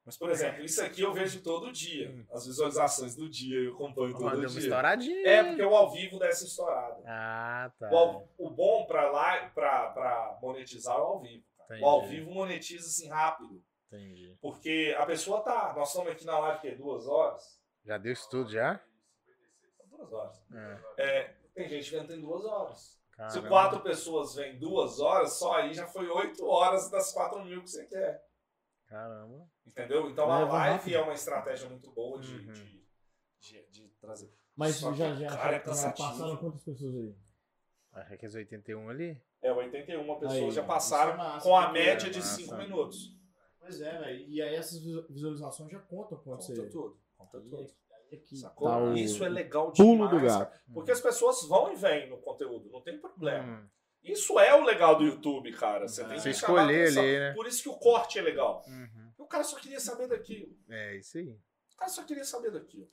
[SPEAKER 1] Mas, por exemplo, isso aqui eu vejo todo dia. As visualizações do dia, eu acompanho
[SPEAKER 4] Ó,
[SPEAKER 1] todo
[SPEAKER 4] deu uma
[SPEAKER 1] dia.
[SPEAKER 4] estouradinha.
[SPEAKER 1] É porque o ao vivo dessa estourada.
[SPEAKER 4] Ah, tá.
[SPEAKER 1] O, ao- o bom pra, lá, pra, pra monetizar é o ao vivo. cara.
[SPEAKER 4] Entendi.
[SPEAKER 1] O ao vivo monetiza assim rápido.
[SPEAKER 4] Entendi.
[SPEAKER 1] Porque a pessoa tá. Nós estamos aqui na live que é duas horas.
[SPEAKER 4] Já deu isso tudo já?
[SPEAKER 1] Duas horas.
[SPEAKER 4] É.
[SPEAKER 1] É, tem gente vendo tem duas horas.
[SPEAKER 3] Ah,
[SPEAKER 1] Se
[SPEAKER 3] é
[SPEAKER 2] Ah,
[SPEAKER 4] Caramba.
[SPEAKER 1] quatro pessoas vêm duas horas, só aí já foi oito horas das quatro mil que você quer.
[SPEAKER 4] Caramba.
[SPEAKER 1] Entendeu? Então
[SPEAKER 3] Vai,
[SPEAKER 1] a
[SPEAKER 3] vai
[SPEAKER 1] live
[SPEAKER 3] rápido.
[SPEAKER 1] é uma estratégia muito boa de,
[SPEAKER 4] Uhum.
[SPEAKER 1] de, de- de trazer.
[SPEAKER 3] Mas
[SPEAKER 1] Só que,
[SPEAKER 3] já, já,
[SPEAKER 1] cara, é
[SPEAKER 3] já, já
[SPEAKER 1] cansativo.
[SPEAKER 3] passaram quantas pessoas aí?
[SPEAKER 4] Acho que é 81 ali.
[SPEAKER 1] É, 81 pessoas
[SPEAKER 3] Aí,
[SPEAKER 1] já
[SPEAKER 3] isso é
[SPEAKER 1] passaram
[SPEAKER 3] massa,
[SPEAKER 1] com a
[SPEAKER 3] porque é
[SPEAKER 1] média de
[SPEAKER 4] massa.
[SPEAKER 1] 5 minutos.
[SPEAKER 3] Pois é, velho. E aí essas visu- visualizações já contam quanto você...
[SPEAKER 1] tudo. Conta tudo.
[SPEAKER 3] Aí aqui,
[SPEAKER 1] Sacou?
[SPEAKER 3] tá o-
[SPEAKER 1] Isso é legal demais.
[SPEAKER 3] Pulo do gato.
[SPEAKER 1] cara, Porque as pessoas vão e vêm no conteúdo, não tem problema.
[SPEAKER 4] Hum.
[SPEAKER 1] Isso é o legal do YouTube, cara. Você tem
[SPEAKER 4] Você
[SPEAKER 1] que chamar
[SPEAKER 4] escolher
[SPEAKER 1] atenção.
[SPEAKER 4] ali, né?
[SPEAKER 1] Por isso que o corte é
[SPEAKER 2] Hum,
[SPEAKER 1] legal.
[SPEAKER 4] Uhum.
[SPEAKER 1] O cara só queria saber daquilo.
[SPEAKER 4] É isso aí.
[SPEAKER 1] O cara só queria saber daquilo.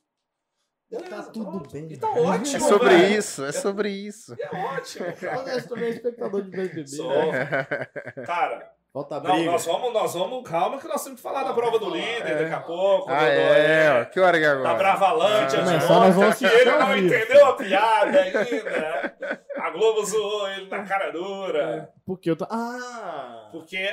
[SPEAKER 3] Tá tudo
[SPEAKER 1] ótimo.
[SPEAKER 3] bem.
[SPEAKER 1] E tá ótimo.
[SPEAKER 4] É sobre
[SPEAKER 1] velho.
[SPEAKER 4] isso, é sobre isso.
[SPEAKER 1] E é ótimo. cara.
[SPEAKER 3] Olha, eu também é espectador de BBB.
[SPEAKER 1] Sou.
[SPEAKER 3] né?
[SPEAKER 4] É.
[SPEAKER 1] Cara,
[SPEAKER 3] Falta a
[SPEAKER 1] Não,
[SPEAKER 3] briga.
[SPEAKER 1] nós vamos, nós vamos, calma que nós temos que falar da prova do líder
[SPEAKER 4] É.
[SPEAKER 1] daqui a pouco.
[SPEAKER 4] Ah,
[SPEAKER 1] do-
[SPEAKER 4] é, ó.
[SPEAKER 1] do-
[SPEAKER 4] Que hora que é
[SPEAKER 1] Da
[SPEAKER 4] agora?
[SPEAKER 1] Bravalândia,
[SPEAKER 4] Ah.
[SPEAKER 1] de
[SPEAKER 3] Começar,
[SPEAKER 1] ontem,
[SPEAKER 3] nós vamos
[SPEAKER 1] que
[SPEAKER 3] assistir
[SPEAKER 1] ele
[SPEAKER 3] ao
[SPEAKER 1] não
[SPEAKER 3] vivo.
[SPEAKER 1] entendeu a piada ainda. né? A Globo zoou ele na cara
[SPEAKER 3] É.
[SPEAKER 1] dura.
[SPEAKER 3] Porque eu tô... Ah!
[SPEAKER 1] Porque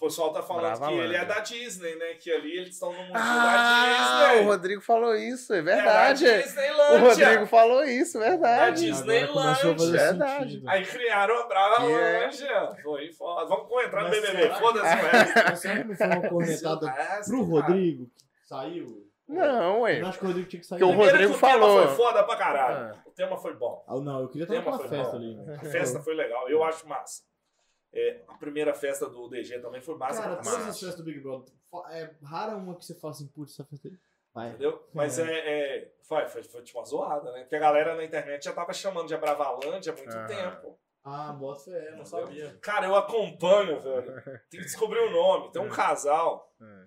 [SPEAKER 1] o pessoal tá falando que
[SPEAKER 4] Bravalândia.
[SPEAKER 1] ele é da Disney, né? Que ali eles estão no mundo da
[SPEAKER 4] Ah,
[SPEAKER 1] Disney.
[SPEAKER 4] o Rodrigo falou isso, é
[SPEAKER 1] É da
[SPEAKER 4] verdade. o
[SPEAKER 1] Disneylândia.
[SPEAKER 4] Rodrigo falou isso, é
[SPEAKER 1] Da
[SPEAKER 4] verdade.
[SPEAKER 3] Agora começou a fazer
[SPEAKER 1] Disneylândia.
[SPEAKER 4] Verdade.
[SPEAKER 3] sentido.
[SPEAKER 1] Aí criaram a
[SPEAKER 4] é-
[SPEAKER 1] Bravalândia. Foi foda. Vamos entrar no
[SPEAKER 3] Mas
[SPEAKER 1] BBB.
[SPEAKER 3] será que-
[SPEAKER 1] Foda-se o resto.
[SPEAKER 3] Mas será que não foi uma cornetada pro Rodrigo que saiu?
[SPEAKER 4] Não, ué.
[SPEAKER 3] Eu acho que o Rodrigo tinha que sair.
[SPEAKER 4] Que o
[SPEAKER 3] também.
[SPEAKER 1] Primeiro
[SPEAKER 4] Rodrigo
[SPEAKER 1] que o tema
[SPEAKER 4] falou.
[SPEAKER 1] foi foda pra caralho.
[SPEAKER 4] Ah.
[SPEAKER 1] O tema foi bom.
[SPEAKER 3] Ah, não, eu queria estar
[SPEAKER 1] Tema
[SPEAKER 3] naquela
[SPEAKER 1] foi
[SPEAKER 3] festa
[SPEAKER 1] bom.
[SPEAKER 3] ali. né?
[SPEAKER 1] A festa foi legal. Eu acho massa. É, a primeira festa do DG também foi massa.
[SPEAKER 3] Cara, assim.
[SPEAKER 1] pra
[SPEAKER 3] todas
[SPEAKER 1] caralho,
[SPEAKER 3] as festas do Big Brother, fa- é rara uma que você fala assim, putz, essa festa aí. Vai.
[SPEAKER 1] Entendeu? Mas é. é, foi, foi, foi tipo uma zoada, né? Porque a galera na internet já tava chamando de Abravalândia há muito
[SPEAKER 4] Aham.
[SPEAKER 1] tempo.
[SPEAKER 3] Ah, bota fé, eu não sabia.
[SPEAKER 1] Cara, eu acompanho, velho. Tem que descobrir o nome. Tem um casal.
[SPEAKER 4] Hum.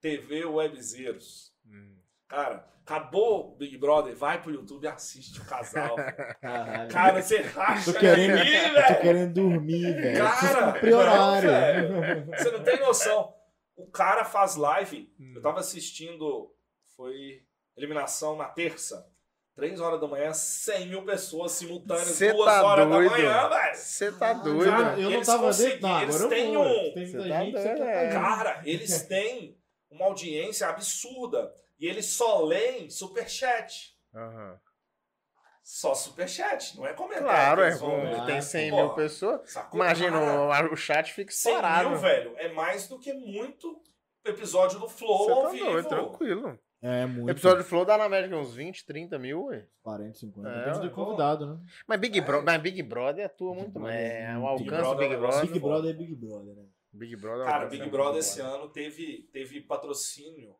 [SPEAKER 1] TV Webzeiros.
[SPEAKER 4] Hum.
[SPEAKER 1] Cara, acabou o Big Brother, vai pro YouTube e assiste o casal. velho.
[SPEAKER 3] Caralho.
[SPEAKER 1] Cara, você racha
[SPEAKER 3] Tô querendo-
[SPEAKER 1] ali,
[SPEAKER 3] eu
[SPEAKER 1] velho.
[SPEAKER 3] tô querendo dormir, velho.
[SPEAKER 1] Cara,
[SPEAKER 3] Preciso cumprir horário.
[SPEAKER 1] não, velho. Você não tem noção. O cara faz live.
[SPEAKER 4] Hum.
[SPEAKER 1] Eu tava assistindo, foi eliminação na terça. Três horas da manhã, 100 mil pessoas simultâneas,
[SPEAKER 4] Cê
[SPEAKER 1] duas
[SPEAKER 4] tá
[SPEAKER 1] horas da
[SPEAKER 4] doido.
[SPEAKER 1] manhã, velho.
[SPEAKER 4] Você tá
[SPEAKER 3] Caralho,
[SPEAKER 4] doido?
[SPEAKER 3] cara, Ah, eu não
[SPEAKER 1] Eles
[SPEAKER 3] tava
[SPEAKER 1] conseguiram,
[SPEAKER 3] dentro. Não,
[SPEAKER 1] eles
[SPEAKER 3] agora
[SPEAKER 1] têm
[SPEAKER 3] eu vou.
[SPEAKER 1] um-
[SPEAKER 3] Tem muita
[SPEAKER 4] Você tá
[SPEAKER 3] gente que você
[SPEAKER 4] doido,
[SPEAKER 3] quer
[SPEAKER 4] é.
[SPEAKER 3] tá
[SPEAKER 1] Cara, eles têm uma audiência absurda. E eles só leem superchat.
[SPEAKER 4] Aham.
[SPEAKER 1] Só superchat, não é né? comentário.
[SPEAKER 4] Claro,
[SPEAKER 1] que
[SPEAKER 4] é.
[SPEAKER 1] eles vão ler.
[SPEAKER 4] bom. Tem 100
[SPEAKER 1] Pô,
[SPEAKER 4] mil pessoas.
[SPEAKER 1] sacou?
[SPEAKER 4] Imagina,
[SPEAKER 1] Cara,
[SPEAKER 4] o, o chat fica
[SPEAKER 1] 100
[SPEAKER 4] estourado.
[SPEAKER 1] mil, velho, é mais do que muito episódio do Flow
[SPEAKER 4] Você
[SPEAKER 1] ao
[SPEAKER 4] tá
[SPEAKER 1] vivo.
[SPEAKER 4] doido, tranquilo.
[SPEAKER 3] É, muito.
[SPEAKER 4] Episódio do Flow dá na média uns 20, 30 mil, ué.
[SPEAKER 3] 40, 50.
[SPEAKER 4] É,
[SPEAKER 3] Depende
[SPEAKER 1] ó.
[SPEAKER 3] do convidado, né?
[SPEAKER 4] Mas Big, Bro- mas Big Brother atua
[SPEAKER 3] Big
[SPEAKER 4] muito mais.
[SPEAKER 3] Brother é
[SPEAKER 4] É, o
[SPEAKER 3] muito-
[SPEAKER 4] alcance do
[SPEAKER 1] É. Big
[SPEAKER 4] Big
[SPEAKER 1] Brother é
[SPEAKER 4] Brother.
[SPEAKER 3] Big Brother é Big Brother, né?
[SPEAKER 4] Big Brother é um
[SPEAKER 1] Cara,
[SPEAKER 4] alcança
[SPEAKER 1] Big
[SPEAKER 4] muito
[SPEAKER 1] Brother
[SPEAKER 4] mais.
[SPEAKER 1] esse ano teve, teve patrocínio,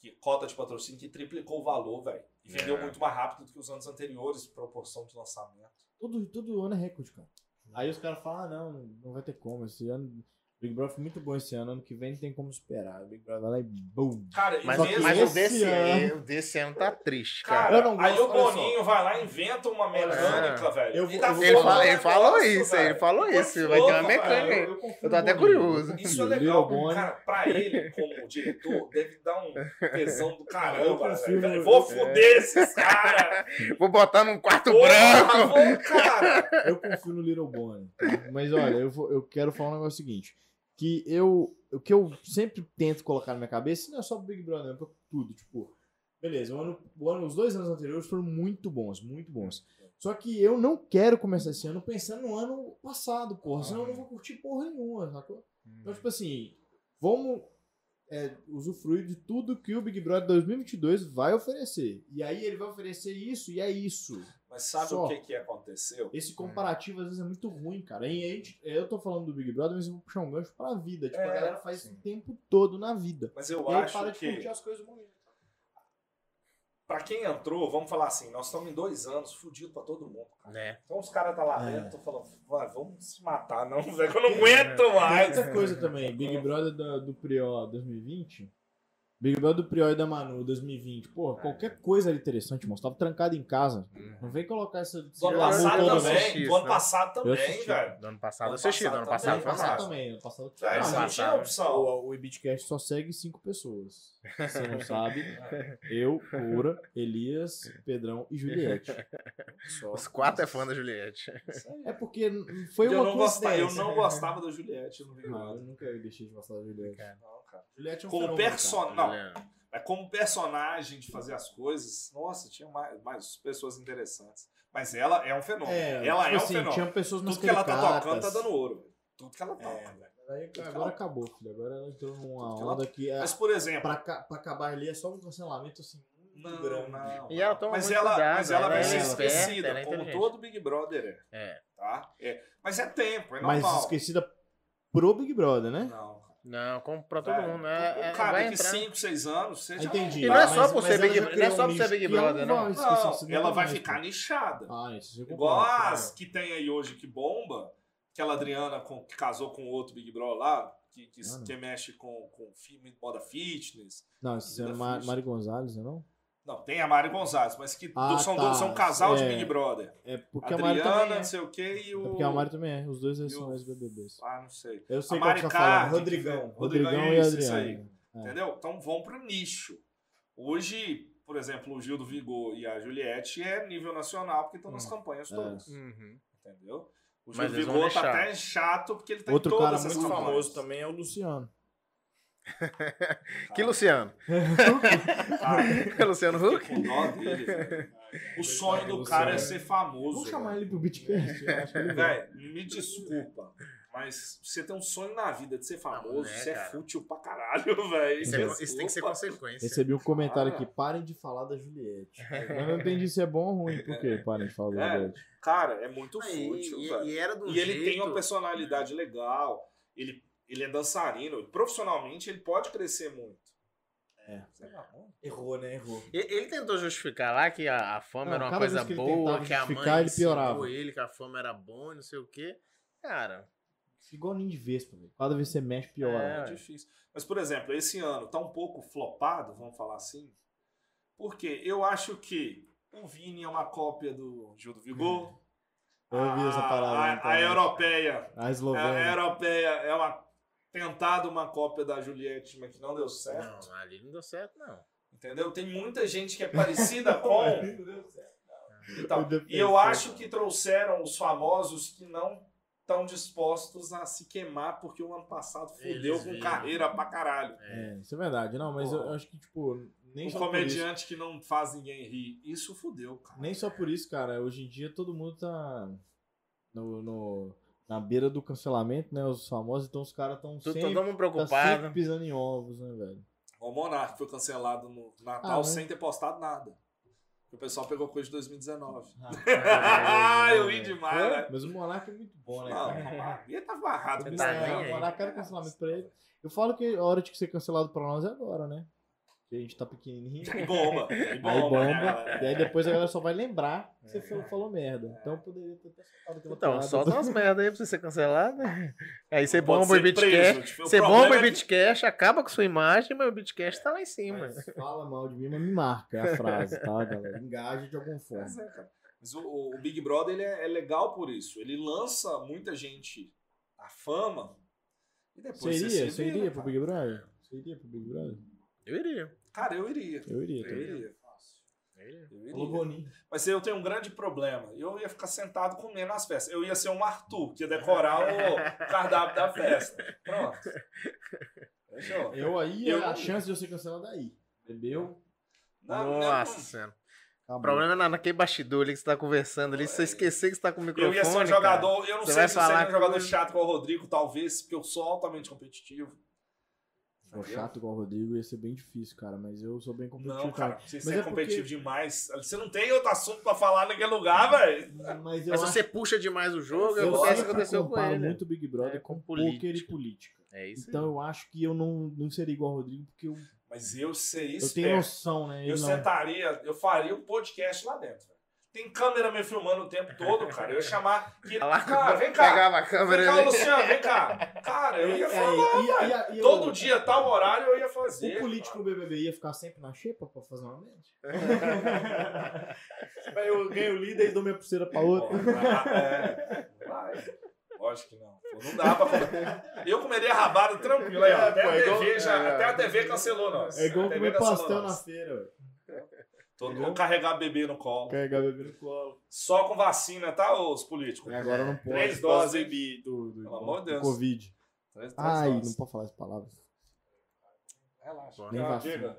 [SPEAKER 1] que cota de patrocínio que triplicou o valor, velho. E vendeu
[SPEAKER 4] É.
[SPEAKER 1] muito mais rápido do que os anos anteriores, proporção de lançamento.
[SPEAKER 3] Todo, todo ano é recorde, cara. Aí os caras falam, ah, não, não vai ter como. Esse ano, Big Brother foi muito bom esse ano. Ano que vem não tem como esperar. Big Brother vai lá e boom.
[SPEAKER 1] Cara, e
[SPEAKER 4] Mas,
[SPEAKER 3] Só que
[SPEAKER 1] mesmo- assim,
[SPEAKER 4] mas o
[SPEAKER 3] esse
[SPEAKER 4] desse
[SPEAKER 3] ano-
[SPEAKER 4] ano, o desse ano tá triste, cara.
[SPEAKER 1] Cara,
[SPEAKER 3] eu não gosto,
[SPEAKER 1] aí o
[SPEAKER 3] olha só.
[SPEAKER 1] Boninho vai lá e inventa uma mecânica, velho.
[SPEAKER 3] Eu
[SPEAKER 1] E
[SPEAKER 3] vou-
[SPEAKER 1] tá
[SPEAKER 3] eu vou-
[SPEAKER 4] ele,
[SPEAKER 1] foda
[SPEAKER 4] fala-
[SPEAKER 1] o
[SPEAKER 4] ele falou
[SPEAKER 1] negócio,
[SPEAKER 4] isso,
[SPEAKER 1] velho.
[SPEAKER 4] ele falou
[SPEAKER 1] Foi
[SPEAKER 4] isso. Vai ter uma
[SPEAKER 1] foda,
[SPEAKER 4] mecânica
[SPEAKER 1] velho.
[SPEAKER 4] aí.
[SPEAKER 3] É, confio
[SPEAKER 4] Eu tô
[SPEAKER 3] no
[SPEAKER 4] até
[SPEAKER 3] Boninho.
[SPEAKER 4] curioso.
[SPEAKER 1] Isso é
[SPEAKER 3] Ele é
[SPEAKER 1] legal,
[SPEAKER 3] bom,
[SPEAKER 1] cara. Pra ele, como diretor, deve dar um tesão do
[SPEAKER 3] Eu
[SPEAKER 1] caramba,
[SPEAKER 3] confio
[SPEAKER 1] velho.
[SPEAKER 3] no- É.
[SPEAKER 1] Vou foder esses caras.
[SPEAKER 4] Vou botar num quarto
[SPEAKER 1] Porra,
[SPEAKER 4] branco.
[SPEAKER 1] vou, cara.
[SPEAKER 3] Eu confio no Little Bonnie. tá? Mas olha, eu, vou- eu quero falar um negócio seguinte. Que eu. O que eu sempre tento colocar na minha cabeça, não é só pro Big Brother, não, é pra tudo. Tipo, beleza, o ano, o ano- os dois anos anteriores foram muito bons, muito bons. Só que eu não quero começar esse ano pensando no ano passado, porra. Senão eu não vou curtir porra nenhuma, sacou? Então, tipo assim, vamos é, usufruir de tudo que o Big Brother 2022 vai oferecer. E aí ele vai oferecer isso e é isso.
[SPEAKER 1] Mas sabe
[SPEAKER 3] Só.
[SPEAKER 1] o que, que aconteceu?
[SPEAKER 3] Esse comparativo às vezes é muito ruim, cara. E aí, tipo, eu tô falando do Big Brother, mas eu vou puxar um gancho pra vida. Tipo, a
[SPEAKER 1] É,
[SPEAKER 3] galera faz
[SPEAKER 2] sim.
[SPEAKER 3] isso o tempo todo na vida.
[SPEAKER 1] Mas eu
[SPEAKER 3] e aí para
[SPEAKER 1] acho
[SPEAKER 3] de
[SPEAKER 1] que,
[SPEAKER 3] curtir as coisas do momento.
[SPEAKER 1] pra quem entrou, vamos falar assim, nós estamos em dois anos, fudido pra todo mundo. cara.
[SPEAKER 4] Né?
[SPEAKER 1] Então os caras tá lá
[SPEAKER 3] É.
[SPEAKER 1] dentro, tô falando, "Vai, vamos se matar, não, velho, que eu não
[SPEAKER 3] É.
[SPEAKER 1] aguento mais.
[SPEAKER 3] Outra coisa também, Big Brother da- do, Prió 2020. Big Brother do Prió e da Manu 2020. Porra,
[SPEAKER 1] É.
[SPEAKER 3] qualquer coisa era interessante, mano. Você tava trancado em casa. Não vem colocar essa.
[SPEAKER 1] Do ano
[SPEAKER 2] Eu
[SPEAKER 1] Uhum. passado
[SPEAKER 2] não tô
[SPEAKER 1] também,
[SPEAKER 2] assistindo,
[SPEAKER 1] do ano
[SPEAKER 2] né?
[SPEAKER 1] passado
[SPEAKER 3] Eu
[SPEAKER 1] também,
[SPEAKER 3] assisti.
[SPEAKER 1] velho.
[SPEAKER 2] Do ano passado
[SPEAKER 4] é
[SPEAKER 2] eu
[SPEAKER 1] Ano
[SPEAKER 2] assisti, do ano
[SPEAKER 1] passado
[SPEAKER 2] passado
[SPEAKER 3] Ano
[SPEAKER 2] foi
[SPEAKER 1] também,
[SPEAKER 2] massa.
[SPEAKER 3] passado também, ano passado que
[SPEAKER 1] É, isso
[SPEAKER 3] Ah,
[SPEAKER 1] aí não
[SPEAKER 3] gente,
[SPEAKER 1] tinha opção.
[SPEAKER 3] o, o Ibitcast só segue cinco pessoas. Você não sabe? Eu, Cura, Elias, Pedrão e Juliette. Só.
[SPEAKER 4] Os quatro é fã da Juliette.
[SPEAKER 3] É porque foi
[SPEAKER 1] eu,
[SPEAKER 3] uma
[SPEAKER 1] não gostava, eu
[SPEAKER 3] coincidência.
[SPEAKER 1] não gostava da Juliette no Big
[SPEAKER 3] Não, eu
[SPEAKER 1] Brother.
[SPEAKER 3] nunca deixei de gostar da Juliette.
[SPEAKER 1] Não, cara.
[SPEAKER 3] Juliette é um
[SPEAKER 1] Como
[SPEAKER 3] fenômeno, cara.
[SPEAKER 1] personagem. Não,
[SPEAKER 4] Juliana.
[SPEAKER 1] Mas como personagem de fazer as coisas, nossa, tinha mais, mais pessoas interessantes. Mas ela é um fenômeno. ela
[SPEAKER 3] tipo
[SPEAKER 1] é um
[SPEAKER 3] assim,
[SPEAKER 1] fenômeno.
[SPEAKER 3] Tinha pessoas mais
[SPEAKER 1] Tudo que ela tá
[SPEAKER 3] caricatas.
[SPEAKER 1] tocando tá dando ouro. velho. Tudo que ela toca.
[SPEAKER 3] É.
[SPEAKER 1] velho.
[SPEAKER 3] Aí, cara, agora acabou, filho. Agora ela entrou numa
[SPEAKER 1] Tudo que ela-
[SPEAKER 3] onda que. É,
[SPEAKER 1] Mas, por exemplo.
[SPEAKER 3] pra, ca- pra acabar ali é só um cancelamento assim. né? muito
[SPEAKER 1] Não,
[SPEAKER 3] grande.
[SPEAKER 1] não.
[SPEAKER 4] E ela toma
[SPEAKER 1] mas,
[SPEAKER 4] muito
[SPEAKER 1] ela,
[SPEAKER 4] cuidado,
[SPEAKER 1] mas ela
[SPEAKER 4] ela
[SPEAKER 1] vai
[SPEAKER 4] é
[SPEAKER 1] ser
[SPEAKER 4] esperta,
[SPEAKER 1] esquecida,
[SPEAKER 4] ela é
[SPEAKER 1] como
[SPEAKER 4] inteligente.
[SPEAKER 1] todo Big Brother é.
[SPEAKER 4] É.
[SPEAKER 1] Tá? É. Mas é tempo, é normal.
[SPEAKER 3] Mas esquecida pro Big Brother, né?
[SPEAKER 1] Não, cara.
[SPEAKER 4] Não, como pra todo
[SPEAKER 1] Velho,
[SPEAKER 4] mundo. É, é,
[SPEAKER 1] o um Então, cara
[SPEAKER 4] vai
[SPEAKER 1] daqui
[SPEAKER 4] entrar.
[SPEAKER 1] 5, 6 anos, seja.
[SPEAKER 3] Entendi. Ah,
[SPEAKER 4] E não é
[SPEAKER 3] Mas-
[SPEAKER 4] só por
[SPEAKER 3] mas
[SPEAKER 4] ser
[SPEAKER 3] ela
[SPEAKER 4] Big-
[SPEAKER 3] já
[SPEAKER 4] não é
[SPEAKER 3] criou
[SPEAKER 4] só por
[SPEAKER 3] um nicho
[SPEAKER 4] ser Big
[SPEAKER 3] que ela
[SPEAKER 4] Brother, não.
[SPEAKER 3] vai
[SPEAKER 1] Não,
[SPEAKER 3] esquecer, isso nunca
[SPEAKER 1] ela vai
[SPEAKER 3] mais,
[SPEAKER 1] ficar
[SPEAKER 3] pô.
[SPEAKER 1] nichada.
[SPEAKER 3] Ah, isso eu
[SPEAKER 1] Igual
[SPEAKER 3] concordo, cara.
[SPEAKER 1] as que tem aí hoje que bomba, aquela Adriana com- que casou com outro Big Brother lá, que, que,
[SPEAKER 3] Ah, não.
[SPEAKER 1] que mexe com, com filme, moda fitness.
[SPEAKER 3] Não, isso é
[SPEAKER 1] Da
[SPEAKER 3] Ma
[SPEAKER 1] Ficha.
[SPEAKER 3] Mari Gonzalez, não é não?
[SPEAKER 1] Não, tem a Mari Gonzalez, mas que
[SPEAKER 3] Ah,
[SPEAKER 1] do- são,
[SPEAKER 3] tá.
[SPEAKER 1] do- são um casal de
[SPEAKER 3] É.
[SPEAKER 1] Big Brother.
[SPEAKER 3] É porque a Mari
[SPEAKER 1] Adriana,
[SPEAKER 3] também é.
[SPEAKER 1] não sei o quê, e
[SPEAKER 3] É
[SPEAKER 1] o.
[SPEAKER 3] porque a Mari também é. Os dois
[SPEAKER 1] e
[SPEAKER 3] são
[SPEAKER 1] o-
[SPEAKER 3] ex-BBBs.
[SPEAKER 1] Ah, não sei.
[SPEAKER 3] Eu sei
[SPEAKER 1] a
[SPEAKER 3] qual
[SPEAKER 1] Mari
[SPEAKER 3] que você tá falando.
[SPEAKER 1] Cardi,
[SPEAKER 3] Rodrigão.
[SPEAKER 1] que-
[SPEAKER 3] Rodrigão,
[SPEAKER 1] Rodrigão
[SPEAKER 3] e
[SPEAKER 1] é isso, isso
[SPEAKER 3] Adriana. É.
[SPEAKER 1] Entendeu? Então vão pro nicho. Hoje, por exemplo, o Gil do Vigor e a Juliette é nível nacional, porque estão nas campanhas
[SPEAKER 3] é.
[SPEAKER 1] todas.
[SPEAKER 4] Uhum.
[SPEAKER 1] Entendeu? O Gil
[SPEAKER 4] Mas
[SPEAKER 1] do
[SPEAKER 4] eles vão
[SPEAKER 1] Vigor tá
[SPEAKER 4] deixar.
[SPEAKER 1] até chato, porque ele tá em
[SPEAKER 3] Outro
[SPEAKER 1] todas
[SPEAKER 3] cara
[SPEAKER 1] essas
[SPEAKER 3] muito
[SPEAKER 1] campanhas.
[SPEAKER 3] famoso também é o Luciano.
[SPEAKER 4] Que Luciano?
[SPEAKER 1] Cara,
[SPEAKER 4] Luciano
[SPEAKER 1] eu
[SPEAKER 4] Huck?
[SPEAKER 1] Ah, fiquei com dó dele, velho. O sonho do cara é ser famoso.
[SPEAKER 3] Vamos chamar
[SPEAKER 1] velho.
[SPEAKER 3] ele pro Bitcast. eu acho que ele vai.
[SPEAKER 1] Velho, me desculpa, mas você tem um sonho na vida de ser famoso,
[SPEAKER 4] Não, né,
[SPEAKER 1] você é
[SPEAKER 4] cara?
[SPEAKER 1] fútil pra caralho, velho.
[SPEAKER 4] Isso, é-
[SPEAKER 1] Desculpa.
[SPEAKER 4] isso tem que ser consequência.
[SPEAKER 3] Recebi um comentário
[SPEAKER 1] Ah.
[SPEAKER 3] aqui. Parem de falar da Juliette. Mas não entendi se é bom ou ruim. Por que parem de falar da
[SPEAKER 1] É.
[SPEAKER 3] Juliette?
[SPEAKER 1] Cara, é muito
[SPEAKER 4] Ah, e-
[SPEAKER 1] fútil,
[SPEAKER 4] e,
[SPEAKER 1] velho.
[SPEAKER 4] e era do
[SPEAKER 1] E ele tem uma
[SPEAKER 4] jeito-
[SPEAKER 1] personalidade legal, ele, ele é dançarino, profissionalmente ele pode crescer muito.
[SPEAKER 3] É.
[SPEAKER 1] Sei lá, mano.
[SPEAKER 3] Errou, né? Errou.
[SPEAKER 4] E- Ele tentou justificar lá que a, a fama
[SPEAKER 3] Não,
[SPEAKER 4] era uma
[SPEAKER 3] cada
[SPEAKER 4] coisa
[SPEAKER 3] vez que ele
[SPEAKER 4] boa,
[SPEAKER 3] tentava
[SPEAKER 4] que a
[SPEAKER 3] justificar,
[SPEAKER 4] mãe
[SPEAKER 3] ele piorava.
[SPEAKER 4] ensinou ele, que a fama era boa, e não sei o quê. Cara,
[SPEAKER 3] Igual ninho de vespa, velho. Cada vez que você mexe, piora.
[SPEAKER 1] É,
[SPEAKER 4] É, ué.
[SPEAKER 1] difícil. Mas, por exemplo, esse ano tá um pouco flopado, vamos falar assim, porque eu acho que o Vini é uma cópia do Gil do Vigor.
[SPEAKER 3] Hum. Eu vi essa parada na
[SPEAKER 1] A- A, a
[SPEAKER 3] internet.
[SPEAKER 1] europeia
[SPEAKER 3] A
[SPEAKER 1] A, a
[SPEAKER 3] Eslovênia.
[SPEAKER 1] europeia é uma tentada uma cópia da Juliette, mas que não deu certo.
[SPEAKER 4] não, ali não deu certo, não.
[SPEAKER 1] Entendeu? Tem muita gente que é parecida com. E, tal.
[SPEAKER 3] Eu defendo,
[SPEAKER 1] Então, E eu
[SPEAKER 3] cara.
[SPEAKER 1] acho que trouxeram os famosos que não estão dispostos a se queimar porque o ano passado fudeu
[SPEAKER 4] Eles
[SPEAKER 1] com
[SPEAKER 4] viram.
[SPEAKER 1] carreira pra caralho.
[SPEAKER 3] É, isso é verdade. Não, mas eu
[SPEAKER 1] Porra.
[SPEAKER 3] acho que, tipo, nem
[SPEAKER 1] Um
[SPEAKER 3] só por isso.
[SPEAKER 1] comediante que não faz ninguém rir. Isso fudeu, cara.
[SPEAKER 3] Nem só por isso, cara. Hoje em dia todo mundo tá no, no- na beira do cancelamento, né? Os famosos, então os caras estão
[SPEAKER 4] Tô,
[SPEAKER 3] sempre,
[SPEAKER 4] todo mundo
[SPEAKER 3] tá sempre
[SPEAKER 4] preocupado.
[SPEAKER 3] pisando em ovos, né, velho?
[SPEAKER 1] O Monark foi cancelado no Natal
[SPEAKER 3] Ah, né?
[SPEAKER 1] sem ter postado nada. O pessoal pegou coisa de 2019.
[SPEAKER 3] Ah,
[SPEAKER 1] eu ri demais, né?
[SPEAKER 3] Mas o Monark é muito bom, né,
[SPEAKER 1] Não,
[SPEAKER 3] cara?
[SPEAKER 1] não, ele tava barrado.
[SPEAKER 4] Ele
[SPEAKER 1] com
[SPEAKER 4] tá
[SPEAKER 1] isso,
[SPEAKER 4] nem
[SPEAKER 1] né?
[SPEAKER 3] é,
[SPEAKER 4] aí.
[SPEAKER 3] o Monark era cancelamento pra ele. Eu falo que a hora de ser cancelado pra nós é agora, né? Porque a gente tá pequenininho.
[SPEAKER 1] E bomba. E
[SPEAKER 3] Aí
[SPEAKER 1] bomba,
[SPEAKER 3] bomba,
[SPEAKER 1] né, galera?
[SPEAKER 3] e aí depois a galera só vai lembrar que você
[SPEAKER 2] É.
[SPEAKER 3] falou, falou merda. Então eu poderia ter até soltado aquela
[SPEAKER 4] Então,
[SPEAKER 3] piada.
[SPEAKER 4] solta umas merda aí pra você ser cancelado. né? Aí você
[SPEAKER 1] Pode
[SPEAKER 4] bomba o
[SPEAKER 1] ser
[SPEAKER 4] é Bitcast.
[SPEAKER 1] preso, tipo, o
[SPEAKER 4] Você
[SPEAKER 1] problema
[SPEAKER 4] bomba
[SPEAKER 1] é
[SPEAKER 4] o
[SPEAKER 1] que-
[SPEAKER 4] Bitcast, acaba com sua imagem, mas o Bitcast tá lá em cima.
[SPEAKER 1] É.
[SPEAKER 3] Mas fala mal de mim, mas me marca é a frase, tá, galera? Engaja de alguma forma.
[SPEAKER 1] Mas é, cara. Mas o, o Big Brother ele é, é legal por isso. Ele lança muita gente à fama e depois você
[SPEAKER 3] Você
[SPEAKER 1] se
[SPEAKER 3] iria? Você
[SPEAKER 1] vira,
[SPEAKER 3] iria pro
[SPEAKER 1] né, cara.
[SPEAKER 3] Big Brother? Você iria pro Big Brother?
[SPEAKER 4] Eu iria.
[SPEAKER 1] Cara, eu iria.
[SPEAKER 3] Eu iria
[SPEAKER 1] Eu
[SPEAKER 3] também.
[SPEAKER 1] iria.
[SPEAKER 4] Eu iria.
[SPEAKER 1] Eu iria.
[SPEAKER 3] Boninho.
[SPEAKER 1] Mas eu tenho um grande problema. Eu ia ficar sentado comendo nas festas. Eu ia ser um Arthur, que ia decorar o cardápio da festa. Pronto. Fechou.
[SPEAKER 3] Eu aí,
[SPEAKER 1] Eu-
[SPEAKER 3] a chance de eu ser cancelado é aí. Bebeu?
[SPEAKER 1] Não, não, é
[SPEAKER 4] Nossa senhora.
[SPEAKER 3] Acabou.
[SPEAKER 4] O problema é na- naquele bastidor ali que você tá conversando ali. Se você esquecer que você tá com o
[SPEAKER 1] Eu
[SPEAKER 4] microfone.
[SPEAKER 1] ia ser um
[SPEAKER 4] cara.
[SPEAKER 1] jogador, eu não
[SPEAKER 4] Você vai
[SPEAKER 1] sei se eu seria
[SPEAKER 4] falar
[SPEAKER 1] um jogador
[SPEAKER 4] coisa-
[SPEAKER 1] chato com o Rodrigo, talvez, porque eu sou altamente competitivo.
[SPEAKER 3] Pô, chato igual o Rodrigo ia ser bem difícil, cara, mas eu sou bem competitivo.
[SPEAKER 1] Não, cara, você, você é,
[SPEAKER 3] é
[SPEAKER 1] competitivo demais. Você não tem outro assunto pra falar naquele lugar, velho.
[SPEAKER 3] Mas eu
[SPEAKER 2] Mas se
[SPEAKER 3] acho
[SPEAKER 2] você puxa demais o jogo,
[SPEAKER 3] eu
[SPEAKER 2] acontece o que
[SPEAKER 3] sempre
[SPEAKER 2] aconteceu com
[SPEAKER 3] comparo
[SPEAKER 4] né?
[SPEAKER 2] ele.
[SPEAKER 3] muito Big Brother
[SPEAKER 2] É,
[SPEAKER 3] com,
[SPEAKER 2] com
[SPEAKER 3] poker e
[SPEAKER 2] política.
[SPEAKER 3] política.
[SPEAKER 2] É isso aí.
[SPEAKER 3] Então eu acho que eu não, não seria igual o Rodrigo, porque eu,
[SPEAKER 1] Mas eu sei
[SPEAKER 3] eu
[SPEAKER 1] isso.
[SPEAKER 3] tenho noção, né?
[SPEAKER 1] Eu
[SPEAKER 3] não.
[SPEAKER 1] sentaria, eu faria um podcast lá dentro. velho. Tem câmera me filmando o tempo todo, cara. Eu ia chamar. Que...
[SPEAKER 2] Lá,
[SPEAKER 1] Cara, vem cá.
[SPEAKER 2] Pegava a
[SPEAKER 1] Vem
[SPEAKER 2] câmera
[SPEAKER 1] cá,
[SPEAKER 2] ali.
[SPEAKER 1] Luciano, vem cá. Cara, eu ia
[SPEAKER 3] É,
[SPEAKER 1] falar.
[SPEAKER 3] e- e- e- e eu-
[SPEAKER 1] Todo dia, tal horário, eu ia fazer.
[SPEAKER 3] O político do BBB ia ficar sempre na xepa pra fazer uma média? eu ganho líder e dou minha pulseira pra
[SPEAKER 1] Pô, é, não vai. Lógico que não. Pô, não dá pra comer. Eu comeria rabada tranquilo aí, ó. Até,
[SPEAKER 2] É, pô,
[SPEAKER 1] a,
[SPEAKER 2] é
[SPEAKER 1] TV
[SPEAKER 2] igual-
[SPEAKER 1] já,
[SPEAKER 2] é.
[SPEAKER 1] até a TV cancelou nós.
[SPEAKER 3] É igual
[SPEAKER 1] a TV
[SPEAKER 3] comer pastel na
[SPEAKER 1] nós.
[SPEAKER 3] feira, velho. É.
[SPEAKER 1] Todo mundo carregar bebê no colo.
[SPEAKER 3] Carregar bebê no colo.
[SPEAKER 1] Só com vacina, tá, os políticos?
[SPEAKER 3] E É, agora não pode.
[SPEAKER 1] Três
[SPEAKER 3] Por causa
[SPEAKER 1] doses.
[SPEAKER 3] do- do, do,
[SPEAKER 1] Pelo amor de
[SPEAKER 3] do
[SPEAKER 1] Deus.
[SPEAKER 3] Covid.
[SPEAKER 1] Três- três
[SPEAKER 3] Ai,
[SPEAKER 1] doses.
[SPEAKER 3] não pode falar essa palavra.
[SPEAKER 1] Relaxa.
[SPEAKER 3] Nem
[SPEAKER 1] Não,
[SPEAKER 3] vacina.
[SPEAKER 1] diga.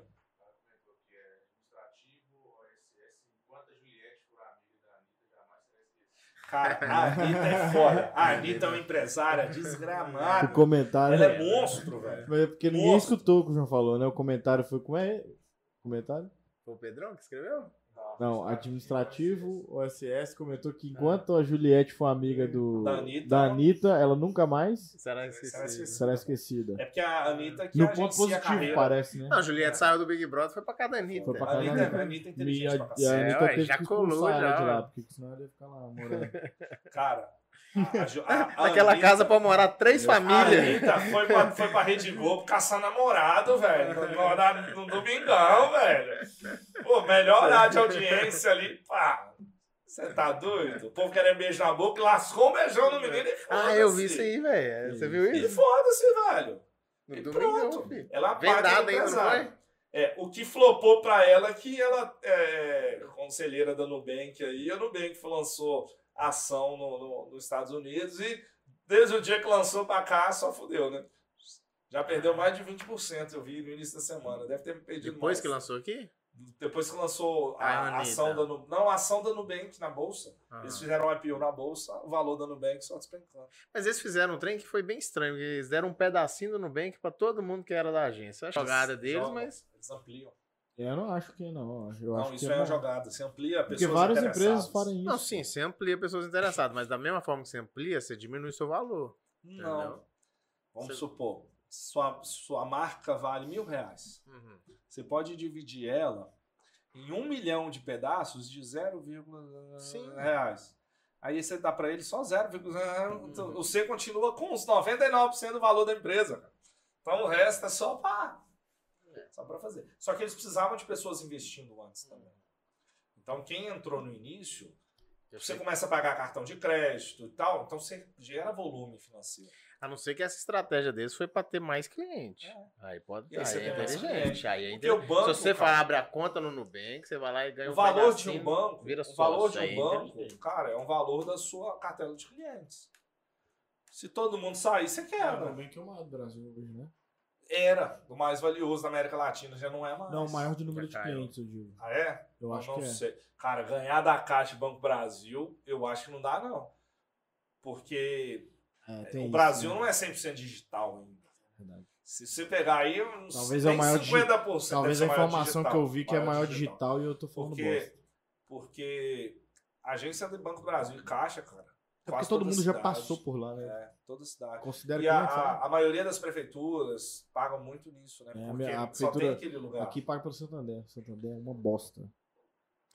[SPEAKER 1] Cara, a Anitta é foda. A Anitta é uma empresária
[SPEAKER 3] O
[SPEAKER 1] desgramada.
[SPEAKER 3] comentário.
[SPEAKER 1] Ela é monstro, velho.
[SPEAKER 3] Mas é porque ninguém
[SPEAKER 1] Monstro.
[SPEAKER 3] escutou o que o João falou, né? O comentário foi como é? Comentário?
[SPEAKER 2] Foi o Pedrão que escreveu?
[SPEAKER 3] Não, administrativo, OSS comentou que enquanto a Juliette for amiga do,
[SPEAKER 1] É. Da Anitta.
[SPEAKER 3] da Anitta, ela nunca mais
[SPEAKER 2] Será
[SPEAKER 1] Será
[SPEAKER 2] esquecido?
[SPEAKER 1] esquecido.
[SPEAKER 3] será esquecida.
[SPEAKER 1] É porque a Anitta que
[SPEAKER 3] No
[SPEAKER 1] agencia
[SPEAKER 3] ponto
[SPEAKER 1] a
[SPEAKER 3] positivo,
[SPEAKER 1] carreira.
[SPEAKER 3] parece, né?
[SPEAKER 1] é
[SPEAKER 2] Não, a Juliette saiu do Big Brother, Ah. foi pra né? cada Anitta.
[SPEAKER 3] Foi pra
[SPEAKER 1] A
[SPEAKER 3] caralho.
[SPEAKER 1] Anitta, a Anitta é
[SPEAKER 3] E
[SPEAKER 1] inteligente
[SPEAKER 3] a,
[SPEAKER 1] pra
[SPEAKER 3] e a
[SPEAKER 1] cacete.
[SPEAKER 2] É,
[SPEAKER 3] Anitta
[SPEAKER 2] ué,
[SPEAKER 3] teve
[SPEAKER 2] já
[SPEAKER 3] que
[SPEAKER 2] colou,
[SPEAKER 3] expulsar ela
[SPEAKER 2] já,
[SPEAKER 3] de lá,
[SPEAKER 2] ué.
[SPEAKER 3] porque senão ela ia ficar lá morando.
[SPEAKER 1] Cara, a, a, Ju- a, a
[SPEAKER 2] Naquela
[SPEAKER 1] Anitta-
[SPEAKER 2] casa pra morar três
[SPEAKER 1] Ah, A
[SPEAKER 2] famílias.
[SPEAKER 1] Anitta tá, foi pra, foi pra Rede Globo caçar namorado, velho. No, no horário- no domingão, velho. Pô, melhor horário de audiência ali. Pá, você tá doido? O povo querendo beijo na boca, lascou um beijão no menino e foda-se.
[SPEAKER 2] Ah, eu vi isso aí, velho. Você viu
[SPEAKER 1] E
[SPEAKER 2] isso?
[SPEAKER 1] foda-se, velho.
[SPEAKER 2] No
[SPEAKER 1] E
[SPEAKER 2] domingo,
[SPEAKER 1] pronto.
[SPEAKER 2] filho.
[SPEAKER 1] Ela é uma
[SPEAKER 2] Vendada
[SPEAKER 1] parte do
[SPEAKER 2] ainda, não
[SPEAKER 1] empresário. É, o que flopou pra ela é que ela é conselheira da Nubank aí, a Nubank lançou ação no, no- nos Estados Unidos e desde o dia que lançou pra cá só fudeu, né? Já
[SPEAKER 2] Ah.
[SPEAKER 1] perdeu mais de 20%, eu vi no início da semana. Deve ter perdido
[SPEAKER 2] Depois
[SPEAKER 1] mais.
[SPEAKER 2] que lançou aqui?
[SPEAKER 1] Depois que lançou a,
[SPEAKER 2] A Anitta.
[SPEAKER 1] ação da Nubank. Não, a ação da Nubank na Bolsa.
[SPEAKER 2] Ah.
[SPEAKER 1] Eles fizeram um IPO na Bolsa, o valor da Nubank só despencando.
[SPEAKER 2] Mas eles fizeram um trem que foi bem estranho, porque eles deram um pedacinho do Nubank pra todo mundo que era da agência. A jogada deles,
[SPEAKER 1] Jogam,
[SPEAKER 2] mas.
[SPEAKER 1] Eles ampliam.
[SPEAKER 3] Eu não acho que não. Eu acho
[SPEAKER 1] Não,
[SPEAKER 3] que
[SPEAKER 1] isso é uma
[SPEAKER 3] não.
[SPEAKER 1] jogada. Você amplia pessoas
[SPEAKER 3] Porque várias
[SPEAKER 1] interessadas. É,
[SPEAKER 3] empresas fazem isso.
[SPEAKER 2] Não, sim, você amplia pessoas interessadas, mas da mesma forma que você amplia, você diminui seu valor.
[SPEAKER 1] Não.
[SPEAKER 2] Entendeu?
[SPEAKER 1] Vamos
[SPEAKER 2] Você-
[SPEAKER 1] supor, sua, sua marca vale mil reais.
[SPEAKER 2] Uhum.
[SPEAKER 1] Você pode dividir ela em um milhão de pedaços de 0, Ah.
[SPEAKER 2] Sim.
[SPEAKER 1] reais. Aí você dá pra ele só 0,
[SPEAKER 2] Uhum.
[SPEAKER 1] então você continua com os 99% do valor da empresa. cara. Então o resto é só pra,
[SPEAKER 2] É.
[SPEAKER 1] só pra fazer. Só que eles precisavam de pessoas investindo
[SPEAKER 2] Hum.
[SPEAKER 1] antes também. Então quem entrou no início,
[SPEAKER 2] Eu
[SPEAKER 1] você
[SPEAKER 2] sei.
[SPEAKER 1] começa a pagar cartão de crédito e tal, então você gera volume financeiro.
[SPEAKER 2] A não ser que essa estratégia deles foi pra ter mais cliente. Aí pode.
[SPEAKER 1] E aí
[SPEAKER 2] Aí,
[SPEAKER 1] você
[SPEAKER 2] é
[SPEAKER 1] tem mais
[SPEAKER 2] inteligente.
[SPEAKER 1] cliente.
[SPEAKER 2] Aí é
[SPEAKER 1] Porque o
[SPEAKER 2] inteligente.
[SPEAKER 1] banco,
[SPEAKER 2] Se você
[SPEAKER 1] cara,
[SPEAKER 2] vai abre a conta no Nubank, você vai lá e ganha
[SPEAKER 1] o
[SPEAKER 2] um
[SPEAKER 1] valor de
[SPEAKER 2] pedacinho,
[SPEAKER 1] um banco,
[SPEAKER 2] vira
[SPEAKER 1] o valor
[SPEAKER 2] sócio,
[SPEAKER 1] de
[SPEAKER 2] aí é
[SPEAKER 1] um banco,
[SPEAKER 2] inteligente.
[SPEAKER 1] cara, é um valor da sua cartela de clientes. Se todo mundo sair, você
[SPEAKER 3] Ainda
[SPEAKER 1] quebra.
[SPEAKER 3] bem que é o maior do Brasil hoje, né?
[SPEAKER 1] Era o mais valioso da América Latina, já não é mais.
[SPEAKER 3] Não, o maior de número de
[SPEAKER 2] Já caiu.
[SPEAKER 3] clientes, eu digo.
[SPEAKER 1] Ah, é?
[SPEAKER 3] Eu acho
[SPEAKER 1] não
[SPEAKER 3] que é.
[SPEAKER 1] sei. Cara, ganhar da Caixa e Banco Brasil, eu acho que não dá, não. Porque
[SPEAKER 3] É, tem
[SPEAKER 1] o
[SPEAKER 3] isso,
[SPEAKER 1] Brasil
[SPEAKER 3] né? É
[SPEAKER 1] não é 100% digital ainda.
[SPEAKER 3] Verdade.
[SPEAKER 1] Se você pegar aí, uns
[SPEAKER 3] Talvez é o
[SPEAKER 1] nem
[SPEAKER 3] maior digi-
[SPEAKER 1] 50%.
[SPEAKER 3] Talvez a
[SPEAKER 1] deve ser maior
[SPEAKER 3] informação
[SPEAKER 1] digital.
[SPEAKER 3] que eu vi que é maior
[SPEAKER 1] digital.
[SPEAKER 3] digital e eu tô falando bosta. É
[SPEAKER 1] Porque, porque a agência do Banco do Brasil e Caixa, cara.
[SPEAKER 3] É porque
[SPEAKER 1] quase
[SPEAKER 3] todo
[SPEAKER 1] toda
[SPEAKER 3] mundo já
[SPEAKER 1] cidade-
[SPEAKER 3] passou por lá, né?
[SPEAKER 1] É, toda cidade.
[SPEAKER 3] Considero
[SPEAKER 1] E
[SPEAKER 3] que
[SPEAKER 1] a,
[SPEAKER 3] não, sabe?
[SPEAKER 1] a, a maioria das prefeituras pagam muito nisso, né?
[SPEAKER 3] É, a
[SPEAKER 1] Porque
[SPEAKER 3] minha- a
[SPEAKER 1] só tem
[SPEAKER 3] prefeitura
[SPEAKER 1] aquele lugar.
[SPEAKER 3] Aqui paga pro Santander. Santander é uma bosta.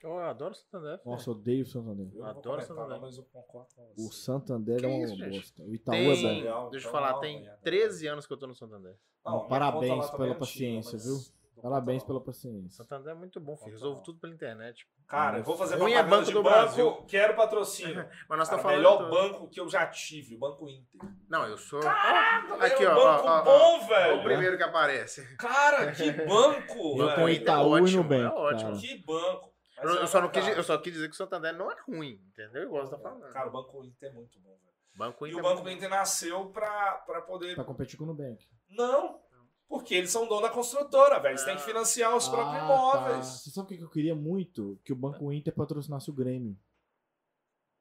[SPEAKER 2] Eu adoro o Santander. filho.
[SPEAKER 3] Nossa, eu odeio o
[SPEAKER 1] eu
[SPEAKER 3] Santander.
[SPEAKER 1] não vou
[SPEAKER 2] Adoro
[SPEAKER 1] comentar,
[SPEAKER 2] Santander.
[SPEAKER 1] não, mas eu concordo com você.
[SPEAKER 3] O Santander
[SPEAKER 2] Que
[SPEAKER 3] é uma
[SPEAKER 2] isso, gente?
[SPEAKER 3] bosta. O Itaú é
[SPEAKER 2] Tem,
[SPEAKER 3] bom.
[SPEAKER 1] Legal,
[SPEAKER 2] deixa eu
[SPEAKER 1] então
[SPEAKER 2] falar,
[SPEAKER 1] não,
[SPEAKER 2] tem
[SPEAKER 1] é.
[SPEAKER 2] 13 anos que eu tô no Santander.
[SPEAKER 1] Não, minha
[SPEAKER 3] Parabéns
[SPEAKER 1] conta lá também é
[SPEAKER 3] pela paciência,
[SPEAKER 1] mas
[SPEAKER 3] viu?
[SPEAKER 1] não
[SPEAKER 3] Parabéns
[SPEAKER 1] conta
[SPEAKER 3] pela
[SPEAKER 1] não.
[SPEAKER 3] paciência.
[SPEAKER 2] Santander é muito bom,
[SPEAKER 1] Conta
[SPEAKER 2] filho. Resolvo
[SPEAKER 1] não.
[SPEAKER 2] tudo pela internet.
[SPEAKER 1] Cara, eu vou fazer
[SPEAKER 2] Ruim é
[SPEAKER 1] propaganda
[SPEAKER 2] Banco
[SPEAKER 1] de
[SPEAKER 2] do
[SPEAKER 1] banco,
[SPEAKER 2] Brasil.
[SPEAKER 1] quero patrocínio.
[SPEAKER 2] Mas nós
[SPEAKER 1] Cara,
[SPEAKER 2] estamos
[SPEAKER 1] o
[SPEAKER 2] falando.
[SPEAKER 1] melhor banco que eu já tive, o Banco Inter.
[SPEAKER 2] Não, eu sou.
[SPEAKER 1] É
[SPEAKER 2] Aqui,
[SPEAKER 1] um
[SPEAKER 2] ó,
[SPEAKER 1] banco
[SPEAKER 2] ó, ó,
[SPEAKER 1] bom,
[SPEAKER 2] É
[SPEAKER 1] velho.
[SPEAKER 2] o primeiro que aparece.
[SPEAKER 1] Cara, que banco,
[SPEAKER 3] Eu com
[SPEAKER 1] velho.
[SPEAKER 3] Itaú e
[SPEAKER 2] ótimo,
[SPEAKER 3] Nubank.
[SPEAKER 2] é ótimo.
[SPEAKER 3] cara.
[SPEAKER 1] Que banco. Mas
[SPEAKER 2] Eu, eu
[SPEAKER 1] é
[SPEAKER 2] só não quis,
[SPEAKER 1] bacana.
[SPEAKER 2] eu só quis dizer que o Santander não é ruim, entendeu? Igual você tá falando.
[SPEAKER 1] É. Cara, o Banco Inter é muito bom, velho.
[SPEAKER 2] Banco
[SPEAKER 1] E
[SPEAKER 2] Inter.
[SPEAKER 1] o
[SPEAKER 2] é
[SPEAKER 1] Banco
[SPEAKER 2] muito-
[SPEAKER 1] Inter nasceu pra, pra poder.
[SPEAKER 3] Pra competir Tá com o Nubank.
[SPEAKER 1] Não! Porque eles são dono da construtora, velho. Eles têm que financiar os próprios
[SPEAKER 3] Ah, tá.
[SPEAKER 1] imóveis.
[SPEAKER 3] Você sabe o que que eu queria muito? Que o Banco Inter patrocinasse o Grêmio.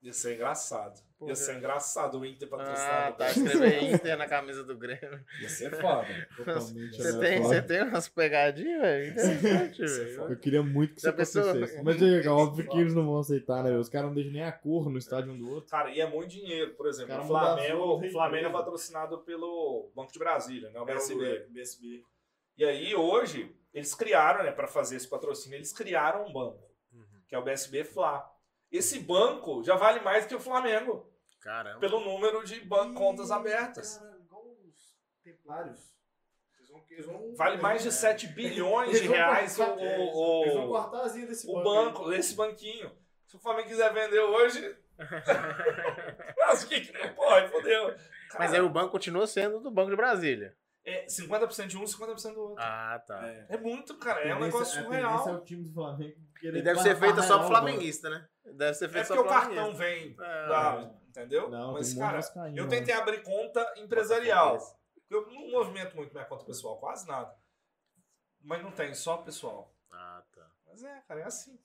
[SPEAKER 1] Ia ser engraçado. Ia ser engraçado o Inter
[SPEAKER 4] Ah,
[SPEAKER 1] patrocinado. né?
[SPEAKER 4] tá. Escrever Inter na camisa do Grêmio.
[SPEAKER 1] Ia ser foda.
[SPEAKER 3] Totalmente
[SPEAKER 4] Você tem,
[SPEAKER 3] aleatório.
[SPEAKER 4] você tem umas pegadinhas, velho? Interessante,
[SPEAKER 1] Isso é
[SPEAKER 4] velho.
[SPEAKER 1] foda.
[SPEAKER 3] Eu queria muito que isso
[SPEAKER 4] Já pensou?
[SPEAKER 3] acontecesse. Mas é óbvio que eles não vão aceitar, né? Os caras não deixam nem a cor no estádio um do outro.
[SPEAKER 1] Cara, e é muito dinheiro. Por exemplo,
[SPEAKER 3] Cara,
[SPEAKER 1] o
[SPEAKER 3] muda azul,
[SPEAKER 1] Flamengo,
[SPEAKER 3] horrível.
[SPEAKER 1] o Flamengo é patrocinado pelo Banco de Brasília, né? O BSB.
[SPEAKER 5] BSB.
[SPEAKER 1] E aí, hoje, eles criaram, né, para fazer esse patrocínio, eles criaram um banco, que é o BSB Fla. Esse banco já vale mais que o Flamengo,
[SPEAKER 4] Caramba.
[SPEAKER 1] pelo número de ban- contas abertas.
[SPEAKER 5] Templários. Eles vão- eles vão-
[SPEAKER 1] Vale mais
[SPEAKER 3] é.
[SPEAKER 1] de 7 bilhões
[SPEAKER 5] Eles
[SPEAKER 1] de
[SPEAKER 5] vão
[SPEAKER 1] reais o,
[SPEAKER 5] cortar- Eles vão
[SPEAKER 1] o, o,
[SPEAKER 5] cortar as ilhas desse
[SPEAKER 1] o
[SPEAKER 5] aí.
[SPEAKER 1] banco, esse banquinho. Se o Flamengo quiser vender hoje. Mas o que, que não pode? Fodeu.
[SPEAKER 4] Mas aí o banco continua sendo do Banco de Brasília.
[SPEAKER 1] É 50% de um, 50% do outro.
[SPEAKER 4] Ah, tá.
[SPEAKER 1] É muito, cara. É um
[SPEAKER 3] Tendência-
[SPEAKER 1] negócio
[SPEAKER 3] a
[SPEAKER 1] surreal.
[SPEAKER 3] tendência é o time do Flamengo querer
[SPEAKER 4] E deve ser
[SPEAKER 3] barrar
[SPEAKER 4] feita só pro
[SPEAKER 3] real, mano.
[SPEAKER 4] flamenguista, né? Deve ser
[SPEAKER 1] É
[SPEAKER 4] feita só
[SPEAKER 1] porque o
[SPEAKER 4] pro
[SPEAKER 1] cartão
[SPEAKER 4] flamenguista.
[SPEAKER 1] vem.
[SPEAKER 4] É.
[SPEAKER 1] da- entendeu?
[SPEAKER 3] Não,
[SPEAKER 1] Mas,
[SPEAKER 3] tem né? muito
[SPEAKER 1] cara,
[SPEAKER 3] vascaíno,
[SPEAKER 1] eu
[SPEAKER 3] mano.
[SPEAKER 1] tentei abrir conta empresarial. Eu não movimento muito minha conta pessoal, quase nada. Mas não tem, só pessoal.
[SPEAKER 4] Ah, tá.
[SPEAKER 1] Mas é, cara, é assim.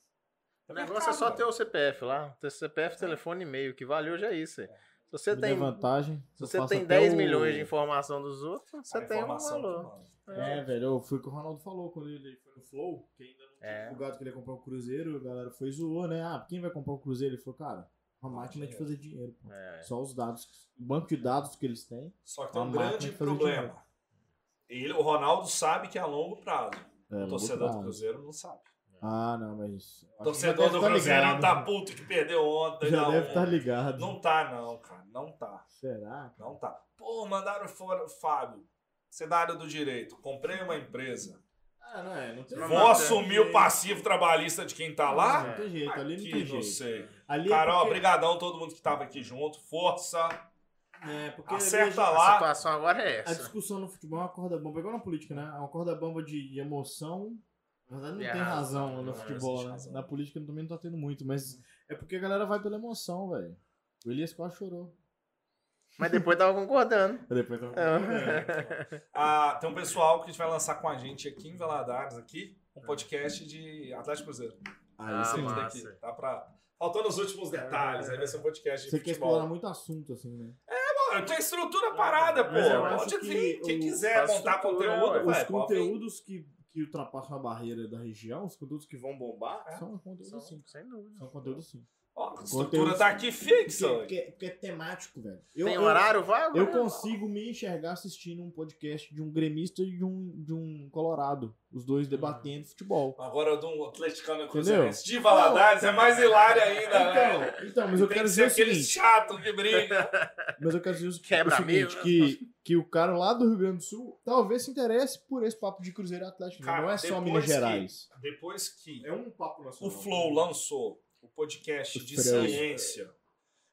[SPEAKER 4] O negócio é só
[SPEAKER 1] um
[SPEAKER 4] ter o CPF lá. Ter CPF, telefone e e-mail. Que valeu já é isso. aí. Se você
[SPEAKER 3] Me dê
[SPEAKER 4] tem,
[SPEAKER 3] vantagem.
[SPEAKER 4] se
[SPEAKER 3] eu
[SPEAKER 4] você
[SPEAKER 3] faço
[SPEAKER 4] tem
[SPEAKER 3] até
[SPEAKER 4] 10
[SPEAKER 3] o-
[SPEAKER 4] milhões de informação dos outros, você
[SPEAKER 1] A
[SPEAKER 4] tem um
[SPEAKER 1] informação
[SPEAKER 4] valor.
[SPEAKER 1] que manda.
[SPEAKER 3] É, velho, foi o que o Ronaldo falou quando ele foi no Flow, que ainda não tinha
[SPEAKER 4] É.
[SPEAKER 3] divulgado que ele ia comprar o Cruzeiro, a galera foi e zoou, né? Ah, quem vai comprar o Cruzeiro? Ele falou, cara, uma máquina de fazer dinheiro, pô.
[SPEAKER 4] É.
[SPEAKER 3] Só os dados, o banco de dados que eles têm.
[SPEAKER 1] Só que tem um
[SPEAKER 3] Uma
[SPEAKER 1] grande
[SPEAKER 3] máquina de fazer dinheiro.
[SPEAKER 1] problema. Ele, o Ronaldo sabe que é a longo prazo.
[SPEAKER 3] É,
[SPEAKER 1] O torcedor do
[SPEAKER 3] lucrado.
[SPEAKER 1] Cruzeiro não sabe.
[SPEAKER 3] Ah, não, mas.
[SPEAKER 1] O
[SPEAKER 3] acho que já
[SPEAKER 1] torcedor
[SPEAKER 3] deve
[SPEAKER 1] do
[SPEAKER 3] tá
[SPEAKER 1] Cruzeiro
[SPEAKER 3] ligado.
[SPEAKER 1] não tá puto que perdeu ontem.
[SPEAKER 3] Já
[SPEAKER 1] não. é.
[SPEAKER 3] deve estar ligado.
[SPEAKER 1] Não tá, não, cara. Não tá.
[SPEAKER 3] Será?
[SPEAKER 1] Não tá. Pô, mandaram fora o Fábio. Você da área do direito. Comprei uma empresa.
[SPEAKER 3] Ah, não é. Não tem
[SPEAKER 4] Não,
[SPEAKER 3] jeito.
[SPEAKER 1] Vou
[SPEAKER 4] não,
[SPEAKER 1] assumir o passivo trabalhista de quem tá lá?
[SPEAKER 3] Não tem jeito, ali não
[SPEAKER 1] Aqui,
[SPEAKER 3] tem
[SPEAKER 1] não
[SPEAKER 3] jeito.
[SPEAKER 1] sei.
[SPEAKER 3] Ali
[SPEAKER 1] Carol,
[SPEAKER 3] é porque,
[SPEAKER 1] obrigadão todo mundo que tava aqui junto. Força.
[SPEAKER 3] é, porque ali a gente-
[SPEAKER 1] Acerta
[SPEAKER 4] A
[SPEAKER 1] lá.
[SPEAKER 4] situação agora é
[SPEAKER 3] A
[SPEAKER 4] essa.
[SPEAKER 3] discussão no futebol é uma corda bamba, igual na política, né? É uma corda bamba de, de emoção. Na verdade, não
[SPEAKER 4] E a
[SPEAKER 3] tem
[SPEAKER 4] razão,
[SPEAKER 3] razão,
[SPEAKER 4] não,
[SPEAKER 3] no
[SPEAKER 4] não
[SPEAKER 3] futebol,
[SPEAKER 1] existe
[SPEAKER 3] É né?
[SPEAKER 1] razão.
[SPEAKER 3] Na política também não tá tendo muito, mas é porque a galera vai pela emoção, velho. O Elias quase chorou.
[SPEAKER 4] Mas depois tava concordando.
[SPEAKER 3] Depois eu...
[SPEAKER 1] Ah, tem um pessoal que vai lançar com a gente aqui em Valadares, aqui, um podcast de Atlético Cruzeiro.
[SPEAKER 4] Ah,
[SPEAKER 1] Esse
[SPEAKER 4] mano.
[SPEAKER 1] daqui.
[SPEAKER 4] massa.
[SPEAKER 1] Tá pra... Faltando os últimos detalhes. Aí vai ser um podcast de
[SPEAKER 3] Você quer
[SPEAKER 1] futebol.
[SPEAKER 3] explorar muito assunto, assim, né?
[SPEAKER 1] Pô, eu tenho estrutura parada, pô.
[SPEAKER 3] Mas eu acho
[SPEAKER 1] Pode
[SPEAKER 3] que
[SPEAKER 1] vir. Quem
[SPEAKER 3] o-
[SPEAKER 1] quiser
[SPEAKER 4] a
[SPEAKER 1] montar
[SPEAKER 4] estrutura,
[SPEAKER 1] conteúdo,
[SPEAKER 4] ué,
[SPEAKER 1] vai.
[SPEAKER 3] os
[SPEAKER 1] pode vir.
[SPEAKER 3] conteúdos que, que ultrapassam a barreira da região, os conteúdos que vão bombar,
[SPEAKER 1] É.
[SPEAKER 3] são conteúdos
[SPEAKER 4] São-
[SPEAKER 3] sim. um
[SPEAKER 4] Sem dúvida.
[SPEAKER 3] São conteúdos sim.
[SPEAKER 1] Ó, a
[SPEAKER 3] Conteúdo-
[SPEAKER 1] estrutura tá aqui fixa.
[SPEAKER 3] Porque,
[SPEAKER 1] ué.
[SPEAKER 3] porque, porque é temático, velho. Eu-
[SPEAKER 4] Tem
[SPEAKER 3] eu-
[SPEAKER 4] horário vago?
[SPEAKER 3] Eu
[SPEAKER 4] né?
[SPEAKER 3] consigo me enxergar assistindo um podcast de um gremista e de um, de um colorado. Os dois debatendo futebol.
[SPEAKER 1] Agora de um atleticano e
[SPEAKER 3] Entendeu?
[SPEAKER 1] cruzeirense de Valadares é mais hilário ainda, velho.
[SPEAKER 3] Então, então, mas eu
[SPEAKER 1] Tem
[SPEAKER 3] quero
[SPEAKER 1] que ser
[SPEAKER 3] dizer o
[SPEAKER 1] aquele
[SPEAKER 3] seguinte.
[SPEAKER 1] chato que brinca.
[SPEAKER 3] Mas eu quero dizer o
[SPEAKER 4] Quebra
[SPEAKER 3] seguinte,
[SPEAKER 4] amigo.
[SPEAKER 1] né?
[SPEAKER 3] que, que o cara lá do Rio Grande do Sul talvez se interesse por esse papo de Cruzeiro e Atlético.
[SPEAKER 1] Cara,
[SPEAKER 3] não é só
[SPEAKER 1] depois
[SPEAKER 3] Minas
[SPEAKER 1] que-
[SPEAKER 3] Gerais.
[SPEAKER 1] Depois que
[SPEAKER 3] É um papo
[SPEAKER 4] Uhum.
[SPEAKER 1] o
[SPEAKER 3] nacional.
[SPEAKER 1] Flow lançou o podcast
[SPEAKER 3] Os
[SPEAKER 1] de
[SPEAKER 3] Freus.
[SPEAKER 1] ciência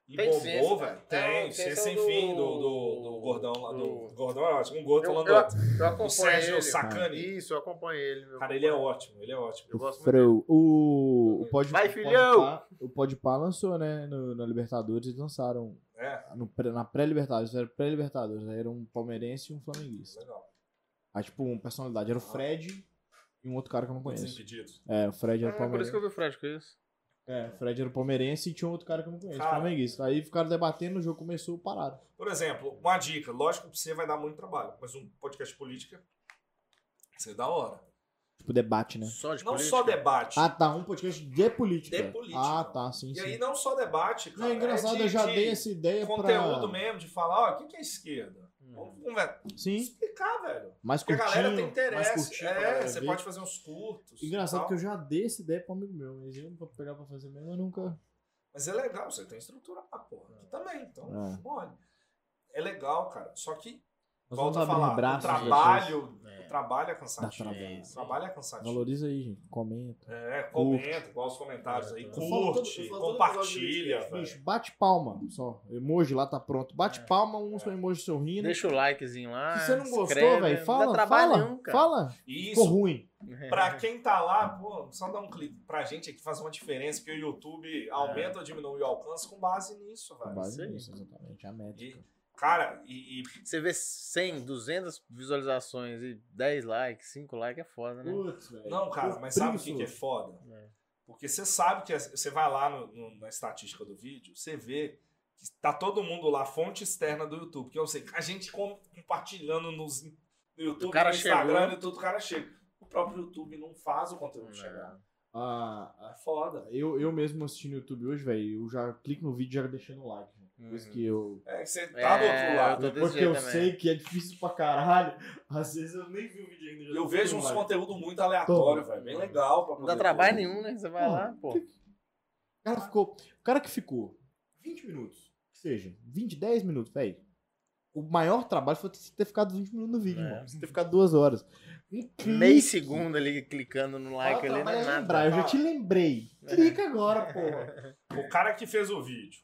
[SPEAKER 1] e
[SPEAKER 4] Tem
[SPEAKER 1] bombou,
[SPEAKER 4] ciência,
[SPEAKER 1] velho.
[SPEAKER 4] né?
[SPEAKER 1] Tem,
[SPEAKER 4] Não,
[SPEAKER 1] ciência
[SPEAKER 4] ciência
[SPEAKER 1] sem
[SPEAKER 4] do-
[SPEAKER 1] fim do, do, do gordão lá. Do,
[SPEAKER 4] do-
[SPEAKER 1] gordão é ótimo. Um gordo
[SPEAKER 4] Eu, eu,
[SPEAKER 1] falando.
[SPEAKER 4] eu
[SPEAKER 1] do-
[SPEAKER 4] acompanho
[SPEAKER 1] O Sérgio
[SPEAKER 4] ele.
[SPEAKER 1] Sacani.
[SPEAKER 4] Isso, eu acompanho ele. meu.
[SPEAKER 1] Cara, ele é ótimo, ele é ótimo.
[SPEAKER 4] Eu gosto muito.
[SPEAKER 3] Freu, o, o Pod-
[SPEAKER 4] Vai,
[SPEAKER 3] o Podpah-
[SPEAKER 4] filhão!
[SPEAKER 3] O Podpah lançou, né, no, na Libertadores, eles lançaram
[SPEAKER 1] É,
[SPEAKER 3] no pré- na pré-Libertadores, era pré-Libertadores, aí era um palmeirense e um flamenguista.
[SPEAKER 1] legal.
[SPEAKER 3] Aí, tipo, uma personalidade. Era o Fred e um outro cara que eu não conheço.
[SPEAKER 1] Desimpedidos.
[SPEAKER 3] É, o Fred era
[SPEAKER 4] Ah, por isso
[SPEAKER 3] palmeirense.
[SPEAKER 4] que eu vi o Fred com isso.
[SPEAKER 3] É, o Fred era palmeirense e tinha um outro cara que eu não conheço,
[SPEAKER 1] Cara.
[SPEAKER 3] flamenguista. Aí ficaram debatendo, o jogo começou, pararam.
[SPEAKER 1] Por exemplo, uma dica. Lógico que você vai dar muito trabalho, mas um podcast de política, você dá hora.
[SPEAKER 3] Tipo, debate, né?
[SPEAKER 4] Só de
[SPEAKER 1] Não
[SPEAKER 4] política?
[SPEAKER 1] só debate.
[SPEAKER 3] Ah, tá, um podcast de política.
[SPEAKER 1] De política.
[SPEAKER 3] Ah, tá, sim,
[SPEAKER 1] E
[SPEAKER 3] sim.
[SPEAKER 1] aí não só debate, cara.
[SPEAKER 3] Não, é engraçado,
[SPEAKER 1] de-
[SPEAKER 3] eu já
[SPEAKER 1] de
[SPEAKER 3] dei essa ideia
[SPEAKER 1] Conteúdo
[SPEAKER 3] pra... Uhum.
[SPEAKER 1] mesmo, de falar, ó, o que que é esquerda?
[SPEAKER 2] Hum.
[SPEAKER 1] Vamos conversar.
[SPEAKER 3] Sim,
[SPEAKER 1] Explicar, velho.
[SPEAKER 3] mais
[SPEAKER 1] Porque
[SPEAKER 3] curtinho,
[SPEAKER 1] a galera tem
[SPEAKER 3] mais
[SPEAKER 1] interesse.
[SPEAKER 3] curtinho pra
[SPEAKER 1] é,
[SPEAKER 3] galera
[SPEAKER 1] você
[SPEAKER 3] ver.
[SPEAKER 1] pode fazer uns curtos.
[SPEAKER 3] Engraçado
[SPEAKER 1] tal.
[SPEAKER 3] que eu já dei essa ideia pra um amigo meu, mas eu não vou pegar pra fazer mesmo, eu nunca...
[SPEAKER 1] Mas é legal, você tem estrutura pra porra. Aqui também, então,
[SPEAKER 3] É.
[SPEAKER 1] olha. É legal, cara. Só que,
[SPEAKER 3] Nós
[SPEAKER 1] volta a
[SPEAKER 3] vamos abrir um
[SPEAKER 1] falar, o
[SPEAKER 3] braços,
[SPEAKER 1] trabalho,
[SPEAKER 4] É.
[SPEAKER 1] o trabalho é
[SPEAKER 3] Dá
[SPEAKER 1] cansativo.
[SPEAKER 3] trabalho.
[SPEAKER 1] O trabalho é cansativo.
[SPEAKER 3] Valoriza aí, gente, comenta.
[SPEAKER 1] É, comenta, igual os comentários aí.
[SPEAKER 4] Eu
[SPEAKER 3] Eu falo todo-
[SPEAKER 1] Curte,
[SPEAKER 3] eu falo todo
[SPEAKER 1] compartilha,
[SPEAKER 3] episódio do
[SPEAKER 1] velho.
[SPEAKER 3] Bicho, bate palma só. Emoji lá tá pronto. Bate palma, um
[SPEAKER 1] É.
[SPEAKER 3] só emoji sorrindo.
[SPEAKER 4] Deixa o likezinho lá.
[SPEAKER 3] Se você não gostou,
[SPEAKER 4] escreve,
[SPEAKER 3] velho,
[SPEAKER 4] não
[SPEAKER 3] fala,
[SPEAKER 4] dá trabalho
[SPEAKER 3] fala,
[SPEAKER 4] nenhum, cara.
[SPEAKER 3] fala. Ficou
[SPEAKER 1] Isso,
[SPEAKER 3] ruim.
[SPEAKER 1] Pra quem tá lá, pô, só dá um clique pra gente aqui, faz uma diferença, porque o YouTube aumenta ou diminui o alcance com base nisso,
[SPEAKER 3] Com
[SPEAKER 1] velho.
[SPEAKER 3] base
[SPEAKER 4] isso aí.
[SPEAKER 3] nisso, exatamente, é a métrica.
[SPEAKER 1] Cara, e, e
[SPEAKER 4] Você vê 100, 200 visualizações e 10 likes, 5 likes é foda, né?
[SPEAKER 3] Putz, velho.
[SPEAKER 1] não, cara,
[SPEAKER 3] Por
[SPEAKER 1] mas sabe É, o que,
[SPEAKER 3] preguiçoso.
[SPEAKER 1] que é foda?
[SPEAKER 4] É.
[SPEAKER 1] Porque você sabe que você vai lá no, no, na estatística do vídeo, você vê que tá todo mundo lá, fonte externa do YouTube. Que eu sei, a gente compartilhando nos, no YouTube,
[SPEAKER 2] O cara
[SPEAKER 1] no Instagram
[SPEAKER 2] chegou. É.
[SPEAKER 1] e tudo, o cara chega. O próprio YouTube não faz o conteúdo chegar.
[SPEAKER 9] Ah,
[SPEAKER 1] É foda.
[SPEAKER 9] eu, eu mesmo assistindo no YouTube hoje, velho, eu já clico no vídeo e já deixando o like.
[SPEAKER 3] né?
[SPEAKER 9] velho. Por isso
[SPEAKER 2] Uhum.
[SPEAKER 9] que eu.
[SPEAKER 1] É, você tá do
[SPEAKER 2] É,
[SPEAKER 1] outro lado.
[SPEAKER 2] eu tô desse
[SPEAKER 9] Porque
[SPEAKER 2] jeito
[SPEAKER 9] eu
[SPEAKER 2] também.
[SPEAKER 9] sei que é difícil pra caralho. Às vezes eu nem vi o vídeo ainda. já
[SPEAKER 1] Eu
[SPEAKER 9] tô
[SPEAKER 1] vejo
[SPEAKER 9] dando
[SPEAKER 1] uns
[SPEAKER 9] like.
[SPEAKER 1] conteúdos muito aleatórios,
[SPEAKER 9] Toma.
[SPEAKER 1] velho. Bem legal. Pra
[SPEAKER 2] Não dá
[SPEAKER 1] poder
[SPEAKER 2] trabalho
[SPEAKER 1] ver.
[SPEAKER 2] nenhum, né? Você vai lá, pô.
[SPEAKER 9] O cara ficou. O cara que ficou 20 minutos, que seja, 20, 10 minutos, velho. O maior trabalho foi você ter ficado 20 minutos no vídeo,
[SPEAKER 2] É.
[SPEAKER 9] mano. Você ter ficado duas horas. Ah, Um clique.
[SPEAKER 2] Meio segundo ali clicando no like
[SPEAKER 9] Olha o
[SPEAKER 2] ali, não
[SPEAKER 9] trabalho
[SPEAKER 2] é
[SPEAKER 9] de
[SPEAKER 2] nada. É.
[SPEAKER 9] lembrar, eu já te lembrei. Clica agora, porra.
[SPEAKER 1] O cara que fez o vídeo,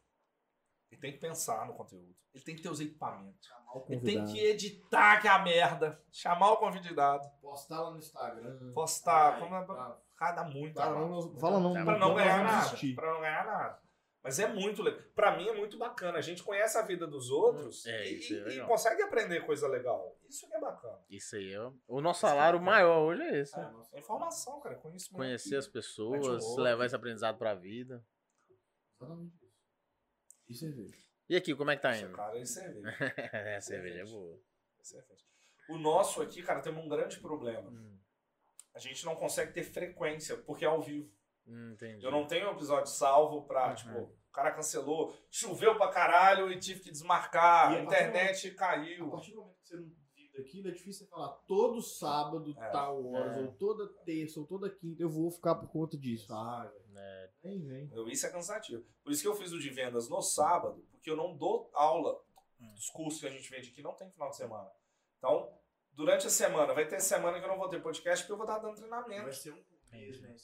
[SPEAKER 1] ele tem que pensar no conteúdo. Ele tem que ter os equipamentos. Ele tem que editar que é a merda. Chamar o convidado.
[SPEAKER 3] Postar lá no Instagram.
[SPEAKER 1] Postar.
[SPEAKER 3] Ai,
[SPEAKER 1] Como é...
[SPEAKER 3] tá.
[SPEAKER 1] Cada muito.
[SPEAKER 3] Tá,
[SPEAKER 1] trabalho.
[SPEAKER 3] não-
[SPEAKER 9] Fala não,
[SPEAKER 2] Pra
[SPEAKER 1] Pra não
[SPEAKER 9] vamos
[SPEAKER 1] ganhar nada.
[SPEAKER 9] desistir.
[SPEAKER 1] Pra não ganhar nada. Mas é muito legal. Pra mim é muito bacana. A gente conhece a vida dos outros
[SPEAKER 2] É,
[SPEAKER 1] e,
[SPEAKER 2] isso é
[SPEAKER 1] e-
[SPEAKER 2] legal.
[SPEAKER 1] e consegue aprender coisa legal. Isso que é bacana.
[SPEAKER 2] Isso aí é. o- O nosso salário maior hoje é esse. né?
[SPEAKER 1] É informação, cara. Conhecimento.
[SPEAKER 2] Conhecer as
[SPEAKER 1] É. Mete
[SPEAKER 2] pessoas,
[SPEAKER 1] o louco.
[SPEAKER 2] levar esse aprendizado pra vida.
[SPEAKER 3] Exatamente isso. E cerveja.
[SPEAKER 2] E aqui, como é que tá
[SPEAKER 1] Isso,
[SPEAKER 2] indo?
[SPEAKER 1] Cara, isso é cerveja.
[SPEAKER 2] é, a cerveja é boa.
[SPEAKER 1] Isso é cerveja. O nosso aqui, cara, temos um grande problema.
[SPEAKER 2] Hum,
[SPEAKER 1] A gente não consegue ter frequência, porque é ao vivo.
[SPEAKER 2] hum, entendi.
[SPEAKER 1] Eu não tenho episódio salvo pra,
[SPEAKER 2] Uhum.
[SPEAKER 1] tipo, o cara cancelou, choveu pra caralho e tive que desmarcar,
[SPEAKER 3] E
[SPEAKER 1] a
[SPEAKER 3] a
[SPEAKER 1] internet
[SPEAKER 3] A
[SPEAKER 1] caiu.
[SPEAKER 3] partir do momento que você não vive daquilo, é difícil você falar todo sábado,
[SPEAKER 1] É.
[SPEAKER 3] tal horas,
[SPEAKER 2] É.
[SPEAKER 3] ou toda terça, ou toda quinta, eu vou ficar por conta disso. Ah, velho.
[SPEAKER 2] É,
[SPEAKER 3] Vem, vem.
[SPEAKER 1] Eu- Isso é cansativo. Por isso que eu fiz o de vendas no sábado, porque eu não dou aula.
[SPEAKER 2] Hum.
[SPEAKER 1] Os cursos que a gente vende aqui não tem final de semana. Então, durante a semana, vai ter semana que eu não vou ter podcast, porque eu vou estar dando treinamento. Vai
[SPEAKER 3] ser um
[SPEAKER 2] mês,
[SPEAKER 3] né?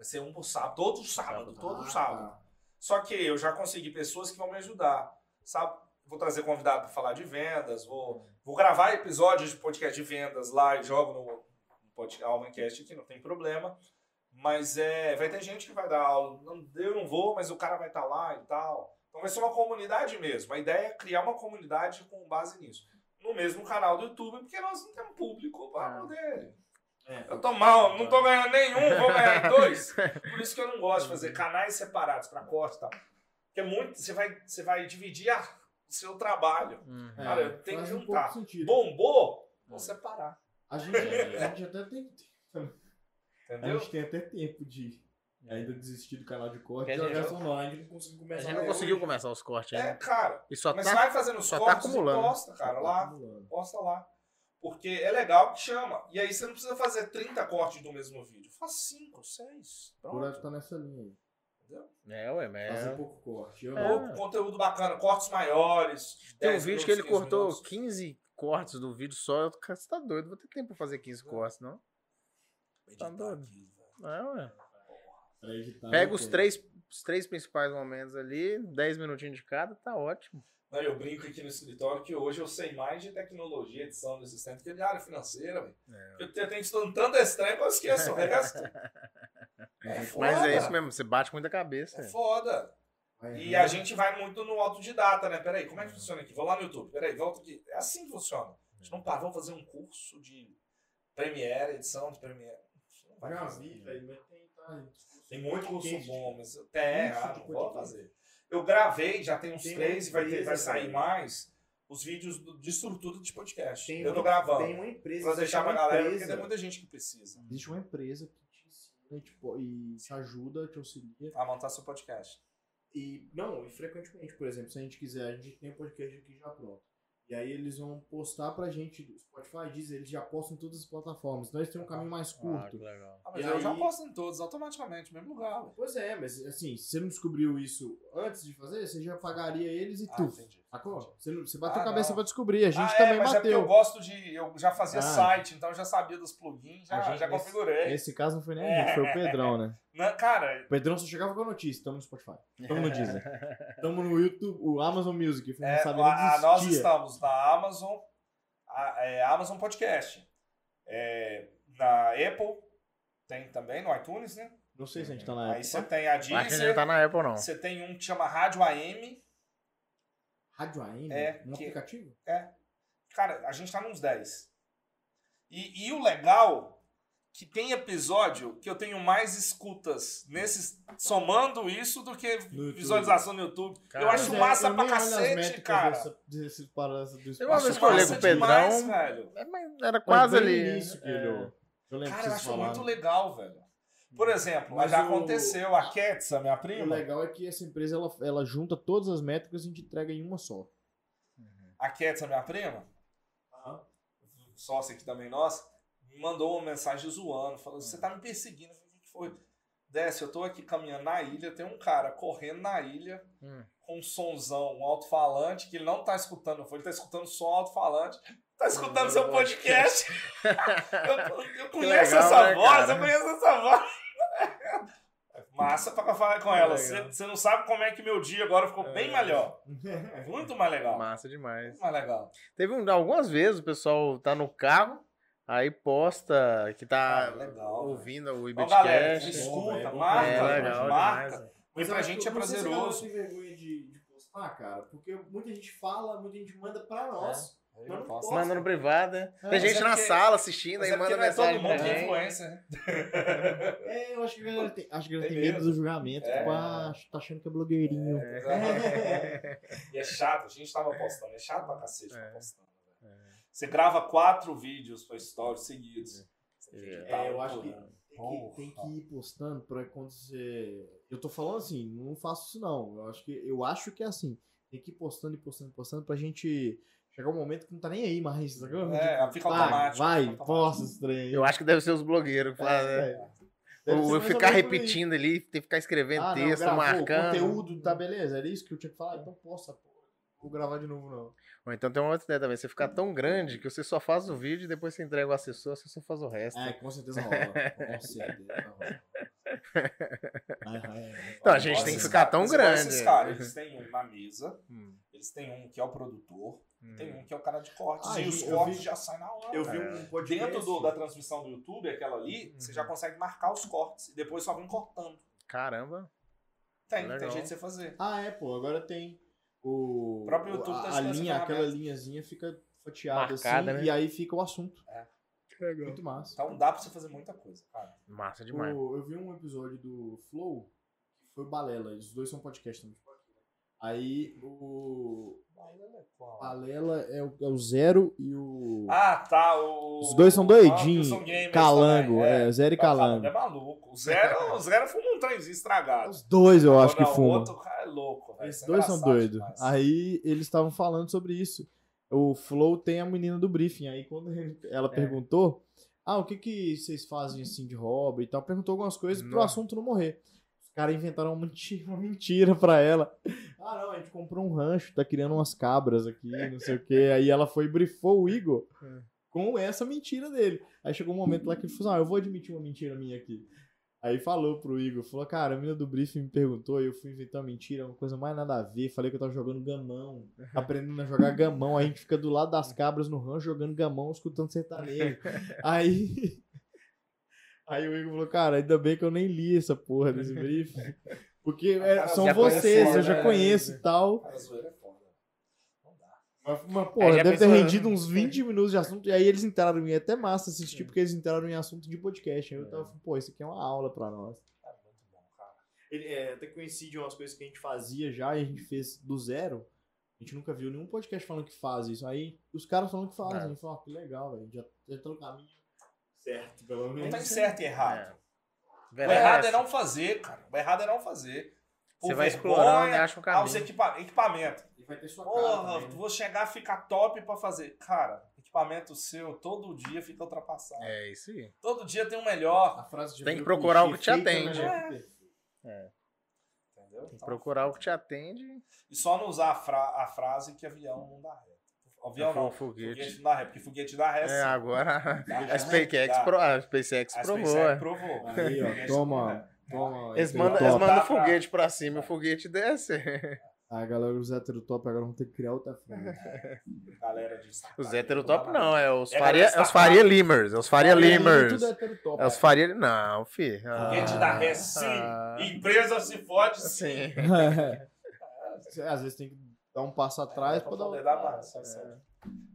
[SPEAKER 1] ser um por sábado, todo sábado,
[SPEAKER 2] Sábado.
[SPEAKER 1] todo sábado. Só que eu já consegui pessoas que vão me ajudar, sabe? Vou trazer convidado para falar de vendas, vou, vou gravar episódios de podcast de vendas lá e jogo no podcast, Almancast aqui, não tem problema. Mas é, vai ter gente que vai dar aula. Não, Eu não vou, mas o cara vai estar lá e tal. Então vai ser uma comunidade mesmo. A ideia é criar uma comunidade com base nisso. No mesmo canal do YouTube, porque nós não temos público para
[SPEAKER 2] Ah.
[SPEAKER 1] poder.
[SPEAKER 3] É.
[SPEAKER 1] Eu tô
[SPEAKER 2] Tá.
[SPEAKER 1] mal, não tô ganhando nenhum, vou ganhar dois. Por isso que eu não gosto de fazer canais separados para corte e tal. Porque é muito. Você vai, você vai dividir a- o seu trabalho.
[SPEAKER 2] Uhum.
[SPEAKER 1] Cara, eu tenho
[SPEAKER 3] faz
[SPEAKER 1] que
[SPEAKER 3] um
[SPEAKER 1] juntar.
[SPEAKER 3] pouco sentido.
[SPEAKER 1] Bombou,
[SPEAKER 2] Hum.
[SPEAKER 1] vou separar.
[SPEAKER 3] A gente, a gente até tem.
[SPEAKER 1] Entendeu?
[SPEAKER 3] A gente tem até tempo de ainda desistir do canal de corte.
[SPEAKER 2] É. Quer dizer,
[SPEAKER 3] Jogar
[SPEAKER 2] eu-
[SPEAKER 3] só online, não conseguiu
[SPEAKER 2] A
[SPEAKER 3] começar.
[SPEAKER 2] gente não conseguiu começar os cortes
[SPEAKER 1] É,
[SPEAKER 2] ainda.
[SPEAKER 1] cara.
[SPEAKER 2] E só
[SPEAKER 1] Mas
[SPEAKER 2] tá.
[SPEAKER 1] vai fazendo os
[SPEAKER 2] só tá
[SPEAKER 1] cortes e
[SPEAKER 2] acumulando.
[SPEAKER 1] posta, cara, lá. Posta lá. Porque é legal que chama. E aí você não precisa fazer 30 cortes do mesmo vídeo. Faz 5, 6.
[SPEAKER 3] O Uraf
[SPEAKER 1] Pronto.
[SPEAKER 3] tá nessa linha aí.
[SPEAKER 2] É, ué, mas.
[SPEAKER 3] Fazer pouco corte. Eu,
[SPEAKER 2] É.
[SPEAKER 1] Ou Conteúdo bacana, cortes maiores.
[SPEAKER 2] Tem um
[SPEAKER 1] 10
[SPEAKER 2] vídeo que ele
[SPEAKER 1] minutos, 15
[SPEAKER 2] cortou
[SPEAKER 1] minutos.
[SPEAKER 2] 15 cortes do vídeo só. Eu, cara, você tá doido, vou ter tempo pra fazer 15 cortes, não? Tá doido. É, ué.
[SPEAKER 3] pra editar,
[SPEAKER 2] Pega
[SPEAKER 3] não
[SPEAKER 2] os
[SPEAKER 3] tem.
[SPEAKER 2] três, os três principais momentos ali, 10 minutinhos de cada, tá ótimo.
[SPEAKER 1] Não, eu brinco aqui no escritório que hoje eu sei mais de tecnologia, edição do sistema que de área financeira, velho.
[SPEAKER 2] É.
[SPEAKER 1] Porque Eu tenho tenho estudando tanto esse trem que eu esqueço o resto. É foda.
[SPEAKER 2] Mas é isso mesmo, você bate muita cabeça.
[SPEAKER 1] É
[SPEAKER 2] né?
[SPEAKER 1] foda.
[SPEAKER 3] Vai
[SPEAKER 1] E
[SPEAKER 3] errar.
[SPEAKER 1] a gente vai muito no autodidata, né? Peraí, como é que funciona aqui? Vou lá no YouTube, peraí, volto aqui. É assim que funciona. A
[SPEAKER 2] É.
[SPEAKER 1] gente não para, vamos fazer um curso de Premiere, edição de Premiere. A gente não vai
[SPEAKER 3] Já
[SPEAKER 1] fazer.
[SPEAKER 3] vi, velho, mas tem. Tá,
[SPEAKER 1] Tem muito curso
[SPEAKER 3] Quente.
[SPEAKER 1] bom, mas eu- é,
[SPEAKER 3] Curso
[SPEAKER 1] ah,
[SPEAKER 3] de
[SPEAKER 1] não vou
[SPEAKER 3] podcast.
[SPEAKER 1] fazer. Eu gravei, já tem uns
[SPEAKER 3] Tem
[SPEAKER 1] três e vai, ter,
[SPEAKER 3] empresa,
[SPEAKER 1] vai sair
[SPEAKER 3] velho.
[SPEAKER 1] mais os vídeos do- de estrutura de podcast.
[SPEAKER 3] Tem
[SPEAKER 1] eu tô
[SPEAKER 3] uma-
[SPEAKER 1] gravando.
[SPEAKER 3] Tem uma empresa.
[SPEAKER 1] pra deixar pra
[SPEAKER 3] uma
[SPEAKER 1] galera, porque
[SPEAKER 3] empresa.
[SPEAKER 1] tem muita gente que precisa.
[SPEAKER 3] Existe uma empresa que te ensina tipo, e te ajuda, te auxilia.
[SPEAKER 1] A montar seu podcast.
[SPEAKER 3] E, não, e frequentemente, por exemplo, se a gente quiser, a gente tem um podcast aqui já pronto. E aí eles vão postar pra gente, do Spotify diz, eles já postam em todas as plataformas. Então eles têm um caminho mais
[SPEAKER 2] Ah,
[SPEAKER 3] curto.
[SPEAKER 2] que legal.
[SPEAKER 1] Ah, mas
[SPEAKER 3] E
[SPEAKER 1] eu já
[SPEAKER 3] aí-
[SPEAKER 1] posto em todos, automaticamente, no mesmo lugar. velho.
[SPEAKER 3] Pois é, mas assim, se você não descobriu isso antes de fazer, você já pagaria eles e
[SPEAKER 1] Ah,
[SPEAKER 3] tu.
[SPEAKER 1] entendi.
[SPEAKER 3] Sacou? Você, não- você bateu
[SPEAKER 1] Ah,
[SPEAKER 3] a cabeça
[SPEAKER 1] não.
[SPEAKER 3] pra descobrir, a gente
[SPEAKER 1] Ah, é,
[SPEAKER 3] também
[SPEAKER 1] mas é porque
[SPEAKER 3] bateu.
[SPEAKER 1] eu gosto de. Eu já fazia
[SPEAKER 3] Ah.
[SPEAKER 1] site, então eu já sabia dos plugins, já,
[SPEAKER 3] A gente-
[SPEAKER 1] já configurei.
[SPEAKER 3] Esse caso não foi nem
[SPEAKER 1] É.
[SPEAKER 3] a gente, foi o Pedrão, né?
[SPEAKER 1] Na- cara,
[SPEAKER 3] O Pedrão só chegava com a notícia, estamos no Spotify, estamos no Deezer, estamos no YouTube, o Amazon Music, eu
[SPEAKER 1] é,
[SPEAKER 3] não sabia nem
[SPEAKER 1] a- a-
[SPEAKER 3] que
[SPEAKER 1] nós
[SPEAKER 3] existia.
[SPEAKER 1] estamos na Amazon, a- é, Amazon Podcast. É, na Apple, tem também, no iTunes, né?
[SPEAKER 3] Não sei se a gente tá na
[SPEAKER 1] Aí você
[SPEAKER 3] época.
[SPEAKER 1] tem a
[SPEAKER 2] Acho que a gente não
[SPEAKER 1] Deezer,
[SPEAKER 2] tá na Apple, não.
[SPEAKER 1] você tem um que chama Rádio AM.
[SPEAKER 3] Rádio AM?
[SPEAKER 1] É,
[SPEAKER 3] um
[SPEAKER 1] que-
[SPEAKER 3] aplicativo?
[SPEAKER 1] É. Cara, a gente tá nos 10. E, e o legal, que tem episódio que eu tenho mais escutas nesses somando isso do que
[SPEAKER 3] No
[SPEAKER 1] visualização no YouTube.
[SPEAKER 2] Cara,
[SPEAKER 1] eu acho
[SPEAKER 3] Mas é,
[SPEAKER 1] massa
[SPEAKER 3] eu
[SPEAKER 1] pra
[SPEAKER 3] nem olho as
[SPEAKER 1] cacete,
[SPEAKER 3] métricas
[SPEAKER 1] cara.
[SPEAKER 3] dessa- desse parada do
[SPEAKER 2] Eu uma
[SPEAKER 1] Acho
[SPEAKER 2] vez
[SPEAKER 3] espaço.
[SPEAKER 2] que eu olhei
[SPEAKER 1] massa
[SPEAKER 2] com o Pedrão,
[SPEAKER 1] demais, velho.
[SPEAKER 2] É, mas era
[SPEAKER 3] Mas
[SPEAKER 2] quase
[SPEAKER 3] bem
[SPEAKER 2] ali.
[SPEAKER 3] no início que ele-
[SPEAKER 2] é.
[SPEAKER 3] Eu lembro
[SPEAKER 1] Cara,
[SPEAKER 3] que
[SPEAKER 1] eu
[SPEAKER 3] vocês
[SPEAKER 1] acho
[SPEAKER 3] falaram.
[SPEAKER 1] muito legal, velho. Por exemplo, mas
[SPEAKER 3] Mas
[SPEAKER 1] já
[SPEAKER 3] o-
[SPEAKER 1] aconteceu, a Ketsa, minha
[SPEAKER 3] O
[SPEAKER 1] prima,
[SPEAKER 3] legal é que essa empresa ela, ela junta todas as métricas e te entrega em uma só.
[SPEAKER 1] a Ketsa, minha prima, Ah, sócia aqui também nossa, me mandou uma mensagem zoando, falando, você tá me perseguindo. Eu falei, o que foi? Desce, eu tô aqui caminhando na ilha, tem um cara correndo na ilha
[SPEAKER 2] Hum.
[SPEAKER 1] com um sonzão, um alto-falante, que ele não tá escutando, eu falei, ele tá escutando só o alto-falante, tá
[SPEAKER 2] Hum,
[SPEAKER 1] escutando seu podcast. eu, eu conheço
[SPEAKER 2] legal,
[SPEAKER 1] essa
[SPEAKER 2] né,
[SPEAKER 1] voz,
[SPEAKER 2] cara?
[SPEAKER 1] eu conheço essa voz. Massa pra falar com
[SPEAKER 2] Que
[SPEAKER 1] ela.
[SPEAKER 2] legal. É.
[SPEAKER 1] Você não sabe como é que meu dia agora ficou bem melhor. Muito mais legal.
[SPEAKER 2] Massa demais.
[SPEAKER 1] Muito mais legal.
[SPEAKER 2] Teve um- algumas vezes o pessoal tá no carro, aí posta que tá
[SPEAKER 1] Ah, legal,
[SPEAKER 2] ouvindo o
[SPEAKER 1] Então, galera,
[SPEAKER 2] Ibitcast.
[SPEAKER 1] escuta,
[SPEAKER 3] É bom,
[SPEAKER 1] marca,
[SPEAKER 2] é legal
[SPEAKER 1] marca.
[SPEAKER 2] demais.
[SPEAKER 1] E pra gente é prazeroso.
[SPEAKER 5] Não tem vergonha de, de postar, cara, porque muita gente fala, muita gente manda pra nós.
[SPEAKER 1] Eu
[SPEAKER 5] Mas
[SPEAKER 1] não
[SPEAKER 5] não
[SPEAKER 1] posso.
[SPEAKER 5] posso.
[SPEAKER 2] Manda no privado, né? Tem
[SPEAKER 1] mas
[SPEAKER 2] gente
[SPEAKER 1] é
[SPEAKER 2] na
[SPEAKER 1] porque-
[SPEAKER 2] sala assistindo
[SPEAKER 1] Mas
[SPEAKER 2] aí
[SPEAKER 1] é porque não
[SPEAKER 2] manda
[SPEAKER 1] é todo
[SPEAKER 2] mensagem pra
[SPEAKER 1] mundo que é
[SPEAKER 2] gente.
[SPEAKER 1] influencer, né?
[SPEAKER 5] É, eu acho que a galera tem.
[SPEAKER 3] Acho que ele
[SPEAKER 1] Tem
[SPEAKER 3] tem medo
[SPEAKER 1] medo.
[SPEAKER 3] do julgamento.
[SPEAKER 1] É.
[SPEAKER 3] Tipo, ah, tá achando que é blogueirinho.
[SPEAKER 1] E é chato, a gente tava postando. É chato pra cacete
[SPEAKER 2] É.
[SPEAKER 1] pra postando. velho. Você grava quatro vídeos pra stories seguidos. Você tem que
[SPEAKER 2] É,
[SPEAKER 1] tá
[SPEAKER 5] É, eu acho que
[SPEAKER 1] tudo.
[SPEAKER 5] tem que, tem que ir postando pra quando você.
[SPEAKER 3] Eu tô falando assim, não faço isso não. Eu acho que, eu acho que é assim. Tem que ir postando e postando e postando pra gente chegar um momento que não tá nem aí mais. sacou?
[SPEAKER 1] É, fica
[SPEAKER 3] Vai,
[SPEAKER 1] automático.
[SPEAKER 3] Vai,
[SPEAKER 1] fica automático.
[SPEAKER 3] posta esse trem. aí.
[SPEAKER 2] Eu acho que deve ser os blogueiros.
[SPEAKER 1] É,
[SPEAKER 2] que fala, né?
[SPEAKER 3] Deve ser
[SPEAKER 2] Ou eu
[SPEAKER 3] mais ou
[SPEAKER 2] ficar
[SPEAKER 3] menos por aí.
[SPEAKER 2] repetindo ali, tem que ficar escrevendo
[SPEAKER 3] Ah, não,
[SPEAKER 2] texto,
[SPEAKER 3] gravou,
[SPEAKER 2] marcando.
[SPEAKER 3] conteúdo, tá beleza? Era isso que eu tinha que falar? Então posta, pô. Não Vou gravar de novo, não.
[SPEAKER 2] Ou então tem uma outra ideia também. Você ficar tão grande que você só faz o vídeo e depois você entrega o assessor, você só faz o resto.
[SPEAKER 3] É, com certeza rola. Com certeza rola. Vai, vai, vai.
[SPEAKER 2] Então, a gente tem que
[SPEAKER 1] esses
[SPEAKER 2] ficar
[SPEAKER 1] caras-
[SPEAKER 2] tão
[SPEAKER 1] mas igual
[SPEAKER 2] grande.
[SPEAKER 1] Esses caras, eles têm um na mesa,
[SPEAKER 2] Hum,
[SPEAKER 1] eles têm um que é o produtor,
[SPEAKER 2] hum.
[SPEAKER 1] tem um que é o cara de cortes.
[SPEAKER 3] Ah,
[SPEAKER 1] e
[SPEAKER 3] eu
[SPEAKER 1] os
[SPEAKER 3] vi- eu
[SPEAKER 1] cortes
[SPEAKER 3] vi-
[SPEAKER 1] já saem na hora. É.
[SPEAKER 5] Eu vi
[SPEAKER 2] É.
[SPEAKER 5] um podcast.
[SPEAKER 1] Dentro do- da transmissão do YouTube, aquela ali,
[SPEAKER 2] Uhum.
[SPEAKER 1] você já consegue marcar os cortes e depois só vem cortando.
[SPEAKER 2] Caramba.
[SPEAKER 1] Tem, tem
[SPEAKER 2] Legal.
[SPEAKER 1] jeito de você fazer.
[SPEAKER 3] Ah, é, pô. Agora tem o.
[SPEAKER 1] O próprio YouTube tá
[SPEAKER 3] a, a
[SPEAKER 1] sem essa
[SPEAKER 3] linha, aquela
[SPEAKER 1] ferramenta.
[SPEAKER 3] linhazinha fica fatiada
[SPEAKER 2] Marcada,
[SPEAKER 3] assim.
[SPEAKER 2] né?
[SPEAKER 3] E aí fica o assunto.
[SPEAKER 2] Legal.
[SPEAKER 3] Muito massa.
[SPEAKER 1] Então dá pra você fazer muita coisa, cara.
[SPEAKER 2] Massa demais.
[SPEAKER 3] O- eu vi um episódio do Flow, que foi o Balela. Os dois são podcast também. tipo aqui, né? Aí o Balela é o, é o Zero e o.
[SPEAKER 1] Ah, tá. O...
[SPEAKER 3] Os dois são doidinhos.
[SPEAKER 1] Ah, porque são gamers
[SPEAKER 3] Calango,
[SPEAKER 1] também,
[SPEAKER 3] é, Zero e
[SPEAKER 1] Tá falando,
[SPEAKER 3] Calango.
[SPEAKER 1] É maluco. O Zero, o Zero fuma um trenzinho estragado.
[SPEAKER 3] Os dois eu acho que
[SPEAKER 1] Agora, o
[SPEAKER 3] fumam.
[SPEAKER 1] outro cara é louco. velho.
[SPEAKER 3] Esses
[SPEAKER 1] Isso é
[SPEAKER 3] dois são
[SPEAKER 1] engraçado
[SPEAKER 3] doidos.
[SPEAKER 1] demais.
[SPEAKER 3] Aí eles estavam falando sobre isso. O Flow tem a menina do briefing. Aí quando ele- ela
[SPEAKER 1] É.
[SPEAKER 3] perguntou, ah, o que que vocês fazem assim de hobby e tal, perguntou algumas coisas pro
[SPEAKER 2] Nossa.
[SPEAKER 3] assunto não morrer. Os caras inventaram uma mentira, uma mentira pra ela. Ah, não, a gente comprou um rancho, tá criando umas cabras aqui, não sei o quê. Aí ela foi e brifou o Igor
[SPEAKER 1] É.
[SPEAKER 3] com essa mentira dele. Aí chegou um momento lá que ele falou assim, ah, eu vou admitir uma mentira minha aqui. Aí falou pro Igor, falou, cara, a menina do briefing me perguntou e eu fui inventar uma mentira, uma coisa mais nada a ver. Falei que eu tava jogando gamão, aprendendo a jogar gamão. Aí a gente fica do lado das cabras no rancho jogando gamão, escutando sertanejo. Aí... Aí o Igor falou, cara, ainda bem que eu nem li essa porra desse briefing. Porque é,
[SPEAKER 1] Cara,
[SPEAKER 3] são
[SPEAKER 2] já
[SPEAKER 3] vocês,
[SPEAKER 2] conhecia,
[SPEAKER 3] eu já
[SPEAKER 2] né?
[SPEAKER 3] conheço e tal.
[SPEAKER 1] Cara, zoeira é foda. Não dá.
[SPEAKER 3] Mas, mas pô,
[SPEAKER 2] Aí já
[SPEAKER 3] deve ter
[SPEAKER 2] pensou- né?
[SPEAKER 3] rendido uns 20 minutos de assunto. E aí eles entraram em é até massa
[SPEAKER 2] É.
[SPEAKER 3] assistir, porque eles entraram em assunto de podcast. Aí eu tava falando, pô, isso aqui é uma aula pra nós.
[SPEAKER 1] É muito bom, cara.
[SPEAKER 3] Ele, é, até coincide umas coisas que a gente fazia já e a gente fez do zero. A gente nunca viu nenhum podcast falando que faz isso. Aí os caras falando que fazem.
[SPEAKER 2] É.
[SPEAKER 3] A gente falou, ah, que legal, velho. Já, já tá no caminho certo, pelo
[SPEAKER 1] Não
[SPEAKER 3] menos.
[SPEAKER 1] tem certo e errado.
[SPEAKER 2] É.
[SPEAKER 1] O errado é não fazer, cara. O errado é não fazer. Por
[SPEAKER 2] Você vai
[SPEAKER 1] vergonha
[SPEAKER 2] explorando e acha um
[SPEAKER 1] aos
[SPEAKER 2] caminho.
[SPEAKER 1] equipa- equipamento.
[SPEAKER 3] E vai ter sua
[SPEAKER 1] Porra,
[SPEAKER 3] cara também, né?
[SPEAKER 1] vou chegar a ficar top pra fazer. Cara, equipamento seu todo dia fica ultrapassado.
[SPEAKER 2] É isso aí.
[SPEAKER 1] Todo dia tem um melhor.
[SPEAKER 3] A frase já
[SPEAKER 2] Tem que
[SPEAKER 3] virou
[SPEAKER 2] procurar o
[SPEAKER 3] clichê,
[SPEAKER 2] que te
[SPEAKER 3] feita, né?
[SPEAKER 2] atende.
[SPEAKER 3] Já é.
[SPEAKER 1] Entendeu? Então,
[SPEAKER 2] Procurar o que te atende.
[SPEAKER 1] E só não usar a, fra- a frase que avião não dá ré. Avião não.
[SPEAKER 2] Foi um
[SPEAKER 1] Foguete.
[SPEAKER 2] foguete.
[SPEAKER 1] não dá ré, porque foguete dá ré.
[SPEAKER 2] É,
[SPEAKER 1] sim.
[SPEAKER 2] agora
[SPEAKER 1] Dá ré,
[SPEAKER 2] a SpaceX,
[SPEAKER 1] dá.
[SPEAKER 2] pro- a SpaceX
[SPEAKER 1] Né? Tá. A
[SPEAKER 2] provou.
[SPEAKER 1] SpaceX
[SPEAKER 2] é.
[SPEAKER 1] provou.
[SPEAKER 3] Aí, ó,
[SPEAKER 1] Foguete não dá.
[SPEAKER 3] toma, toma.
[SPEAKER 2] Eles
[SPEAKER 3] esse
[SPEAKER 2] mandam
[SPEAKER 3] top.
[SPEAKER 2] eles mandam
[SPEAKER 1] Dá pra-
[SPEAKER 2] foguete pra cima e o foguete
[SPEAKER 1] Tá,
[SPEAKER 2] desce.
[SPEAKER 3] A galera dos heterotop agora vão ter que criar outra frase.
[SPEAKER 1] Galera de startup,
[SPEAKER 2] Os
[SPEAKER 1] não
[SPEAKER 2] heterotop
[SPEAKER 1] dá
[SPEAKER 2] não, é os
[SPEAKER 1] tá, É
[SPEAKER 2] faria,
[SPEAKER 1] galera
[SPEAKER 2] é os faria limers, é os faria limers.
[SPEAKER 3] Tudo é heterotop.
[SPEAKER 2] É os faria... Não, fi.
[SPEAKER 1] nada.
[SPEAKER 2] Ah,
[SPEAKER 1] Foguete dá ré, sim.
[SPEAKER 2] ah,
[SPEAKER 1] Empresa se fode, sim.
[SPEAKER 2] sim.
[SPEAKER 3] Cê, É. Às vezes tem que dar um passo
[SPEAKER 1] É,
[SPEAKER 3] atrás
[SPEAKER 1] pra
[SPEAKER 3] pra dar
[SPEAKER 1] poder
[SPEAKER 3] um...
[SPEAKER 1] dar mais.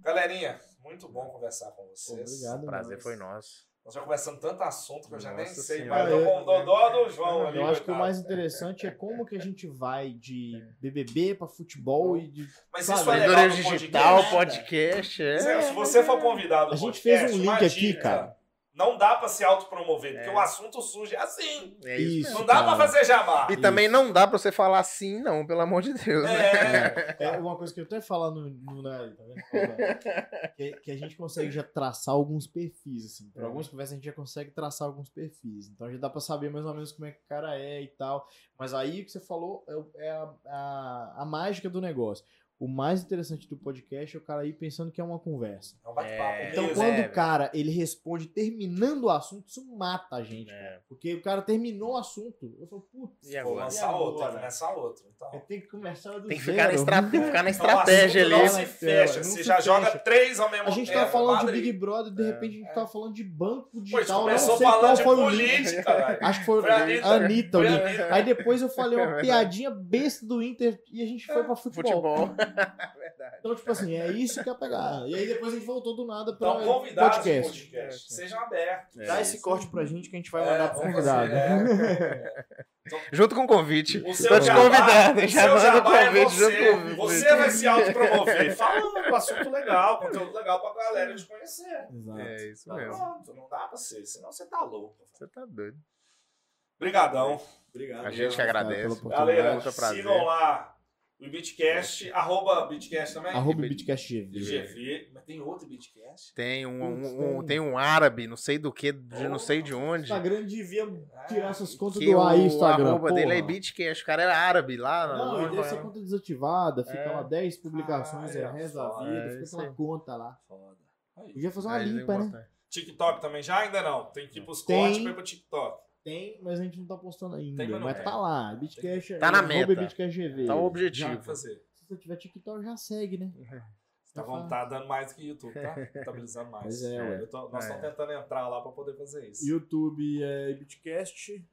[SPEAKER 1] Galerinha, muito bom conversar com vocês.
[SPEAKER 3] Obrigado. né?
[SPEAKER 2] Prazer
[SPEAKER 3] nós.
[SPEAKER 2] foi nosso.
[SPEAKER 1] Nós já conversamos tanto assunto que eu já nem
[SPEAKER 2] Nossa
[SPEAKER 1] sei,
[SPEAKER 2] Senhora.
[SPEAKER 1] mas eu tô com o Dodó do João ali.
[SPEAKER 3] Eu acho que o
[SPEAKER 1] coitado.
[SPEAKER 3] mais interessante é como que a gente vai de BBB pra futebol e de
[SPEAKER 1] Mas
[SPEAKER 3] sabe,
[SPEAKER 1] isso é legal
[SPEAKER 2] Vendedouro
[SPEAKER 1] no
[SPEAKER 2] digital,
[SPEAKER 1] podcast.
[SPEAKER 2] podcast, é.
[SPEAKER 1] Zé, Se você for convidado
[SPEAKER 3] A
[SPEAKER 1] no
[SPEAKER 3] gente
[SPEAKER 1] podcast,
[SPEAKER 3] fez um
[SPEAKER 1] uma
[SPEAKER 3] link aqui,
[SPEAKER 1] dica.
[SPEAKER 3] cara.
[SPEAKER 1] Não dá pra se autopromover, porque o assunto surge assim.
[SPEAKER 2] É isso.
[SPEAKER 3] isso.
[SPEAKER 1] Não dá pra
[SPEAKER 3] cara.
[SPEAKER 1] fazer jabá.
[SPEAKER 2] E também não dá pra você falar sim, não, pelo amor de Deus. né?
[SPEAKER 1] É,
[SPEAKER 3] É uma coisa que eu até falar no, no na- tá vendo? que, que a gente consegue já traçar alguns perfis, assim. Por algumas conversas a gente já consegue traçar alguns perfis. Então já dá pra saber mais ou menos como é que o cara é e tal. Mas aí o que você falou é, o- é a, a, a mágica do negócio. O mais interessante do podcast é o cara ir pensando que é uma conversa.
[SPEAKER 1] é um bate-papo.
[SPEAKER 2] É.
[SPEAKER 3] Então,
[SPEAKER 1] mesmo.
[SPEAKER 3] quando
[SPEAKER 2] velho.
[SPEAKER 3] o cara ele responde terminando o assunto, isso mata a gente.
[SPEAKER 2] É.
[SPEAKER 3] Porque o cara terminou o assunto. Eu falo, putz,
[SPEAKER 2] E
[SPEAKER 1] Vou
[SPEAKER 2] agora?
[SPEAKER 1] lançar outro, tem que
[SPEAKER 3] agora?
[SPEAKER 1] começar outro. Então.
[SPEAKER 3] eu tenho que começar do
[SPEAKER 2] Tem que ficar na,
[SPEAKER 3] zero.
[SPEAKER 2] estra- tem que ficar na
[SPEAKER 1] Então, o
[SPEAKER 2] estratégia
[SPEAKER 1] assunto
[SPEAKER 2] ali. né? É,
[SPEAKER 1] Não se
[SPEAKER 3] Ela-
[SPEAKER 1] fecha,
[SPEAKER 3] ela não
[SPEAKER 1] você
[SPEAKER 3] se
[SPEAKER 1] já
[SPEAKER 3] fecha.
[SPEAKER 1] joga três ao mesmo
[SPEAKER 3] A gente
[SPEAKER 1] tempo.
[SPEAKER 3] tava falando de
[SPEAKER 1] Madrid.
[SPEAKER 3] Big Brother,
[SPEAKER 2] É,
[SPEAKER 3] de repente a gente tava falando de banco
[SPEAKER 1] Pô, a gente
[SPEAKER 3] digital. eu
[SPEAKER 1] começou
[SPEAKER 3] não sei
[SPEAKER 1] falando
[SPEAKER 3] qual
[SPEAKER 1] de
[SPEAKER 3] foi o link.
[SPEAKER 1] política, Então, velho.
[SPEAKER 3] Acho que foi,
[SPEAKER 1] Foi
[SPEAKER 3] a
[SPEAKER 1] a
[SPEAKER 3] Anitta,
[SPEAKER 1] Anitta. né? Foi
[SPEAKER 3] o
[SPEAKER 1] a
[SPEAKER 3] link.
[SPEAKER 1] Anitta.
[SPEAKER 3] Aí depois eu falei
[SPEAKER 2] É
[SPEAKER 3] uma
[SPEAKER 2] verdade.
[SPEAKER 3] piadinha besta do Inter e a gente foi pra futebol.
[SPEAKER 2] Futebol.
[SPEAKER 3] Então, tipo assim, é isso que é pegar. E aí depois a gente voltou do nada pra
[SPEAKER 1] Então, convidados podcast.
[SPEAKER 3] podcast.
[SPEAKER 1] podcast. Sejam
[SPEAKER 2] É
[SPEAKER 1] abertos.
[SPEAKER 3] Dá esse corte pra gente que a gente vai
[SPEAKER 1] É,
[SPEAKER 3] mandar pro
[SPEAKER 1] vamos
[SPEAKER 3] convidado.
[SPEAKER 1] fazer, é.
[SPEAKER 2] Junto com o convite.
[SPEAKER 1] O seu
[SPEAKER 2] Tô te
[SPEAKER 1] jabá-
[SPEAKER 2] convidando,
[SPEAKER 1] o
[SPEAKER 2] já
[SPEAKER 1] seu
[SPEAKER 2] manda o
[SPEAKER 1] jabá é
[SPEAKER 2] convite junto
[SPEAKER 1] você.
[SPEAKER 2] com o convite.
[SPEAKER 1] Você vai se autopromover. Fala um assunto legal, conteúdo legal pra galera te conhecer.
[SPEAKER 3] Exato.
[SPEAKER 2] É isso
[SPEAKER 1] Tá
[SPEAKER 2] mesmo.
[SPEAKER 1] pronto, não dá pra ser, senão você tá louco.
[SPEAKER 2] Você tá doido.
[SPEAKER 1] Obrigadão.
[SPEAKER 10] Obrigado.
[SPEAKER 2] A gente que
[SPEAKER 3] cara, pela
[SPEAKER 2] agradece.
[SPEAKER 3] oportunidade.
[SPEAKER 1] Galera,
[SPEAKER 2] muito um prazer.
[SPEAKER 1] sigam lá o Bitcast, arroba Bitcast também.
[SPEAKER 3] Arroba Bitcast GV.
[SPEAKER 1] GV. Mas tem outro Bitcast?
[SPEAKER 2] Tem um,
[SPEAKER 3] Putz,
[SPEAKER 2] um- um-
[SPEAKER 3] tem
[SPEAKER 2] tem um árabe, não sei do que, de não sei de onde.
[SPEAKER 3] Instagram devia tirar suas contas
[SPEAKER 2] É, Que
[SPEAKER 3] do ar aí,
[SPEAKER 2] o
[SPEAKER 3] Instagram.
[SPEAKER 2] arroba dele é
[SPEAKER 3] porra.
[SPEAKER 2] Bitcast, o cara era árabe lá.
[SPEAKER 3] Não, e
[SPEAKER 2] onde
[SPEAKER 3] deve
[SPEAKER 2] vai
[SPEAKER 3] ser
[SPEAKER 2] lá.
[SPEAKER 3] conta desativada, fica
[SPEAKER 2] É.
[SPEAKER 3] lá 10 publicações, é
[SPEAKER 1] Ah, é,
[SPEAKER 3] reza a
[SPEAKER 1] foda.
[SPEAKER 3] vida,
[SPEAKER 2] É,
[SPEAKER 3] fica
[SPEAKER 2] isso
[SPEAKER 3] aquela
[SPEAKER 2] aí.
[SPEAKER 3] conta lá.
[SPEAKER 1] Foda. Aí.
[SPEAKER 3] Podia fazer uma
[SPEAKER 2] Aí eles
[SPEAKER 3] limpa, né?
[SPEAKER 2] botam.
[SPEAKER 1] TikTok também já? Ainda não. Tem que ir pros
[SPEAKER 3] Tem.
[SPEAKER 1] cortes pra ir pro TikTok.
[SPEAKER 3] Tem, mas a gente não tá postando ainda.
[SPEAKER 1] Tem, mas
[SPEAKER 3] mas
[SPEAKER 1] não é.
[SPEAKER 3] tá lá. Bitcash,
[SPEAKER 2] Tá na
[SPEAKER 3] arroba
[SPEAKER 2] meta.
[SPEAKER 3] Bitcash GV.
[SPEAKER 2] Tá o
[SPEAKER 1] Já
[SPEAKER 2] objetivo.
[SPEAKER 1] vai fazer.
[SPEAKER 3] Se você tiver TikTok, já segue, né?
[SPEAKER 1] Tá, bom, tá dando mais do que YouTube, tá? Estabilizando mais.
[SPEAKER 3] Pois é, ué.
[SPEAKER 1] Eu tô- nós
[SPEAKER 2] É.
[SPEAKER 1] estamos tentando entrar lá pra poder fazer isso.
[SPEAKER 10] YouTube é Bitcast.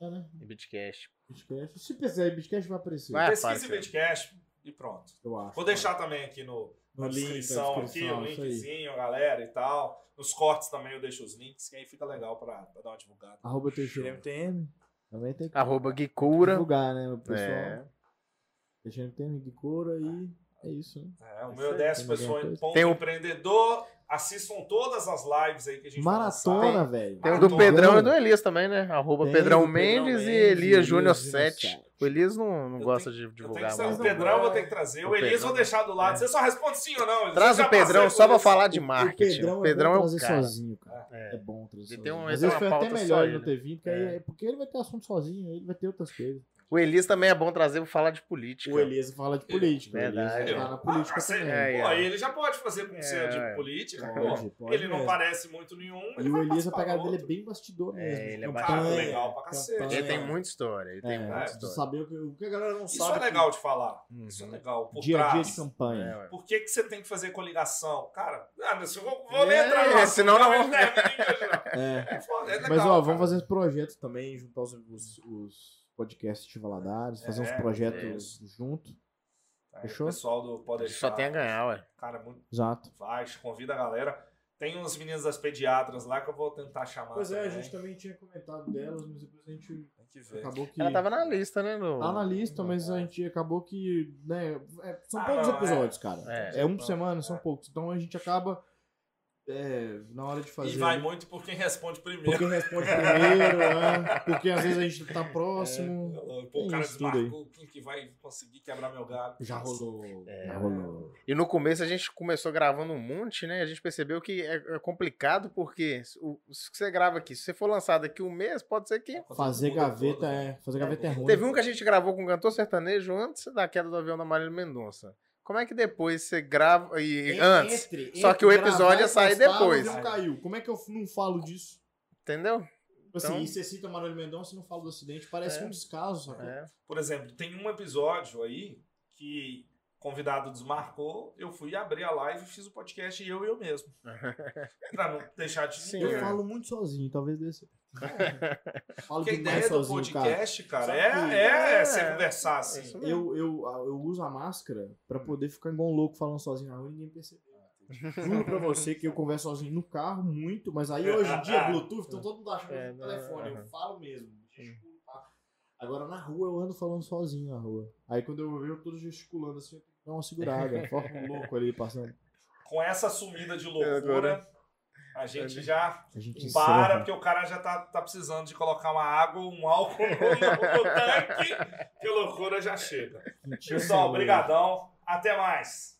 [SPEAKER 3] É, né?
[SPEAKER 2] E Bitcast.
[SPEAKER 3] Bitcash. Se pensar em Bitcash, vai aparecer.
[SPEAKER 2] Vai. Ah,
[SPEAKER 1] Pesquisa
[SPEAKER 2] fácil.
[SPEAKER 1] o Bitcast e pronto.
[SPEAKER 3] Eu acho.
[SPEAKER 1] Vou deixar também aqui no,
[SPEAKER 3] Tá No
[SPEAKER 1] na
[SPEAKER 3] link, na
[SPEAKER 1] descrição,
[SPEAKER 3] descrição,
[SPEAKER 1] aqui,
[SPEAKER 3] isso
[SPEAKER 1] o
[SPEAKER 3] aí.
[SPEAKER 1] linkzinho, galera e tal. Nos cortes também eu deixo os links, que aí fica legal pra, pra dar uma divulgada.
[SPEAKER 3] Arroba Teixeira.
[SPEAKER 10] MTM.
[SPEAKER 3] Também tem que
[SPEAKER 2] Arroba Guicura.
[SPEAKER 3] divulgar, né, o pessoal?
[SPEAKER 2] É.
[SPEAKER 3] Teixeira tem de cura e é isso, né?
[SPEAKER 1] É, o meu 10
[SPEAKER 3] Tem alguma
[SPEAKER 1] pessoas em
[SPEAKER 3] coisa?
[SPEAKER 1] ponto
[SPEAKER 2] Tem o-
[SPEAKER 1] empreendedor. Assistam todas as lives aí que a gente vai lançar.
[SPEAKER 3] Maratona, velho.
[SPEAKER 2] Tem o do
[SPEAKER 1] Maratona.
[SPEAKER 2] Pedrão e do Elias também, né? Arroba
[SPEAKER 3] Tem
[SPEAKER 2] Pedrão
[SPEAKER 3] do Pedrão
[SPEAKER 2] Mendes
[SPEAKER 3] Mendes
[SPEAKER 2] e
[SPEAKER 3] e
[SPEAKER 2] Elias Júnior
[SPEAKER 3] Elias Júnior
[SPEAKER 2] 7.
[SPEAKER 3] Sete.
[SPEAKER 2] O Elias não, não
[SPEAKER 1] Eu
[SPEAKER 2] gosta de
[SPEAKER 1] Eu tenho que
[SPEAKER 2] divulgar
[SPEAKER 1] trazer
[SPEAKER 2] mais.
[SPEAKER 1] o
[SPEAKER 2] não.
[SPEAKER 1] Pedrão, eu vou ter que trazer. O,
[SPEAKER 2] O
[SPEAKER 1] Elias
[SPEAKER 2] Pedrão. né? É.
[SPEAKER 1] vou deixar do lado. Você só responde sim ou não.
[SPEAKER 2] Traz
[SPEAKER 1] Eu já
[SPEAKER 2] tá o Pedrão
[SPEAKER 1] passei
[SPEAKER 2] só
[SPEAKER 1] por
[SPEAKER 2] pra
[SPEAKER 1] isso.
[SPEAKER 2] falar de
[SPEAKER 3] O-
[SPEAKER 2] marketing.
[SPEAKER 3] O Pedrão, é bom
[SPEAKER 2] o
[SPEAKER 3] trazer
[SPEAKER 2] cara.
[SPEAKER 3] sozinho, cara.
[SPEAKER 2] É.
[SPEAKER 3] É, bom trazer
[SPEAKER 2] Ele tem um-
[SPEAKER 3] sozinho.
[SPEAKER 2] ele
[SPEAKER 3] Às
[SPEAKER 2] tem
[SPEAKER 3] vezes
[SPEAKER 2] uma
[SPEAKER 3] foi até
[SPEAKER 2] pauta só,
[SPEAKER 3] melhor ele
[SPEAKER 2] ele.
[SPEAKER 3] não ter vindo, porque, aí-
[SPEAKER 2] É.
[SPEAKER 3] porque ele vai ter assunto sozinho, ele vai ter outras coisas.
[SPEAKER 2] O Elias também é bom trazer pra falar de política.
[SPEAKER 3] O Elias fala de política. O
[SPEAKER 2] Verdade.
[SPEAKER 3] Elias tá na política
[SPEAKER 1] Ah, você-
[SPEAKER 3] também.
[SPEAKER 2] É,
[SPEAKER 1] Pô,
[SPEAKER 2] é.
[SPEAKER 1] ele já pode fazer com ser
[SPEAKER 2] É.
[SPEAKER 1] de política. pô.
[SPEAKER 3] Pode, pode
[SPEAKER 1] ele não
[SPEAKER 3] mesmo.
[SPEAKER 1] parece muito nenhum.
[SPEAKER 3] E o Elias, a
[SPEAKER 1] vai
[SPEAKER 3] pegada
[SPEAKER 1] pegar
[SPEAKER 3] dele é bem bastidor mesmo.
[SPEAKER 2] ele
[SPEAKER 3] de
[SPEAKER 2] é
[SPEAKER 3] campanha,
[SPEAKER 1] Cara, legal pra cacete.
[SPEAKER 3] campanha.
[SPEAKER 2] Ele tem né, muita história. Ele tem
[SPEAKER 3] É,
[SPEAKER 2] muita
[SPEAKER 3] de
[SPEAKER 2] história.
[SPEAKER 3] saber o que, o que a galera não
[SPEAKER 1] Isso
[SPEAKER 3] sabe.
[SPEAKER 1] é legal de falar.
[SPEAKER 2] Uhum.
[SPEAKER 1] Isso é legal. Por
[SPEAKER 3] Dia a dia
[SPEAKER 1] trás.
[SPEAKER 3] de campanha.
[SPEAKER 2] É, ué.
[SPEAKER 1] Por que, que você tem que fazer coligação? Cara, ah, mas eu vou, vou nem
[SPEAKER 2] É,
[SPEAKER 1] entrar no assunto,
[SPEAKER 2] senão não
[SPEAKER 1] mas
[SPEAKER 2] vamos-
[SPEAKER 1] é, é,
[SPEAKER 3] É.
[SPEAKER 1] é foda, é legal,
[SPEAKER 3] Mas, ó,
[SPEAKER 1] cara.
[SPEAKER 3] vamos fazer uns projetos também, juntar os, os, os podcasts de Valadares, fazer
[SPEAKER 1] É,
[SPEAKER 3] uns projetos junto.
[SPEAKER 1] Aí,
[SPEAKER 3] Fechou?
[SPEAKER 1] O pessoal do Pode Deixar,
[SPEAKER 2] Só tem a ganhar, ué.
[SPEAKER 1] Cara, é muito
[SPEAKER 3] Exato.
[SPEAKER 1] vai, convida a galera. Tem uns meninos das pediatras lá que eu vou tentar chamar.
[SPEAKER 3] Pois é, a
[SPEAKER 1] também.
[SPEAKER 3] gente também tinha comentado delas, mas depois a gente
[SPEAKER 1] Tem que ver.
[SPEAKER 3] acabou que.
[SPEAKER 2] Ela tava na lista, né? No...
[SPEAKER 3] Tá na lista, mas a gente acabou que. Né, é, são
[SPEAKER 1] Ah,
[SPEAKER 3] poucos
[SPEAKER 1] não, é.
[SPEAKER 3] episódios, cara.
[SPEAKER 2] É.
[SPEAKER 3] É, um por semana, são poucos. Então a gente acaba. é, na hora de fazer.
[SPEAKER 1] E vai
[SPEAKER 3] né?
[SPEAKER 1] muito por quem responde primeiro.
[SPEAKER 3] Porque responde primeiro, né? Porque às vezes a gente tá próximo.
[SPEAKER 1] Pô, o cara
[SPEAKER 3] É isso tudo aí.
[SPEAKER 1] desmarcou, quem que vai conseguir quebrar meu galho?
[SPEAKER 3] Já rolou.
[SPEAKER 2] É.
[SPEAKER 3] Já rolou.
[SPEAKER 2] E no começo a gente começou gravando um monte, né? A gente percebeu que é é complicado porque o, se você grava aqui, se você for lançado aqui um mês, pode ser que
[SPEAKER 1] tá
[SPEAKER 3] Fazer
[SPEAKER 1] Muda
[SPEAKER 3] gaveta
[SPEAKER 1] tudo.
[SPEAKER 3] é. Fazer gaveta é ruim.
[SPEAKER 2] Teve um que a gente gravou com um cantor sertanejo antes da queda do avião da Marília Mendonça. Como é que depois você grava e
[SPEAKER 3] En-
[SPEAKER 2] antes,
[SPEAKER 3] entre-
[SPEAKER 2] só que o
[SPEAKER 3] entre
[SPEAKER 2] episódio
[SPEAKER 3] gravar e
[SPEAKER 2] sai
[SPEAKER 3] postar,
[SPEAKER 2] depois.
[SPEAKER 3] o avião caiu. Como é que eu não falo disso?
[SPEAKER 2] entendeu?
[SPEAKER 3] Tipo assim,
[SPEAKER 2] Então-
[SPEAKER 3] e você cita Marília Mendonça e não fala do acidente. Parece
[SPEAKER 2] É.
[SPEAKER 3] um descaso, sacou?
[SPEAKER 2] É.
[SPEAKER 1] Por exemplo, tem um episódio aí que convidado desmarcou, eu fui abrir a live, fiz o podcast e eu eu mesmo. pra não deixar de
[SPEAKER 2] Sim.
[SPEAKER 3] Eu
[SPEAKER 1] ninguém.
[SPEAKER 2] É.
[SPEAKER 3] falo muito sozinho, talvez desse. falo
[SPEAKER 1] Porque a
[SPEAKER 3] demais
[SPEAKER 1] ideia do
[SPEAKER 3] sozinho, cara.
[SPEAKER 1] podcast, cara,
[SPEAKER 3] Sabe
[SPEAKER 1] é,
[SPEAKER 3] que-
[SPEAKER 1] é, é você
[SPEAKER 2] é,
[SPEAKER 1] conversar
[SPEAKER 2] isso
[SPEAKER 1] assim.
[SPEAKER 2] mesmo.
[SPEAKER 3] Eu, eu, eu uso a máscara pra poder ficar igual um louco falando sozinho na rua e ninguém perceber. Juro pra você que eu converso sozinho no carro muito, mas aí hoje em dia, Bluetooth, então todo mundo achando
[SPEAKER 4] É,
[SPEAKER 3] é,
[SPEAKER 4] não,
[SPEAKER 3] telefone.
[SPEAKER 4] aham.
[SPEAKER 3] Eu falo mesmo. gesticulo, pá. Agora na rua eu ando falando sozinho na rua. Aí quando eu vejo eu tô gesticulando assim, eu tenho que dar uma segurada. Foca um louco ali passando.
[SPEAKER 1] Com essa sumida de loucura,
[SPEAKER 2] Agora-
[SPEAKER 1] a gente já
[SPEAKER 3] A gente
[SPEAKER 1] para,
[SPEAKER 3] encerra.
[SPEAKER 1] porque o cara já tá, tá precisando de colocar uma água, um álcool no, no tanque, que loucura já chega.
[SPEAKER 3] Mentira,
[SPEAKER 1] Pessoal,
[SPEAKER 3] senhor.
[SPEAKER 1] brigadão. Até mais.